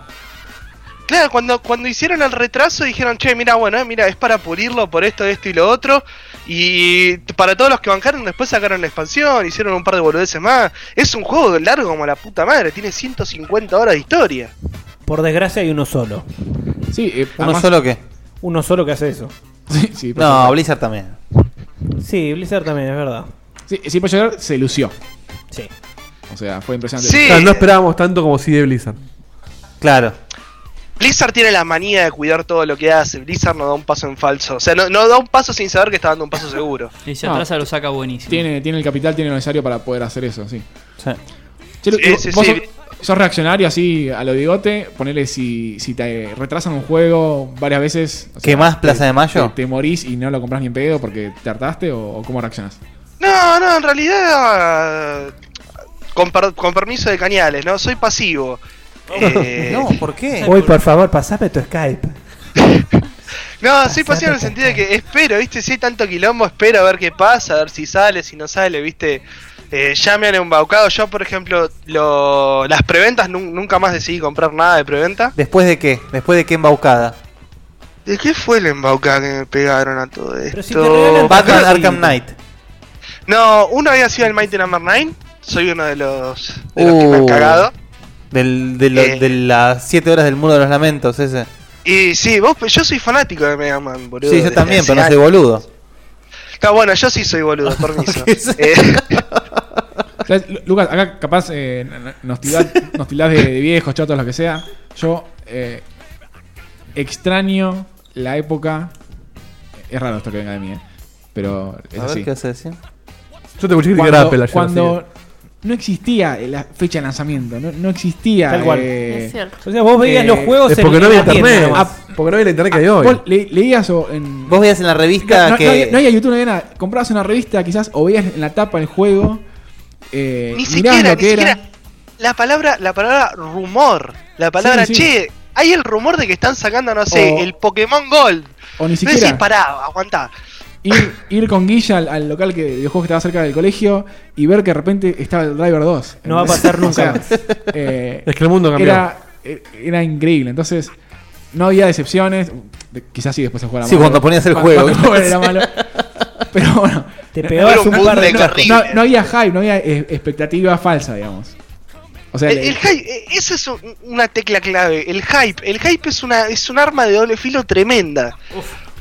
Speaker 20: Claro, cuando, cuando hicieron el retraso dijeron, che, mira, bueno, eh, mira, es para pulirlo por esto, esto y lo otro. Y t- para todos los que bancaron, después sacaron la expansión, hicieron un par de boludeces más. Es un juego largo como la puta madre, tiene 150 horas de historia.
Speaker 12: Por desgracia hay uno solo.
Speaker 4: Sí,
Speaker 7: ¿Uno solo qué?
Speaker 12: Uno solo que hace eso.
Speaker 4: Sí, sí,
Speaker 7: No, supuesto. Blizzard también.
Speaker 12: Sí, Blizzard también, es verdad.
Speaker 4: Sí, sí, por llegar se lució.
Speaker 12: Sí.
Speaker 4: O sea, fue impresionante.
Speaker 20: Sí.
Speaker 6: O sea, no esperábamos tanto como si de Blizzard.
Speaker 7: Claro.
Speaker 20: Blizzard tiene la manía de cuidar todo lo que hace, Blizzard no da un paso en falso. O sea, no, no da un paso sin saber que está dando un paso seguro.
Speaker 10: Y si
Speaker 4: No.
Speaker 10: atrasa lo saca buenísimo.
Speaker 4: Tiene, tiene el capital, tiene lo necesario para poder hacer eso, sí. Che, Lu,
Speaker 10: Sí,
Speaker 4: vos-
Speaker 10: sí,
Speaker 4: vos
Speaker 10: sí.
Speaker 4: Sos, sos reaccionario así a lo bigote. Ponele si, si te retrasan un juego varias veces. o sea,
Speaker 7: ¿Quemás Plaza
Speaker 4: te-
Speaker 7: de Mayo?
Speaker 4: Te, te morís y no lo compras ni en pedo porque te hartaste o, o cómo reaccionás.
Speaker 20: No, no, en realidad. Con, per- con permiso de cañales, ¿no? Soy pasivo. Eh,
Speaker 12: Hoy, por favor, pasame tu Skype.
Speaker 20: No, soy pasivo en el sentido de que espero, ¿viste? Si hay tanto quilombo, espero a ver qué pasa, a ver si sale, si no sale, ¿viste? Eh, ya me han embaucado. Yo, por ejemplo, lo- las preventas nun- nunca más decidí comprar nada de preventa.
Speaker 7: ¿Después de qué? ¿Después de qué embaucada?
Speaker 20: ¿De qué fue la embaucada que me pegaron a todo esto?
Speaker 7: si te regalan Batman todo, Arkham sí. Knight.
Speaker 20: No, uno había sido el Mighty Number 9. Soy uno de los, de los que me han
Speaker 7: Uh.
Speaker 20: cagado.
Speaker 7: Del- de, lo-
Speaker 20: Eh.
Speaker 7: de las 7 horas del muro de los lamentos, ese.
Speaker 20: Y sí, vos, yo soy fanático de Mega Man, boludo.
Speaker 7: sí, yo
Speaker 20: desde
Speaker 7: también,
Speaker 20: hace
Speaker 7: pero no soy
Speaker 20: años.
Speaker 7: boludo.
Speaker 20: Está bueno, yo sí soy boludo, permiso. Eh,
Speaker 4: ¿Sabes? Lu- Lucas, acá capaz eh, n- n- nos tirás, nos tirás de, de viejos, chotos, lo que sea. Yo eh, extraño la época. Es raro esto que venga de mí, eh, pero es
Speaker 7: A ver,
Speaker 4: así.
Speaker 7: ¿qué vas a decir?
Speaker 6: Yo te escuché criticar
Speaker 4: Cuando-
Speaker 6: a Apple ayer,
Speaker 4: Cuando
Speaker 6: así
Speaker 4: no existía la fecha de lanzamiento, no, no existía.
Speaker 12: Tal cual.
Speaker 4: eh,
Speaker 12: Es cierto. O sea, vos
Speaker 3: Eh,
Speaker 12: veías los juegos
Speaker 6: Es porque no había internet.
Speaker 4: Ah,
Speaker 6: Ah, porque no había la internet que hay hoy.
Speaker 4: vos le- leías o en.
Speaker 7: Vos veías en la
Speaker 4: No,
Speaker 7: revista
Speaker 4: no,
Speaker 7: que.
Speaker 4: no había- no había YouTube, no había nada. Comprabas una revista quizás o veías en la tapa el juego. Eh,
Speaker 20: ni
Speaker 4: mirabas
Speaker 20: siquiera, ni
Speaker 4: lo que era.
Speaker 20: siquiera. La palabra, la palabra rumor. La palabra,
Speaker 4: Sí, sí.
Speaker 20: che, hay el rumor de que están sacando, no sé,
Speaker 4: O-
Speaker 20: el Pokémon Gold.
Speaker 4: O ni
Speaker 20: No
Speaker 4: siquiera.
Speaker 20: decís, pará, aguantá.
Speaker 4: ir, ir con Guilla al, al local que, de videojuegos que estaba cerca del colegio y ver que de repente estaba el Driver 2.
Speaker 12: No va a pasar
Speaker 4: O sea,
Speaker 12: nunca más.
Speaker 4: eh,
Speaker 6: Es que el mundo cambió.
Speaker 4: Era, eh, era increíble. Entonces, no había decepciones. De- Quizás sí después se jugara
Speaker 7: Sí, cuando ponías el
Speaker 4: Cuando-
Speaker 7: juego.
Speaker 4: cuando jugaba era malo. Pero bueno.
Speaker 12: Te
Speaker 4: no-
Speaker 12: pegabas
Speaker 4: no-
Speaker 12: un
Speaker 4: no-
Speaker 12: par de
Speaker 4: no-
Speaker 12: carriles.
Speaker 4: no, no había hype, no había eh, expectativa falsa, digamos. O sea,
Speaker 20: El,
Speaker 4: le-
Speaker 20: el hype, eh, esa es un- una tecla clave. El hype, el hype es una es un arma de doble filo tremenda.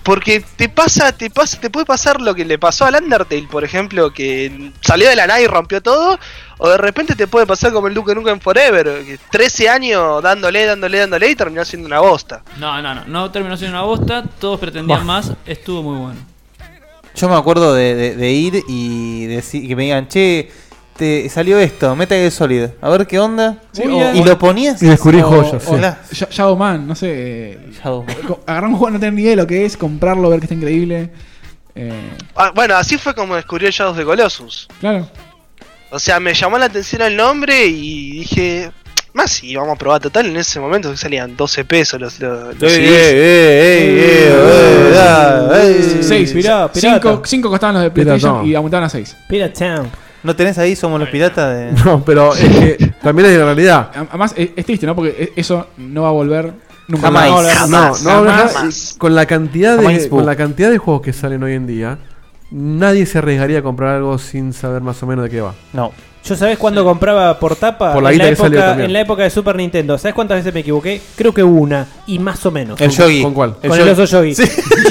Speaker 20: Porque te pasa, te pasa, te puede pasar lo que le pasó al Undertale, por ejemplo, que salió de la nada y rompió todo, o de repente te puede pasar como el Duke Nukem Forever, que 13 años dándole, dándole, dándole y terminó siendo una bosta.
Speaker 10: No, no, no. No terminó siendo una bosta. Todos pretendían más. Estuvo muy bueno.
Speaker 7: Yo me acuerdo de, de- de ir y decir que me digan, che, te salió esto, Metal Gear Solid, a ver qué onda.
Speaker 4: Sí,
Speaker 7: Uy,
Speaker 4: o-
Speaker 7: y lo ponías.
Speaker 6: Y descubrí joyas,
Speaker 4: o la- Sh- Shadow Man, no sé. Co- Agarrar un juego, no tener ni idea de lo que es, comprarlo, ver que está increíble. Eh,
Speaker 20: Ah, bueno, así fue como descubrió Shadows de Colossus.
Speaker 4: claro.
Speaker 20: O sea, me llamó la atención el nombre y dije, más si vamos a probar total. En ese momento salían 12 pesos los, los, los CDs.
Speaker 4: Seis,
Speaker 12: pirata, pirata.
Speaker 4: Cinco, cinco costaban los de PlayStation
Speaker 6: Piratón.
Speaker 4: y aumentaban a seis.
Speaker 12: Piratown.
Speaker 7: ¿No tenés ahí Somos los Piratas de.?
Speaker 6: No, pero es que también hay una realidad.
Speaker 4: Am- Además, es, es triste, ¿no? Porque e- eso no va a volver nunca
Speaker 6: Jamás.
Speaker 4: más.
Speaker 6: No, no, no,
Speaker 4: Jamás.
Speaker 6: no, con la cantidad
Speaker 4: Jamás,
Speaker 6: de
Speaker 4: bu.
Speaker 6: con la cantidad de juegos que salen hoy en día, nadie se arriesgaría a comprar algo sin saber más o menos de qué va.
Speaker 7: No.
Speaker 12: Yo sabés cuándo compraba por tapa
Speaker 6: Por la
Speaker 12: en,
Speaker 6: guita
Speaker 12: la
Speaker 6: que salió
Speaker 12: época,
Speaker 6: también.
Speaker 12: en la época de Super Nintendo. ¿Sabés cuántas veces me equivoqué? Creo que una. y más o menos.
Speaker 7: El
Speaker 12: ¿Con-
Speaker 7: Yogi.
Speaker 12: ¿Con cuál?
Speaker 7: El
Speaker 12: Con el
Speaker 7: Yogi.
Speaker 12: oso Yogi.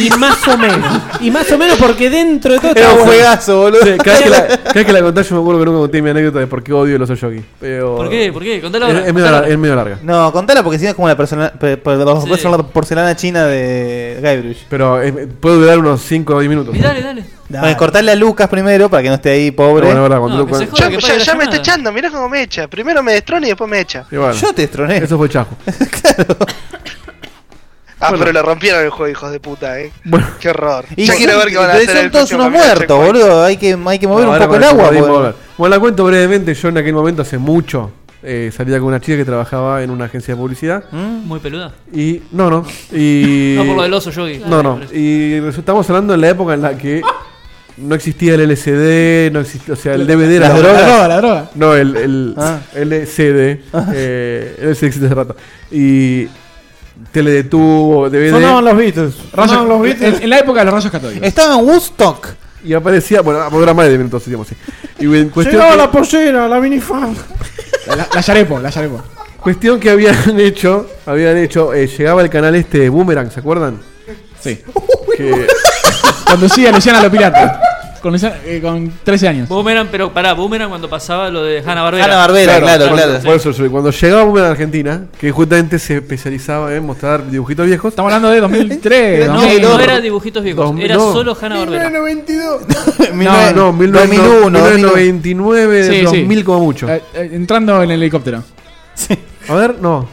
Speaker 12: Y más o menos. Y más o menos porque dentro de todo
Speaker 6: Era
Speaker 12: está
Speaker 6: un
Speaker 12: bueno.
Speaker 6: juegazo, boludo. cada, vez que la, cada vez que la contás, yo me acuerdo que nunca conté mi anécdota de Eh, por qué odio los Oshogi. Pero...
Speaker 7: ¿Por
Speaker 10: qué? ¿Por qué? Contala
Speaker 6: Es,
Speaker 10: ahora,
Speaker 6: es medio
Speaker 10: contala
Speaker 6: lar- es medio larga.
Speaker 7: No, contala porque si no es como la persona- pe- pe- la porcelana- porcelana china de Guybrush.
Speaker 6: Pero eh, puedo durar unos 5 o 10 minutos.
Speaker 10: Dale, dale.
Speaker 7: Bueno, cortarle a Lucas primero para que no esté ahí pobre.
Speaker 6: No, la verdad, cuando No, Lucas- que se
Speaker 20: Ya, ya- ya me está echando, mirá cómo me echa. Primero me destrona y después me echa.
Speaker 6: Y bueno,
Speaker 7: Yo te estroné.
Speaker 6: Eso fue chajo.
Speaker 20: Ah, pero le rompieron el juego, hijos de puta, eh. Qué horror.
Speaker 7: Y
Speaker 20: ya
Speaker 7: son-
Speaker 20: quiero ver qué van a
Speaker 7: pero
Speaker 20: hacer. en
Speaker 7: Son
Speaker 20: el
Speaker 7: todos
Speaker 20: próximo
Speaker 7: unos
Speaker 20: capítulo
Speaker 7: muertos,
Speaker 20: de Checkpoint.
Speaker 7: boludo. Hay que, hay que mover
Speaker 6: No,
Speaker 7: un
Speaker 6: ahora
Speaker 7: poco el
Speaker 6: con
Speaker 7: agua,
Speaker 6: comodismo,
Speaker 7: boludo.
Speaker 6: a ver. Bueno, la cuento brevemente. Yo en aquel momento, hace mucho, eh, salía con una chica que trabajaba en una agencia de publicidad.
Speaker 10: ¿Mm? Muy peluda.
Speaker 6: Y. No, no. Y.
Speaker 10: No, por lo del oso, Yogi.
Speaker 6: No, no. Y resultamos hablando en la época en la que. No existía el LCD, no existía, o sea, el DVD era
Speaker 4: La droga, la droga, la droga.
Speaker 6: No, el, el
Speaker 4: Ah.
Speaker 6: LCD.
Speaker 4: Ah.
Speaker 6: Eh, LCD existe hace rato. Y teledetuvo, DVD.
Speaker 4: Sonaban los
Speaker 6: Beatles.
Speaker 4: Rayos- en, en la época de los rayos católicos.
Speaker 7: Estaba en Woodstock.
Speaker 6: Y aparecía, bueno, ah, porque era más de 10 minutos, digamos así. Y en cuestión
Speaker 19: Llegaba
Speaker 6: que-
Speaker 19: la pollera, la minifan.
Speaker 4: La, la Yarepo, la Yarepo.
Speaker 6: Cuestión que habían hecho, habían hecho, eh, llegaba el canal este de Boomerang, ¿se acuerdan?
Speaker 4: Sí.
Speaker 6: Que
Speaker 4: Conducía a Luciana Lo Pirata. Con, Luciana- eh, con 13 años.
Speaker 10: Boomerang, pero pará, Boomerang cuando pasaba lo de Hanna Barbera.
Speaker 6: cuando, por eso, yo- cuando llegaba Boomerang a Argentina, que justamente se especializaba en mostrar dibujitos viejos.
Speaker 4: Estamos hablando de 2003,
Speaker 10: No, no era dibujitos viejos, era solo Hanna Barbera.
Speaker 6: 1992.
Speaker 4: No,
Speaker 6: No, no, 1999, 1999, 2000 como mucho.
Speaker 4: Eh, eh, entrando en el helicóptero.
Speaker 7: Sí.
Speaker 6: A ver, no.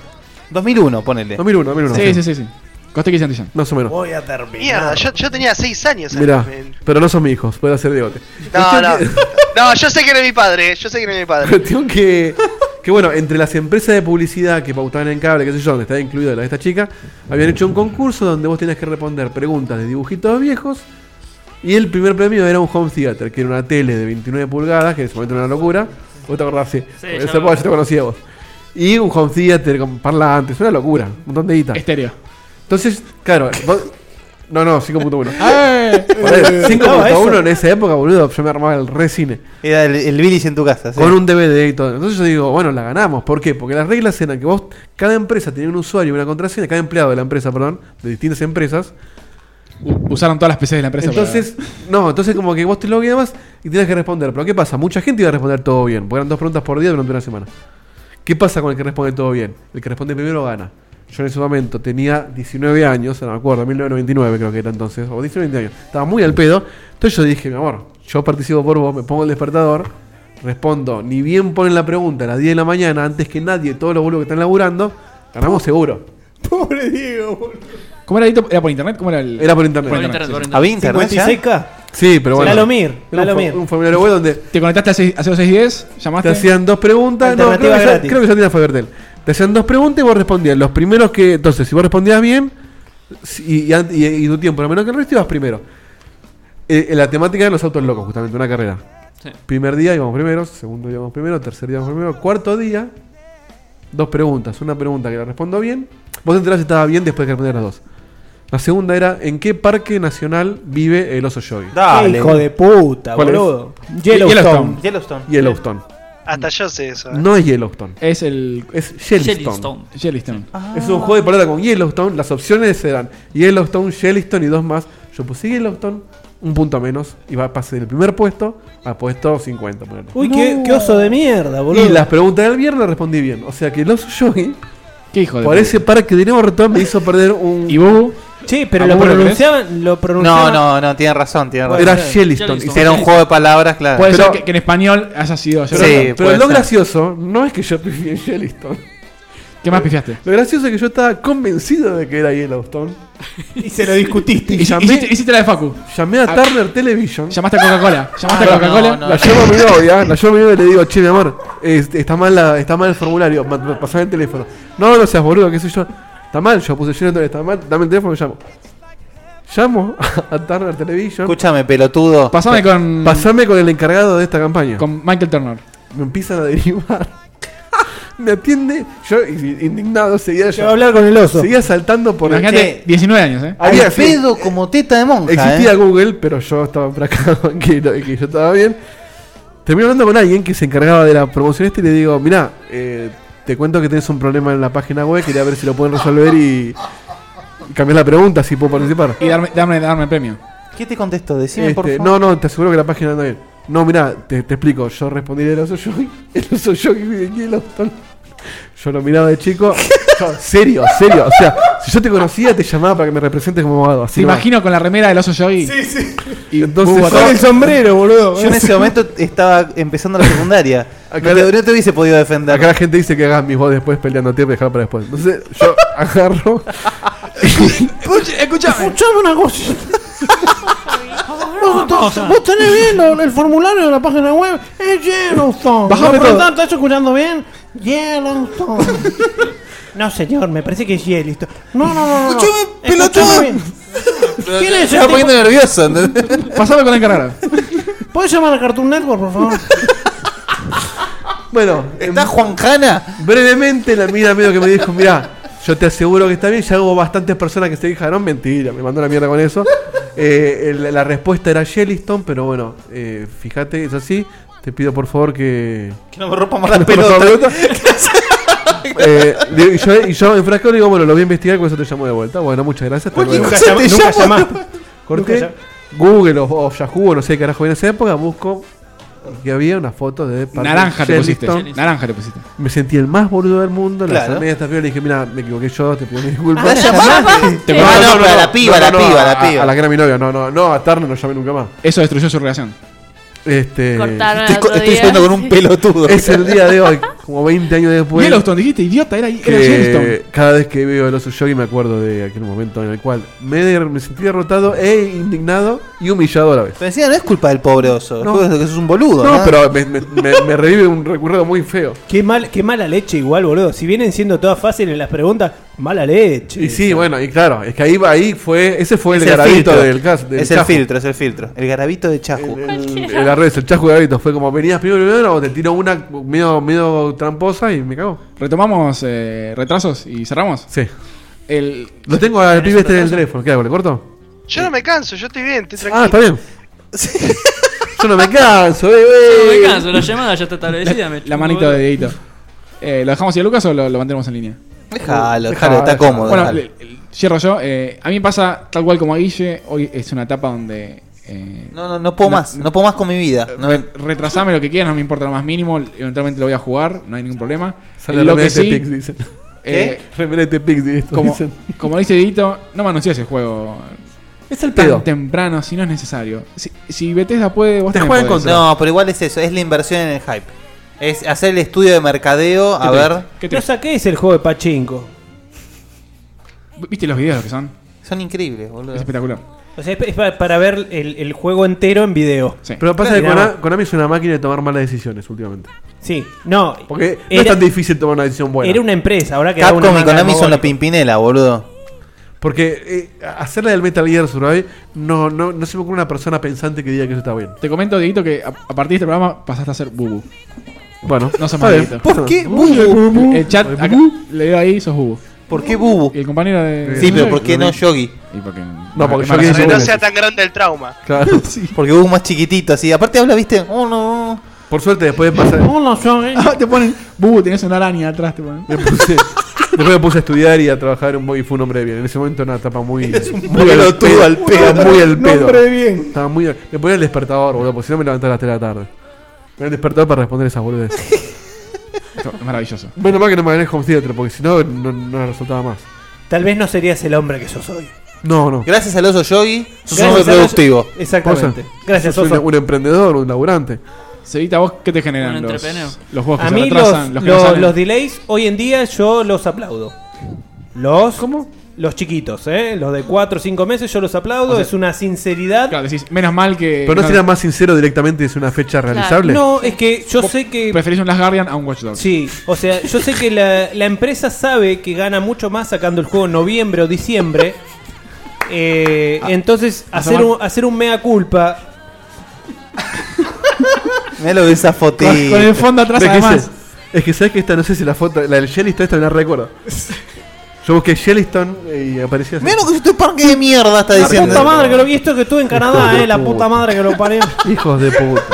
Speaker 7: 2001, ponele.
Speaker 6: 2001, 2001.
Speaker 4: Sí, sí, sí. sí. Coste que
Speaker 6: Más o menos.
Speaker 20: Voy a terminar. Mierda, yo, yo tenía 6 años.
Speaker 6: Mirá,
Speaker 20: eh.
Speaker 6: pero no son mis hijos, puede hacer de bote.
Speaker 20: No, no. No, yo sé que era mi padre. eh, Yo sé que era mi padre.
Speaker 6: Cuestión que, que, bueno, entre las empresas de publicidad que pautaban en cable, qué sé yo, donde estaba incluida la de esta chica, habían hecho un concurso donde vos tenías que responder preguntas de dibujitos viejos. Y el primer premio era un home theater, que era una tele de 29 pulgadas, que en ese momento era una locura. Vos te acordás, sí.
Speaker 4: Sí, ya
Speaker 6: Esa
Speaker 4: me
Speaker 6: época
Speaker 4: acuerdo.
Speaker 6: ya te conocía vos. Y un home theater con parlantes, una locura, un montón de guita.
Speaker 4: Estéreo.
Speaker 6: Entonces, claro, vos- no, no, 5.1.
Speaker 4: ¡Eh!
Speaker 6: Por ahí,
Speaker 7: Eh,
Speaker 6: 5.1
Speaker 7: eso.
Speaker 6: en esa época, boludo, yo me armaba el re cine.
Speaker 7: Era el, el Billy en tu casa. sí.
Speaker 6: Con un DVD y todo. Entonces yo digo, bueno, la ganamos. ¿Por qué? Porque las reglas eran que vos, cada empresa tenía un usuario y una contraseña, cada empleado de la empresa, perdón, de distintas empresas.
Speaker 4: Usaron todas las PCs de la empresa. para-
Speaker 6: Entonces, no, entonces como que vos te logueas más y tenías que responder. Pero ¿qué pasa? Mucha gente iba a responder todo bien, porque eran dos preguntas por día durante una semana. ¿Qué pasa con el que responde todo bien? El que responde primero gana. Yo en ese momento tenía 19 años, no me acuerdo, 1999 creo que era entonces, o 19 20 años. Estaba muy al pedo. Entonces yo dije, mi amor, yo participo por vos, me pongo el despertador, respondo, ni bien ponen la pregunta a las 10 de la mañana, antes que nadie, todos los boludos que están laburando, ganamos seguro.
Speaker 19: Pobre Diego, boludo.
Speaker 4: ¿Cómo era Dito? ¿Era por internet? ¿Cómo era el.?
Speaker 6: Era por internet.
Speaker 4: sí.
Speaker 6: ¿Había internet ya? Sí, pero bueno. Era un fo- Un, formulario web donde
Speaker 4: Te conectaste a, seis- a 0610,
Speaker 6: te
Speaker 4: llamaste.
Speaker 6: hacían dos preguntas. No, creo,
Speaker 4: Alternativa
Speaker 6: que ya,
Speaker 4: gratis.
Speaker 6: creo que ya tenía Fabertel. Te hacían dos preguntas y vos respondías. Los primeros que. Entonces, si vos respondías bien si- y, an- y- y tu tiempo era menor que el resto, ibas primero. Eh, en la temática de los autos locos, justamente, una carrera.
Speaker 10: Sí.
Speaker 6: Primer día íbamos primero, segundo día íbamos primero, tercer día íbamos primero, cuarto día, dos preguntas. Una pregunta que la respondo bien. Vos te enterás si estaba bien después de que respondías las dos. La segunda era: ¿en qué parque nacional vive el oso Yogi?
Speaker 5: Dale. Hijo de puta,
Speaker 6: ¿Cuál es?
Speaker 5: boludo. Yellowstone.
Speaker 7: Yellowstone.
Speaker 6: Yellowstone.
Speaker 20: Hasta yo sé eso. eh.
Speaker 6: No es Yellowstone.
Speaker 4: Es el.
Speaker 6: Es Yellowstone.
Speaker 20: Yellowstone.
Speaker 4: Yellowstone.
Speaker 6: Es un juego de palabras con Yellowstone. Las opciones eran Yellowstone, Yellowstone y dos más. Yo puse Yellowstone, un punto menos. Y va, pasé del primer puesto a puesto 50. ponele.
Speaker 12: Uy, qué, qué oso de mierda, boludo.
Speaker 6: Y las preguntas del viernes respondí bien. O sea que el oso Yogi,
Speaker 4: ¿Qué hijo de
Speaker 6: por
Speaker 4: puta.
Speaker 6: ese parque de Dinamo Retón, me hizo perder un.
Speaker 4: ¿Y vos?
Speaker 12: Sí, pero
Speaker 6: ¿A
Speaker 12: lo
Speaker 6: vos lo
Speaker 12: pronunciaban, lo
Speaker 7: No,
Speaker 12: pronunciaban.
Speaker 7: no, no, tiene razón, tiene razón.
Speaker 6: Era Yellowstone. Yellowstone.
Speaker 7: Era un juego de palabras, claro.
Speaker 4: Puede
Speaker 7: Pero-
Speaker 4: ser que, que en español haya sido.
Speaker 7: Sí,
Speaker 6: Pero, pero lo
Speaker 7: ser.
Speaker 6: gracioso no es que yo pifié en Yellowstone.
Speaker 4: ¿Qué más pifiaste?
Speaker 6: Lo gracioso es que yo estaba convencido de que era Yellowstone.
Speaker 4: Y
Speaker 6: se lo discutiste.
Speaker 4: Y llamé- hiciste, hiciste la de Facu. Ah.
Speaker 6: Llamé a Turner Television.
Speaker 4: Llamaste a Coca-Cola. Llamaste
Speaker 6: Ah,
Speaker 4: a Coca-Cola.
Speaker 6: no, no, la llamo a mi novia, la llamo a mi novia y le digo, che, mi amor, es- está, mal la- está mal el formulario, ma- ma- pasame el teléfono. No, no seas boludo, qué sé yo. Está mal, yo puse lleno, está mal, dame el teléfono y llamo. Llamo a Turner Television.
Speaker 7: Escúchame, pelotudo.
Speaker 4: Pasame con-
Speaker 6: Pasame con el encargado de esta campaña.
Speaker 4: Con Michael Turner.
Speaker 6: Me empiezan a derivar. Me atiende, yo indignado, seguía
Speaker 4: Yo voy a hablar con el oso.
Speaker 6: Seguía saltando por
Speaker 4: Imagínate, 19 años, ¿eh?
Speaker 6: Había
Speaker 7: Al pedo como teta de monja.
Speaker 6: Existía
Speaker 7: eh.
Speaker 6: Google, pero yo estaba enfracado en que, no- en que yo estaba bien. Termino hablando con alguien que se encargaba de la promoción este y le digo, mirá, eh, Te cuento que tenés un problema en la página web, quería ver si lo pueden resolver y, y cambiar la pregunta si puedo participar.
Speaker 4: Y darme, darme, darme premio.
Speaker 7: ¿Qué te contesto? Decime por
Speaker 6: Este,
Speaker 7: favor.
Speaker 6: No, no, te aseguro que la página anda bien. No, mirá, te, te explico. Yo respondí el oso yo, el oso yo, yo lo miraba de chico. Yo, serio, serio. O sea, si yo te conocía, te llamaba para que me representes como abogado.
Speaker 4: Te
Speaker 6: Así nomás.
Speaker 4: imagino con la remera del oso Yogi. Sí,
Speaker 5: sí.
Speaker 6: Y entonces.
Speaker 7: Yo en ese momento estaba empezando la secundaria.
Speaker 6: Acá
Speaker 7: no, te, no te hubiese podido defender.
Speaker 6: Acá la gente dice que hagas mis voz después peleándote, pero dejar para después. Entonces, yo agarro.
Speaker 5: Escuchame. una cosa. Vos,
Speaker 6: cosa.
Speaker 5: vos tenés bien lo- el formulario de la página web. Es Yellowstone.
Speaker 12: Bájame
Speaker 5: No, por lo
Speaker 12: todo.
Speaker 5: tanto, ¿Estás escuchando bien? Yellowstone. No, señor, me parece que es Yellowstone. No, no, no. no, no. Escuchame bien. ¿Quién es ese
Speaker 7: Estaba poniendo
Speaker 5: tipo?
Speaker 7: nervioso.
Speaker 4: Pasame con la encargada.
Speaker 5: ¿Puedes llamar a Cartoon Network, por favor?
Speaker 6: Bueno, ¿está
Speaker 7: Juan Jana?
Speaker 6: Brevemente la mira medio que me dijo, mirá, yo te aseguro que está bien, ya hubo bastantes personas que se dijeron, mentira, me mandó la mierda con eso. Eh, el- la respuesta era Yellowstone, pero bueno, eh, fíjate, es así. Te pido por favor que.
Speaker 7: Que no me rompa más la
Speaker 6: que no me rompa
Speaker 7: pelota.
Speaker 6: la pelota. Eh, digo, y, yo, y yo en frasco le digo, bueno, lo voy a investigar, con eso te llamo de vuelta. Bueno, muchas gracias. hasta
Speaker 5: Oye,
Speaker 6: luego.
Speaker 5: nunca llam- nunca llamaste.
Speaker 6: Corté
Speaker 5: Nunca
Speaker 6: Google o, o Yahoo, o no sé qué carajo en esa época, busco que había una foto de
Speaker 4: Naranja te pusiste,
Speaker 6: Yellowstone.
Speaker 4: naranja te pusiste.
Speaker 6: Me sentí el más boludo del mundo, la
Speaker 4: Claro.
Speaker 6: llamé a esta piba y le dije, mira, me equivoqué yo, te pido disculpas.
Speaker 4: Ah, ¿la llamaste? Te- Ah, no, pero a la piba, a la piba, a la piba.
Speaker 6: A la que era mi novia, no, no, no, a Turner no llamé nunca más.
Speaker 4: Eso destruyó su relación.
Speaker 6: Este.
Speaker 4: Cortaron Estoy al co- otro estoy día. yendo con un
Speaker 7: pelotudo.
Speaker 6: Es el día de hoy, como 20 años después.
Speaker 4: Yellowstone, dijiste, este idiota, era, era Yellowstone.
Speaker 6: que cada vez que veo el oso yogi me acuerdo de aquel momento en el cual me, de- me sentí derrotado e indignado y humillado a la vez.
Speaker 7: Pero encima no es culpa del pobre oso.
Speaker 6: No.
Speaker 7: Tú eres- que sos un boludo.
Speaker 6: No, pero me, me- me revive un recuerdo muy feo.
Speaker 12: Qué, mal, qué mala leche igual, boludo. Si vienen siendo todas fáciles las preguntas, mala leche.
Speaker 6: Y sí, bueno, y claro, es que ahí, ahí fue, ese fue el,
Speaker 7: Es el
Speaker 6: garabito
Speaker 7: filtro.
Speaker 6: del caso.
Speaker 7: Es el filtro, es el filtro. El garabito de Chajo.
Speaker 6: El arroz, el chasco de gavitos. Fue como venías primero, primero, o te tiro una medio, medio tramposa y me cago.
Speaker 4: ¿Retomamos eh, retrasos y cerramos?
Speaker 6: Sí.
Speaker 4: El...
Speaker 6: Lo tengo al pibe este en el teléfono. ¿Qué hago? ¿Le corto?
Speaker 20: Yo no me canso, yo estoy bien, estoy tranquilo.
Speaker 6: Ah, está bien. Yo no me canso, eh,
Speaker 10: No
Speaker 6: wey.
Speaker 10: me canso, la llamada ya está establecida.
Speaker 4: La,
Speaker 10: me
Speaker 4: la
Speaker 10: chupo
Speaker 4: manito
Speaker 10: huevo.
Speaker 4: de Dieguito. Eh, ¿Lo dejamos ir a Lucas o lo, lo mantenemos en línea?
Speaker 7: Déjalo, déjalo, está cómodo,
Speaker 4: Bueno,
Speaker 7: dale.
Speaker 4: le- le- cierro yo. eh, a mí me pasa tal cual como a Guille. Hoy es una etapa donde. eh,
Speaker 7: No, no, no puedo más. No puedo más con mi vida. No me-
Speaker 4: Retrasame lo que quieras, no me importa lo más mínimo. Eventualmente lo voy a jugar, no hay ningún problema.
Speaker 6: Sale
Speaker 4: lo
Speaker 6: remera
Speaker 4: que
Speaker 6: de
Speaker 4: sí.
Speaker 6: Pix, dicen.
Speaker 4: eh,
Speaker 6: Remerete Pix, esto
Speaker 4: como,
Speaker 6: dicen.
Speaker 4: como dice Dieguito, no me anunciás el juego.
Speaker 6: Es el
Speaker 4: tan
Speaker 6: pedo.
Speaker 4: temprano, si no es necesario. Si, si Bethesda puede, vos tenés poder.
Speaker 7: No, pero igual es eso. Es la inversión en el hype. Es hacer el estudio de mercadeo. A ver.
Speaker 12: No saquéis el juego de Pachinko.
Speaker 4: ¿Viste los videos lo que son?
Speaker 7: Son increíbles, boludo.
Speaker 4: Es espectacular.
Speaker 12: O sea, es pa- es pa- para ver el, el juego entero en video.
Speaker 6: Pero pasa que
Speaker 12: Mirá,
Speaker 6: Konami, Konami es una máquina de tomar malas decisiones últimamente.
Speaker 12: Sí, no.
Speaker 6: Porque no
Speaker 12: era-
Speaker 6: es tan difícil tomar una decisión buena.
Speaker 12: Era una empresa, ahora que
Speaker 7: Capcom y Konami son la pimpinela, boludo.
Speaker 6: Porque eh, hacerla del Metal Gear Survive no, no, no se me ocurre una persona pensante que diga que eso está bien.
Speaker 4: Te comento, Dieguito, que a, a partir de este programa pasaste a ser Bubu.
Speaker 6: Bueno,
Speaker 4: no sos
Speaker 6: está
Speaker 4: más
Speaker 6: bien.
Speaker 4: Dieguito.
Speaker 6: ¿Por qué
Speaker 7: Bubu?
Speaker 4: El chat, acá, le veo ahí, sos Bubu.
Speaker 7: ¿Por qué Bubu?
Speaker 4: El compañero de.
Speaker 7: Sí, pero ¿por qué no Yogi?
Speaker 4: No, porque Yogi
Speaker 20: Para que no sea tan grande el trauma.
Speaker 6: Claro.
Speaker 7: Porque Bubu es más chiquitito, así. Aparte habla, viste. Oh, no.
Speaker 6: Por suerte, después de pasar.
Speaker 4: Hola, Yogi. Ah, te ponen. Bubu, tenés una araña atrás, te ponen.
Speaker 6: Me puse- después me puse a estudiar y a trabajar en un y fue un hombre de bien. En ese momento una etapa muy. muy
Speaker 7: pelotudo al pedo.
Speaker 6: Estaba muy al
Speaker 7: Un
Speaker 6: pedo.
Speaker 7: hombre de
Speaker 6: bien. Estaba muy. al- Me ponía el despertador, boludo, porque si no me levantaba a las 3 de la tarde. Me ponía el despertador para responder esas boludeces.
Speaker 4: Es maravilloso.
Speaker 6: Menos mal que no me gané el Home Theater, porque si no, no, no resultaba más.
Speaker 12: Tal vez no serías el hombre que sos hoy.
Speaker 6: No, no.
Speaker 7: Gracias al oso Yogi, sos un
Speaker 12: Gracias
Speaker 7: hombre
Speaker 12: al oso-
Speaker 7: productivo.
Speaker 12: Exactamente.
Speaker 6: Cosa.
Speaker 12: Gracias,
Speaker 6: Sos un,
Speaker 12: Oso.
Speaker 6: un emprendedor, un laburante.
Speaker 4: Sevita, ¿vos qué te generan
Speaker 6: Un
Speaker 4: los,
Speaker 6: entrepreneur.
Speaker 4: los juegos que
Speaker 12: A
Speaker 4: se
Speaker 12: mí
Speaker 4: retrasan?
Speaker 12: los,
Speaker 4: que no
Speaker 12: los-
Speaker 4: salen?
Speaker 12: los delays hoy en día yo los aplaudo. Los Los chiquitos, ¿eh? Los de 4 o 5 meses yo los aplaudo.
Speaker 4: O sea,
Speaker 12: es una sinceridad.
Speaker 4: Claro, decís, menos mal que.
Speaker 6: Pero no sería más sincero directamente es una fecha realizable.
Speaker 12: No, es que yo sé que...
Speaker 4: Preferís un Last Guardian a un Watch Dogs.
Speaker 12: Sí, o sea, yo sé que la, la empresa sabe que gana mucho más sacando el juego en noviembre o diciembre. Eh,
Speaker 4: Ah,
Speaker 12: entonces, hacer un, hacer un mea culpa.
Speaker 7: Mira lo de esa fotito.
Speaker 6: ¿Ves que ese- Es que sabes que esta, no sé si la foto, la del Yellowstone, esta no la recuerdo. Yo busqué Yellowstone eh, y aparecía así.
Speaker 7: Mira lo que este parque de mierda está
Speaker 12: La
Speaker 7: diciendo.
Speaker 12: puta madre que lo vi esto que estuve en Canadá, eh, la puta madre que lo parió.
Speaker 6: Hijos de puta.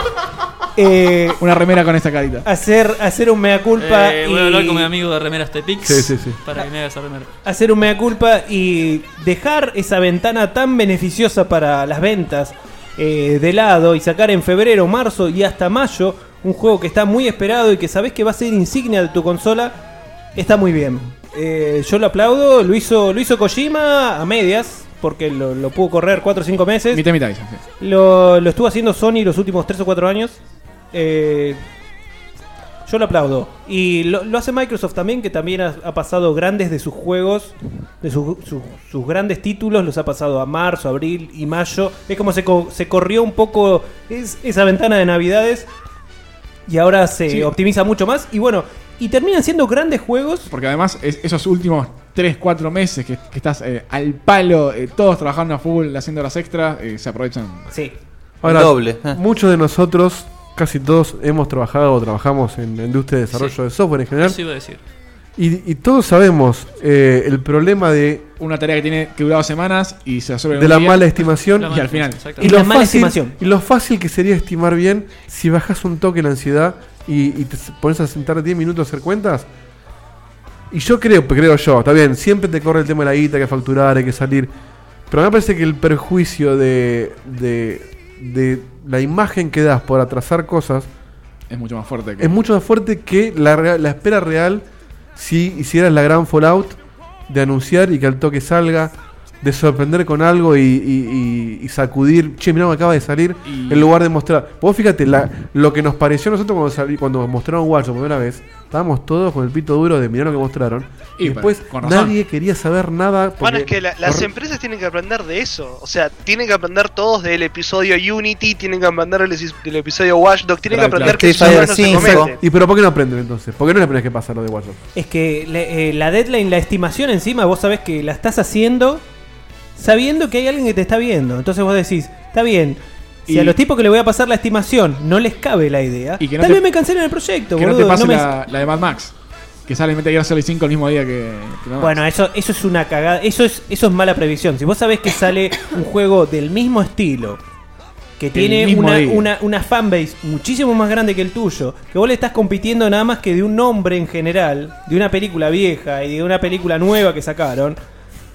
Speaker 5: eh,
Speaker 4: Una remera con esta carita.
Speaker 5: hacer, hacer un mea culpa.
Speaker 3: Eh,
Speaker 5: y...
Speaker 3: Voy a hablar con mi amigo de Remeras Tepix.
Speaker 5: Sí, sí, sí.
Speaker 3: Para que me haga esa remera.
Speaker 5: hacer un mea culpa y dejar esa ventana tan beneficiosa para las ventas eh, de lado y sacar en febrero, marzo y hasta mayo un juego que está muy esperado y que sabes que va a ser insignia de tu consola, está muy bien. Eh, yo lo aplaudo, lo hizo, lo hizo Kojima a medias, porque lo, lo pudo correr 4 o 5 meses.
Speaker 4: Mitad, mitad, sí.
Speaker 5: Lo, lo estuvo haciendo Sony los últimos 3 o 4 años. Eh, yo lo aplaudo. Y lo, lo hace Microsoft también, que también ha, ha pasado grandes de sus juegos, de sus- sus- sus grandes títulos, los ha pasado a marzo, abril y mayo. Es como se, co- se corrió un poco es- esa ventana de navidades y ahora se
Speaker 4: Sí.
Speaker 5: eh, optimiza mucho más. Y bueno, y terminan siendo grandes juegos.
Speaker 4: Porque además es- esos últimos 3, 4 meses que, que estás eh, al palo, eh, todos trabajando a full, haciendo horas extras, eh, se aprovechan.
Speaker 5: Sí.
Speaker 6: Ahora,
Speaker 7: eh.
Speaker 6: muchos de nosotros, casi todos, hemos trabajado o trabajamos en la industria de desarrollo
Speaker 3: Sí.
Speaker 6: de software en general.
Speaker 3: Eso iba a decir.
Speaker 6: Y, y todos sabemos eh, el problema de,
Speaker 4: Una tarea que tiene que durar dos semanas y se resuelve en
Speaker 6: de
Speaker 4: un
Speaker 6: la
Speaker 4: día,
Speaker 6: mala estimación
Speaker 4: Y al final.
Speaker 6: Y lo, fácil, y lo fácil que sería estimar bien si bajas un toque la ansiedad y, y te s- pones a sentar 10 minutos a hacer cuentas. Y yo creo, creo yo, está bien, siempre te corre el tema de la guita, hay que facturar, hay que salir. Pero me parece que el perjuicio de, de, de la imagen que das por atrasar cosas
Speaker 4: Es mucho más fuerte. que-
Speaker 6: es mucho más fuerte que la, rea- la espera real si hicieras la gran Fallout de anunciar y que al toque salga, de sorprender con algo y, y- y- y sacudir, che, mirá, me acaba de salir, en lugar de mostrar. Vos fíjate, la- lo que nos pareció a nosotros cuando, salí- cuando mostraron Watch por primera vez, estábamos todos con el pito duro de mirá lo que mostraron.
Speaker 4: Y,
Speaker 6: Y,
Speaker 4: bueno,
Speaker 6: después
Speaker 4: con razón.
Speaker 6: nadie quería saber nada. Porque,
Speaker 20: Bueno, es que la- las
Speaker 6: por-
Speaker 20: empresas tienen que aprender de eso. O sea, tienen que aprender todos del episodio Unity, tienen que aprender del, epi- del episodio Watchdog, tienen que aprender que esos errores no se cometen.
Speaker 6: ¿Y pero por qué no aprenden entonces? ¿Por qué no le primera que pasa lo de Watch Dogs?
Speaker 5: Es que le- eh, la deadline, la estimación encima, vos sabés que la estás haciendo sabiendo que hay alguien que te está viendo. Entonces vos decís, está bien. Si
Speaker 4: Y-
Speaker 5: a los tipos que le voy a pasar la estimación no les cabe la idea,
Speaker 4: Y que no
Speaker 5: tal
Speaker 4: te-
Speaker 5: vez me cancelen el proyecto,
Speaker 4: Que no
Speaker 5: boludo.
Speaker 4: te pase
Speaker 5: no me-
Speaker 4: la, la de Mad Max. Que sale Metal Gear Solid 5 el mismo día que, que Mad Max.
Speaker 5: Bueno, eso, eso es una cagada. Eso es, eso es mala previsión. Si vos sabés que sale un juego del mismo estilo, que
Speaker 4: El
Speaker 5: tiene
Speaker 4: mismo
Speaker 5: una,
Speaker 4: día.
Speaker 5: una, una fanbase muchísimo más grande que el tuyo, que vos le estás compitiendo nada más que de un nombre en general, de una película vieja y de una película nueva que sacaron.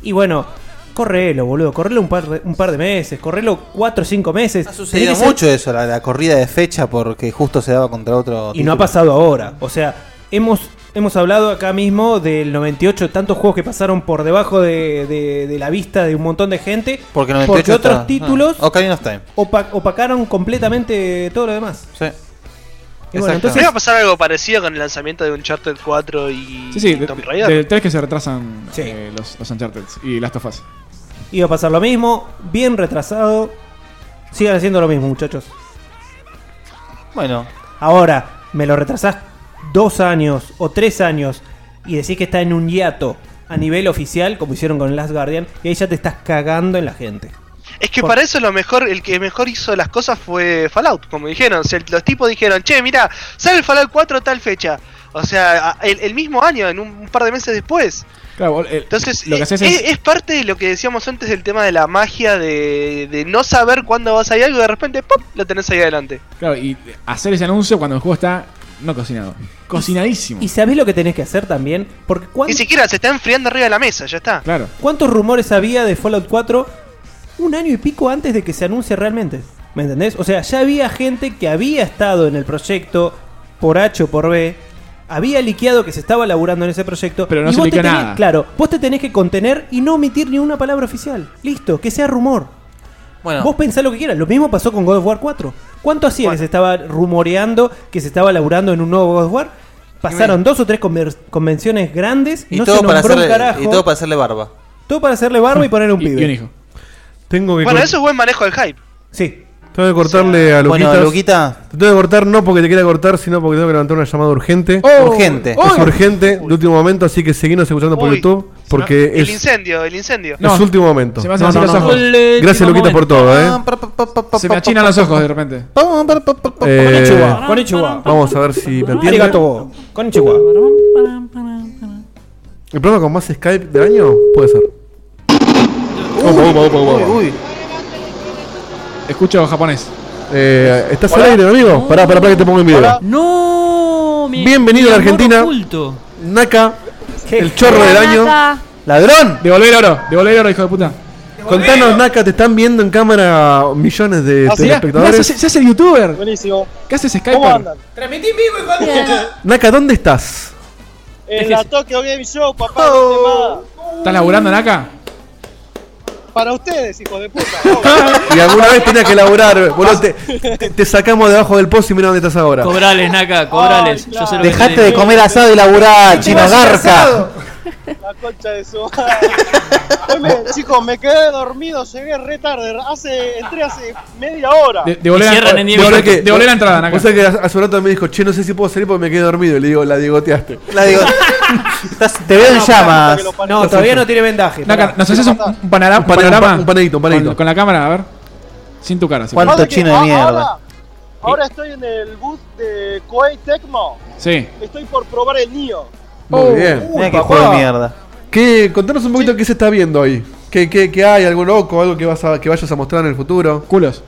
Speaker 5: Y bueno, correlo, boludo. Correlo un par, de- un par de meses, correlo cuatro o cinco meses. Ha
Speaker 7: Se dio mucho eso, la, la corrida de fecha, porque justo se daba contra otro.
Speaker 5: y no ha pasado ahora. O sea, hemos, hemos hablado acá mismo del 98, tantos juegos que pasaron por debajo de, de- de la vista de un montón de gente.
Speaker 7: Porque, el 98
Speaker 5: porque otros
Speaker 7: está-
Speaker 5: títulos
Speaker 7: Ah, Ocarina of Time.
Speaker 5: opa- opacaron completamente todo lo demás.
Speaker 7: Sí.
Speaker 5: Y bueno,
Speaker 20: ¿No
Speaker 5: entonces,
Speaker 20: iba a pasar algo parecido con el lanzamiento de Uncharted 4 y
Speaker 4: Sí, sí, de-
Speaker 20: Tomb
Speaker 4: de-
Speaker 20: Raider?
Speaker 4: del 3 que se retrasan eh, los, los Uncharted y Last of Us.
Speaker 5: iba a pasar lo mismo, bien retrasado. Sigan haciendo lo mismo, muchachos.
Speaker 7: Bueno.
Speaker 5: Ahora, me lo retrasás dos años o tres años y decís que está en un hiato a nivel oficial, como hicieron con Last Guardian, y ahí ya te estás cagando en la gente.
Speaker 20: Es que para eso lo mejor, el que mejor hizo las cosas fue Fallout, como dijeron. O sea, los tipos dijeron, che, mira, sale el Fallout 4 tal fecha. O sea, a- el, el mismo año, en un, un par de meses después.
Speaker 4: Claro, vos, eh,
Speaker 20: Entonces,
Speaker 4: lo que
Speaker 20: eh,
Speaker 4: haces
Speaker 20: es,
Speaker 4: es-
Speaker 20: es parte de lo que decíamos antes del tema de la magia de, de no saber cuándo vas a ir algo y de repente, ¡pop! lo tenés ahí adelante.
Speaker 4: Claro, y hacer ese anuncio cuando el juego está no cocinado. Cocinadísimo.
Speaker 5: ¿Y sabés lo que tenés que hacer también? Porque cuán-
Speaker 20: Ni siquiera se está enfriando arriba de la mesa, ya está.
Speaker 4: Claro.
Speaker 5: ¿cuántos rumores había de Fallout 4 un año y pico antes de que se anuncie realmente? ¿Me entendés? O sea, ya había gente que había estado en el proyecto por H o por B, había liqueado que se estaba laburando en ese proyecto.
Speaker 4: Pero no
Speaker 5: y
Speaker 4: se
Speaker 5: vos te
Speaker 4: liqueó
Speaker 5: tenés-
Speaker 4: nada.
Speaker 5: Claro, vos te tenés que contener y no omitir ni una palabra oficial. Listo, que sea rumor.
Speaker 7: Bueno.
Speaker 5: Vos pensá lo que quieras. Lo mismo pasó con God of War 4. ¿Cuánto hacía que se estaba rumoreando que se estaba laburando en un nuevo God of War? Pasaron dos o tres conver- convenciones grandes,
Speaker 7: Y,
Speaker 5: no
Speaker 7: todo
Speaker 5: se
Speaker 7: para
Speaker 5: nombró un
Speaker 7: hacerle,
Speaker 5: carajo.
Speaker 7: y todo para hacerle barba.
Speaker 5: Todo para hacerle barba y poner un pibe.
Speaker 6: Tengo que
Speaker 20: Bueno,
Speaker 6: con-
Speaker 20: eso es buen manejo del hype.
Speaker 5: Sí.
Speaker 6: Tengo que cortarle a Luquitas.
Speaker 7: bueno, Luquita.
Speaker 6: Te tengo que cortar no porque te quiera cortar, sino porque tengo que levantar una llamada urgente.
Speaker 7: Oh, Urgente.
Speaker 6: Es
Speaker 7: oh.
Speaker 6: urgente, de último momento, así que seguimos escuchando por
Speaker 20: Uy.
Speaker 6: YouTube porque
Speaker 20: El
Speaker 6: es,
Speaker 20: incendio, el incendio.
Speaker 6: es último momento.
Speaker 4: Se me hacen así los ojos.
Speaker 6: Gracias, Luquita, por todo,
Speaker 7: Ah,
Speaker 6: eh.
Speaker 4: Se me achinan los ojos de repente.
Speaker 6: Eh,
Speaker 5: Konnichiwa, konnichiwa.
Speaker 6: Vamos a ver si me entiende.
Speaker 5: Arigato, konnichiwa.
Speaker 6: ¿El programa con más Skype del año? Puede ser. Opa, opa, opa, opa, opa.
Speaker 4: Escucho japonés.
Speaker 6: Eh, ¿Estás al aire, amigo? Pará, pará, pará que te pongo en video.
Speaker 10: No, mi- mi
Speaker 6: Bienvenido a la
Speaker 10: amor
Speaker 6: Argentina.
Speaker 10: oculto.
Speaker 6: Naka, el chorro del año. ¡Ladrón!
Speaker 4: Devolver el oro, devolver el oro, hijo de puta.
Speaker 6: Contanos, Naka, te están viendo en cámara millones de
Speaker 4: Ah, sí, mirá, mirá,
Speaker 6: telespectadores.
Speaker 4: se, se hace el youtuber.
Speaker 21: Buenísimo.
Speaker 4: ¿Qué haces, Skyper?
Speaker 21: Transmití en vivo, hijo de
Speaker 6: Naka, ¿dónde estás?
Speaker 21: En Eh, la Tokyo Game Show, papá. no te va.
Speaker 4: ¿Estás laburando, Naka?
Speaker 21: Para ustedes, hijos de puta.
Speaker 6: Y alguna vez tenías que laburar. boludo, te, te- te sacamos debajo del pozo y mira dónde estás ahora.
Speaker 10: Cobrales, Naka, cobrales. Yo sé lo que
Speaker 7: Dejate
Speaker 10: tenés.
Speaker 7: de comer asado y laburar, chino garca.
Speaker 21: La concha de su madre. Hoy me- chicos, me quedé dormido, llegué re tarde. Hace, entré hace media hora.
Speaker 4: De, devolver la- devolver- devolver la entrada, Naka.
Speaker 6: O sea que hace un rato me dijo, che, no sé si puedo salir porque me quedé dormido. Y le digo, la digoteaste.
Speaker 7: La digo- Estás- te veo en llamas.
Speaker 12: No, todavía no tiene vendaje.
Speaker 4: Naka, ¿nos haces un, un panorama?
Speaker 6: Un paneo-
Speaker 4: panorama
Speaker 6: un paneíto, un paneíto.
Speaker 4: Con, con la cámara, a ver. Sin tu cara, sí.
Speaker 21: Pasa que a- Ahora, ahora estoy en el booth de Koei Tecmo.
Speaker 4: Sí.
Speaker 21: Estoy por probar el Nio.
Speaker 6: Muy
Speaker 21: Oh,
Speaker 6: bien.
Speaker 21: uy, Mirá
Speaker 7: qué juego de mierda.
Speaker 6: ¿Qué, contanos un poquito qué se está viendo ahí. ¿Qué, qué, qué hay? ¿Algo loco? ¿Algo que, vas a, que vayas a mostrar en el futuro?
Speaker 4: Culos.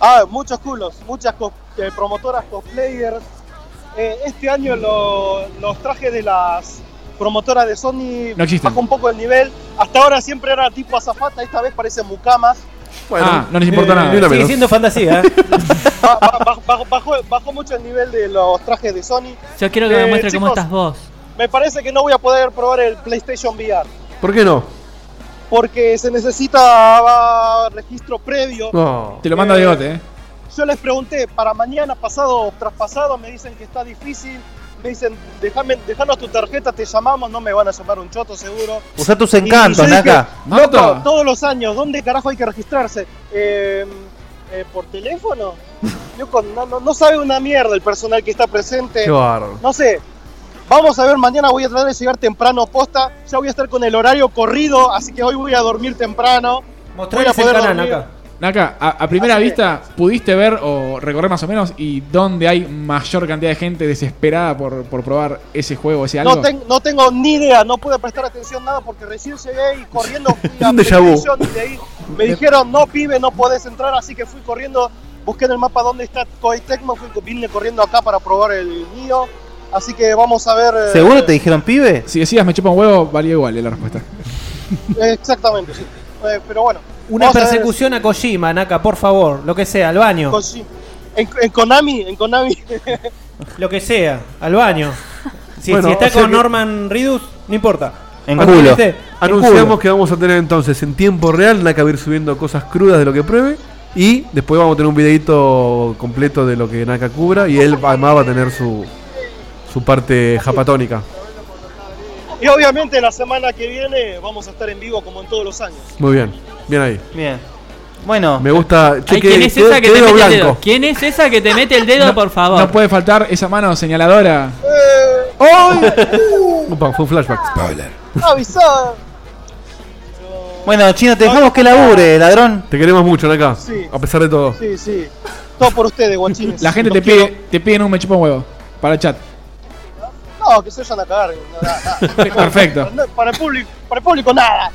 Speaker 21: Ah, muchos culos, muchas cos- eh, promotoras cosplayers. Eh, este año lo- los trajes de las promotoras de Sony
Speaker 4: No existen.
Speaker 21: bajó un poco el nivel. Hasta ahora siempre era tipo azafata, esta vez parece mucamas.
Speaker 4: ah, no les importa
Speaker 12: eh,
Speaker 4: nada.
Speaker 12: ni una Sigue menos. siendo fantasía, ¿eh?
Speaker 21: Bajó, bajó, bajó mucho el nivel de los trajes de Sony.
Speaker 10: Yo quiero que me
Speaker 21: Eh,
Speaker 10: muestre cómo
Speaker 21: chicos,
Speaker 10: estás vos.
Speaker 21: Me parece que no voy a poder probar el PlayStation VR
Speaker 6: ¿Por qué no?
Speaker 21: porque se necesita registro previo.
Speaker 4: Te lo manda Diegote, eh.
Speaker 21: Yo les pregunté para mañana, pasado, traspasado, me dicen que está difícil. Me dicen, déjame, déjanos tu tarjeta, te llamamos, no me van a llamar un choto seguro.
Speaker 7: Usa tus
Speaker 21: Y-
Speaker 7: encantos,
Speaker 21: y yo dije,
Speaker 7: Naka.
Speaker 21: Loco, todos los años, ¿dónde carajo hay que registrarse? Eh, eh, ¿Por teléfono? Loco, no, no- no sabe una mierda el personal que está presente.
Speaker 6: Qué bárbaro.
Speaker 21: No sé. Vamos a ver, mañana voy a tratar de llegar temprano posta. Ya voy a estar con el horario corrido, así que hoy voy a dormir temprano. Voy a poder dormir.
Speaker 4: Naka, a, a primera vista, ¿pudiste ver o recorrer más o menos y dónde hay mayor cantidad de gente desesperada por, por probar ese juego, ese algo?
Speaker 21: No, ten- no tengo ni idea, no pude prestar atención nada porque recién llegué y corriendo fui a
Speaker 4: Un déjà vu.
Speaker 21: PlayStation y de ahí me dijeron, no pibe, no podés entrar, así que fui corriendo, busqué en el mapa dónde está Koei Tecmo, fui, vine corriendo acá para probar el mío, así que vamos a ver... eh,
Speaker 7: ¿Seguro te dijeron pibe?
Speaker 4: Si decías me chupa un huevo, valía igual la respuesta.
Speaker 21: eh, exactamente, sí. Eh, pero bueno.
Speaker 12: Una
Speaker 21: vamos a ver.
Speaker 12: persecución a Kojima, Naka, por favor. Lo que sea, al baño.
Speaker 21: Con- sí. En, en Konami, en Konami.
Speaker 12: Lo que sea, al baño. Si,
Speaker 6: Bueno,
Speaker 12: si está
Speaker 6: o sea
Speaker 12: con
Speaker 6: que-
Speaker 12: Norman Reedus, no importa. ¿Viste? En
Speaker 6: Anunciamos
Speaker 12: culo.
Speaker 6: que vamos a tener entonces en tiempo real Naka va a ir subiendo cosas crudas de lo que pruebe. Y después vamos a tener un videito completo de lo que Naka cubra. Y él además va a tener su, su parte japatónica.
Speaker 21: Y obviamente la semana que viene vamos a estar en vivo como en todos los años.
Speaker 6: Muy bien. Bien ahí.
Speaker 7: Bien. Bueno.
Speaker 6: Me gusta. Che,
Speaker 10: Ay,
Speaker 6: que-
Speaker 10: ¿Quién es
Speaker 6: que-
Speaker 10: esa que
Speaker 6: que
Speaker 10: te
Speaker 6: dedo
Speaker 10: mete el
Speaker 6: blanco.
Speaker 10: dedo? ¿Quién es esa que te mete el dedo, por favor?
Speaker 4: No puede faltar esa mano señaladora.
Speaker 21: Eh.
Speaker 6: Upa, fue un flashback.
Speaker 21: Avisá.
Speaker 7: Bueno, chino, te dejamos que labure, ladrón.
Speaker 6: Te queremos mucho, Naka.
Speaker 21: Sí.
Speaker 6: A pesar de todo.
Speaker 21: Sí, sí. Todo por ustedes, guachines.
Speaker 4: Oh. La gente
Speaker 21: Los
Speaker 4: te pide, te piden un me chupa un huevo para el chat.
Speaker 21: No, que se vayan a cagar. no, nada, nada.
Speaker 4: Perfecto.
Speaker 21: No, Para el público, para el público nada.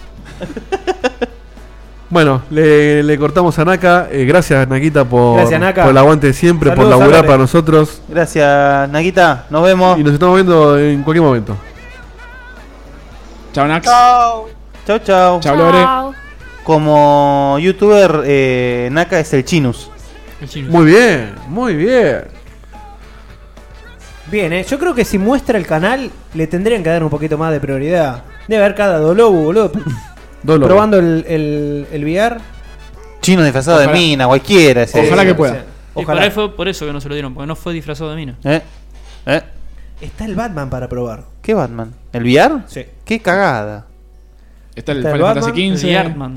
Speaker 6: Bueno, le, le cortamos a Naka. Eh, gracias, Nakita, por,
Speaker 7: Gracias, Naka.
Speaker 6: por el aguante de siempre,
Speaker 7: Saludos,
Speaker 6: por laburar
Speaker 7: Álvarez.
Speaker 6: para nosotros.
Speaker 7: Gracias, Naguita. Nos vemos.
Speaker 6: Y nos estamos viendo en cualquier momento.
Speaker 4: Chao, Nax.
Speaker 21: Chao.
Speaker 7: Chao, chao.
Speaker 4: Chau, Lore. Chau.
Speaker 7: Como youtuber, eh, Naka es el Chinus.
Speaker 6: Muy bien, muy bien.
Speaker 12: Bien, eh, yo creo que si muestra el canal, le tendrían que dar un poquito más de prioridad. Debe haber cada Dolobu, boludo.
Speaker 6: Dolobu.
Speaker 12: Probando el, el, el VR.
Speaker 7: Chino disfrazado de
Speaker 12: Ojalá.
Speaker 7: mina, cualquiera. ese.
Speaker 10: Y por ahí fue por eso que no se lo dieron, porque no fue disfrazado de mina.
Speaker 7: ¿Eh? ¿Eh?
Speaker 12: Está el Batman para probar.
Speaker 7: ¿Qué Batman? ¿El VR?
Speaker 12: Sí.
Speaker 7: Qué cagada.
Speaker 4: Está
Speaker 12: el Está el Final Batman, Fantasy
Speaker 10: El Yardman.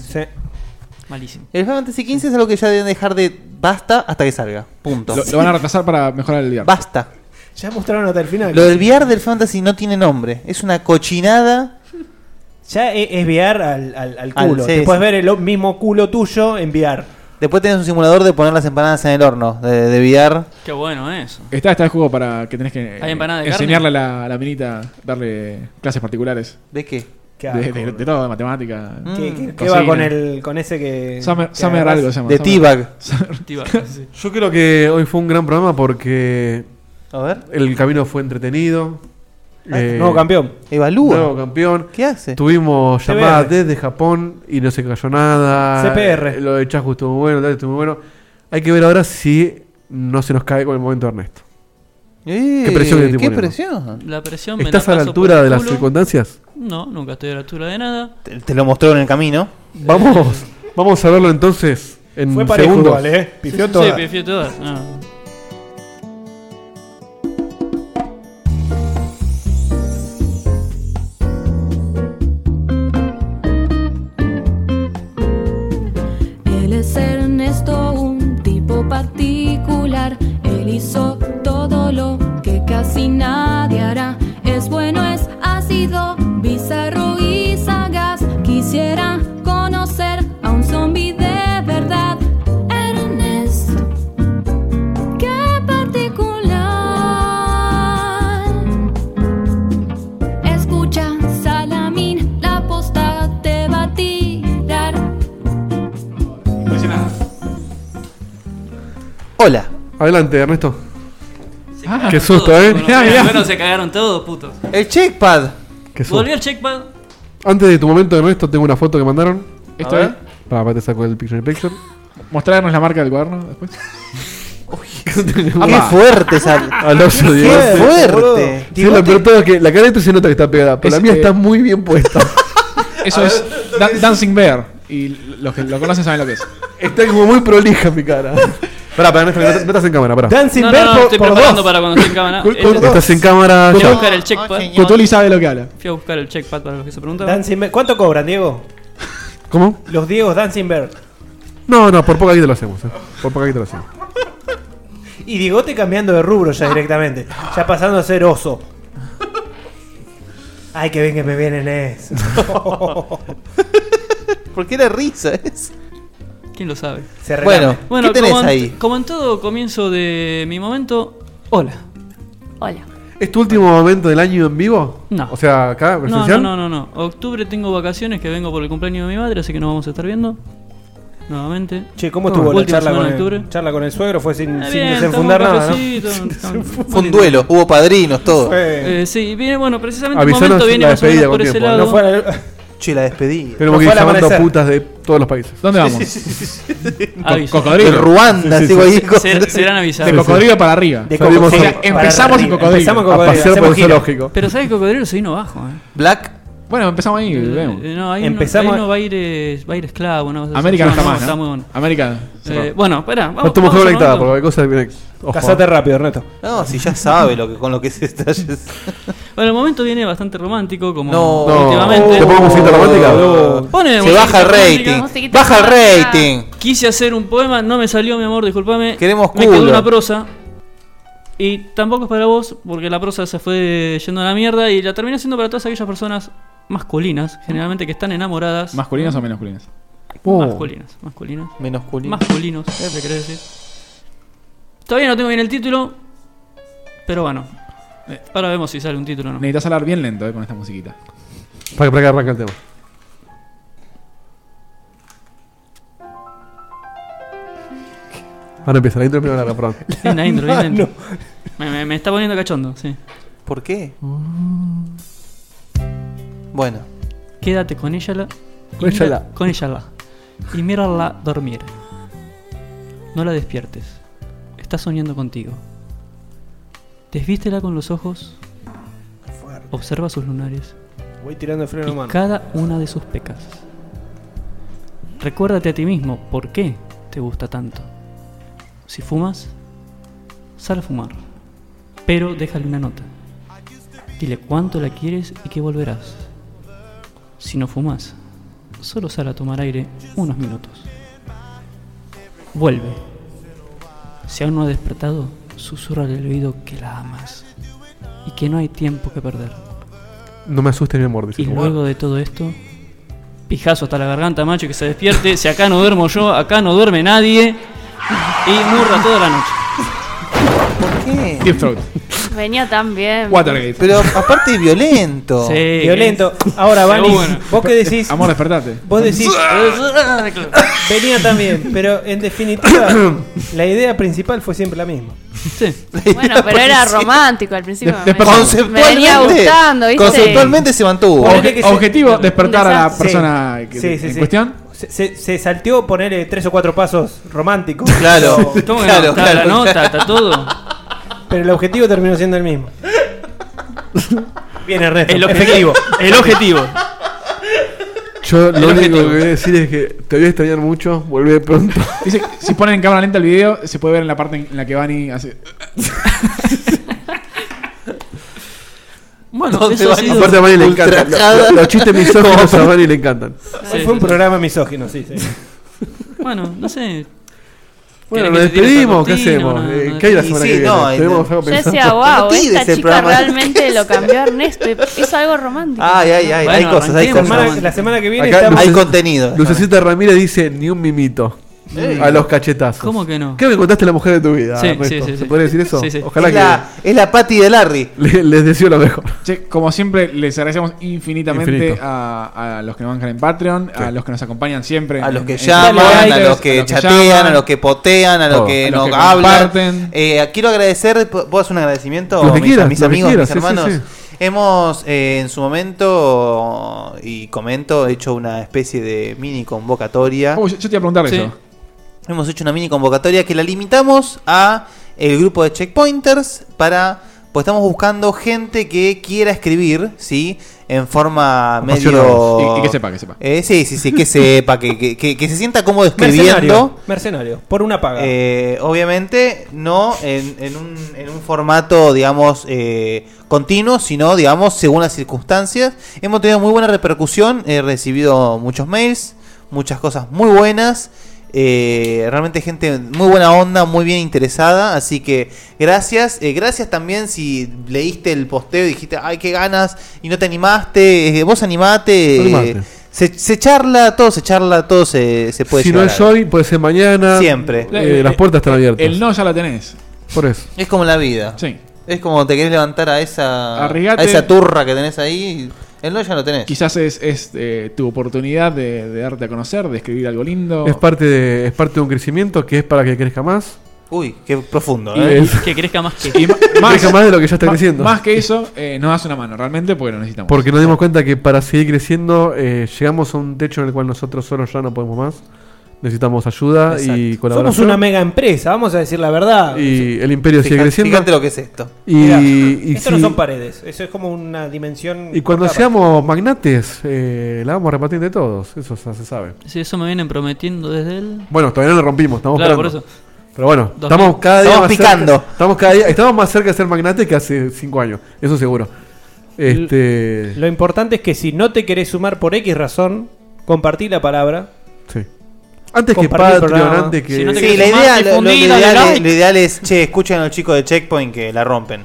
Speaker 10: Malísimo.
Speaker 7: El Final Fantasy XV es algo que ya deben dejar de basta hasta que salga. Punto.
Speaker 4: Lo, lo van a retrasar para mejorar el día.
Speaker 7: Basta.
Speaker 12: Ya mostraron hasta el final.
Speaker 7: Lo del VR del Fantasy no tiene nombre. Es una cochinada.
Speaker 12: Ya e- es, VR al, al, al
Speaker 7: Al-
Speaker 12: culo.
Speaker 7: sí,
Speaker 12: Te puedes
Speaker 7: sí.
Speaker 12: ver el o- mismo culo tuyo en VR.
Speaker 7: Después tenés un simulador de poner las empanadas en el horno de, de VR.
Speaker 10: Qué bueno eso.
Speaker 4: Está, está el juego para que tenés que eh,
Speaker 10: ¿Hay empanada de
Speaker 4: enseñarle a la, a la minita, darle clases particulares.
Speaker 7: ¿De qué?
Speaker 22: Qué
Speaker 4: de,
Speaker 22: asco,
Speaker 4: de- de todo, de matemática.
Speaker 6: Mm.
Speaker 22: ¿Qué- qué-
Speaker 7: Mm.
Speaker 4: cocina.
Speaker 22: qué va con el- con ese que-
Speaker 4: Summer,
Speaker 22: que
Speaker 4: Summer
Speaker 22: agarrás?
Speaker 4: algo se llama.
Speaker 22: De
Speaker 4: Summer-
Speaker 22: T-Bag.
Speaker 4: Summer-
Speaker 6: Yo creo que hoy fue un gran programa porque.
Speaker 7: A ver.
Speaker 6: El camino fue entretenido. Eh,
Speaker 7: Ah, nuevo campeón. Evalúa.
Speaker 6: Nuevo campeón.
Speaker 7: ¿Qué hace?
Speaker 6: Tuvimos
Speaker 7: CPR.
Speaker 6: llamadas desde Japón y no se cayó
Speaker 4: Ah,
Speaker 6: nada.
Speaker 4: eh,
Speaker 6: Eh,
Speaker 7: CPR.
Speaker 6: Lo de Chasco estuvo muy bueno, tal, estuvo muy bueno. Hay que ver ahora si no se nos cae con el momento de Ernesto.
Speaker 7: Eh,
Speaker 6: ¿Qué presión que te
Speaker 7: qué
Speaker 6: ponemos?
Speaker 7: presión.
Speaker 3: La presión me
Speaker 6: ¿Estás
Speaker 3: la
Speaker 6: a la
Speaker 3: paso por
Speaker 6: altura
Speaker 3: el
Speaker 6: de las
Speaker 3: culo.
Speaker 6: circunstancias?
Speaker 3: No, nunca estoy a la altura de nada.
Speaker 7: Te, te lo mostró en el camino.
Speaker 6: Vamos, vamos a verlo entonces en
Speaker 3: Fue parejo
Speaker 6: segundos.
Speaker 3: igual, ¿eh? Pifió Sí, sí, todas. sí, pifió todas,
Speaker 10: Ah.
Speaker 3: no.
Speaker 1: Él es Ernesto, un tipo particular. Él hizo todo lo que casi nadie hará. Es bueno, es ácido, bizarro y sagaz. Quisiera conocer a un zombie de verdad. Ernesto, qué particular. Escucha, Salamín, la posta te va a tirar.
Speaker 7: Hola.
Speaker 6: Adelante, Ernesto.
Speaker 3: cagaron
Speaker 6: Qué susto,
Speaker 3: todos.
Speaker 6: ¿eh?
Speaker 3: Bueno, bueno, se cagaron todos, putos.
Speaker 7: El checkpad.
Speaker 6: Qué susto.
Speaker 3: Volvió el checkpad.
Speaker 6: Antes de tu momento de Ernesto, tengo una foto que mandaron.
Speaker 3: Esto ver. es.
Speaker 6: Para, te saco el picture in picture.
Speaker 7: Ah,
Speaker 4: Mostrarnos la marca del cuaderno después.
Speaker 6: Qué
Speaker 7: fuerte esa.
Speaker 6: Al oso,
Speaker 7: Qué
Speaker 6: Diego.
Speaker 7: fuerte.
Speaker 6: boludo. Sí, lo peor todo es que la cara de esto se nota que está pegada, pero
Speaker 4: Es,
Speaker 6: la mía
Speaker 4: eh,
Speaker 6: está muy bien puesta.
Speaker 4: Eso es Dan- Dancing Bear. Y los que lo conocen saben lo que es.
Speaker 6: Está como muy prolija mi cara. Pará, pará, Ernesto, no, no estás en cámara, pará.
Speaker 4: Dancing
Speaker 3: No, no, no, estoy preparando para cuando esté en cámara.
Speaker 6: Con- con-
Speaker 3: Este-
Speaker 6: estás en cámara.
Speaker 3: Fui a
Speaker 6: yo-
Speaker 3: buscar el checkpad.
Speaker 4: Cotoli sabe lo que habla.
Speaker 3: Oh, Fui a buscar el checkpad para los que se preguntan.
Speaker 5: Dancing Bear- ¿Cuánto cobran, Diego?
Speaker 6: ¿Cómo?
Speaker 5: Los Diegos Dancing Bear.
Speaker 6: No, no, por poco aquí te lo hacemos. eh. Por poco aquí te lo hacemos.
Speaker 5: Y Diegote cambiando de rubro ya directamente. Ya pasando a ser oso. Ay, que bien que me vienen eso.
Speaker 7: Porque era risa es.
Speaker 3: ¿Quién lo sabe?
Speaker 5: Se
Speaker 7: Bueno, reclama. ¿qué tenés
Speaker 3: como en-
Speaker 7: ahí?
Speaker 3: como en todo comienzo de mi momento, hola.
Speaker 23: Hola.
Speaker 6: ¿Es tu último momento del año en vivo?
Speaker 3: No.
Speaker 6: O sea, acá,
Speaker 3: No,
Speaker 6: presencial.
Speaker 3: no, no, no, no. Octubre tengo vacaciones que vengo por el cumpleaños de mi madre, así que nos vamos a estar viendo. Nuevamente.
Speaker 5: Che, ¿cómo estuvo la
Speaker 3: Última
Speaker 5: charla
Speaker 3: semana
Speaker 5: con,
Speaker 3: de octubre?
Speaker 5: el, charla con el suegro? Fue sin,
Speaker 3: Eh,
Speaker 5: sin
Speaker 3: bien,
Speaker 5: desenfundar
Speaker 3: tomamos
Speaker 5: nada, ¿no?
Speaker 3: cafecito, estamos-
Speaker 7: Fue un duelo, hubo padrinos, todo.
Speaker 3: Eh, sí, viene, bueno, precisamente el
Speaker 6: Avisanos
Speaker 3: momento viene
Speaker 6: la
Speaker 3: más o menos
Speaker 6: despedida
Speaker 3: por
Speaker 6: con
Speaker 3: ese
Speaker 6: tiempo.
Speaker 3: lado.
Speaker 6: No fue a
Speaker 7: Che, la despedida.
Speaker 6: Tenemos que ir llamando putas de todos los países.
Speaker 4: ¿Dónde
Speaker 6: Sí,
Speaker 4: vamos?
Speaker 6: sí, sí, sí, sí.
Speaker 4: Co-
Speaker 6: Aviso.
Speaker 4: Cocodrilo.
Speaker 6: De Ruanda, Sí, sí, sigo sí. ahí con-
Speaker 3: Ser- serán avisados.
Speaker 4: De cocodrilo para arriba.
Speaker 6: De Salimos cocodrilo a- para
Speaker 4: empezamos en
Speaker 6: arriba.
Speaker 4: cocodrilo.
Speaker 6: Empezamos en A cocodrilo, pasear por hacemos el gira. zoológico.
Speaker 3: Pero sabes que Cocodrilo se vino abajo, eh.
Speaker 7: Black.
Speaker 4: Bueno, empezamos ahí. vemos.
Speaker 3: Eh, no, ahí
Speaker 4: Empezamos-
Speaker 3: no, ahí no va a ir, eh, va a ir esclavo. una cosa así.
Speaker 4: América no está más, ¿no?
Speaker 3: muy bueno.
Speaker 4: América,
Speaker 3: Eh,
Speaker 4: cerrado.
Speaker 3: bueno, pará. Vamos,
Speaker 6: no estamos
Speaker 3: vamos a un
Speaker 6: conectados,
Speaker 3: momento.
Speaker 6: porque hay cosas que Ojo.
Speaker 5: Casate rápido, Ernesto.
Speaker 7: No, si ya sabe lo que, con lo que se está.
Speaker 3: Bueno, el momento viene bastante romántico, como
Speaker 7: No.
Speaker 3: últimamente.
Speaker 7: ¿Te pongo musiquita romántica? No.
Speaker 3: Pone
Speaker 7: Se
Speaker 3: musiquita
Speaker 7: baja el
Speaker 3: romántica.
Speaker 7: rating. Musiquita Baja el romántica. rating.
Speaker 3: Quise hacer un poema, no me salió, mi amor, discúlpame.
Speaker 7: Queremos
Speaker 3: Me quedó
Speaker 7: culo.
Speaker 3: una prosa. Y tampoco es para vos, porque la prosa se fue yendo a la mierda y la terminé haciendo para todas aquellas personas masculinas, generalmente que están enamoradas.
Speaker 4: ¿Masculinas o menos culinas?
Speaker 7: Uh.
Speaker 3: Oh. Masculinas, masculinas.
Speaker 7: Menos culinas.
Speaker 3: Masculinos, eh, ¿qué querés decir? Todavía no tengo bien el título, pero bueno. Ahora vemos si sale un título o no.
Speaker 4: Necesitas hablar bien lento eh, con esta musiquita.
Speaker 6: Para, para que arranque el tema. Ahora empieza la intro, primero la perdón.
Speaker 3: Linda intro,
Speaker 7: Ah,
Speaker 3: linda intro. Me, me- me está poniendo cachondo, sí.
Speaker 7: ¿Por qué? Mm. Bueno.
Speaker 3: Quédate con ella la. y
Speaker 7: Con ella
Speaker 3: mira-
Speaker 7: la.
Speaker 3: Con ella la. Y mírala dormir. No la despiertes. Está soñando contigo. Desvístela con los ojos. Observa sus lunares.
Speaker 5: Voy tirando el freno
Speaker 3: y
Speaker 5: de mano.
Speaker 3: cada una de sus pecas. Recuérdate a ti mismo por qué te gusta tanto. Si fumas, sal a fumar, pero déjale una nota. Dile cuánto la quieres y que volverás. Si no fumas, solo sal a tomar aire unos minutos. Vuelve. Si aún no ha despertado, susurra al oído que la amas y que no hay tiempo que perder.
Speaker 6: No me asustes, mi amor. dice
Speaker 3: Y
Speaker 6: como-
Speaker 3: luego de todo esto, pijazo hasta la garganta, macho, que se despierte. Si acá no duermo yo, acá no duerme nadie. Y murra toda la noche.
Speaker 7: ¿Por qué?
Speaker 5: Oh,
Speaker 4: Deep Throat.
Speaker 8: Venía tan bien.
Speaker 7: Pero aparte es violento.
Speaker 3: Sí.
Speaker 5: Violento. Ahora, Vani,
Speaker 3: Seguro.
Speaker 5: vos qué decís.
Speaker 4: Amor, despertate. Ah.
Speaker 5: Vos decís. Venía también, pero en definitiva, la idea principal fue siempre la misma.
Speaker 8: Bueno, pero era
Speaker 5: Pues
Speaker 8: romántico al principio. Ah, me- Me
Speaker 7: Conceptualmente,
Speaker 8: venía gustando, ¿viste?
Speaker 7: conceptualmente se mantuvo.
Speaker 5: Ponele que se-
Speaker 4: objetivo, despertar a la
Speaker 5: Sí.
Speaker 4: persona que-
Speaker 5: Sí, sí,
Speaker 4: en
Speaker 5: sí.
Speaker 4: cuestión.
Speaker 5: Se, se- se salteó ponerle tres o cuatro pasos románticos.
Speaker 7: Claro,
Speaker 5: Pero-
Speaker 7: claro, Está la claro. nota,
Speaker 3: está todo.
Speaker 5: Pero el objetivo terminó siendo el mismo. Bien, Ernesto.
Speaker 6: El obje-
Speaker 5: Efectivo.
Speaker 6: el objetivo. Yo
Speaker 4: El
Speaker 6: lo único
Speaker 4: objetivo.
Speaker 6: que voy a decir es que te voy a extrañar mucho, vuelve pronto.
Speaker 4: Dice, que si ponen en cámara lenta el video, se puede ver en la parte en la que Vani hace.
Speaker 3: Bueno,
Speaker 4: ¿Dónde
Speaker 3: eso ha
Speaker 4: Vani?
Speaker 3: sido-
Speaker 6: Aparte a Vani le encantan. Lo- lo- Los chistes misóginos a Vani le encantan.
Speaker 5: Hoy fue un programa misógino, sí, sí.
Speaker 3: Bueno, no sé.
Speaker 6: Bueno,
Speaker 3: ¿Querés
Speaker 6: nos
Speaker 3: que te tire
Speaker 6: despedimos, ¿qué
Speaker 3: Tarantino?
Speaker 6: hacemos?
Speaker 3: No, no,
Speaker 6: Eh,
Speaker 3: no.
Speaker 6: ¿Qué hay la semana que viene? Tenemos algo
Speaker 8: Yo decía,
Speaker 6: pensado.
Speaker 8: wow,
Speaker 6: Pero
Speaker 8: esta
Speaker 6: tires el
Speaker 8: chica
Speaker 6: programa.
Speaker 8: realmente lo cambió a Ernesto. Hizo algo romántico.
Speaker 7: Ay, ay, ay, hay cosas, hay cosas.
Speaker 6: Acá
Speaker 7: hay
Speaker 6: Luce-
Speaker 7: contenido.
Speaker 6: Lucecita Ramírez dice ni un mimito.
Speaker 7: Ey.
Speaker 6: A los cachetazos.
Speaker 7: ¿Cómo que no?
Speaker 6: Creo que contaste la mujer de tu vida.
Speaker 7: Sí,
Speaker 6: Ernesto.
Speaker 7: sí, sí,
Speaker 6: ¿Se
Speaker 7: sí.
Speaker 6: puede decir eso?
Speaker 7: Sí, sí.
Speaker 6: Ojalá
Speaker 7: Es
Speaker 6: que.
Speaker 7: la- es la Patty de Larry.
Speaker 6: Le- les deseo lo mejor.
Speaker 4: Che, como siempre, les agradecemos infinitamente
Speaker 6: Infinito.
Speaker 4: a, a los que nos bancan en Patreon, a los que nos acompañan siempre.
Speaker 7: A los que
Speaker 4: en- en
Speaker 7: llaman,
Speaker 4: Twitter,
Speaker 7: a los que chatean,
Speaker 4: llaman.
Speaker 7: a los que potean, a los
Speaker 4: Todo.
Speaker 7: que
Speaker 4: A
Speaker 7: nos
Speaker 4: los que
Speaker 7: hablan.
Speaker 4: comparten.
Speaker 7: Eh, quiero agradecer, ¿puedo hacer un agradecimiento
Speaker 6: Lo que
Speaker 7: a mis, a
Speaker 6: quieras,
Speaker 7: mis
Speaker 6: lo que
Speaker 7: amigos,
Speaker 6: quieras,
Speaker 7: mis
Speaker 6: sí, sí,
Speaker 7: hermanos?
Speaker 6: sí.
Speaker 7: Hemos eh, en su momento, y comento, hecho una especie de mini convocatoria.
Speaker 4: Oh, yo, yo te iba a preguntar
Speaker 7: Sí.
Speaker 4: eso.
Speaker 7: Hemos hecho una mini convocatoria que la limitamos a el grupo de checkpointers para pues estamos buscando gente que quiera escribir, ¿sí? En forma
Speaker 4: Apasionados.
Speaker 7: medio
Speaker 4: Y- y que sepa, que sepa.
Speaker 7: Eh, sí, sí, sí, que sepa, que, que- que- que se sienta cómodo
Speaker 5: Mercenario.
Speaker 7: escribiendo.
Speaker 5: Mercenario. Por una paga.
Speaker 7: Eh, obviamente, no en, en un, en un formato, digamos, eh, continuo, sino, digamos, según las circunstancias. Hemos tenido muy buena repercusión, he recibido muchos mails, muchas cosas muy buenas. eh, realmente gente muy buena onda, muy bien interesada, así que gracias, Eh, gracias también si leíste el posteo y dijiste, ay, qué ganas, y no te animaste, eh, vos animate, eh,
Speaker 6: Animate.
Speaker 7: se, se charla, todo se charla, todo se, se puede
Speaker 6: si no
Speaker 7: llegar
Speaker 6: es
Speaker 7: a-
Speaker 6: hoy, puede ser mañana.
Speaker 7: Siempre.
Speaker 6: Eh, las puertas están abiertas.
Speaker 4: El no ya la tenés.
Speaker 6: Por eso.
Speaker 7: Es como la vida. Es como te querés levantar a esa,
Speaker 4: Arrigate.
Speaker 7: a esa turra que tenés ahí. El no ya lo tenés.
Speaker 4: Quizás es, es, eh, tu oportunidad de, de darte a conocer, de escribir algo lindo.
Speaker 6: Es parte, de, es parte de un crecimiento que es para que crezca más.
Speaker 7: Uy, qué profundo.
Speaker 4: Y- ¿eh?
Speaker 3: Que crezca más que.
Speaker 4: Y ma-
Speaker 6: Crezca más de lo que ya está
Speaker 4: ma-
Speaker 6: creciendo.
Speaker 4: Más que eso, eh, nos das una mano, realmente, porque lo necesitamos.
Speaker 6: Porque nos dimos cuenta que para seguir creciendo eh, llegamos a un techo en el cual nosotros solos ya no podemos más. Necesitamos ayuda y
Speaker 5: Exacto.
Speaker 6: colaboración.
Speaker 5: Somos una mega empresa, vamos a decir la verdad.
Speaker 6: Y el imperio sigue
Speaker 7: Fíjate-
Speaker 6: creciendo.
Speaker 7: fíjate lo que es esto.
Speaker 6: Y,
Speaker 5: Mirá,
Speaker 6: y
Speaker 5: esto
Speaker 6: si-
Speaker 5: no son paredes, eso es como una dimensión.
Speaker 6: y cuando
Speaker 5: por capa.
Speaker 6: seamos magnates, eh, la vamos a repartir de todos. Eso ya se sabe.
Speaker 3: Sí, eso me vienen prometiendo desde el.
Speaker 6: Bueno, todavía no lo rompimos, estamos
Speaker 3: Claro,
Speaker 6: esperando.
Speaker 3: por eso.
Speaker 6: Pero bueno,
Speaker 3: Dos
Speaker 6: estamos
Speaker 3: mil.
Speaker 6: cada día
Speaker 3: Estamos
Speaker 6: más cerca-
Speaker 3: picando.
Speaker 6: estamos cada día, estamos más cerca de ser magnates que hace 5 años, eso seguro. Este,
Speaker 5: Lo importante es que si no te querés sumar por X razón, compartí la palabra.
Speaker 6: Sí. Antes
Speaker 7: que Patreon, antes que- Si no te Sí, querés la sumar, idea- lo- lo- lo difundí, dale ideal es- like. lo ideal es, che, escuchen a los chicos de Checkpoint que la rompen.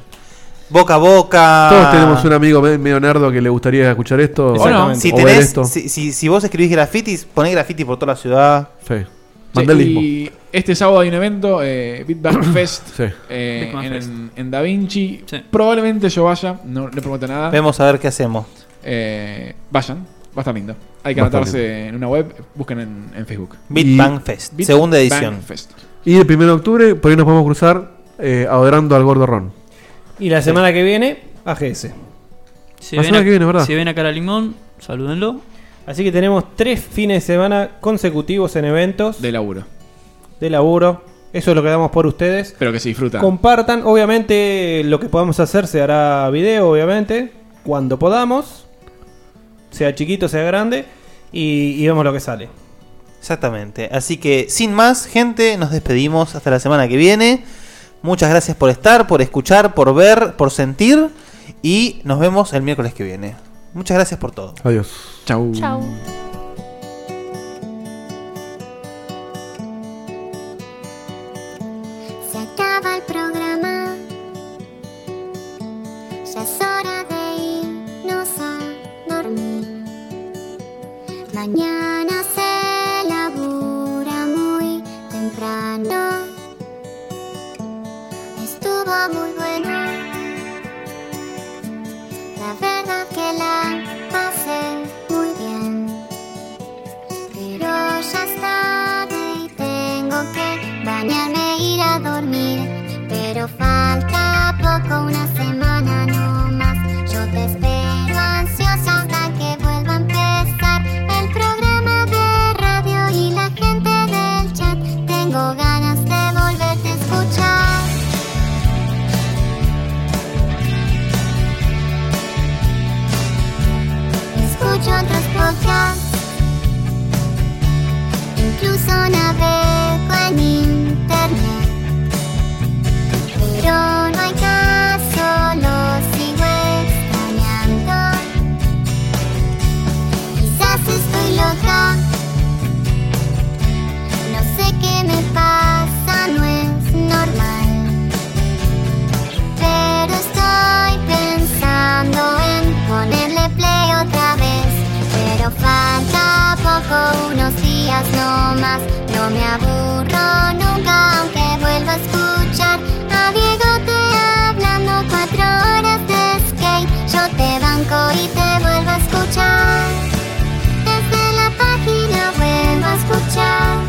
Speaker 7: Boca a
Speaker 5: Ah.
Speaker 7: boca.
Speaker 6: Todos tenemos un amigo me- medio nerdo que le gustaría escuchar esto.
Speaker 7: O no,
Speaker 6: o
Speaker 7: si,
Speaker 6: ver
Speaker 7: tenés,
Speaker 6: esto.
Speaker 7: si, si- si vos escribís grafitis, poné graffiti por toda la ciudad.
Speaker 6: Sí.
Speaker 4: Che, y este sábado hay un evento, eh, Beat Bang Fest,
Speaker 7: Sí.
Speaker 4: eh,
Speaker 7: Beat Bang
Speaker 4: en,
Speaker 7: Fest.
Speaker 4: en Da Vinci. Probablemente yo vaya, no le prometo nada.
Speaker 7: Vemos a ver qué hacemos.
Speaker 4: Eh, vayan, va a estar lindo. Hay que
Speaker 7: Va a estar
Speaker 4: anotarse en una web, busquen en, en Facebook.
Speaker 7: Beat
Speaker 6: Y-
Speaker 7: Bang Fest,
Speaker 4: Beat
Speaker 7: segunda
Speaker 4: Bang
Speaker 7: edición.
Speaker 4: Fest.
Speaker 6: Y el 1 de octubre, por ahí nos podemos cruzar eh, adorando al gordo Ron.
Speaker 5: Y la semana que viene, AGS.
Speaker 3: Si
Speaker 6: La
Speaker 3: ven,
Speaker 6: semana
Speaker 3: a,
Speaker 6: que viene, ¿verdad?
Speaker 3: si ven a Cara Limón, salúdenlo.
Speaker 5: Así que tenemos tres fines de semana consecutivos en eventos.
Speaker 4: De laburo.
Speaker 5: De laburo. Eso es lo que damos por ustedes.
Speaker 4: Pero que se disfrutan.
Speaker 5: Compartan, obviamente lo que podamos hacer se hará video, obviamente, cuando podamos, sea chiquito, sea grande, y, y vemos lo que sale.
Speaker 7: Exactamente. Así que, sin más, gente, nos despedimos hasta la semana que viene. Muchas gracias por estar, por escuchar, por ver, por sentir. Y nos vemos el miércoles que viene. Muchas gracias por todo.
Speaker 6: Adiós.
Speaker 4: Chau.
Speaker 8: Chau.
Speaker 2: Se acaba el programa. Ya es hora de irnos a dormir. Mañana se labura muy temprano. Estuvo muy bueno. la verdad que la pasé muy bien. Pero ya es tarde y tengo que bañarme e ir a dormir. Pero falta poco, una semana no más. Yo te espero ansiosa hasta que vuelva a empezar el programa de radio y la gente del chat. Tengo ganas de volverte a escuchar. escucho otros podcasts. Incluso navego en internet. Pero no hay caso, lo sigo extrañando. Quizás estoy loca. No sé qué me pasa, no es normal. Pero estoy pensando en ponerle play otra vez. Pero falta poco, unos días no más. No me aburro nunca, aunque vuelva a escuchar a Diego te hablando cuatro horas de skate. Yo te banco y te vuelvo a escuchar. Desde la página vuelvo a escuchar.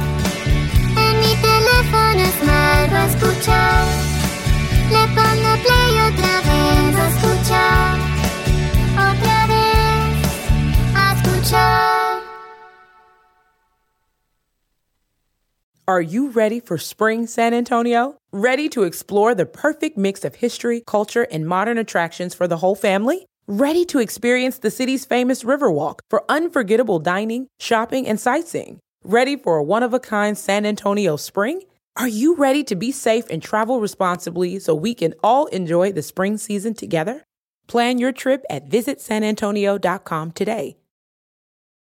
Speaker 2: En mi teléfono es malo escuchar. Le pongo play otra vez a escuchar. Otra vez a escuchar.
Speaker 24: Are you ready for spring, San Antonio? Ready to explore the perfect mix of history, culture, and modern attractions for the whole family? Ready to experience the city's famous Riverwalk for unforgettable dining, shopping, and sightseeing? Ready for a one of a kind San Antonio spring? Are you ready to be safe and travel responsibly so we can all enjoy the spring season together? Plan your trip at visitsanantonio.com today.